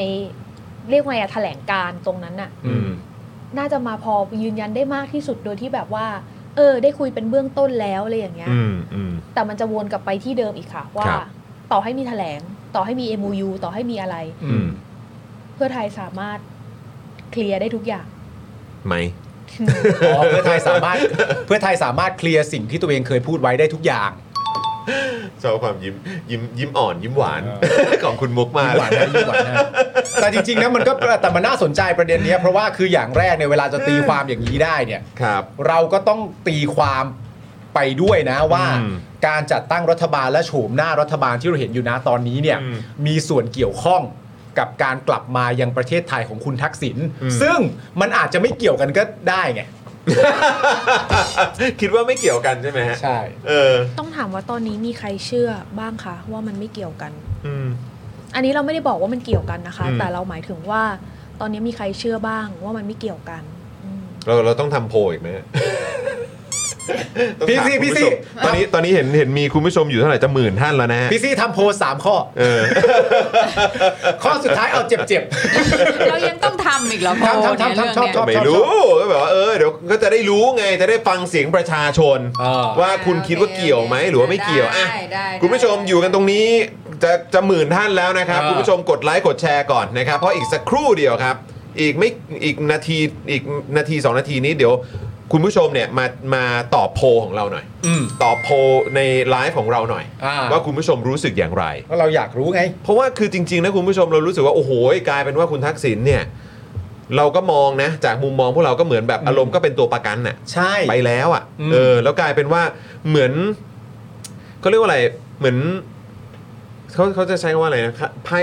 Speaker 5: เรียกว่าไงอะแถลงการณ์ตรงนั้นน่ะ
Speaker 1: อืม
Speaker 5: น่าจะมาพอยืนยันได้มากที่สุดโดยที่แบบว่า เออ ได้คุยเป็นเบื้องต้นแล้วอะไรอย่างเงี้ย
Speaker 1: อืม อืม
Speaker 5: แต่มันจะวนกลับไปที่เดิมอีกค่ะ ว่า
Speaker 1: ครับ
Speaker 5: ต่อให้มีแถลง ต่อให้มี MOU ต่อให้มีอะไร
Speaker 1: อืม
Speaker 5: เพื่อไทยสามารถเคลียร์ได้ทุกอย่าง
Speaker 1: ไหม
Speaker 2: อ๋อเพื่อไทยสามารถเพื่อไทยสามารถเคลียร์สิ่งที่ตัวเองเคยพูดไว้ได้ทุกอย่าง
Speaker 1: ชอบความยิ้มยิ้มยิ้มอ่อนยิ้มหวาน (laughs) ของคุณมุกมาก
Speaker 2: หวานนะยิ่งหวานนะแต่จริงๆนะมันก็แต่มันน่าสนใจประเด็นเนี้ยเพราะว่าคืออย่างแรกในยเวลาจะตีความอย่างนี้ได้เนี่ย
Speaker 1: ครับ
Speaker 2: เราก็ต้องตีความไปด้วยนะว่า การจัดตั้งรัฐบาลและโฉมหน้ารัฐบาลที่เราเห็นอยู่นะตอนนี้เนี่ยมีส่วนเกี่ยวข้องกับการกลับมายังประเทศไทยของคุณทักษิณ
Speaker 1: อืม
Speaker 2: ซึ่งมันอาจจะไม่เกี่ยวกันก็ได้ไง
Speaker 1: คิดว่าไม่เกี่ยวกันใช่ไหมฮะ
Speaker 2: ใช่
Speaker 1: เออ
Speaker 5: ต้องถามว่าตอนนี้มีใครเชื่อบ้างคะว่ามันไม่เกี่ยวกัน
Speaker 1: อืม
Speaker 5: อันนี้เราไม่ได้บอกว่ามันเกี่ยวกันนะคะ
Speaker 1: อืม
Speaker 5: แต่เราหมายถึงว่า ตอนนี้มีใครเชื่อบ้างว่ามันไม่เกี่ยวกัน
Speaker 1: เราเราต้องทำโพลอีกไหมฮะต้องถาม
Speaker 2: พี่ซี่
Speaker 1: คุณ
Speaker 2: พี่
Speaker 1: ผู้
Speaker 2: ซี่
Speaker 1: ชมตอนนี้ตอนนี้เห็นเห็นมีคุณผู้ชมอยู่เท่าไหร่จะหมื่นท่านแล้วนะฮะ
Speaker 2: พี่ซี่ทำโพลสามข้อ
Speaker 1: เออ
Speaker 2: ข้อสุดท้ายเอาเจ็บ
Speaker 3: เรายังต้องทำอีกเหรอโพล
Speaker 2: ทำทำ
Speaker 3: เนี่ย
Speaker 2: ทำ
Speaker 3: เรื่อง
Speaker 2: ชอบ
Speaker 3: เนี้ย
Speaker 2: ชอบ
Speaker 1: ไม่รู้ก็แบบว่าเออเดี๋ยวก็จะได้รู้ไงจะได้ฟังเสียงประชาชน ว่าคุณคิดว่าเกี่ยวไหมหรือว่าไม่เกี่ยวอ่ะ
Speaker 3: ได้ได้
Speaker 1: คุณผู้ชมอยู่กันตรงนี้จะจะหมื่นท่านแล้วนะครับ
Speaker 2: เออ
Speaker 1: คุณผู้ชมกดไลค์กดแชร์ก่อนนะครับ เพราะอีกสักครู่เดียวครับ อีกไม่อีกนาทีอีกนาที 2 นาทีนี้เดี๋ยว คุณผู้ชมเนี่ยมามาตอบโพลของเราหน่อย
Speaker 2: อืม
Speaker 1: ตอบโพลในไลฟ์ของเราหน่อย
Speaker 2: อ่า
Speaker 1: ว่าคุณผู้ชมรู้สึกอย่างไร
Speaker 2: เพราะเราอยากรู้ไง
Speaker 1: เพราะว่าคือจริงๆนะคุณผู้ชมเรารู้สึกว่าโอ้โหกลายเป็นว่าคุณทักษิณเนี่ย เราก็มองนะ จากมุมมองพวกเราก็เหมือนแบบอารมณ์ก็เป็นตัวประกันน่ะ
Speaker 2: ใช่
Speaker 1: ไปแล้วอ่ะ
Speaker 2: อืม
Speaker 1: เออแล้วกลายเป็นว่าเหมือนเขาเรียกว่าอะไรเหมือน เขาเขาจะใช้คำว่าอะไรนะไพ่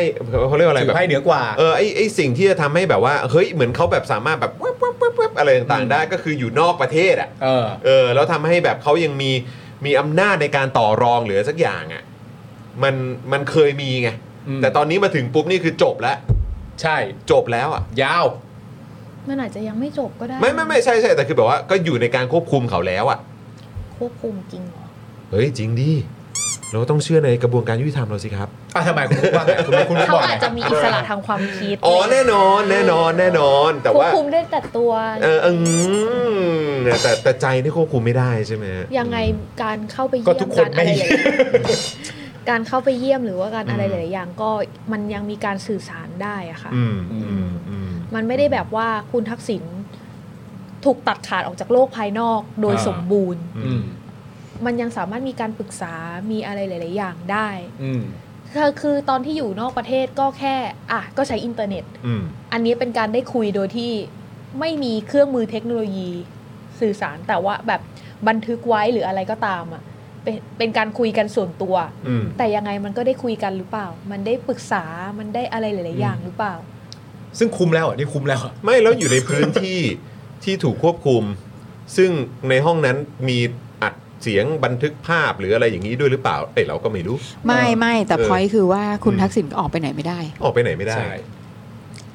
Speaker 1: เขาเรียกว่าอะไร
Speaker 2: ถื
Speaker 1: แบ
Speaker 2: อบไพ่เหนือกว่า
Speaker 1: เออไอไอสิ่งที่จะทำให้แบบว่าเฮ้ยเหมือนเขาแบบสามารถแบบปึ๊บปึ๊บปึ๊บปึ๊บอะไรต่างๆได้ก็คืออยู่นอกประเทศอ่ะ
Speaker 2: เออ
Speaker 1: เออแล้วทำให้แบบเขายังมีมีอำนาจในการต่อรองเหลือสักอย่างอ่ะมันมันเคยมีไงแต่ตอนนี้มาถึงปุ๊บนี่คือจบแล้ว
Speaker 2: ใช่
Speaker 1: จบแล้วอ่ะ
Speaker 2: ยาว
Speaker 5: มันอาจจะยังไม่จบก็ได้
Speaker 1: ไม่ไม่ไม่ใช่ใช่แต่คือแบบว่าก็อยู่ในการควบคุมเขาแล้วอ่ะ
Speaker 5: ควบคุมจริงเหรอ
Speaker 1: เฮ้ยจริงดิเราต้องเชื่อในกระบวนการยุติธรรมเราสิครับ
Speaker 2: อ่ะทำไมคุณว่าคุณคุณ
Speaker 5: เขาอาจจะมีอิสระทางความคิด
Speaker 1: อ๋อแน่นอนแน่นอนแน่นอนแต่
Speaker 5: ควบ
Speaker 1: ว่า
Speaker 5: คุมได้แต่ตัว
Speaker 1: เอออืมแต่แต่ใจนี่ควบคุมไม่ได้ใช่ไหมฮะ
Speaker 5: ยังไงการเข้าไป
Speaker 1: ก็
Speaker 5: เยี่ยม
Speaker 1: ทุกคน
Speaker 5: ารอะ
Speaker 1: ไม่
Speaker 5: ไรหลายๆการเข้าไปเยี่ยมหรือว่าการอะไรหลายๆอย่างก็มันยังมีการสื่อสารได้อะค่ะ
Speaker 1: อืมอืมอืม
Speaker 5: มันไม่ได้แบบว่าคุณทักษิณถูกตัดขาดออกจากโลกภายนอกโดย
Speaker 1: อ่า
Speaker 5: สมบูรณ์
Speaker 1: อืม
Speaker 5: มันยังสามารถมีการปรึกษามีอะไรหลาย ๆ อย่างได้
Speaker 2: อืม
Speaker 5: คือคือตอนที่อยู่นอกประเทศก็แค่อ่ะก็ใช้อินเทอร์เน็ต
Speaker 1: อืม
Speaker 5: อันนี้เป็นการได้คุยโดยที่ไม่มีเครื่องมือเทคโนโลยีสื่อสารแต่ว่าแบบบันทึกไว้หรืออะไรก็ตามอ่ะเป็นเป็นการคุยกันส่วนตัว
Speaker 1: อืม
Speaker 5: แต่ยังไงมันก็ได้คุยกันหรือเปล่า มันได้ปรึกษามันได้อะไรหลาย ๆ อย่างหรือเปล่า
Speaker 2: ซึ่งคุมแล้วอ่ะนี่คุมแล้วอ่ะ
Speaker 1: ไม่แล้วอยู่ในพื้นที่ ที่ถูกควบคุม ซึ่งในห้องนั้นมีอัดเสียงบันทึกภาพหรืออะไรอย่างนี้ด้วยหรือเปล่าเอ้ยเราก็ไม่รู้
Speaker 15: ไม่ไม่แต่
Speaker 1: เ
Speaker 15: พอยคือว่าคุณทักษิณก็ออกไปไหนไม่ได้
Speaker 1: ออกไปไหนไม่ได้
Speaker 2: ใช่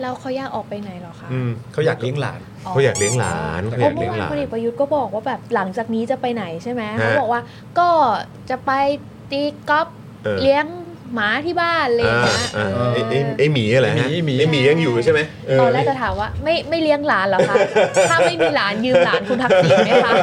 Speaker 5: แล้วเขาอยากออกไปไหนเหรอคะ
Speaker 1: อืม
Speaker 2: เขาอยากเลี้ยงหลาน
Speaker 1: เขาอยากเลี้ยงหลานเขาอยาก
Speaker 5: เมื่
Speaker 1: เลี้
Speaker 5: อย
Speaker 1: ง
Speaker 5: วา
Speaker 1: ห
Speaker 5: น
Speaker 1: ลา
Speaker 5: พ
Speaker 1: น
Speaker 5: ลเอกประยุทธ์ก็บอกว่าแบบหลังจากนี้จะไปไหนใช่ไหม
Speaker 1: ฮะ
Speaker 5: เขาบอกว่าก็จะไปตีกอล์ฟ
Speaker 1: เออ
Speaker 5: เลี้ยงหมาที่บ้านอะไรอย่างเลยนะ
Speaker 1: อ่าอ่าไอ้ไอ้ไอ้หมีอะไรฮะไอ้หมีไอ้หมียังอยู่ใช่ไหมเ
Speaker 5: ตอนแรกจะถามว่าไม่ไม่เลี้ยงหลานเหรอคะ ถ้าไม่มีหลานยืมหลานคุณทักษิณไหมคะ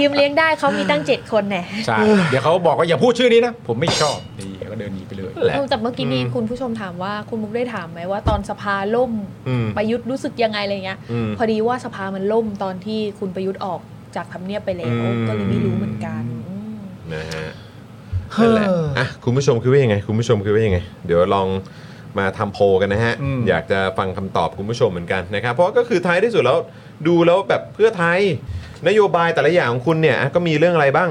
Speaker 5: ยืมเลี้ยงได้เขามีตั้งเจ็ดคนแน่
Speaker 2: ใช่ เดี๋ยวเขาบอกว่าอย่าพูดชื่อนี้นะ ผมไม่ชอบนี่ก็เดินหนีไปเลย
Speaker 5: แต่เมื่อกี้นี้คุณผู้ชมถามว่าคุณมุกได้ถามไหมว่าตอนสภาล่ม
Speaker 2: อืม
Speaker 5: ประยุทธ์รู้สึกยังไงอะไรเงี้ย
Speaker 2: อืม
Speaker 5: พอดีว่าสภามันล่มตอนที่คุณประยุทธ์ออกจากทำเนียบไปแล้วก็เลยไม่รู้เหมือนกัน
Speaker 1: นะฮะนั่นแหละอ่ะคุณผู้ชมคิดว่ายังไง คุณผู้ชมคิดว่ายังไง เดี๋ยวลองมาทำโพลกันนะฮะ
Speaker 2: อืม
Speaker 1: อยากจะฟังคำตอบคุณผู้ชมเหมือนกันนะครับ เพราะก็คือท้ายที่สุดแล้วดูแล้วแบบเพื่อไทย นโยบายแต่ละอย่างของคุณเนี่ยอ่ะก็มีเรื่องอะไรบ้าง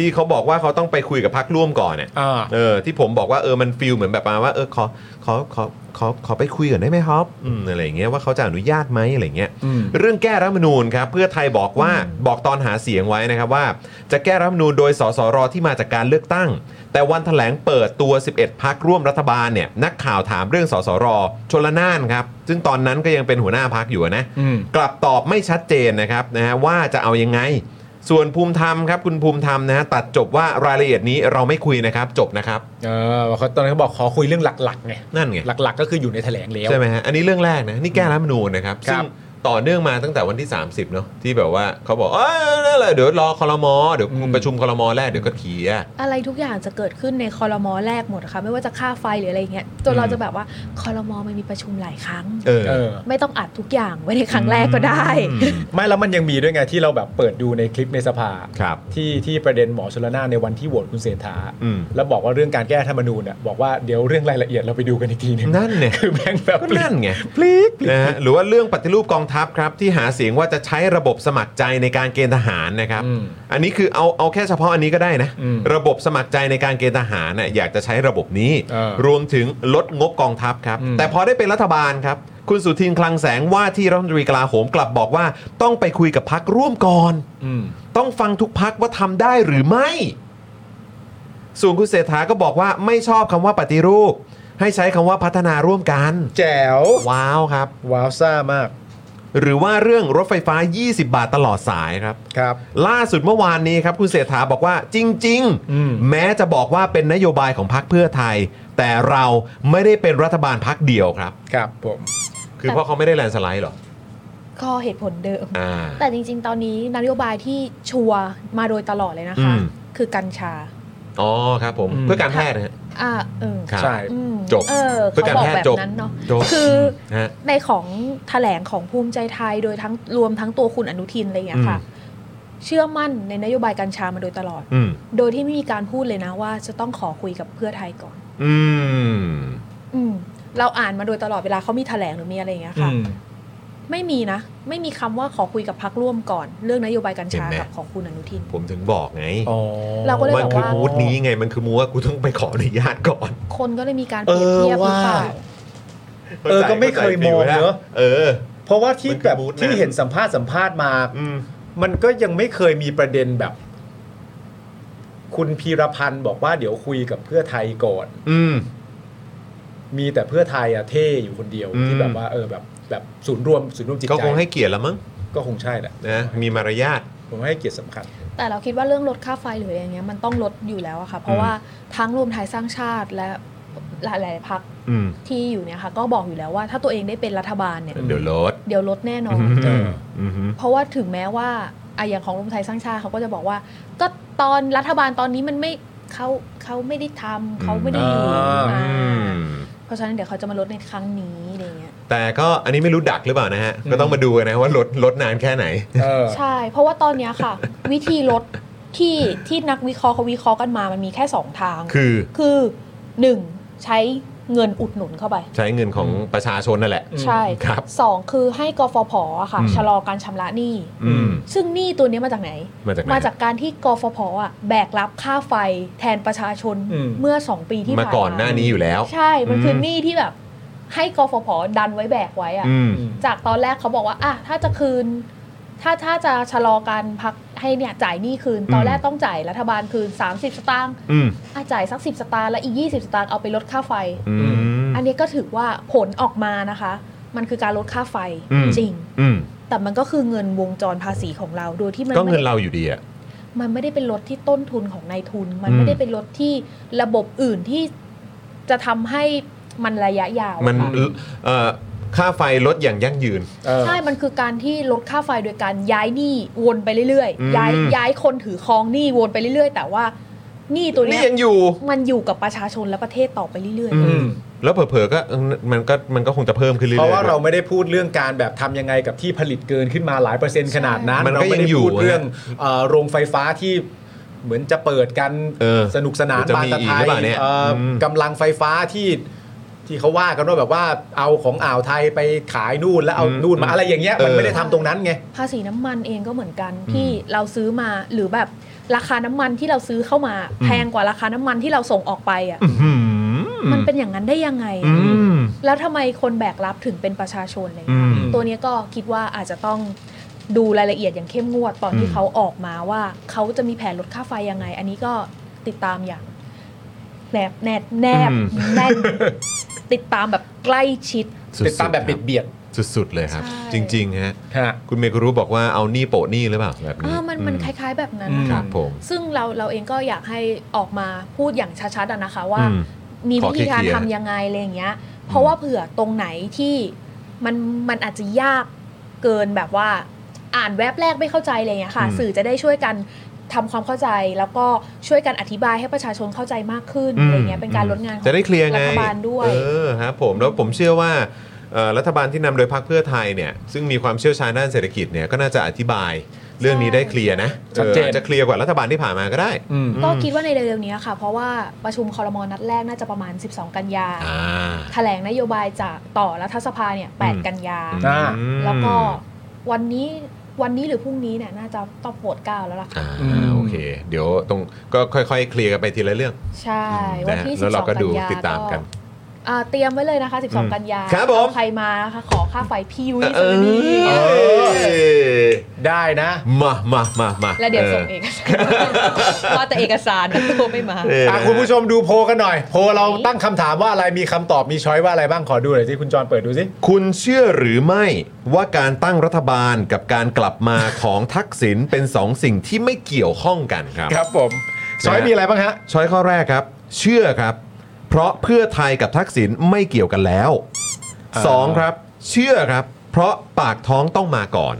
Speaker 1: ที่เขาบอกว่าเขาต้องไปคุยกับพักร่วมก่อนเนี่ยเออที่ผมบอกว่าเออมันฟิลเหมือนแบบประมาณว่าเออขอขอขอขอขอไปคุยก่อนได้ไหมครับอืมอะไรอย่างเงี้ยว่าเขาจะอนุญาตไหมอะไรอย่างเงี้ย
Speaker 2: อืม
Speaker 1: เรื่องแก้รัฐธรรมนูญครับเพื่อไทยบอกว่าบอกตอนหาเสียงไว้นะครับว่า จะแก้รัฐธรรมนูญโดยสสรที่มาจากการเลือกตั้ง แต่วันแถลงเปิดตัว 11 พักร่วมรัฐบาลเนี่ยนักข่าวถามเรื่องสสรชลนานครับ ซึ่งตอนนั้นก็ยังเป็นหัวหน้าพักอยู่นะ
Speaker 2: อืม
Speaker 1: กลับตอบไม่ชัดเจนนะครับนะฮะว่าจะเอายังไง ส่วนภูมิธรรมครับ คุณภูมิธรรมนะฮะตัดจบว่ารายละเอียดนี้เราไม่คุยนะครับ จบนะครับ
Speaker 2: เออเขาตอนนั้นเขาบอกขอคุยเรื่องหลักๆไง
Speaker 1: นั่นไง
Speaker 2: หลักๆ ก็คืออยู่ในแถลงแล้ว
Speaker 1: ใช่ไหมฮะ อันนี้เรื่องแรกนะ นี่แก้รัฐธรรมนูญนะครับ
Speaker 2: ค
Speaker 1: ซึ่
Speaker 2: รั
Speaker 1: ง
Speaker 2: บ
Speaker 1: ต่อเนื่องมาตั้งแต่วันที่ 30 เนอะที่แบบว่าเขาบอก เอ้ยนั่นแหละเดี๋ยวรอคอรมอเดี๋ยวประชุมคอรมอแรกเดี๋ยวก็เคลียร์
Speaker 5: อะไรทุกอย่างจะเกิดขึ้นในคอรมอแรกหมดค่ะไม่ว่าจะค่าไฟหรืออะไรอย่างเงี้ยจนเรา
Speaker 1: อืม
Speaker 5: จะแบบว่าคอรมอมันมีประชุมหลายครั้ง
Speaker 1: เออ
Speaker 5: ไม่ต้องอัดทุกอย่างไว้ในครั้งแรกก็ได้
Speaker 2: ไม่แล้วมันยังมีด้วยไงที่เราแบบเปิดดูในคลิปในสภาที่ที่ประเด็นหมอชลนานในวันที่โหวตคุณเศรษฐา
Speaker 1: อืม
Speaker 2: แล้วบอกว่าเรื่องการแก้รัฐธรรมนูญน่ะบอกว่าเดี๋ยวเรื่องรายละเอียดเราไปดูกันอีกทีหนึง
Speaker 1: นั่นเนี่ย
Speaker 2: คือแม่งแบบ
Speaker 1: ก็นั่นไง
Speaker 2: พลิก
Speaker 1: นะฮะหรือว่าเรื่องปฏิรูปกองทัพครับ ที่หาเสียงว่าจะใช้ระบบสมัครใจในการเกณฑ์ทหารนะครับ อันนี้คือเอาเอาแค่เฉพาะอันนี้ก็ได้นะ
Speaker 2: อืม
Speaker 1: ระบบสมัครใจในการเกณฑ์ทหารน่ะอยากจะใช้ระบบนี้
Speaker 2: เออ
Speaker 1: รวมถึงลดงบกองทัพครับ แต่พอได้เป็นรัฐบาลครับ คุณสุทินคลังแสงว่าที่รัฐมนตรีกลาโหมกลับบอกว่าต้องไปคุยกับพักร่วมก่อน
Speaker 2: อืม
Speaker 1: ต้องฟังทุกพักว่าทำได้หรือไม่ ส่วนคุณเศรษฐาก็บอกว่าไม่ชอบคำว่าปฏิรูป ให้ใช้คำว่าพัฒนาร่วมกัน
Speaker 2: แจ๋ว
Speaker 1: ว้าวครับ
Speaker 2: ว้าวซ่ามาก
Speaker 1: หรือว่าเรื่องรถไฟฟ้า 20 บาทตลอดสายครับ
Speaker 2: ครับ
Speaker 1: ล่าสุดเมื่อวานนี้ครับ คุณเศรษฐาบอกว่าจริง ๆ แม้จะบอกว่าเป็นนโยบายของพรรคเพื่อไทย แต่เราไม่ได้เป็นรัฐบาลพรรคเดียวครับ
Speaker 2: ครับผม
Speaker 1: คือเพราะเขาไม่ได้แลนด์สไลด์เหรอ
Speaker 5: ก็เหตุผลเดิม
Speaker 1: อ่า
Speaker 5: แต่จริง ๆ ตอนนี้นโยบายที่ชัวร์มาโดยตลอดเลยนะคะ
Speaker 1: อืม
Speaker 5: คือกัญชา
Speaker 1: อ๋อครับผมเพื่อการแพทย์นะฮะ
Speaker 5: อ่าเออ
Speaker 1: ครับใช่
Speaker 5: อืม
Speaker 1: จบ
Speaker 5: เออ
Speaker 1: เพื่อการ
Speaker 5: เขาบอก
Speaker 1: แพทย์
Speaker 5: แบบ
Speaker 1: จบ
Speaker 5: นั้นเนาะ
Speaker 1: จบ
Speaker 5: คืออ
Speaker 1: มฮะ
Speaker 5: ในของแถลงของภูมิใจไทยโดยทั้งรวมทั้งตัวคุณอนุทินอะไรอย่างเงี้ยค่ะ เชื่อมั่นในนโยบายกัญชามาโดยตลอด
Speaker 1: อืม
Speaker 5: โดยที่ไม่มีการพูดเลยนะว่าจะต้องขอคุยกับเพื่อไทยก่อน
Speaker 1: อืม
Speaker 5: อืมเราอ่านมาโดยตลอดเวลาเขามีแถลงหรือมีอะไรอย่างเงี้ยค่ะ ไม่มีนะ ไม่มีคำว่าขอคุยกับพักร่วมก่อน เรื่องนโยบายกัญชา
Speaker 1: เห็นไหม
Speaker 5: กับของคุณอนุทิน
Speaker 1: ผมถึงบอกไง
Speaker 5: เราก็เลย
Speaker 1: มั
Speaker 5: บ
Speaker 1: น
Speaker 5: อก
Speaker 1: คือ
Speaker 5: ว่า
Speaker 1: มูดนี้ไงมันคือมูดว่ากูต้องไปขออนุญาตก่อน
Speaker 5: คนก็เลยมีการเปรียบเทียบหรือเปล่า
Speaker 2: เออก็ไม่เคยมองเนอะ
Speaker 1: เออ
Speaker 2: เพราะว่าที่แบบที่เห็นสัมภาษณ์สัมภาษณ์มา มันก็ยังไม่เคยมีประเด็นแบบ คุณพีรพันธ์บอกว่าเดี๋ยวคุยกับเพื่อไทยก่อน
Speaker 1: อืม
Speaker 2: มีแต่เพื่อไทยอะเท่อยู่คนเดียว
Speaker 1: อืม
Speaker 2: ที่แบบว่าเออแบบแบบศูนย์รวมศูนย์รวมจิตใจ
Speaker 1: ก็คงให้เกียรติละมั้ง
Speaker 2: ก็คงใช่แหละ
Speaker 1: นะมีมารยาท
Speaker 2: ผมให้เกียรติสำคัญ
Speaker 5: แต่เราคิดว่าเรื่องลดค่าไฟหรืออะไรอย่างเงี้ยมันต้องลดอยู่แล้วอะค่ะ เพราะว่าทั้งรวมไทยสร้างชาติและหลาย ๆพัก
Speaker 1: อืม
Speaker 5: ที่อยู่เนี่ยค่ะ ก็บอกอยู่แล้วว่าถ้าตัวเองได้เป็นรัฐบาลเนี่ย
Speaker 1: เดี๋ยวลด
Speaker 5: เดี๋ยวลดแน่นอน
Speaker 1: อืมอืม
Speaker 5: เพราะว่าถึงแม้ว่าอะอย่างของรวมไทยสร้างชาติเขาก็จะบอกว่า ก็ตอนรัฐบาลตอนนี้มันไม่เขาเขาไม่ได้ทำเขาไม่ได้อยู่อ่าเพราะฉะนั้นเดี๋ยวเขาจะมาลดในครั้งนี้อะไรเงี้ย
Speaker 1: แต่ก็อันนี้ไม่รู้ดักหรือเปล่านะฮะ ก็ต้องมาดูกันนะว่าลดลดนานแค่ไหน
Speaker 5: ใช่ เพราะว่าตอนเนี้ยค่ะ วิธีลดที่ที่นักวิเคราะห์เขาวิเคราะห์กันมามันมีแค่สองทาง
Speaker 1: คือ
Speaker 5: คือหนึ่งใช้เงินอุดหนุนเข้าไป
Speaker 1: ใช้เงินของประชาชนนั่นแหละ
Speaker 5: ใช่
Speaker 1: ครับ
Speaker 5: สองคือให้กฟผอะค่ะ
Speaker 1: อืม
Speaker 5: ชะลอการชำระหนี้
Speaker 1: อืม
Speaker 5: ซึ่งหนี้ตัวเนี้ยมาจากไหน
Speaker 1: มาจากไหน
Speaker 5: มาจากการที่กฟผอ่ะแบกรับค่าไฟแทนประชาชน
Speaker 1: อืม
Speaker 5: เมื่อ 2 ปีที่
Speaker 1: มา
Speaker 5: ผ่านมา
Speaker 1: ก่อนหน้านี้อยู่แล้ว
Speaker 5: ใช่มันคืออ
Speaker 1: ม
Speaker 5: หนี้ที่แบบ ให้กฟผดันไว้แบกไว้อ่ะ
Speaker 1: อืม
Speaker 5: จากตอนแรกเขาบอกว่าอ่ะถ้าจะคืน ถ้าถ้าจะชะลอการพักให้เนี่ยจ่ายหนี้คืนตอนแรกต้องจ่ายรัฐบาลคืน 30 สตางค์
Speaker 1: อืม
Speaker 5: อ่ะจ่ายสัก 10 สตางค์แล้วอีก 20 สตางค์เอาไปลดค่าไฟ
Speaker 1: อืม
Speaker 5: อันนี้ก็ถือว่าผลออกมานะคะ มันคือการลดค่าไฟ
Speaker 1: อืม
Speaker 5: จริง
Speaker 1: อืม
Speaker 5: แต่มันก็คือเงินวงจรภาษีของเราโดยที่มัน
Speaker 1: ก็
Speaker 5: ไม่
Speaker 1: เงิน
Speaker 5: ได้
Speaker 1: เราอยู่ดีอ่ะ
Speaker 5: มันไม่ได้เป็นรถที่ต้นทุนของนายทุน มัน
Speaker 1: อืม
Speaker 5: ไม่ได้เป็นรถที่ระบบอื่นที่จะทำให้มันระยะยาว
Speaker 1: มัน
Speaker 5: ค่ะ
Speaker 1: เอ่อค่าไฟลดอย่างยั่งยืน
Speaker 5: ใช่ มันคือการที่ลดค่าไฟโดยการย้ายหนี้วนไปเรื่อย
Speaker 1: อืม
Speaker 5: ๆ ย้ายย้ายคนถือครองหนี้วนไปเรื่อยๆ แต่ว่าหนี้ตัวเนี้
Speaker 1: หนี้ยังอยู่
Speaker 5: มันอยู่กับประชาชนและประเทศต่อไปเรื่อย
Speaker 1: อืม แล้วเผลอๆก็มันก็มันก็คงจะเพิ่มขึ้นเรื่อย
Speaker 2: เพ
Speaker 1: ๆ
Speaker 2: ราะว่าเรา
Speaker 1: ด้วย
Speaker 2: ไม่ได้พูดเรื่องการแบบทำยังไงกับที่ผลิตเกินขึ้นมาหลายเปอร์เซ็นต์ขนาดนั้น
Speaker 1: มันก็
Speaker 2: เราไม่ได้
Speaker 1: ยังอยู่
Speaker 2: พูดเรื่อง
Speaker 1: นะ
Speaker 2: เอ่อโรงไฟฟ้าที่เหมือนจะเปิดกัน
Speaker 1: เออ
Speaker 2: สนุกสนาน
Speaker 1: จะ
Speaker 2: บาน
Speaker 1: มี
Speaker 2: ตะ
Speaker 1: อีก
Speaker 2: ไคร้
Speaker 1: หรือเปล่าเนี่ย
Speaker 2: เอ่ออ
Speaker 1: ม
Speaker 2: กำลังไฟฟ้าที่ที่เขาว่ากันว่าแบบว่าเอาของอ่าวไทยไปขายนู่นแล้วเอา
Speaker 1: อืม
Speaker 2: นู่นมาอะไรอย่างเงี้ยมันไม่ได้ทำตรงนั้นไง
Speaker 5: ๆ ภาษีน้ำมันเองก็เหมือนกันที่เราซื้อมาหรือแบบราคาน้ำมันที่เราซื้อเข้ามา
Speaker 1: อืม
Speaker 5: แพงกว่าราคาน้ำมันที่เราส่งออกไปอ่ะ
Speaker 1: อื้อหือ
Speaker 5: มันเป็นอย่างนั้นได้ยังไง
Speaker 1: อืม
Speaker 5: แล้วทำไมคนแบกรับถึงเป็นประชาชนอะไรเล
Speaker 1: อื
Speaker 5: ย
Speaker 1: ม
Speaker 5: ตัวเนี้ยก็คิดว่าอาจจะต้องดูรายละเอียดอย่างเข้มงวดตอนที่
Speaker 1: อืม
Speaker 5: เขาออกมาว่าเขาจะมีแผนลดค่าไฟยังไง อันนี้ก็ติดตามอย่างแนบแนบแนบแน่นติดตามแบบใกล้ชิด
Speaker 2: ติดตามแบบเบียดเบียด
Speaker 1: สุดๆเลยครับ
Speaker 5: ใช่
Speaker 1: จริงๆฮะ
Speaker 2: คุณ
Speaker 1: เมกุรุบอกว่าเอาหนี่โปะหนี่หรือเปล่าแบบนี้
Speaker 5: อ่ามันมันค
Speaker 1: อื
Speaker 5: ล้าย ๆ แบบนั้น
Speaker 1: ครับผม
Speaker 5: ซึ่งเราเราเองก็อยากให้ออกมาพูดอย่างชัดๆอะนะคะว่า
Speaker 1: อืม
Speaker 5: มี
Speaker 1: ขอ
Speaker 5: วิธีการ
Speaker 1: เคลียร์
Speaker 5: ทำยังไงอะไรอย่างเงี้ย เพราะว่าเผื่อตรงไหนที่มันมันอาจจะยากเกินแบบว่าอ่านแว็บแรกไม่เข้าใจอะไรอย่างเงี้ยค่ะ
Speaker 1: อืม
Speaker 5: สื่อจะได้ช่วยกันทำความเข้าใจ แล้วก็ช่วยกันอธิบายให้ประชาชนเข้าใจมากขึ้น
Speaker 1: อืม
Speaker 5: อะไรเงี้ยเป็นการลดงานของ
Speaker 1: จะได้เคลียร์ไง
Speaker 5: รัฐบาลด้วย
Speaker 1: เออครับผมแล้วผมเชื่อว่าเอ่อรัฐบาลที่นำโดยพรรคเพื่อไทยเนี่ยซึ่งมีความเชี่ยวชาญด้านเศรษฐกิจเนี่ยก็น่าจะอธิบายเรื่องนี้ได้เคลียร์นะ
Speaker 2: ชัดเจน
Speaker 1: อออาจจะเคลียร์กว่ารัฐบาลที่ผ่านมาก็ได้
Speaker 5: ก็คิดว่าในเร็วๆเนี้ยค่ะ เพราะว่าประชุมคอรมอนัดแรกน่าจะประมาณ 12 กันยา
Speaker 1: อ่า
Speaker 5: แถลงนโยบายจากต่อรัฐสภาเนี่ย
Speaker 1: อืม
Speaker 5: 8กันยา
Speaker 1: อ่า
Speaker 5: แล้วก็วันนี้วันนี้หรือพรุ่งนี้เนี่ยน่าจะต้องโหวตเก้าแล้วล่ะค่ะ
Speaker 1: อ่าโอเค เดี๋ยวตรงก็ค่อยๆ เคลียร์กันไปทีละเรื่อง
Speaker 5: ใช่วัน
Speaker 1: นะฮะ
Speaker 5: ที่
Speaker 1: แล้วเรา
Speaker 5: 12
Speaker 1: ก็
Speaker 5: กัน
Speaker 1: ดู
Speaker 5: ยา
Speaker 1: ติดตามกัน
Speaker 5: อ่าเตรียมไว้เลยนะคะ
Speaker 1: อืม
Speaker 5: 12 กันยา
Speaker 1: ครับผม
Speaker 5: เอาใครมาคะขอค่าไฟพี่ยุ้ยสวัสดี
Speaker 1: เอ้ย
Speaker 2: ได้นะ
Speaker 1: มามามามา
Speaker 5: แล้วเดี๋ยวส่ง
Speaker 1: ออ
Speaker 5: เอกสาร (laughs) ว่าแต่เอกสารนะตัวไม่มา
Speaker 1: เออ
Speaker 2: อ่ะคุณผู้ชมดูโพลกันหน่อย โพลเราตั้งคำถามว่าอะไรมีคำตอบมีช้อยว่าอะไรบ้างขอดูหน่อยสิคุณจอนเปิดดูสิ
Speaker 1: คุณเชื่อหรือไม่ว่าการตั้งรัฐบาลกับการกลับมา ของทักษิณเป็นสองสิ่งที่ไม่เกี่ยวข้องกันครับ
Speaker 2: ครับผมช้อยมีอะไรบ้างฮะ
Speaker 1: ช้อยข้อแรกครับ เชื่อครับ เพราะเพื่อไทยกับทักษิณไม่เกี่ยวกันแล้ว
Speaker 2: อ่า
Speaker 1: สองครับ เชื่อครับ เพราะปากท้องต้องมาก่อน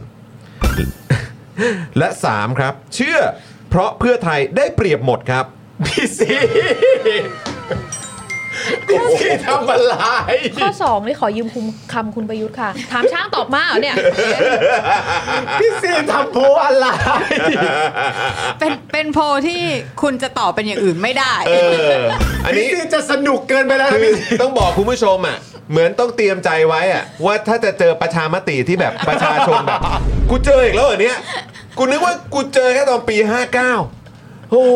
Speaker 1: (laughs) และสามครับ เชื่อ เพราะเพื่อไทยได้เปรียบหมดครับ
Speaker 2: พี่ซีพี่ซีทำอะไร
Speaker 5: ข้อ 2 นี่ขอยืมคุมคำคุณประยุทธ์ค่ะ ถามช้างตอบมาเหร
Speaker 1: (laughs)
Speaker 5: อเนี่ย
Speaker 2: พี่ซีทำโพลอะไร
Speaker 4: เป็นเป็น เป็นโพลที่คุณจะตอบเป็นอย่างอื่นไม่ได้
Speaker 1: เออ อันนี้
Speaker 2: จะสนุกเกินไปแล้ว
Speaker 1: คือต้องบอกคุณผู้ชมอ่ะ เหมือนต้องเตรียมใจไว้อ่ะ ว่าถ้าจะเจอประชามติที่แบบประชาชนแบบ (laughs) กูเจออีกแล้วเหรอเนี่ย กูนึกว่ากูเจอแค่ตอนปี 59 โอ้โห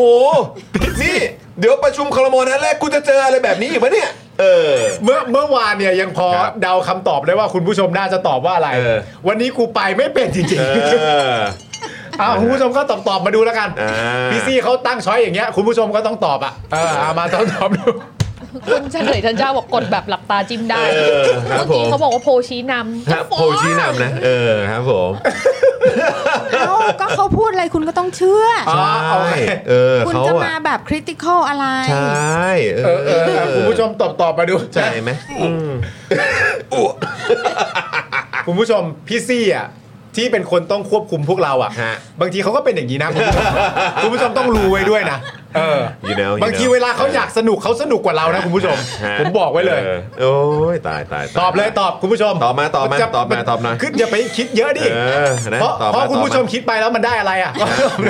Speaker 1: นี่ เดี๋ยวประชุมครมนั้นแรกกูจะเจออะไรแบบนี้อีกปะเนี่ย เออ
Speaker 2: เมื่อเมื่อวานเนี่ยยังพอเดาคำตอบได้ว่าคุณผู้ชมน่าจะตอบว่าอะไร วันนี้กูไปไม่เป็นจริง
Speaker 1: เออ
Speaker 2: ๆเอาคุณผู้ชมก็ตอบตอบมาดูแล้วกัน พี่ซี่เขาตั้งช้อยอย่างเงี้ยคุณผู้ชมก็ต้องตอบอ่ะเออเอามาตอบตอบดู
Speaker 5: คุณเฉลยทันเจ้าบอกกดแบบหลับตาจิ้มได้
Speaker 1: เออครับ
Speaker 5: เมื่อกี้
Speaker 1: ผม
Speaker 5: เขาบอกว่าโพลชี้นำ
Speaker 1: ครับโพลชี้นำนะ เออครับผม
Speaker 4: (laughs) ก็เขาพูดอะไรคุณก็ต้องเชื่ออ
Speaker 1: ใช่เออ
Speaker 4: คุณ
Speaker 1: เขา
Speaker 4: จะ
Speaker 1: อ่ะ
Speaker 4: มาแบบคริติคอลอะไร
Speaker 1: ใช่เออ
Speaker 2: เออเออคุณผู้ชมตอบตอบมาดู
Speaker 1: ใช่ไหมอืม
Speaker 2: (laughs) คุณผู้ชมพี่ซี่อ่ะที่เป็นคนต้องควบคุมพวกเราอ่ะ บางทีเขาก็เป็นอย่างนี้นะ คุณผู้ชมคุณผู้ชมต้องรู้ไว้ด้วยนะ เออ
Speaker 1: you know you
Speaker 2: บางที
Speaker 1: know
Speaker 2: เวลาเขาอยากสนุกเขาสนุกกว่าเรานะคุณผู้ชม
Speaker 1: ฮะ
Speaker 2: ผมบอกไว้เลย
Speaker 1: ออโอ้ยตายตาย
Speaker 2: ตอบเลยตอบคุณผู้ชม
Speaker 1: ตอบมาตอบมา
Speaker 2: จะ
Speaker 1: ตอบมาตอบหน่อย
Speaker 2: คืออย่าไปคิดเยอะดิ
Speaker 1: เออนะ
Speaker 2: เพราะ
Speaker 1: ตอบมา
Speaker 2: เพราะคุณ
Speaker 1: ตอบมา
Speaker 2: ผู้ชมคิดไปแล้วมันได้อะไรอ่ะ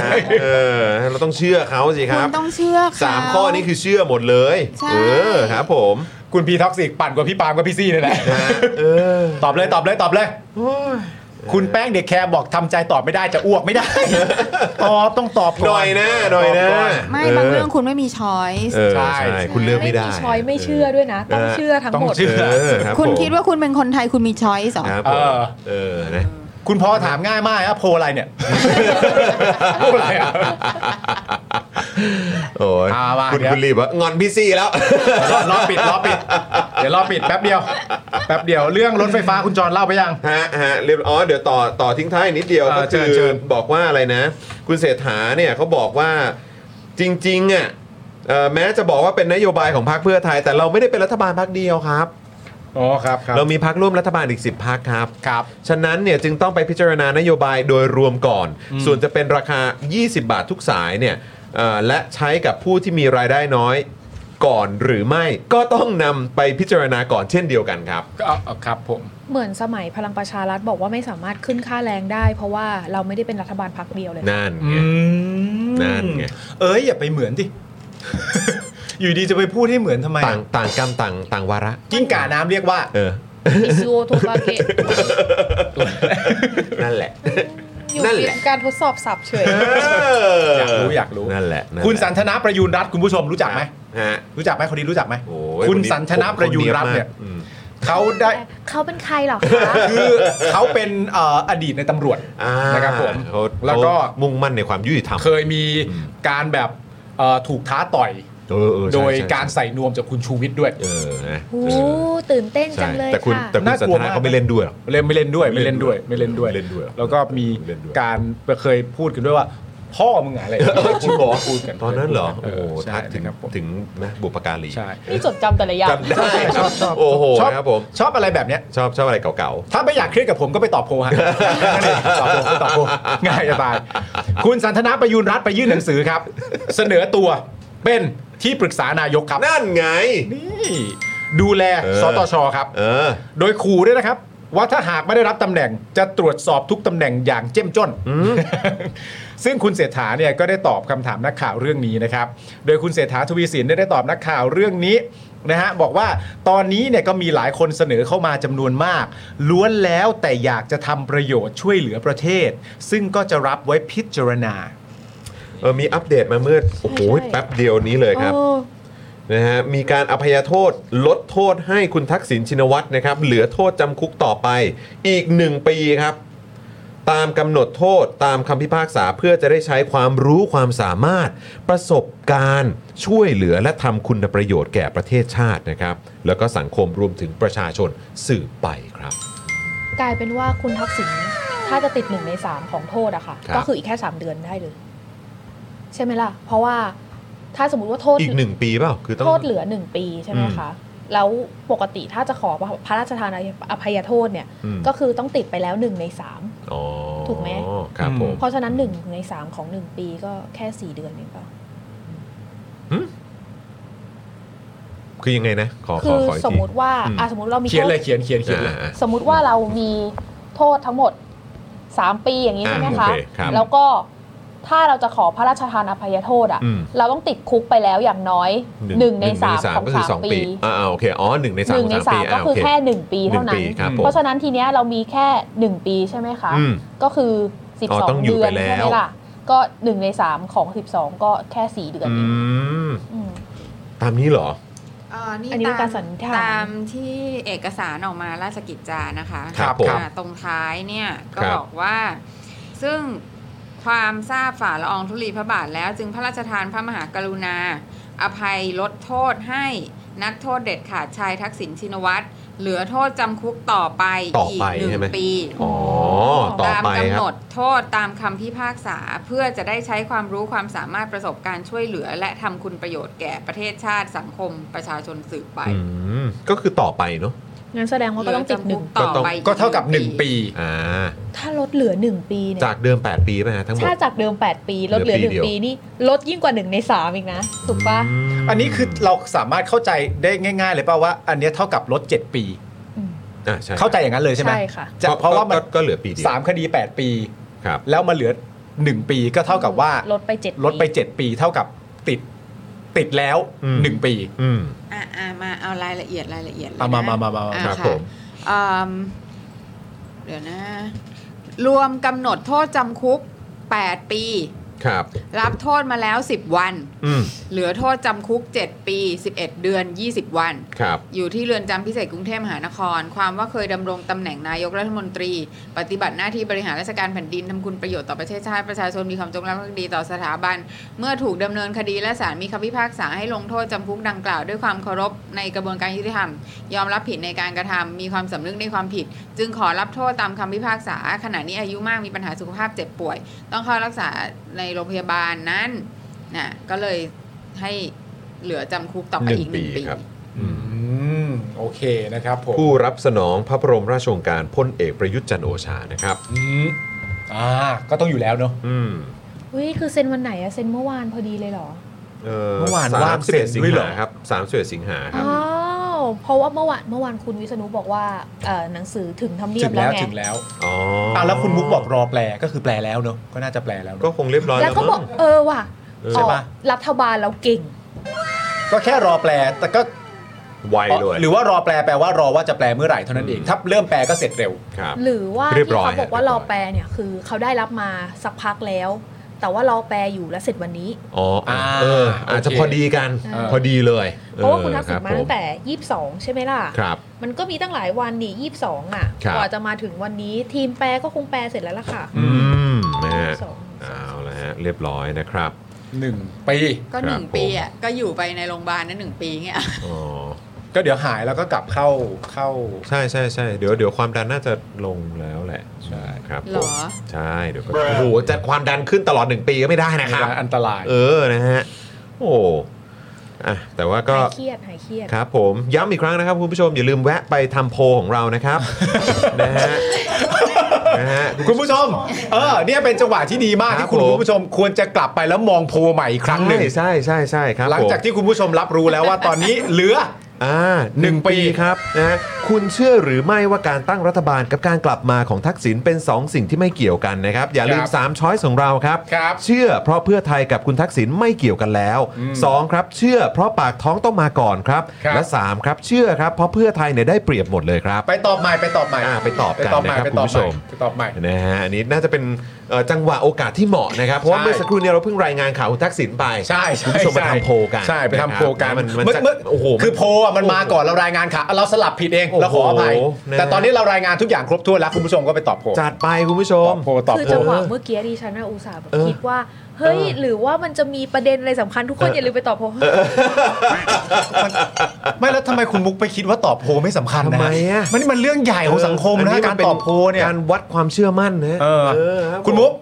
Speaker 1: นะเออเราต้องเชื่อเขาสิค
Speaker 4: คุ
Speaker 1: รั
Speaker 4: ณ
Speaker 1: บ
Speaker 4: ต้องเชื่อเข
Speaker 1: สามข้อนี้คือเชื่อหมดเลย
Speaker 4: ใช่
Speaker 1: เออครับผม
Speaker 2: คุณพีท็อกซิกปั่นกว่าพี่ปาล์มกับพี่ซี่เลยแหละตอบเลยตอบเลยตอบเลย
Speaker 4: โอ้ย
Speaker 2: คุณแป้งเด็กแคร์บอกทำใจตอบไม่ได้จะอ้วกไม่ได้ ตอบต้องตอบก่อน
Speaker 1: หน่อยนะหน่อยนะ
Speaker 2: ตบก่อ
Speaker 4: ไม่บางเรื่องคุณไม่มีช้อยส์
Speaker 1: เออใช่คุณเลือกไม่ได้
Speaker 5: มีช้อยไม่เชื่อด้วยนะ ต้องเชื่อทั้งหมด
Speaker 1: ครับ
Speaker 4: คุณ
Speaker 1: ผม
Speaker 4: คิดว่าคุณเป็นคนไทยคุณมีช้อยส์เหรอ
Speaker 1: ครับผม
Speaker 2: เออ
Speaker 1: เออนะ
Speaker 2: คุณพอถามง่ายมากอะโพลอะไรเนี่ย โพลอะไรอะ
Speaker 1: โอ้ย
Speaker 2: เอามา
Speaker 1: คุณ
Speaker 2: เดี๋ยว
Speaker 1: คุณรีบว่างอนพี่ซี่แล้ว
Speaker 2: รอปิดรอปิด เดี๋ยวรอปิดแป๊บเดียวแป๊บเดียวเรื่องรถไฟฟ้าคุณจรเล่าไปยัง
Speaker 1: ฮะฮะเรียบร้อยอ๋อเดี๋ยวต่อต่อทิ้งท้ายนิดเดียว
Speaker 2: เออ
Speaker 1: ก็คือ
Speaker 2: เชิญเชิญ
Speaker 1: บอกว่าอะไรนะ คุณเศรษฐาเนี่ยเขาบอกว่าจริงๆอ่ะเอ่อแม้จะบอกว่าเป็นนโยบายของพรรคเพื่อไทย แต่เราไม่ได้เป็นรัฐบาลพรรคเดียวครับ
Speaker 2: อ๋อครับครับ
Speaker 1: เรามีพักร่วมรัฐบาลอีก 10พักครับ
Speaker 2: ครับ
Speaker 1: ฉะนั้นเนี่ยจึงต้องไปพิจารณานโยบายโดยรวมก่อน ส่วนจะเป็นราคา 20 บาททุกสายเนี่ยเอ่อและใช้กับผู้ที่มีรายได้น้อยก่อนหรือไม่ก็ต้องนำไปพิจารณาก่อนเช่นเดียวกันครับ
Speaker 2: ก็เอาครับผม
Speaker 5: เหมือนสมัยพลังประชารัฐบอกว่าไม่สามารถขึ้นค่าแรงได้ เพราะว่าเราไม่ได้เป็นรัฐบาลพรรคเดียวเลย
Speaker 1: นั่นไงนั่นไง
Speaker 2: เอ้ยอย่าไปเหมือนดิ อยู่ดีจะไปพูดให้เหมือนทำไม
Speaker 1: ต่างต่างกรรมต่างต่างวาระ
Speaker 2: กิ้งก่าน้ำเรียกว่า
Speaker 1: เออ
Speaker 5: อิซูโอโทบาเกะ
Speaker 1: นั่นแหละ
Speaker 5: อยู่
Speaker 1: นั่นแหละ
Speaker 5: ในการทดสอบสับเฉย
Speaker 2: อยากรู้อยากรู้
Speaker 1: นั่นแหละนั่นแหละ
Speaker 2: คุณสันทนาประยูนรัตน์คุณผู้ชมรู้จักไหม
Speaker 1: ฮะ
Speaker 2: รู้จักไหมคนนี้รู้จักไหม
Speaker 1: โอ้ย
Speaker 2: คุณ
Speaker 1: ค
Speaker 2: สันทนาประยูนรัตน์เนี่ย
Speaker 1: อืม
Speaker 2: เขาได้
Speaker 5: เขาเป็นใครเหรอคะ
Speaker 2: คือเขาเป็นเอ่ออดีตในตำรวจ
Speaker 1: อ่า
Speaker 2: นะครับผม
Speaker 1: เขา
Speaker 2: แล้วก็
Speaker 1: เขามุ่งมั่นในความยุติธรรม
Speaker 2: เคยมีการแบบเอ่อถูกท้าต่อย
Speaker 1: เออเออใช่
Speaker 2: โดย
Speaker 1: ใช่
Speaker 2: การใส่นวมจากคุณชูวิทย์ด้วย
Speaker 1: เออนะ
Speaker 5: โอ้ตื่นเต้นจั
Speaker 1: ใช่
Speaker 5: งเลย
Speaker 1: แต่คุณ
Speaker 5: ค่ะ
Speaker 1: แต่คุณ
Speaker 2: น่า
Speaker 1: สัน
Speaker 2: กลั
Speaker 1: ทนาม
Speaker 2: วาก
Speaker 1: เขาไม่เล่นด้วยหรอก
Speaker 2: เล่นไม่เล่นด้วยไม่เล่นด้วยไม่เล่นด้วย แล้วก็มีการเคยพูดกันด้วยว่า พ่อมึง
Speaker 1: (laughs)
Speaker 2: อะไร
Speaker 1: จริงเหรอ
Speaker 2: พูดกัน
Speaker 1: ตอนนั้นเหรอ
Speaker 2: เอ
Speaker 1: โอ้โห
Speaker 2: อใช่
Speaker 1: ทักถึงถึงนะบุปการี
Speaker 2: ใช่
Speaker 5: นี่จดจำแต่ละอย่าง
Speaker 1: จำได้
Speaker 2: ชอบชอบ
Speaker 1: โอ้โห
Speaker 2: ชอบ
Speaker 1: ครับผม
Speaker 2: ชอบอะไรแบบเนี้ย
Speaker 1: ชอบชอบอะไรเก่า
Speaker 2: ถ้าไม่อยากเครียดกับผมก็ไปตอบโพล
Speaker 1: (laughs)
Speaker 2: ฮะ ตอบโพลตอบโพล (laughs) ง่ายจะตาย คุณสันทนาประยูนรัฐไปยื่นหนังสือครับ เสนอตัวเป็นที่ปรึกษานายกครับ
Speaker 1: นั่นไง
Speaker 2: นี่ดูแล
Speaker 1: เออ
Speaker 2: สตชครับ
Speaker 1: เออ
Speaker 2: โดยขู่ด้วยนะครับ ว่าถ้าหากไม่ได้รับตำแหน่งจะตรวจสอบทุกตำแหน่งอย่างเจ้มจน ซึ่งคุณเศรษฐาเนี่ยก็ได้ตอบคำถามนักข่าวเรื่องนี้นะครับ โดยคุณเศรษฐาทวีสินได้ได้ตอบนักข่าวเรื่องนี้นะฮะบอกว่าตอนนี้เนี่ยก็มีหลายคนเสนอเข้ามาจำนวนมาก ล้วนแล้วแต่อยากจะทำประโยชน์ช่วยเหลือประเทศ ซึ่งก็จะรับไว้พิจารณา
Speaker 1: ๆ เออมีอัปเดตมาเมื่อโอ้โหแป๊บเดียวนี้เลยครับ นะฮะมีการอภัยโทษลดโทษให้คุณทักษิณชินวัตรนะครับเหลือโทษจำคุกต่อไปอีก 1 ปีครับ ตามกำหนดโทษตามคำพิพากษาเพื่อจะได้ใช้ความรู้ความสามารถ ประสบการณ์ช่วยเหลือและทำคุณประโยชน์แก่ประเทศชาตินะครับ แล้วก็สังคมรวมถึงประชาชนสืบไปครับ
Speaker 5: กลายเป็นว่าคุณทักษิณถ้าจะติดหนึ่งในสามของโทษอะค่ะ
Speaker 1: ครับ
Speaker 5: ก็คืออีกแค่สามเดือนได้เลย ใช่ไหมล่ะ เพราะว่าถ้าสมมติว่าโทษ
Speaker 1: อีก 1 ปีเปล่าคือต้อง
Speaker 5: โทษเหลือหนึ่งปีใช่ไหม
Speaker 1: อืม
Speaker 5: คะ แล้วปกติถ้าจะขอพระราชทานอภัยโทษเนี่ย
Speaker 1: อืม
Speaker 5: ก็คือต้องติดไปแล้วหนึ่งในสาม
Speaker 1: อ๋อ
Speaker 5: ถูกไหม
Speaker 1: ครับผม
Speaker 5: เพราะฉะนั้นหนึ่งในสามของหนึ่งปีก็แค่สี่เดือนเองเปล่า
Speaker 1: คือยังไงนะ ขอข
Speaker 5: คืออ
Speaker 1: ขออีก
Speaker 5: สม
Speaker 1: ที
Speaker 5: มติว่า
Speaker 1: อืม
Speaker 5: อ่ะสมมติเรามี
Speaker 2: เขียน
Speaker 5: โทษ
Speaker 2: เลยเขียนเขียนเขียนเลย
Speaker 1: อ่า
Speaker 5: สมมติว่าเรามีโทษทั้งหมด 3 ปีอย่างนี้
Speaker 1: อ่ะ
Speaker 5: ใช่ไหมคะ
Speaker 1: โอเคครับ
Speaker 5: แล้วก็ ถ้าเราจะขอพระราชทานอภัยโทษอ่ะ
Speaker 1: อืม
Speaker 5: เราต้องติดคุกไปแล้วอย่างน้อยหนึ่งในสามของสามปี
Speaker 1: อ่าๆโอเคอ๋อหนึ่งในสาม
Speaker 5: หนึ่
Speaker 1: ข
Speaker 5: ง
Speaker 1: อง
Speaker 5: ใน
Speaker 1: สา
Speaker 5: สา
Speaker 1: มปี
Speaker 5: ม
Speaker 1: อ่า
Speaker 5: ก็คือ
Speaker 1: โเ
Speaker 5: แค่หนึ่งปีเท่านั้
Speaker 1: ห
Speaker 5: น
Speaker 1: งปีครับผม
Speaker 5: เพราะฉะนั้นทีเนี้ยเรามีแค่หนึ่งปีใช่ไหมคะ
Speaker 1: อืม
Speaker 5: ก็คือสิบ
Speaker 1: อ๋อ
Speaker 5: สอ
Speaker 1: ต้อง
Speaker 5: ง
Speaker 1: อ
Speaker 5: เดื
Speaker 1: ยู่
Speaker 5: อน
Speaker 1: ไปแล้ว
Speaker 5: ใช่ไหมล่ะ ก็หนึ่งในสามของสิบสองก็แค่สี่เดือน
Speaker 1: อื
Speaker 5: เอง
Speaker 1: ม
Speaker 5: อืม
Speaker 1: ตามนี้เหรอ
Speaker 4: เอ่อนี่
Speaker 5: อันนี้เป็น
Speaker 4: ตาม
Speaker 5: การสันนิษฐาน
Speaker 4: ตามที่เอกสารออกมาราชกิจจานะคะ
Speaker 1: ครับผม
Speaker 4: อ่าตรงท้ายเนี่ยก็
Speaker 1: ครับ
Speaker 4: บอกว่า ซึ่งความทราบฝ่าละอองธุลีพระบาทแล้ว จึงพระราชทานพระมหากรุณา อภัยลดโทษให้นักโทษเด็ดขาดชายทักษิณชินวัตรเหลือโทษจำคุกต่อไป
Speaker 1: ต่อไป
Speaker 4: กหนึ่ง
Speaker 1: ใช่ไหม
Speaker 4: ปี
Speaker 1: อ๋อต่อ
Speaker 4: ตาม
Speaker 1: ไป
Speaker 4: กำ
Speaker 1: ครั
Speaker 4: หน
Speaker 1: บ
Speaker 4: ดโทษตามคำพิพากษาเพื่อจะได้ใช้ความรู้ความสามารถประสบการณ์ช่วยเหลือ และทำคุณประโยชน์แก่ประเทศชาติสังคมประชาชนสืบไป
Speaker 1: อืมก็คือต่อไปเนาะ
Speaker 5: งั้นแสดงว่าก็ต้องติดหนึ่ง
Speaker 1: ก็ต้อง
Speaker 4: ก็เท่ากับ
Speaker 1: 1 ปีอ่า
Speaker 5: ถ้าลดเหลือหนึ่งปีเนี่ย
Speaker 1: จากเดิม 8 ปีไปฮะทั้งหมด
Speaker 5: ถ้าจากเดิม 8 ปีลดเหลือ
Speaker 1: เห
Speaker 5: ห
Speaker 1: ลื
Speaker 5: นึ่
Speaker 1: อง ปีเดียว
Speaker 5: ปีนี่ลดยิ่งกว่าหนึ่งในสามอีกนะถูกปะ
Speaker 2: อันนี้คือเราสามารถเข้าใจได้ง่าย ๆ เลยป่าวว่า อันเนี้ยเท่ากับลด7ปี
Speaker 1: อ่าใช่
Speaker 2: เข้าใจอย่างนั้นเลยใช่ไหม
Speaker 5: ใช่ค่ะ
Speaker 2: จะเพราะว่ามัน
Speaker 1: ก็เหลือปีเดียว
Speaker 2: สามคดี 8 ปี
Speaker 1: ครับ
Speaker 2: แล้วมาเหลือ 1 ปีก็เท่ากับว่า
Speaker 5: ลดไปเจ็ด
Speaker 2: ลดไป 7 ปีเท่ากับติดติดแล้ว 1 ปี
Speaker 4: อ่ะอ่ะมาเอารายละเอียดรายละเอียดเลย
Speaker 2: อ่ะมา
Speaker 4: นะ
Speaker 2: มามามามา
Speaker 4: อ่ะ
Speaker 2: ครับ
Speaker 4: ะ
Speaker 2: ผม
Speaker 4: อืมเดี๋ยวนะ รวมกำหนดโทษจำคุก 8 ปี
Speaker 1: ครับ
Speaker 4: รับโทษมาแล้ว 10 วัน
Speaker 1: อืม
Speaker 4: เหลือโทษจำคุก 7 ปี 11 เดือน 20 วัน
Speaker 1: ครับ
Speaker 4: อยู่ที่เรือนจำพิเศษกรุงเทพมหานคร ความว่าเคยดำรงตำแหน่งนายกรัฐมนตรี ปฏิบัติหน้าที่บริหารราชการแผ่นดินทำคุณประโยชน์ต่อประเทศชาติประชาชนมีความจงรักภักดีต่อสถาบัน เมื่อถูกดำเนินคดีและศาลมีคำพิพากษาให้ลงโทษจำคุกดังกล่าวด้วยความเคารพในกระบวนการยุติธรรม ยอมรับผิดในการกระทำมีความสำนึกในความผิด จึงขอรับโทษตามคำพิพากษา ขณะนี้อายุมากมีปัญหาสุขภาพเจ็บป่วย ต้องเข้ารักษาในโรงพยาบาลนั้นนะก็เลยให้เหลือจำคุกต่อไปอีกหนึ่งปี
Speaker 1: ครับ
Speaker 2: อืมโอเคนะครับผม
Speaker 1: ผู้รับสนองพระบรมราชโองการพลเอกประยุทธ์จันทร์โอชานะครับ
Speaker 2: อืมอ่าก็ต้องอยู่แล้วเนาะ
Speaker 1: อืม
Speaker 5: อุ้ยคือเซ็นวันไหนอะเซ็นเมื่อวานพอดีเลยเหรอ
Speaker 1: เมื่
Speaker 2: เมื่อวาน
Speaker 1: สา
Speaker 2: ว่าม ง
Speaker 1: สิ
Speaker 2: เส
Speaker 1: บ
Speaker 2: ร็
Speaker 1: เอ็
Speaker 2: จ
Speaker 1: ดสิง
Speaker 2: ด้วยเหรอ
Speaker 1: หาครับสามสิบเอ็ดสิงหาครับ
Speaker 5: อ้าวเพราะว่าเมื่อวานเมื่อวานคุณวิษณุบอกว่าเอ่อหนังสือถึงทำเนียบแล้วไง
Speaker 2: ถึงแล้ว
Speaker 1: อ๋อ
Speaker 2: อ่ะแล้วคุณมุกบอกรอแปลก็คือแปลแล้วเนอะก็น่าจะแปลแล้ว
Speaker 1: ก็คงเรียบร้อย
Speaker 5: แล้วก็บอกเออว่ะ
Speaker 2: ใช่ปะ
Speaker 5: อ๋อรัฐบาลเราเก่ง
Speaker 2: ก็แค่รอแปลแต่ก็
Speaker 1: ไวเลย
Speaker 2: หรือว่ารอแปลแปลว่ารอว่าจะแปลเมื่อไหร่เท่านั้นเองถ้าเริ่มแปลก็เสร็จเร็ว
Speaker 5: หรือว่า
Speaker 2: เรีย
Speaker 5: ที่
Speaker 2: บร้อย
Speaker 5: เขาบอกว่า
Speaker 2: ฮะ
Speaker 5: รอแปลเนี่ยคือเขาได้รับมาสักพักแล้ว แต่ว่ารอแปลอยู่และเสร็จวันนี้
Speaker 1: อ๋ออ่ะเออ อาจจะพอดีกัน
Speaker 5: เออ
Speaker 1: พอดีเลย
Speaker 5: เพราะว่าคุณทักษิณ
Speaker 1: เออ
Speaker 5: มา
Speaker 1: รับผ
Speaker 5: ตั้งแต่ 22 ใช่ไหมล่ะ
Speaker 1: ครับ
Speaker 5: มันก็มีตั้งหลายวันนี่ 22 อ่ะ
Speaker 1: ครับ
Speaker 5: กว่าจะมาถึงวันนี้ทีมแปลก็คงแปลเสร็จแล้วล่ะค่ะ
Speaker 1: อืมนะฮะเอาละฮะเรียบร้อยนะครับ
Speaker 2: หนึ่งปี
Speaker 4: ก็หนึ่งปีอ่ะก็อยู่ไปในโรงพยาบาลนั่นหนึ่งปีเงี้ย
Speaker 1: อ๋อ
Speaker 2: ก็เดี๋ยวหายแล้วก็กลับเข้าเข้า
Speaker 1: ใช่ใช่ใช่เดี๋ยวเดี๋ยวความดันน่าจะลงแล้วแหละใช่ครับ
Speaker 4: หรอ
Speaker 1: ผมใช่เดี๋ยวก็โอ้โหจะความดันขึ้นตลอด 1 ปีก็ไม่ได้นะครับ
Speaker 2: ไม่ได้อันตราย
Speaker 1: เออนะฮะโอ้อ่ะแต่ว่าก็
Speaker 5: หายเครียดหายเครียด
Speaker 1: ครับผมย้ำอีกครั้งนะครับคุณผู้ชมอย่าลืมแวะไปทำโพลของเรานะครับ (laughs) นะฮะนะฮะ
Speaker 2: คุณผู้ชม เออเนี่ยเป็นจังหวะที่ดีมากที่คุณ
Speaker 1: ครับผม
Speaker 2: คุณผู้ชมควรจะกลับไปแล้วมองโพลใหม่อีกครั้งหนึ่ง
Speaker 1: ใช่ใช่ใช่ครับ
Speaker 2: หลัง
Speaker 1: ผม
Speaker 2: จากที่คุณผู้ชมรับรู้แล้วว่าตอนนี้เหลือ
Speaker 1: อ่าหนึ่งปีครับนะคุณเชื่อหรือไม่ว่าการตั้งรัฐบาลกับการกลับมาของทักษิณเป็น 2 สิ่งที่ไม่เกี่ยวกันนะครับ อย่าลืม
Speaker 2: ครับ
Speaker 1: 3 ช้อยของเราครับ เชื่อเพราะเพื่อไทยกับคุณทักษิณไม่เกี่ยวกันแล้ว
Speaker 2: อืม
Speaker 1: 2 ครับ เชื่อเพราะปากท้องต้องมาก่อนครับ
Speaker 2: ครับ
Speaker 1: และ 3 ครับ เชื่อครับเพราะเพื่อไทยเนี่ยได้เปรียบหมดเลยครับ
Speaker 2: ไปตอบใหม่ไปตอบใหม่
Speaker 1: ไปตอบ
Speaker 2: ไป
Speaker 1: กัน
Speaker 2: ตอบให
Speaker 1: นะ
Speaker 2: ม่
Speaker 1: ครับ
Speaker 2: ไป
Speaker 1: คุณ
Speaker 2: ตอบ
Speaker 1: ผู้
Speaker 2: ให
Speaker 1: ช
Speaker 2: ม่
Speaker 1: ม
Speaker 2: ไปตอบใหม่
Speaker 1: นะฮะอันนี้น่าจะเป็นเอ่อจังหวะโอกาสที่เหมาะนะครับเพราะว่า
Speaker 2: ใช่
Speaker 1: เมื่อสักครู่เนี่ยเราเพิ่งรายงานข่าวคุณทักษิณไป
Speaker 2: ใช่ใช่
Speaker 1: คุณผู้ชมไปทำโพลกัน
Speaker 2: ใช่ไป
Speaker 1: นะครับ
Speaker 2: ทำโพลกัน
Speaker 1: มันมัน
Speaker 2: เมื่อ
Speaker 1: จะ
Speaker 2: เมื่อ
Speaker 1: โอ้โหมัน
Speaker 2: คือโพลอ่ะมันมาก่อนเรารายงานค่ะเราสลับผิดเองเราขออภัย
Speaker 1: โอ้โหนะ
Speaker 2: แต่ตอนนี้เรารายงานทุกอย่างครบถ้วนแล้วคุณผู้ชมก็ไปตอบโพล
Speaker 1: จัดไปคุณผู้ชม
Speaker 2: ตอบ
Speaker 5: คือ
Speaker 2: โพ
Speaker 5: จั
Speaker 2: ล
Speaker 5: งหวะเมื่อกี้ดิฉันน่ะอุตส่าห์แบบ
Speaker 2: เออ
Speaker 5: คิดว่า เฮ้ย
Speaker 2: เออ
Speaker 5: หรือว่ามันจะมีประเด็นอะไรสำคัญทุกคนอย่าลืมไปตอบผม
Speaker 2: ไม่แล้วทำไมคุณมุกไปคิดว่าตอบโพลไม่สำคัญนะ
Speaker 1: ทำไมอ่ะ
Speaker 2: มันนี่มันเรื่องใหญ่ของสังคมนะการตอบโพลเนี่ย
Speaker 1: การวัดความเชื่อมั่นนะ
Speaker 2: เออคุณมุก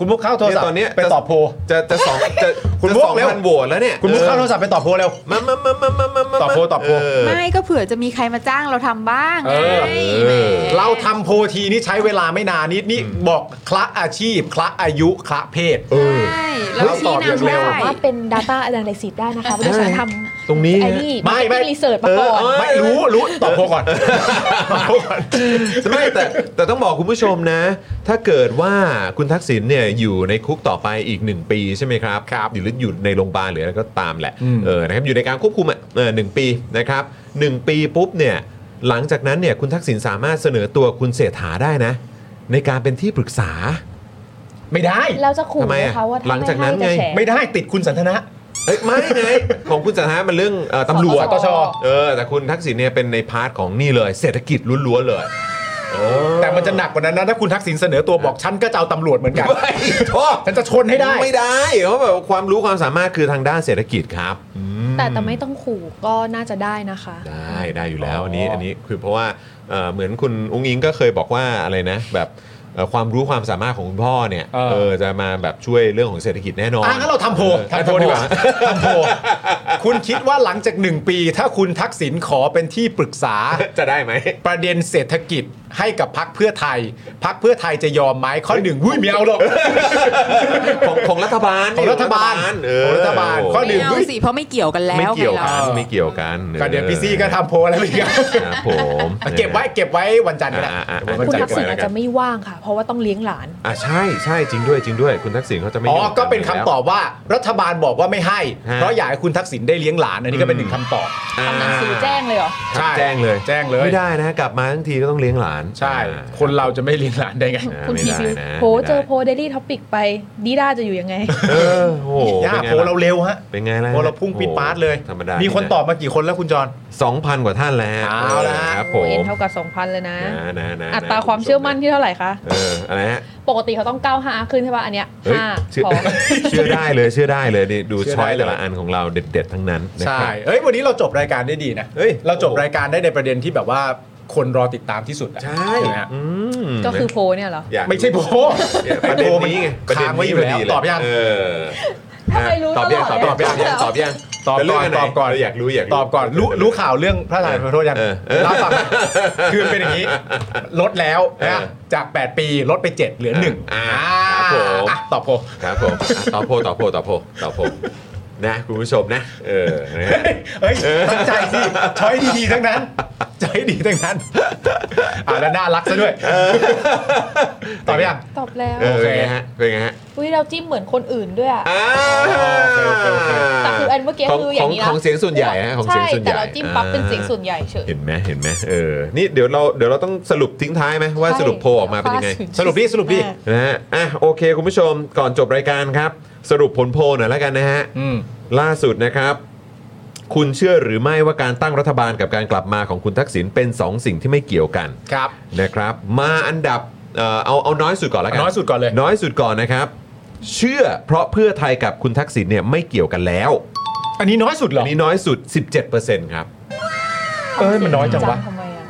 Speaker 2: คุณมุกเข้าโทรศัพท์
Speaker 1: ตอนเนี้ย
Speaker 2: ไปตอบโพล
Speaker 1: จะจะสองจะ
Speaker 2: คุณ
Speaker 1: จะ
Speaker 2: มุก
Speaker 1: สอง
Speaker 2: เร็ว
Speaker 1: พันโหวตแล้วเนี่ย
Speaker 2: คุณมุกเข้า
Speaker 1: ออ
Speaker 2: โทรศัพท์ไปตอบโพลเร็ว
Speaker 1: มามามามามามา
Speaker 2: ตอบโพลตอบโพล
Speaker 1: เ
Speaker 4: ไม่ก็เผื่อจะมีใครมาจ้างเราทำบ้าง
Speaker 2: เออ
Speaker 4: ไง
Speaker 2: เราทำโพลทีนี่ใช้เวลาไม่นานนิดนี่บอกคละอาชีพ คละอายุ คละเพศ
Speaker 1: เออ
Speaker 4: ใช่
Speaker 14: เราชี้นำได้
Speaker 5: สามารถเป็น Data Analysis ได้นะคะบริษัททำ
Speaker 1: ตรงนี้
Speaker 5: ไอ้นี่ไม่ไม่รีเสิร์ชมาก่อน
Speaker 1: ไม่รู้รู้ตอบโพก่อนไม่แต่แต่ต้องบอกคุณผู้ชมนะ ถ้าเกิดว่าคุณทักษิณเนี่ยอยู่ในคุกต่อไปอีก 1 ปีใช่ไหมครับครับหรืออยู่ในโรงพยาบาลหรืออะไรก็ตามแหละเออนะครับอยู่ในการควบคุมอ่ะเออหนึ่งปีนะครับหนึ่งปีปุ๊บเนี่ยหลังจากนั้นเนี่ยคุณทักษิณสามารถเสนอตัวคุณเศรษฐาได้นะ ในการเป็นที่ปรึกษา ไม่ได้
Speaker 5: เราจะขู่
Speaker 1: ทำไม
Speaker 5: ไหม
Speaker 1: อ่ะ
Speaker 5: คะว่าถ้า
Speaker 1: หลังจากนั้นไง
Speaker 5: ม่ให้จะแฉ
Speaker 1: ไม่ได้ติดคุณสันทนะเอ้ยไม่ไง ของคุณสันทนะมันเรื่องเอ่อตำรวจ
Speaker 2: สตช
Speaker 1: เออแต่คุณทักษิณเนี่ยเป็นในพาร์ทของนี่เลย เศรษฐกิจล้วนๆเลย
Speaker 2: แต่มันจะหนักกว่านั้นนะ ถ้าคุณทักษิณเสนอตัวบอกฉันก็จะเอาตำรวจเหมือนกัน
Speaker 1: ฉันจะชนให้ได้ไม่ได้เพราะแบบความรู้ความสามารถคือทางด้านเศรษฐกิจครับอืม
Speaker 5: แต่แต่ไม่ต้องขู่ก็น่าจะได้นะคะ
Speaker 1: ได้ได้อยู่แล้วอันนี้อันนี้คือเพราะว่าเอ่อเหมือนคุณอุ้งอิงก็เคยบอกว่าอะไรนะ แบบเอ่อความรู้ความสามารถของคุณพ่อเนี่ยเออจะมาแบบช่วยเรื่องของเศรษฐกิจแน่นอน
Speaker 2: อ่ะงั้นเราทำโพล
Speaker 1: ออ
Speaker 2: ทำโพลดีกว่า ทำโพลคุณคิดว่าหลังจากหนึ่งปี ถ้าคุณทักษิณขอเป็นที่ปรึกษา
Speaker 1: จะได้ไหม
Speaker 2: ประเด็นเศรษฐกิจให้กับพักเพื่อไทย พักเพื่อไทยจะยอมไหมข้อหนึ่งวุ้ยไม่เอาหรอก
Speaker 1: ของของรัฐบาล
Speaker 2: ของรัฐบาล
Speaker 1: เออ
Speaker 2: ของรัฐบาลข้อห
Speaker 14: ไม่
Speaker 2: นึ่ง
Speaker 14: เอา
Speaker 2: วุ้ย
Speaker 14: สิเพราะไม่เกี่ยวกันแล้ว
Speaker 1: ไม่เกี่ย
Speaker 14: ง
Speaker 1: วกัน
Speaker 14: รา
Speaker 1: ไม่เกี่ยวกัน
Speaker 2: ก็เดี๋ยวพี่ซี่ก็ทำโพลอะไรอีกอะ
Speaker 1: ครับผม
Speaker 2: เก็บไว้เก็บไว้วันจันทร์ก็ได้
Speaker 1: อ่ะอ่ะอ่ะ
Speaker 5: คุณทักษิณ
Speaker 1: เก็บไว้แล้
Speaker 5: อาว จ
Speaker 1: กั
Speaker 5: จะ
Speaker 1: น
Speaker 5: ไม่ว่างค่ะ เพราะว่าต้องเลี้ยงหลาน
Speaker 1: อ่ะใช่ใช่จริงด้วยจริงด้วย คุณทักษิณเขาจะไม่
Speaker 2: อ๋อ
Speaker 1: ยุ่ง
Speaker 2: ก็เป็นคำตอบว่ารัฐบาลบอกว่าไม่ให้
Speaker 1: ฮะ
Speaker 2: เพราะอยากให้คุณทักษิณได้เลี้ยงหลาน อันนี้ก็เป็นหนึ่งคำตอบ
Speaker 1: อ่า
Speaker 5: หนังสือแจ้งเลยเหรอ
Speaker 1: ครับแจ้งเลย
Speaker 2: แจ้งเลย
Speaker 1: ไม่ได้นะกลับมาทั้งทีก็ต้องเลี้ยงหลาน ใช่
Speaker 2: คนเราจะไม่เลี้ยงหลานได้ไง
Speaker 5: คุณ
Speaker 1: ไม่
Speaker 5: ที
Speaker 1: ได้
Speaker 5: ซี
Speaker 1: นะ
Speaker 5: โพเจอโพเดลี่ท็อปิกไปดีด้าจะอยู่ยังไง
Speaker 1: เออโอ้โห
Speaker 2: ย่า
Speaker 1: ป็นไง
Speaker 2: โพล
Speaker 1: ล่ะ
Speaker 2: เราเร็วฮะ
Speaker 1: เป็นไงล่ะ
Speaker 2: โพลเราพุ่งปิดปาร์ตเลย
Speaker 1: ธรรมดา
Speaker 2: มี
Speaker 1: มี
Speaker 2: คนตอบมากี่คนแล้วคุณจอน
Speaker 1: 2,000 กว่าท่านแล้ว
Speaker 2: เอาละฮะ
Speaker 1: ครับผ
Speaker 5: โอเอ็
Speaker 1: ม
Speaker 5: นเท่ากับ 2,000 เลยนะ
Speaker 1: นะนะนะ
Speaker 5: อัตราความเชื่อมั่นที่เท่าไหร่คะ
Speaker 1: เอออะไรฮะ
Speaker 5: ปกติเขาต้อง 95 ขึ้นใช่ป่ะ อันเนี้ย
Speaker 1: เฮ้ยเชื่อ
Speaker 5: 5พอ
Speaker 1: เชื่อ (laughs) ได้เลยเชื่อได้เลยนี่ดู
Speaker 2: เชื่อ
Speaker 1: ช้อย
Speaker 2: ได้เลย
Speaker 1: แต่ละอันของเราเด็ด ๆ ทั้งนั้นนะ
Speaker 2: ใช่
Speaker 1: ครับ
Speaker 2: เอ้ย วันนี้เราจบรายการได้ดีนะเอ้ย เราจบรายการได้ในประเด็นที่แบบว่าคนรอติดตามที่สุดใช่ไหมฮะ
Speaker 5: ก็คือโพเนี่ยเหรอ
Speaker 1: อยาก
Speaker 2: ไม่ใช่โพล
Speaker 1: เนี่ยประเด็นนี้ไงประเด็น
Speaker 2: ค้างไว้
Speaker 1: นี้
Speaker 2: อยู่แล้ว
Speaker 1: พอดีเลย
Speaker 2: ตอบยัง
Speaker 1: เออ
Speaker 5: ทำไมรู้
Speaker 1: ตอบยัง
Speaker 5: ต
Speaker 1: ต
Speaker 5: ล
Speaker 1: อ
Speaker 5: อด
Speaker 1: บยังตอบยัง
Speaker 5: เนี่ย
Speaker 1: ตอบยัง
Speaker 2: ตอบ
Speaker 1: จะเลื
Speaker 2: ก่อน
Speaker 1: นไห
Speaker 2: ตอบก่อน
Speaker 1: เราอยากรู้อยาก
Speaker 2: ตอบก่อนรู้รู้ข่าวเรื่องพระราชทานโทษยังเราฟังไหมคือมันเป็นอย่างนี้ ลดแล้วนะจาก 8 ปีลดไป 7 เหลือ1
Speaker 1: อ่าครับผม
Speaker 2: อ่ะตอบโพล
Speaker 1: ครับผมอ่ะตอบโพลตอบโพลตอบโพลตอบโพลนะคุณผู้ชมนะ เออนะฮะ
Speaker 2: เฮ้ยตั้งใจสิช้อยดีๆทั้งนั้นช้อยดีทั้งนั้น อ่าแล้วน่ารักซะด้วย ตอบยัง
Speaker 5: ตอบแล้ว
Speaker 1: เออเป็นไงฮะเป็นไงฮะ
Speaker 5: อุ้ยเราจิ้มเหมือนคนอื่นด้วยอ่ะ แต่คืออันเมื่อกี้
Speaker 1: ของ
Speaker 5: คืออย่า
Speaker 1: ของ ง
Speaker 5: นี้นะ
Speaker 1: ของเสียงส่วนใหญ่ฮะของเสียงส่วน
Speaker 5: ช่
Speaker 1: ใหญ่
Speaker 5: แต่เราจิ้มปั๊บเป็นเสียงส่วนใหญ่เฉย
Speaker 1: เห็นไหมเห็นไหมเออนี่เดี๋ยวเราเดี๋ยวเราต้องสรุปทิ้งท้ายไหมว่า
Speaker 5: ใช่
Speaker 1: สรุปโพลออกมาเป็นยังไง
Speaker 2: สรุปดิสรุปดิ
Speaker 1: นะฮะอ่ะโอเค คุณผู้ชมก่อนจบรายการครับ สรุปผลโพลหน่อยแล้วกันนะฮะล่าสุดนะครับ คุณเชื่อหรือไม่ว่าการตั้งรัฐบาลกับการกลับมาของคุณทักษิณเป็น 2 สิ่งที่ไม่เกี่ยวกัน
Speaker 2: ครับ
Speaker 1: นะครับ มาอันดับเอ่อเอาเอาน้อยสุดก่อนแล้วกัน
Speaker 2: น้อยสุดก่อนเลย
Speaker 1: น้อยสุดก่อนนะครับ เชื่อเพราะเพื่อไทยกับคุณทักษิณเนี่ยไม่เกี่ยวกันแล้ว
Speaker 2: อันนี้น้อยสุดเหรออั
Speaker 1: นนี้น้อยสุด 17%ครับ
Speaker 2: เอ้ยมันน้อยจังวะ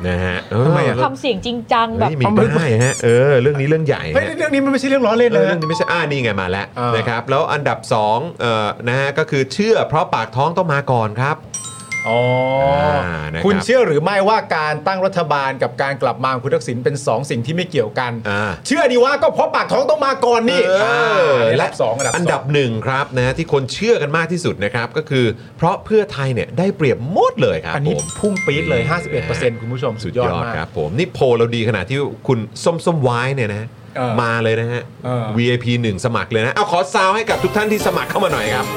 Speaker 1: นะฮะเออ
Speaker 2: ทำไมอะ
Speaker 5: ทำเสียงจริงจังแบบ
Speaker 1: เฮ้ยมีได้ฮะเออเรื่องนี้เรื่องใหญ่
Speaker 2: เฮ้ย
Speaker 1: ฮะ
Speaker 2: เรื่องนี้มันไม่ใช่เรื่องล้อเล่นนะ
Speaker 1: เออเรื่องนี้ไม่ใช่อ่านี่ไงมาแล้วนะครับ แล้วอันดับ2เอ่อนะฮะก็คือเชื่อเพราะปากท้องต้องมาก่อนครับ
Speaker 2: อ๋อ
Speaker 1: อ่านะครับ
Speaker 2: คุณเชื่อหรือไม่ว่าการตั้งรัฐบาลกับการกลับมาของคุณทักษิณเป็น 2 สิ่งที่ไม่เกี่ยวกัน เชื่อดีว่าก็เพราะปากท้องต้องมาก่อนนี่
Speaker 1: เออ
Speaker 2: อัน
Speaker 1: และ
Speaker 2: ดับสองอันดับส
Speaker 1: อั
Speaker 2: อ
Speaker 1: น
Speaker 2: ง
Speaker 1: ดับหนึ่งครับนะที่คนเชื่อกันมากที่สุดนะครับ ก็คือเพราะเพื่อไทยเนี่ยได้เปรียบหมดเลยครับ
Speaker 2: อันนี้
Speaker 1: ผม
Speaker 2: พุ่งปี๊ดเลย
Speaker 1: ะ
Speaker 2: 51%คุณผู้ชมสุดยอดมาก
Speaker 1: ครับผมนี่โพลเราดีขนาดที่คุณส้มส้มวายเนี่ยนะ
Speaker 2: เออ
Speaker 1: มาเลยนะฮะ
Speaker 2: เออ
Speaker 1: VIP 1 สมัครเลยนะเอาขอซาวให้กับทุกท่านที่สมัครเข้ามาหน่อยครับ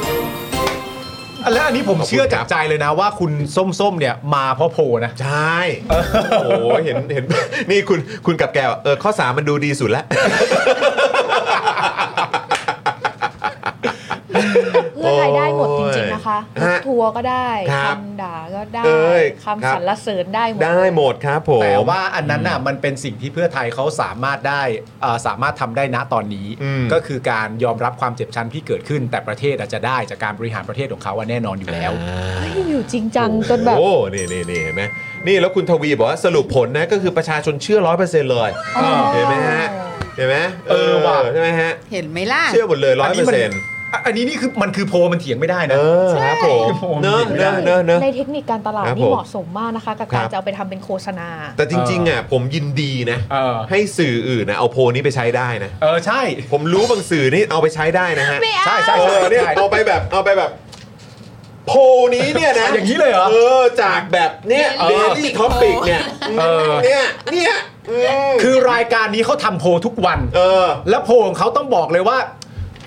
Speaker 2: แล้วอันนี้ผมเชื่อจากใจเลยนะว่าคุณส้มๆเนี่ยมาเพราะโพลนะ
Speaker 1: ใช่ โอ้โหเห็นเห็น นี่คุณคุณกับแกวเออข้อสามมันดูดีสุดแล้ว
Speaker 5: เพื่อรายได้หมดจริงๆนะคะ
Speaker 1: โอ้ยฮะ
Speaker 5: ทัวร์ก็ได้
Speaker 1: ครับ
Speaker 5: คำด่าก็ได้
Speaker 1: เอ้ย
Speaker 5: คำ
Speaker 1: ครับ
Speaker 5: สรรเสริญได้หมด
Speaker 1: ได้หมดครับผม
Speaker 2: แต่ว่าอันนั้นน่ะมันเป็นสิ่งที่เพื่อไทยเขาสามารถได้เอ่อสามารถทำได้ณตอนนี้
Speaker 1: อืม
Speaker 2: ก็คือการยอมรับความเจ็บช้ำที่เกิดขึ้น แต่ประเทศอาจจะได้จากการบริหารประเทศของเขาอะแน่นอนอยู่แล้ว
Speaker 5: เฮ้ยอยู่จริงจังจนแบบ
Speaker 1: โอ้นี่นี่นี่เห็นไหมนี่แล้วคุณทวีบอกว่าสรุปผลนะก็คือประชาชนเชื่อร้อยเปอร์เซ็นต์เลย
Speaker 14: อ๋อ
Speaker 1: เห็นไหมฮะเห็นไหม
Speaker 2: เออว่ะ
Speaker 1: ใช่ไหมฮะ
Speaker 14: เห็นไหมล่ะ
Speaker 1: เชื่อหมดเลยร้อยเปอร์เซ็นต์
Speaker 2: อ่ะอันนี้นี่คือมันคือโพลมันเถียงไม่ได้นะ
Speaker 13: ใช่
Speaker 2: คือโพลมันเถียงไม่ได้
Speaker 5: ในเทคนิคการตลาด
Speaker 1: ครับ
Speaker 5: นี่
Speaker 1: ผม
Speaker 5: เหมาะสมมากนะคะ กับ
Speaker 1: ครั
Speaker 5: การ
Speaker 1: บ
Speaker 5: จะเอาไปทำเป็นโฆษณา
Speaker 1: แต่จริง ๆอ่ะผมยินดีนะให้สื่ออื่นนะเอาโพลนี้ไปใช้ได้นะ
Speaker 2: เออใช่
Speaker 1: ผมรู้บางสื่อนี่เอาไปใช้ได้นะฮะ
Speaker 5: ไม่เอา
Speaker 13: ใช่ใช่ใช่
Speaker 1: เออเนี่ย
Speaker 13: ใช่
Speaker 1: เอาไปแบบเอาไปแบบ โพลนี้เนี่ยนะ
Speaker 2: อย่างนี้เลยเหรอ
Speaker 1: เออจากแบบเนี่ย
Speaker 2: เอ
Speaker 1: เด
Speaker 2: อ
Speaker 1: ลี่ท็อปิกเนี่ย
Speaker 2: เออ
Speaker 1: เนี่ยเนี่ยอืม
Speaker 2: คือรายการนี้เขาทำโพลทุกวัน และโพลของเขาต้องบอกเลยว่า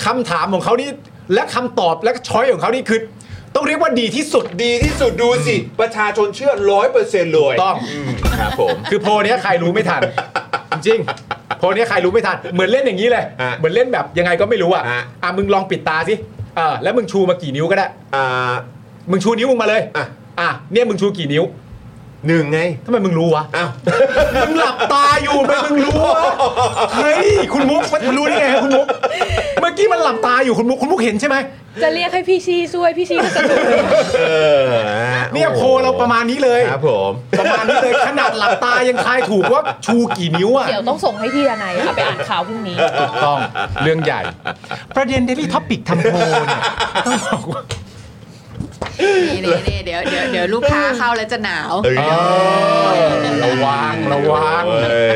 Speaker 2: คำถามของเขานี่และคำตอบและช้อยของเขานี่คือ ต้องเรียกว่าดีที่สุด
Speaker 1: ดีที่สุดดูสิ ประชาชนเชื่อร้อยเปอร์เซ็นต์เลย
Speaker 2: ต้อง
Speaker 1: ครับผม
Speaker 2: คือโพลเนี้ยใครรู้ไม่ทัน จริงๆโพลเนี้ยใครรู้ไม่ทัน เหมือนเล่นอย่างนี้เลย เหมือนเล่นแบบยังไงก็ไม่รู้อ่ะอ่ะมึงลองปิดตาสิเออแล้วมึงชูมากี่นิ้วก็ได้
Speaker 1: อ่า
Speaker 2: มึงชูนิ้วมึงมาเลยอ่ะอ่ะเนี่ยมึงชูกี่นิ้ว
Speaker 1: หนึ่งไง
Speaker 2: ทำไมมึงรู้วะ
Speaker 1: อ้าว
Speaker 2: มึงหลับตาอยู่ทำไมมึงรู้วะเฮ้ยคุณมุกมันรู้ได้ไงคุณมุกเมื่อกี้มันหลับตาอยู่คุณมุกคุณมุกเห็นใช่ไหม
Speaker 5: จะเรียกให้พี่ชีช่วยพี่ชีก็จะถูก
Speaker 1: เออ
Speaker 2: เนี่ยโพลเราประมาณนี้เลย
Speaker 1: ครับผม
Speaker 2: ประมาณนี้เลยขนาดหลับตายังทายถูกว่าชูกี่นิ้วอ่ะ
Speaker 5: เดี๋ยวต้องส่งให้พี่ดนายเอาไปอ่านข่าวพรุ่งนี้
Speaker 2: ถูกต้องเรื่องใหญ่ ประเด็นเดลี่ท็อปิกทำโพลเนี่ย
Speaker 14: นี่นี่นี่เดี๋ยวเดี๋ยวเดี๋ยวลูกค้าเข้าแล้วจะหนาว
Speaker 1: เอ้ย
Speaker 2: ระวังระวัง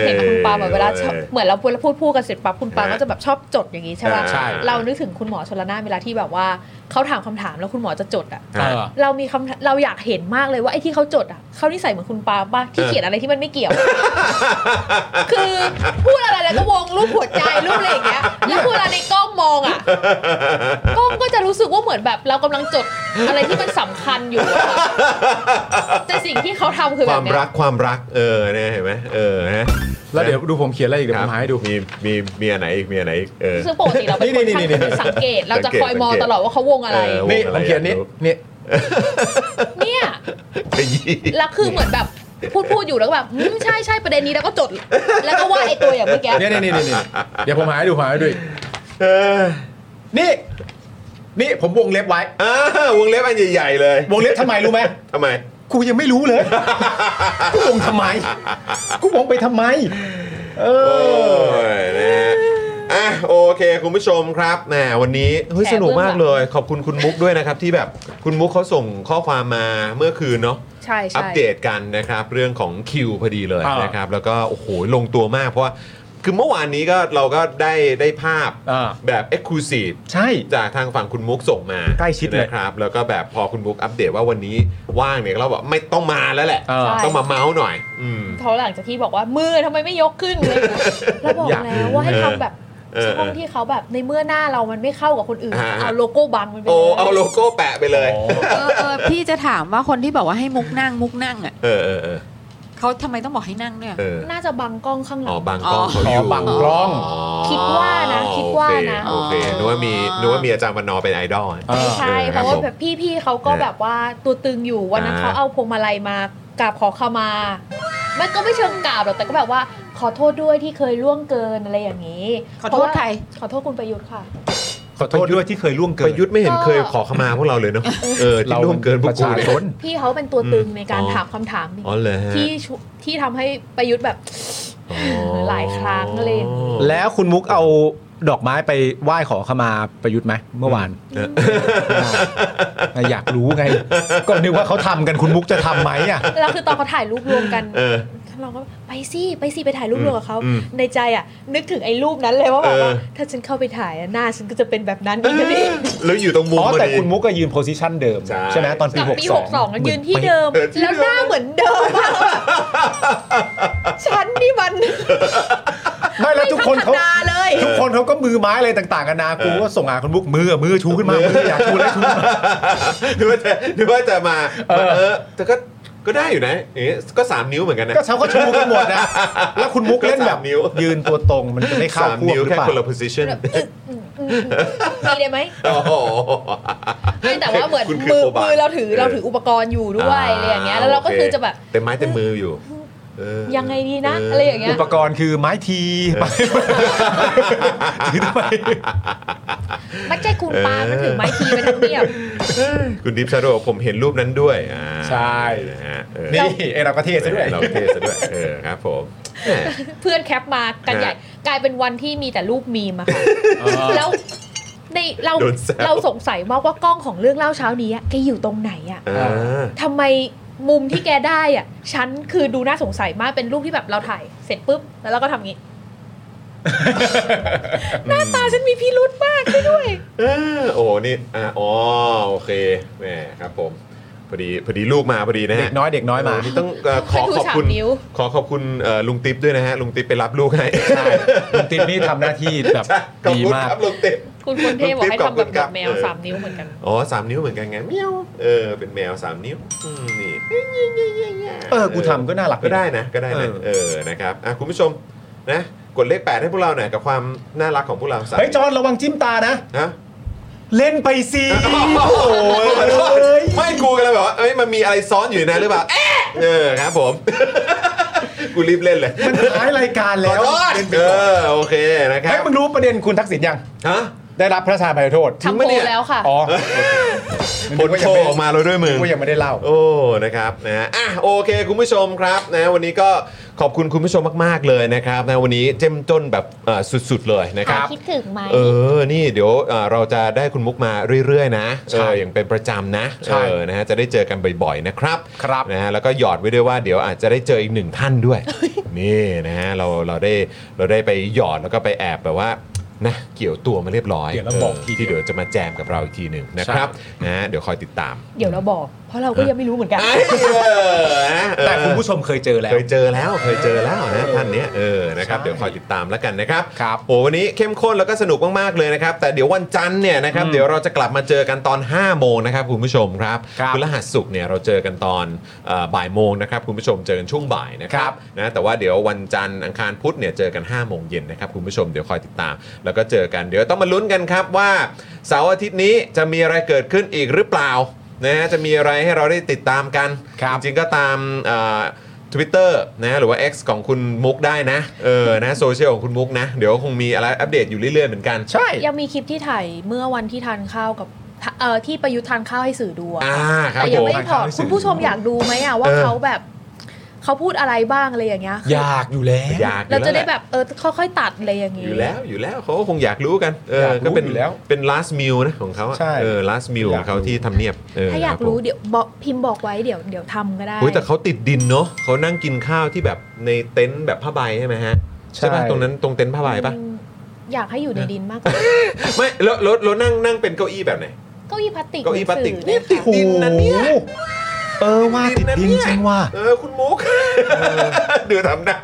Speaker 5: เห็นคุณปาเหมือนเวลาชอบเหมือนเราพูดพูดพูดกันเสร็จปั๊บคุณปาก็จะแบบชอบจดอย่างนี้ใช่ป่ะ
Speaker 1: ใช่
Speaker 5: เรานึกถึงคุณหมอชลนานเวลาที่แบบว่าเขาถามคำถามแล้วคุณหมอจะจดอ่ะ
Speaker 1: เออ
Speaker 5: เรามีคำเราอยากเห็นมากเลยว่าไอ้ที่เขาจดอ่ะเขานิสัยเหมือนคุณปาป่ะที่เขียนอะไรที่มันไม่เกี่
Speaker 2: (laughs)
Speaker 5: ยว คือพูดอะไรแล้วก็วงรูปหัวใจรูปอะไรอย่างเงี้ยแล้วพูดอะไรในกล้องมองอ่ะกล้องก็จะรู้สึกว่าเหมือนแบบ เรากำลังจดอะไรที่มันสำคัญอยู่อะแต่สิ่งที่เขาทำคือ
Speaker 1: ค
Speaker 5: แบ
Speaker 1: วา
Speaker 5: บ
Speaker 1: ม
Speaker 5: เนี้ย
Speaker 1: รักความรัก เออเนี่ยเห็นไหมเออนะ
Speaker 2: แล้วเดี๋ยวดูผมเขียนอะไรอีกเดี๋ยวผมหาให้ดู
Speaker 1: มีมีมีอันไหนอีกมีอันไหนอีกเออ
Speaker 5: ซึ่งปกติเราเป็นคนช่างคนสังเกต เราจะคอยมองตลอดว่าเขาวงอะไร
Speaker 1: เออวงอะไร
Speaker 2: นี่ผมเขียนนี้นี่
Speaker 5: เนี่ย
Speaker 1: ขยี้
Speaker 5: แล้วคือเหมือนแบบพูดพูดอยู่แล้วก็แบบอืมใช่ใช่ประเด็นนี้แล้วก็จด แล้วก็ว่าไอ้ตัวอย่างเมื่อกี้
Speaker 2: เนี่ยเนี่ยเนี่ยเนี่ยเดี๋ยวผมหาให้ดูหาให้ดูอีกนี่ นี่ผมวงเล็บไว้
Speaker 1: วงเล็บอันใหญ่ๆเลย
Speaker 2: วงเล็บทำไมรู้ไหม
Speaker 1: ทำไม
Speaker 2: กูยังไม่รู้เลย กูวงทำไม กูวงไปทำไม เอ
Speaker 1: อนะฮะอ่ะโอเค คุณผู้ชมครับแหมวันนี้เฮ้ย
Speaker 13: แช
Speaker 1: ส
Speaker 13: ร์
Speaker 1: นุกมาก
Speaker 13: เบื้องหลัง
Speaker 1: เลย ขอบคุณคุณมุกด้วยนะครับ ที่แบบคุณมุกเขาส่งข้อความมาเมื่อคืนเนาะ
Speaker 5: ใช่
Speaker 1: อั
Speaker 5: ใช่
Speaker 1: ปเดตกันนะครับ เรื่องของคิวพอดีเลย
Speaker 13: อ่าน
Speaker 1: นะครับ แล้วก็โอ้โหลงตัวมากเพราะว่า คือเมื่อวานนี้ก็เราก็ได้ได้ภาพแบบ e x c l u s i v e
Speaker 2: ใช่
Speaker 1: จากทางฝั่งคุณมุกส่งมา
Speaker 2: ใกล้ชิดเลย
Speaker 1: นะครับ แล้วก็แบบพอคุณมุกอัปเดตว่าวันนี้ว่างเนี่ยเราบอกไม่ต้องมาแล้วแหละ
Speaker 5: เออ
Speaker 1: ต้องมาเมาส์หน่อย อืม
Speaker 5: เขาหลังจากที่บอกว่ามือทำไมไม่ยกขึ้นอะไรอย่างเลยเราบอก
Speaker 1: อยาก
Speaker 5: แล้วว่าให้ทำแบบ
Speaker 1: เออ
Speaker 5: ช่องที่เขาแบบในเมื่อหน้าเรามันไม่เข้ากับคนอื่น
Speaker 1: อ่า
Speaker 5: เอาโลโก้บังมันไป
Speaker 1: โอ้
Speaker 5: เลย
Speaker 1: เอาโลโก้แปะไปเลย
Speaker 14: เออเออพี่จะถามว่าคนที่บอกว่าให้มุกนั่งมุกนั่งอ่ะ
Speaker 1: เออเออเออ
Speaker 14: เขาทำไมต้องบอกให้นั่งเนี่ย
Speaker 1: เออ
Speaker 5: น่าจะบังกล้องข้างหลัง
Speaker 1: อ๋อบางกล้องเขาอยู่
Speaker 2: อ๋อบังกล้อง
Speaker 5: คิดว่านะคิดว่านะ
Speaker 1: โอเคโอเคนึกว่ามีนึกว่ามีอาจารย์วันนอร์เป็นไอดอล
Speaker 5: ไม่ใช่
Speaker 1: ออ
Speaker 5: เพ
Speaker 1: คบ
Speaker 5: ราะว่า
Speaker 1: ผม
Speaker 5: แบบพี่ๆเขาก็แบบว่าตัวตึงอยู่วันนั้น
Speaker 1: อ่า
Speaker 5: เขาเอาพวงมาลัยมากราบขอขมา มันก็ไม่เชิงกราบหรอกแต่ก็แบบว่าขอโทษด้วยที่เคยล่วงเกินอะไรอย่างนี้
Speaker 14: ขอโทษใคร
Speaker 5: ขอโทษคุณประยุทธ์ค่ะ
Speaker 2: ขอโทษด้วยที่เคยล่วงเกิน
Speaker 1: ประยุทธ์ไม่เห็น
Speaker 5: ก็
Speaker 1: เคยขอขมาพวกเราเลยเนาะเออที่ล่วงเกินพวกกูเนี่ย
Speaker 5: พี่เขาเป็นตัวตึง
Speaker 1: อืม
Speaker 5: ในการ
Speaker 1: อ๋อ
Speaker 5: ถามคำถามนี้
Speaker 1: อ๋อเหรอฮะ
Speaker 5: ที่ชุที่ทำให้ประยุทธ์แบบหลายครั้งอะไรอย่างนี้
Speaker 2: แล้วคุณมุกเอาดอกไม้ไปไหว้ขอขมาประยุทธ์ไหมเมื่อวานอยากรู้ไง ก็นึกว่าเขาทำกันคุณมุกจะทำไหมอ่ะ
Speaker 5: แล้วคือตอนเขาถ่ายรูปรวมกัน
Speaker 1: เออ
Speaker 5: เราก็ไปสิไปสิไปถ่ายรูปรวมกับเขา
Speaker 1: อืม
Speaker 5: ในใจอ่ะ นึกถึงไอ้รูปนั้นเลยว่าแบบว่า
Speaker 1: เออ
Speaker 5: ถ้าฉันเข้าไปถ่ายอะหน้าฉันก็จะเป็นแบบนั้นอีกนะนี่
Speaker 1: แล้วอยู่ตรงมุม
Speaker 2: อ๋อ
Speaker 1: พอดี
Speaker 2: แต่คุณมุกก็ยืนโพซิชันเดิม ใช่ไหมตอนปี
Speaker 5: กับ
Speaker 2: หก
Speaker 5: ปี
Speaker 2: สอง
Speaker 5: 62แล้วยืนที่เดิม แล้วหน้าเหมือนเดิมอะฉันนี่มัน
Speaker 2: ไม่แล้วทุกคนเขา
Speaker 5: ไม่พัฒนาเลย
Speaker 2: ทุกคนเขาก็มือไม้อะไรต่างๆกันานากูก็ส่งหาคุณมุกมือมือชูขึ้นมามืออยากชูแล้วชู
Speaker 1: (laughs)
Speaker 2: ขึ้นมา
Speaker 1: หรือว่าจะหรือว่าจะมามาเออแต่ก็ก็ได้อยู่นะอย่างเงี้ยก็ 3 นิ้วเหมือนกันนะ
Speaker 2: ก็เขาก็ชูกันหมด
Speaker 1: (laughs)
Speaker 2: นะแล้วคุณมุกเล่นแบบ
Speaker 1: สามนิ้ว
Speaker 2: ยืนตัวตรงมันจะไม่เข้า
Speaker 1: สม
Speaker 2: พวก
Speaker 1: นิ้ว
Speaker 2: หรือ
Speaker 1: แค่
Speaker 2: เปล่า
Speaker 1: คนละ (laughs) position
Speaker 5: มีได้ไหม
Speaker 1: โอ้โห
Speaker 5: ไม่แต่ว่าเหมือน
Speaker 1: คุณคือ
Speaker 5: มือ
Speaker 1: โบบา
Speaker 5: มือเราถือ
Speaker 1: เออ
Speaker 5: เราถืออุปกรณ์อยู่ด้วยอะไรอย่างเงี้ยแล้วเราก็
Speaker 1: โ
Speaker 5: คือจะแบบ
Speaker 1: เต็มไม้เต็มมืออยู่เออ
Speaker 5: ยังไงดีนะ อะไรอย่างเงี้ย
Speaker 2: อุปกรณ์คือไม้ทีถือทำไม
Speaker 5: ไม่ใช่คุณปามันถือไม้ทีไปทำเนียบ
Speaker 1: คุณดิฟชาโดบอกผมเห็นรูปนั้นด้วยอ่า
Speaker 2: ใช่
Speaker 1: นะฮะเออ
Speaker 2: นี่ไอ้เราก็เท่ซะด้วย
Speaker 1: ออเราก็เทซะด้วยเออครับ (laughs) ผม
Speaker 5: (laughs) เพื่อนแคปมากันใหญ่ กลายเป็นวันที่มีแต่รูปมีมอะค่ะ แล้ว ในเรา
Speaker 1: โดนแซว
Speaker 5: เราสงสัยมากว่ากล้องของเรื่องเล่าเช้านี้อะแกอยู่ตรงไหนอะ
Speaker 1: อ่า
Speaker 5: ทำไมมุมที่แกได้อ่ะ ฉันคือดูน่าสงสัยมากเป็นรูปที่แบบเราถ่าย เสร็จปุ๊บ แล้วเราก็ทำงี้ หน้าตาฉันมีพิรุธมากช่วยด้วย
Speaker 1: เออโอ้โหนี่อ่ะอ๋อโอเคแหมครับผมพอดีพอดีลูกมาพอดีนะฮะเด็กน้อยเด็กน้อยมานี่ต้องเอ่อขอ
Speaker 5: ให้ดู
Speaker 1: ขอบ
Speaker 5: สาม
Speaker 1: คุณ
Speaker 5: นิ้ว
Speaker 1: ขอขอบคุณเอ่อลุงติ๊บด้วยนะฮะลุงติ๊บไปรับลูกให้ลุงติ๊บนี่ทำหน้าที่แบบดีมากลุงติ๊บ
Speaker 5: คุณคนเทพบอกให้
Speaker 1: ขอบ
Speaker 5: ทำ
Speaker 1: คุ
Speaker 5: แบ
Speaker 1: ณ
Speaker 5: บ
Speaker 1: ครับ
Speaker 5: แมว
Speaker 1: เออ
Speaker 5: สามนิ้วเหมือนกัน
Speaker 1: อ๋อสามนิ้วเหมือนกันไงเมียวเออเป็นแมวสามนิ้วอืมนี่
Speaker 2: เออกูทำก็น่ารัก
Speaker 1: ก็ได้นะก็ได้นะเออนะครับอ่ะคุณผู้ชมนะกดเลขแปดให้พวกเราหน่อยกับความน่ารักของพวกเราสาม
Speaker 2: เฮ้ยจอนระวังจิ้มตานะ
Speaker 1: ฮะ
Speaker 2: เล่นไปสิ
Speaker 1: โอ้
Speaker 2: โอ้
Speaker 1: โห
Speaker 2: ย
Speaker 1: ไม่กูกันเลยแบบว่าเอ้ยมันมีอะไรซ้อนอยู่ในนั้นหรือเปล่าเอ๊ะเออครับผม (laughs) กูรีบเล่นเลย
Speaker 2: มันท้ายรายการแล้ว
Speaker 1: ขอโทษเออโอเคนะครับ
Speaker 2: เฮ้ยมึงรู้ประเด็นคุณทักษิณยัง
Speaker 1: ฮะ
Speaker 2: ได้รับพระราชทานอภัยโทษ
Speaker 5: ทำโพลแล้วค่ะ
Speaker 2: อ๋อ
Speaker 1: ผลโชว์ออกมาแล้วด้วยมึง
Speaker 2: กูยังไม่ได้เล่า
Speaker 1: โอ้ นะครับ นะ อ่ะ โอเค คุณผู้ชมครับ นะ วันนี้ก็ขอบคุณคุณผู้ชมมาก ๆ เลยนะครับ นะ วันนี้เจ้มจนแบบเอ่อสุด ๆ เลยนะครับ
Speaker 5: คิดถึงไหม
Speaker 1: เออ นี่เดี๋ยวเอ่อเราจะได้คุณมุกมาเรื่อย ๆ นะ เออ อย่างเป็นประจำนะ
Speaker 2: ใช่
Speaker 1: เออ นะฮะ จะได้เจอกันบ่อย ๆ นะครับ ครับ นะฮะ แล้วก็หยอดไว้ด้วยว่าเดี๋ยวอาจจะได้เจออีกหนึ่งท่านด้วย นี่นะฮะ เรา เราได้ เราได้ไปหยอดแล้วก็ไปแอบแบบว่า นะ เกี่ยวตัวมาเรียบร้อย
Speaker 2: เดี๋ยวเราบอก
Speaker 1: เออ
Speaker 2: ทีเดียว
Speaker 1: ที่เดี๋ยวจะมาแจมกับเราอีกทีหนึ่งนะครับ นะฮะ เดี๋ยวคอยติดตาม
Speaker 5: เดี๋ยวเราบอก เพราะเราก็ยังไม่รู้เหมือนกัน
Speaker 1: แต่คุณผู้ชมเคยเจอแล้ว เคยเจอแล้วเคยเจอแล้วนะท่านเนี้ยเออนะครับเดี๋ยวคอยติดตามแล้วกันนะครับครับโอ้วันนี้เข้มข้นแล้วก็สนุกมากๆเลยนะครับ แต่เดี๋ยววันจันทร์เนี่ยนะครับเดี๋ยวเราจะกลับมาเจอกันตอน 5 โมงนะครับคุณผู้ชมครับคุณรหัสสุขเนี่ยเราเจอกันตอนเอ่อบ่ายโมงนะครับคุณผู้ชมเจอกันช่วงบ่ายนะครับนะแต่ว่าเดี๋ยววันจันทร์อังคารพุธเนี่ยเจอกัน 5 โมงเย็นนะครับคุณผู้ชมเดี๋ยวคอยติดตาม แล้วก็เจอกันเดี๋ยวต้องมาลุ้นกันครับว่าเสาร์อาทิตย์นี้จะมีอะไรเกิดขึ้นอีกหรือเปล่า นะฮะจะมีอะไรให้เราได้ติดตามกัน จริงๆก็ตามทวิตเตอร์นะหรือว่า X ของคุณมุกได้นะเออนะโซเชียลของคุณมุกนะ เดี๋ยวคงมีอะไรอัปเดตอยู่เรื่อยๆเหมือนกันใช่
Speaker 5: ยังมีคลิปที่ถ่ายเมื่อวันที่ทานข้าวกับเอ่อที่ประยุทธ์ทานข้าวให้สื่อดูอะ
Speaker 1: อ่าครับ
Speaker 5: แต่ยังไม่ได้
Speaker 1: ผม
Speaker 5: ถอดคุณผู้ชมอยากดูไหมอ่ะว่า
Speaker 1: เออ
Speaker 5: เขาแบบเขาพูดอะไรบ้างอะไรอย่างเงี้ยคือ
Speaker 1: อยากอยู่แล้วอยาก
Speaker 5: เราจะได้แบบเออค่อยๆตัดอะไรอย่างงี้
Speaker 1: อยู่แล้วอยู่แล้วเขาก็คงอยากรู้กันเออก็เป็นเป็น last meal นะของเขาอะเออ last meal ของเขาที่ทำเนียบเออ
Speaker 5: ถ้าอยาก
Speaker 1: คบผม
Speaker 5: รู้เดี๋ยวบอกพิมพ์บอกไว้เดี๋ยวเดี๋ยวทำก็ได้
Speaker 1: โอ้ยแต่เขาติดดินเนาะเขานั่งกินข้าวที่แบบในเต็นท์แบบผ้าใบใช่ไหมฮะใช่ปะตรงนั้นตรงเต็นท์ผ้าใบปะ
Speaker 5: อยากให้อยู่ในดินมากกว่า
Speaker 1: ไม่แล้วแล้วแล้วนั่งนั่งเป็นเก้าอี้แบบไหน
Speaker 5: เก้าอี้พลาสติก
Speaker 1: เก้าอี้พลาสติก
Speaker 5: ห
Speaker 1: นี่
Speaker 5: นังสือ
Speaker 1: ติดดินนะเนี่ย
Speaker 2: เออว่าติดดินจริงว่ะ
Speaker 1: เออคุณมุกเดือดทำหน้า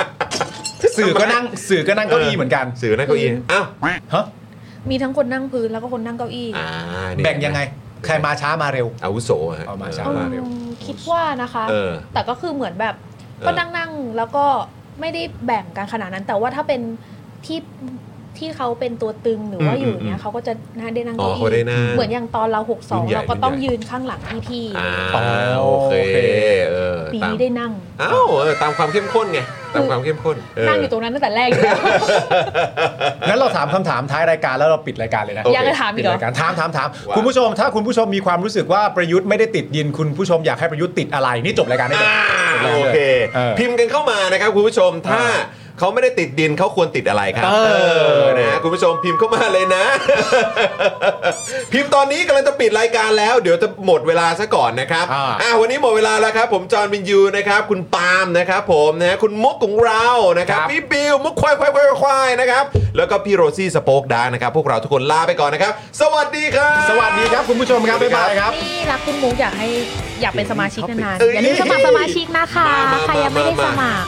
Speaker 2: สื่อก็นั่งสื่อก็นั่งเก้าอี้เหมือนกัน
Speaker 1: สื่อนั่งเก้าอี้อ้าว
Speaker 2: ฮะ
Speaker 5: มีทั้งคนนั่งพื้นแล้วก็คนนั่งเก้าอี้
Speaker 2: แบ่งยังไง ใครมาช้ามาเร็ว
Speaker 1: อาวุโสฮะ
Speaker 2: เอามาช้า
Speaker 5: อื
Speaker 2: มาเร็ว
Speaker 5: มคิดว่านะคะ
Speaker 2: เออ
Speaker 5: แต่ก็คือเหมือนแบบก็นั่งนั่งๆแล้วก็ไม่ได้แบ่งกันขนาดนั้น แต่ว่าถ้าเป็นที่ที่เขาเป็นตัวตึงหรือว่า
Speaker 1: อืม
Speaker 5: อยู่เนี้
Speaker 1: อื
Speaker 5: ย
Speaker 1: ม
Speaker 5: เขาก็จะน่าได้นั่ง
Speaker 1: อ๋อ
Speaker 5: เก้าอี้
Speaker 1: เขาได้นั่ง
Speaker 5: เหมือนอย่างตอนเราหกสอ
Speaker 1: รุ่
Speaker 5: ง
Speaker 1: นใหญ่
Speaker 5: เราก็ต้องยืนข้างหลังพี่
Speaker 1: อ่าโอเคเออ
Speaker 5: ๆปี
Speaker 1: ตาม
Speaker 5: นี้ได้นั่ง
Speaker 1: อ้าวเออตามความเข้มข้นไงตามความเข้มข้นเออ
Speaker 5: นั่งอยู่ตรงนั้นตั้งแต่แรกอยู่แล้ว
Speaker 2: งั้นเราถามคำถามท้ายรายการแล้วเราปิดรายการเลยนะ
Speaker 5: โอเคยังจะถามอีกเหรอ
Speaker 2: ปิดยการถามถามถามคุณผู้ชมถ้าคุณผู้ชมมีความรู้สึกว่าประยุทธ์ไม่ได้ติดดินคุณผู้ชมอยากให้ประยุทธ์ติดอะไรนี่จบรายการได้เลยจบรายการ
Speaker 1: โอ
Speaker 2: ได้ลย
Speaker 1: เค
Speaker 2: เออ
Speaker 1: พิมพ์กันเข้ามานะครับคุณผู้ชมถ้าเขาไม่ได้ติดดินเขาควรติดอะไรครับ
Speaker 2: เออ
Speaker 1: อนะคุณผู้ชมพิมพ์เข้ามาเลยนะ พิมพ์ตอนนี้กำลังจะปิดรายการแล้ว เดี๋ยวจะหมดเวลาซะก่อนนะครับอ่าวันนี้หมดเวลาแล้วครับ ผมจอห์นวินยูนะครับ คุณปาล์มนะครับ ผมนะคุณมุกของเรานะครับพี่บิวมุกควายควายควายควายนะครับแล้วก็พี่โรซี่สโป๊กดาร์กนะครับ พวกเราทุกคนลาไปก่อนนะครับ สวัสดีครับ
Speaker 2: สวัสดีครับคุณผู้ชมครับบ๊ายบายครับ
Speaker 5: นี่รักคุณมุกอยากให้อยากเป็นสมาชิกนานๆอย่าลืมสมัครสมาชิกนะคะ ใครยังไม่ได้สมัคร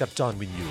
Speaker 1: กับจอห์นวินยู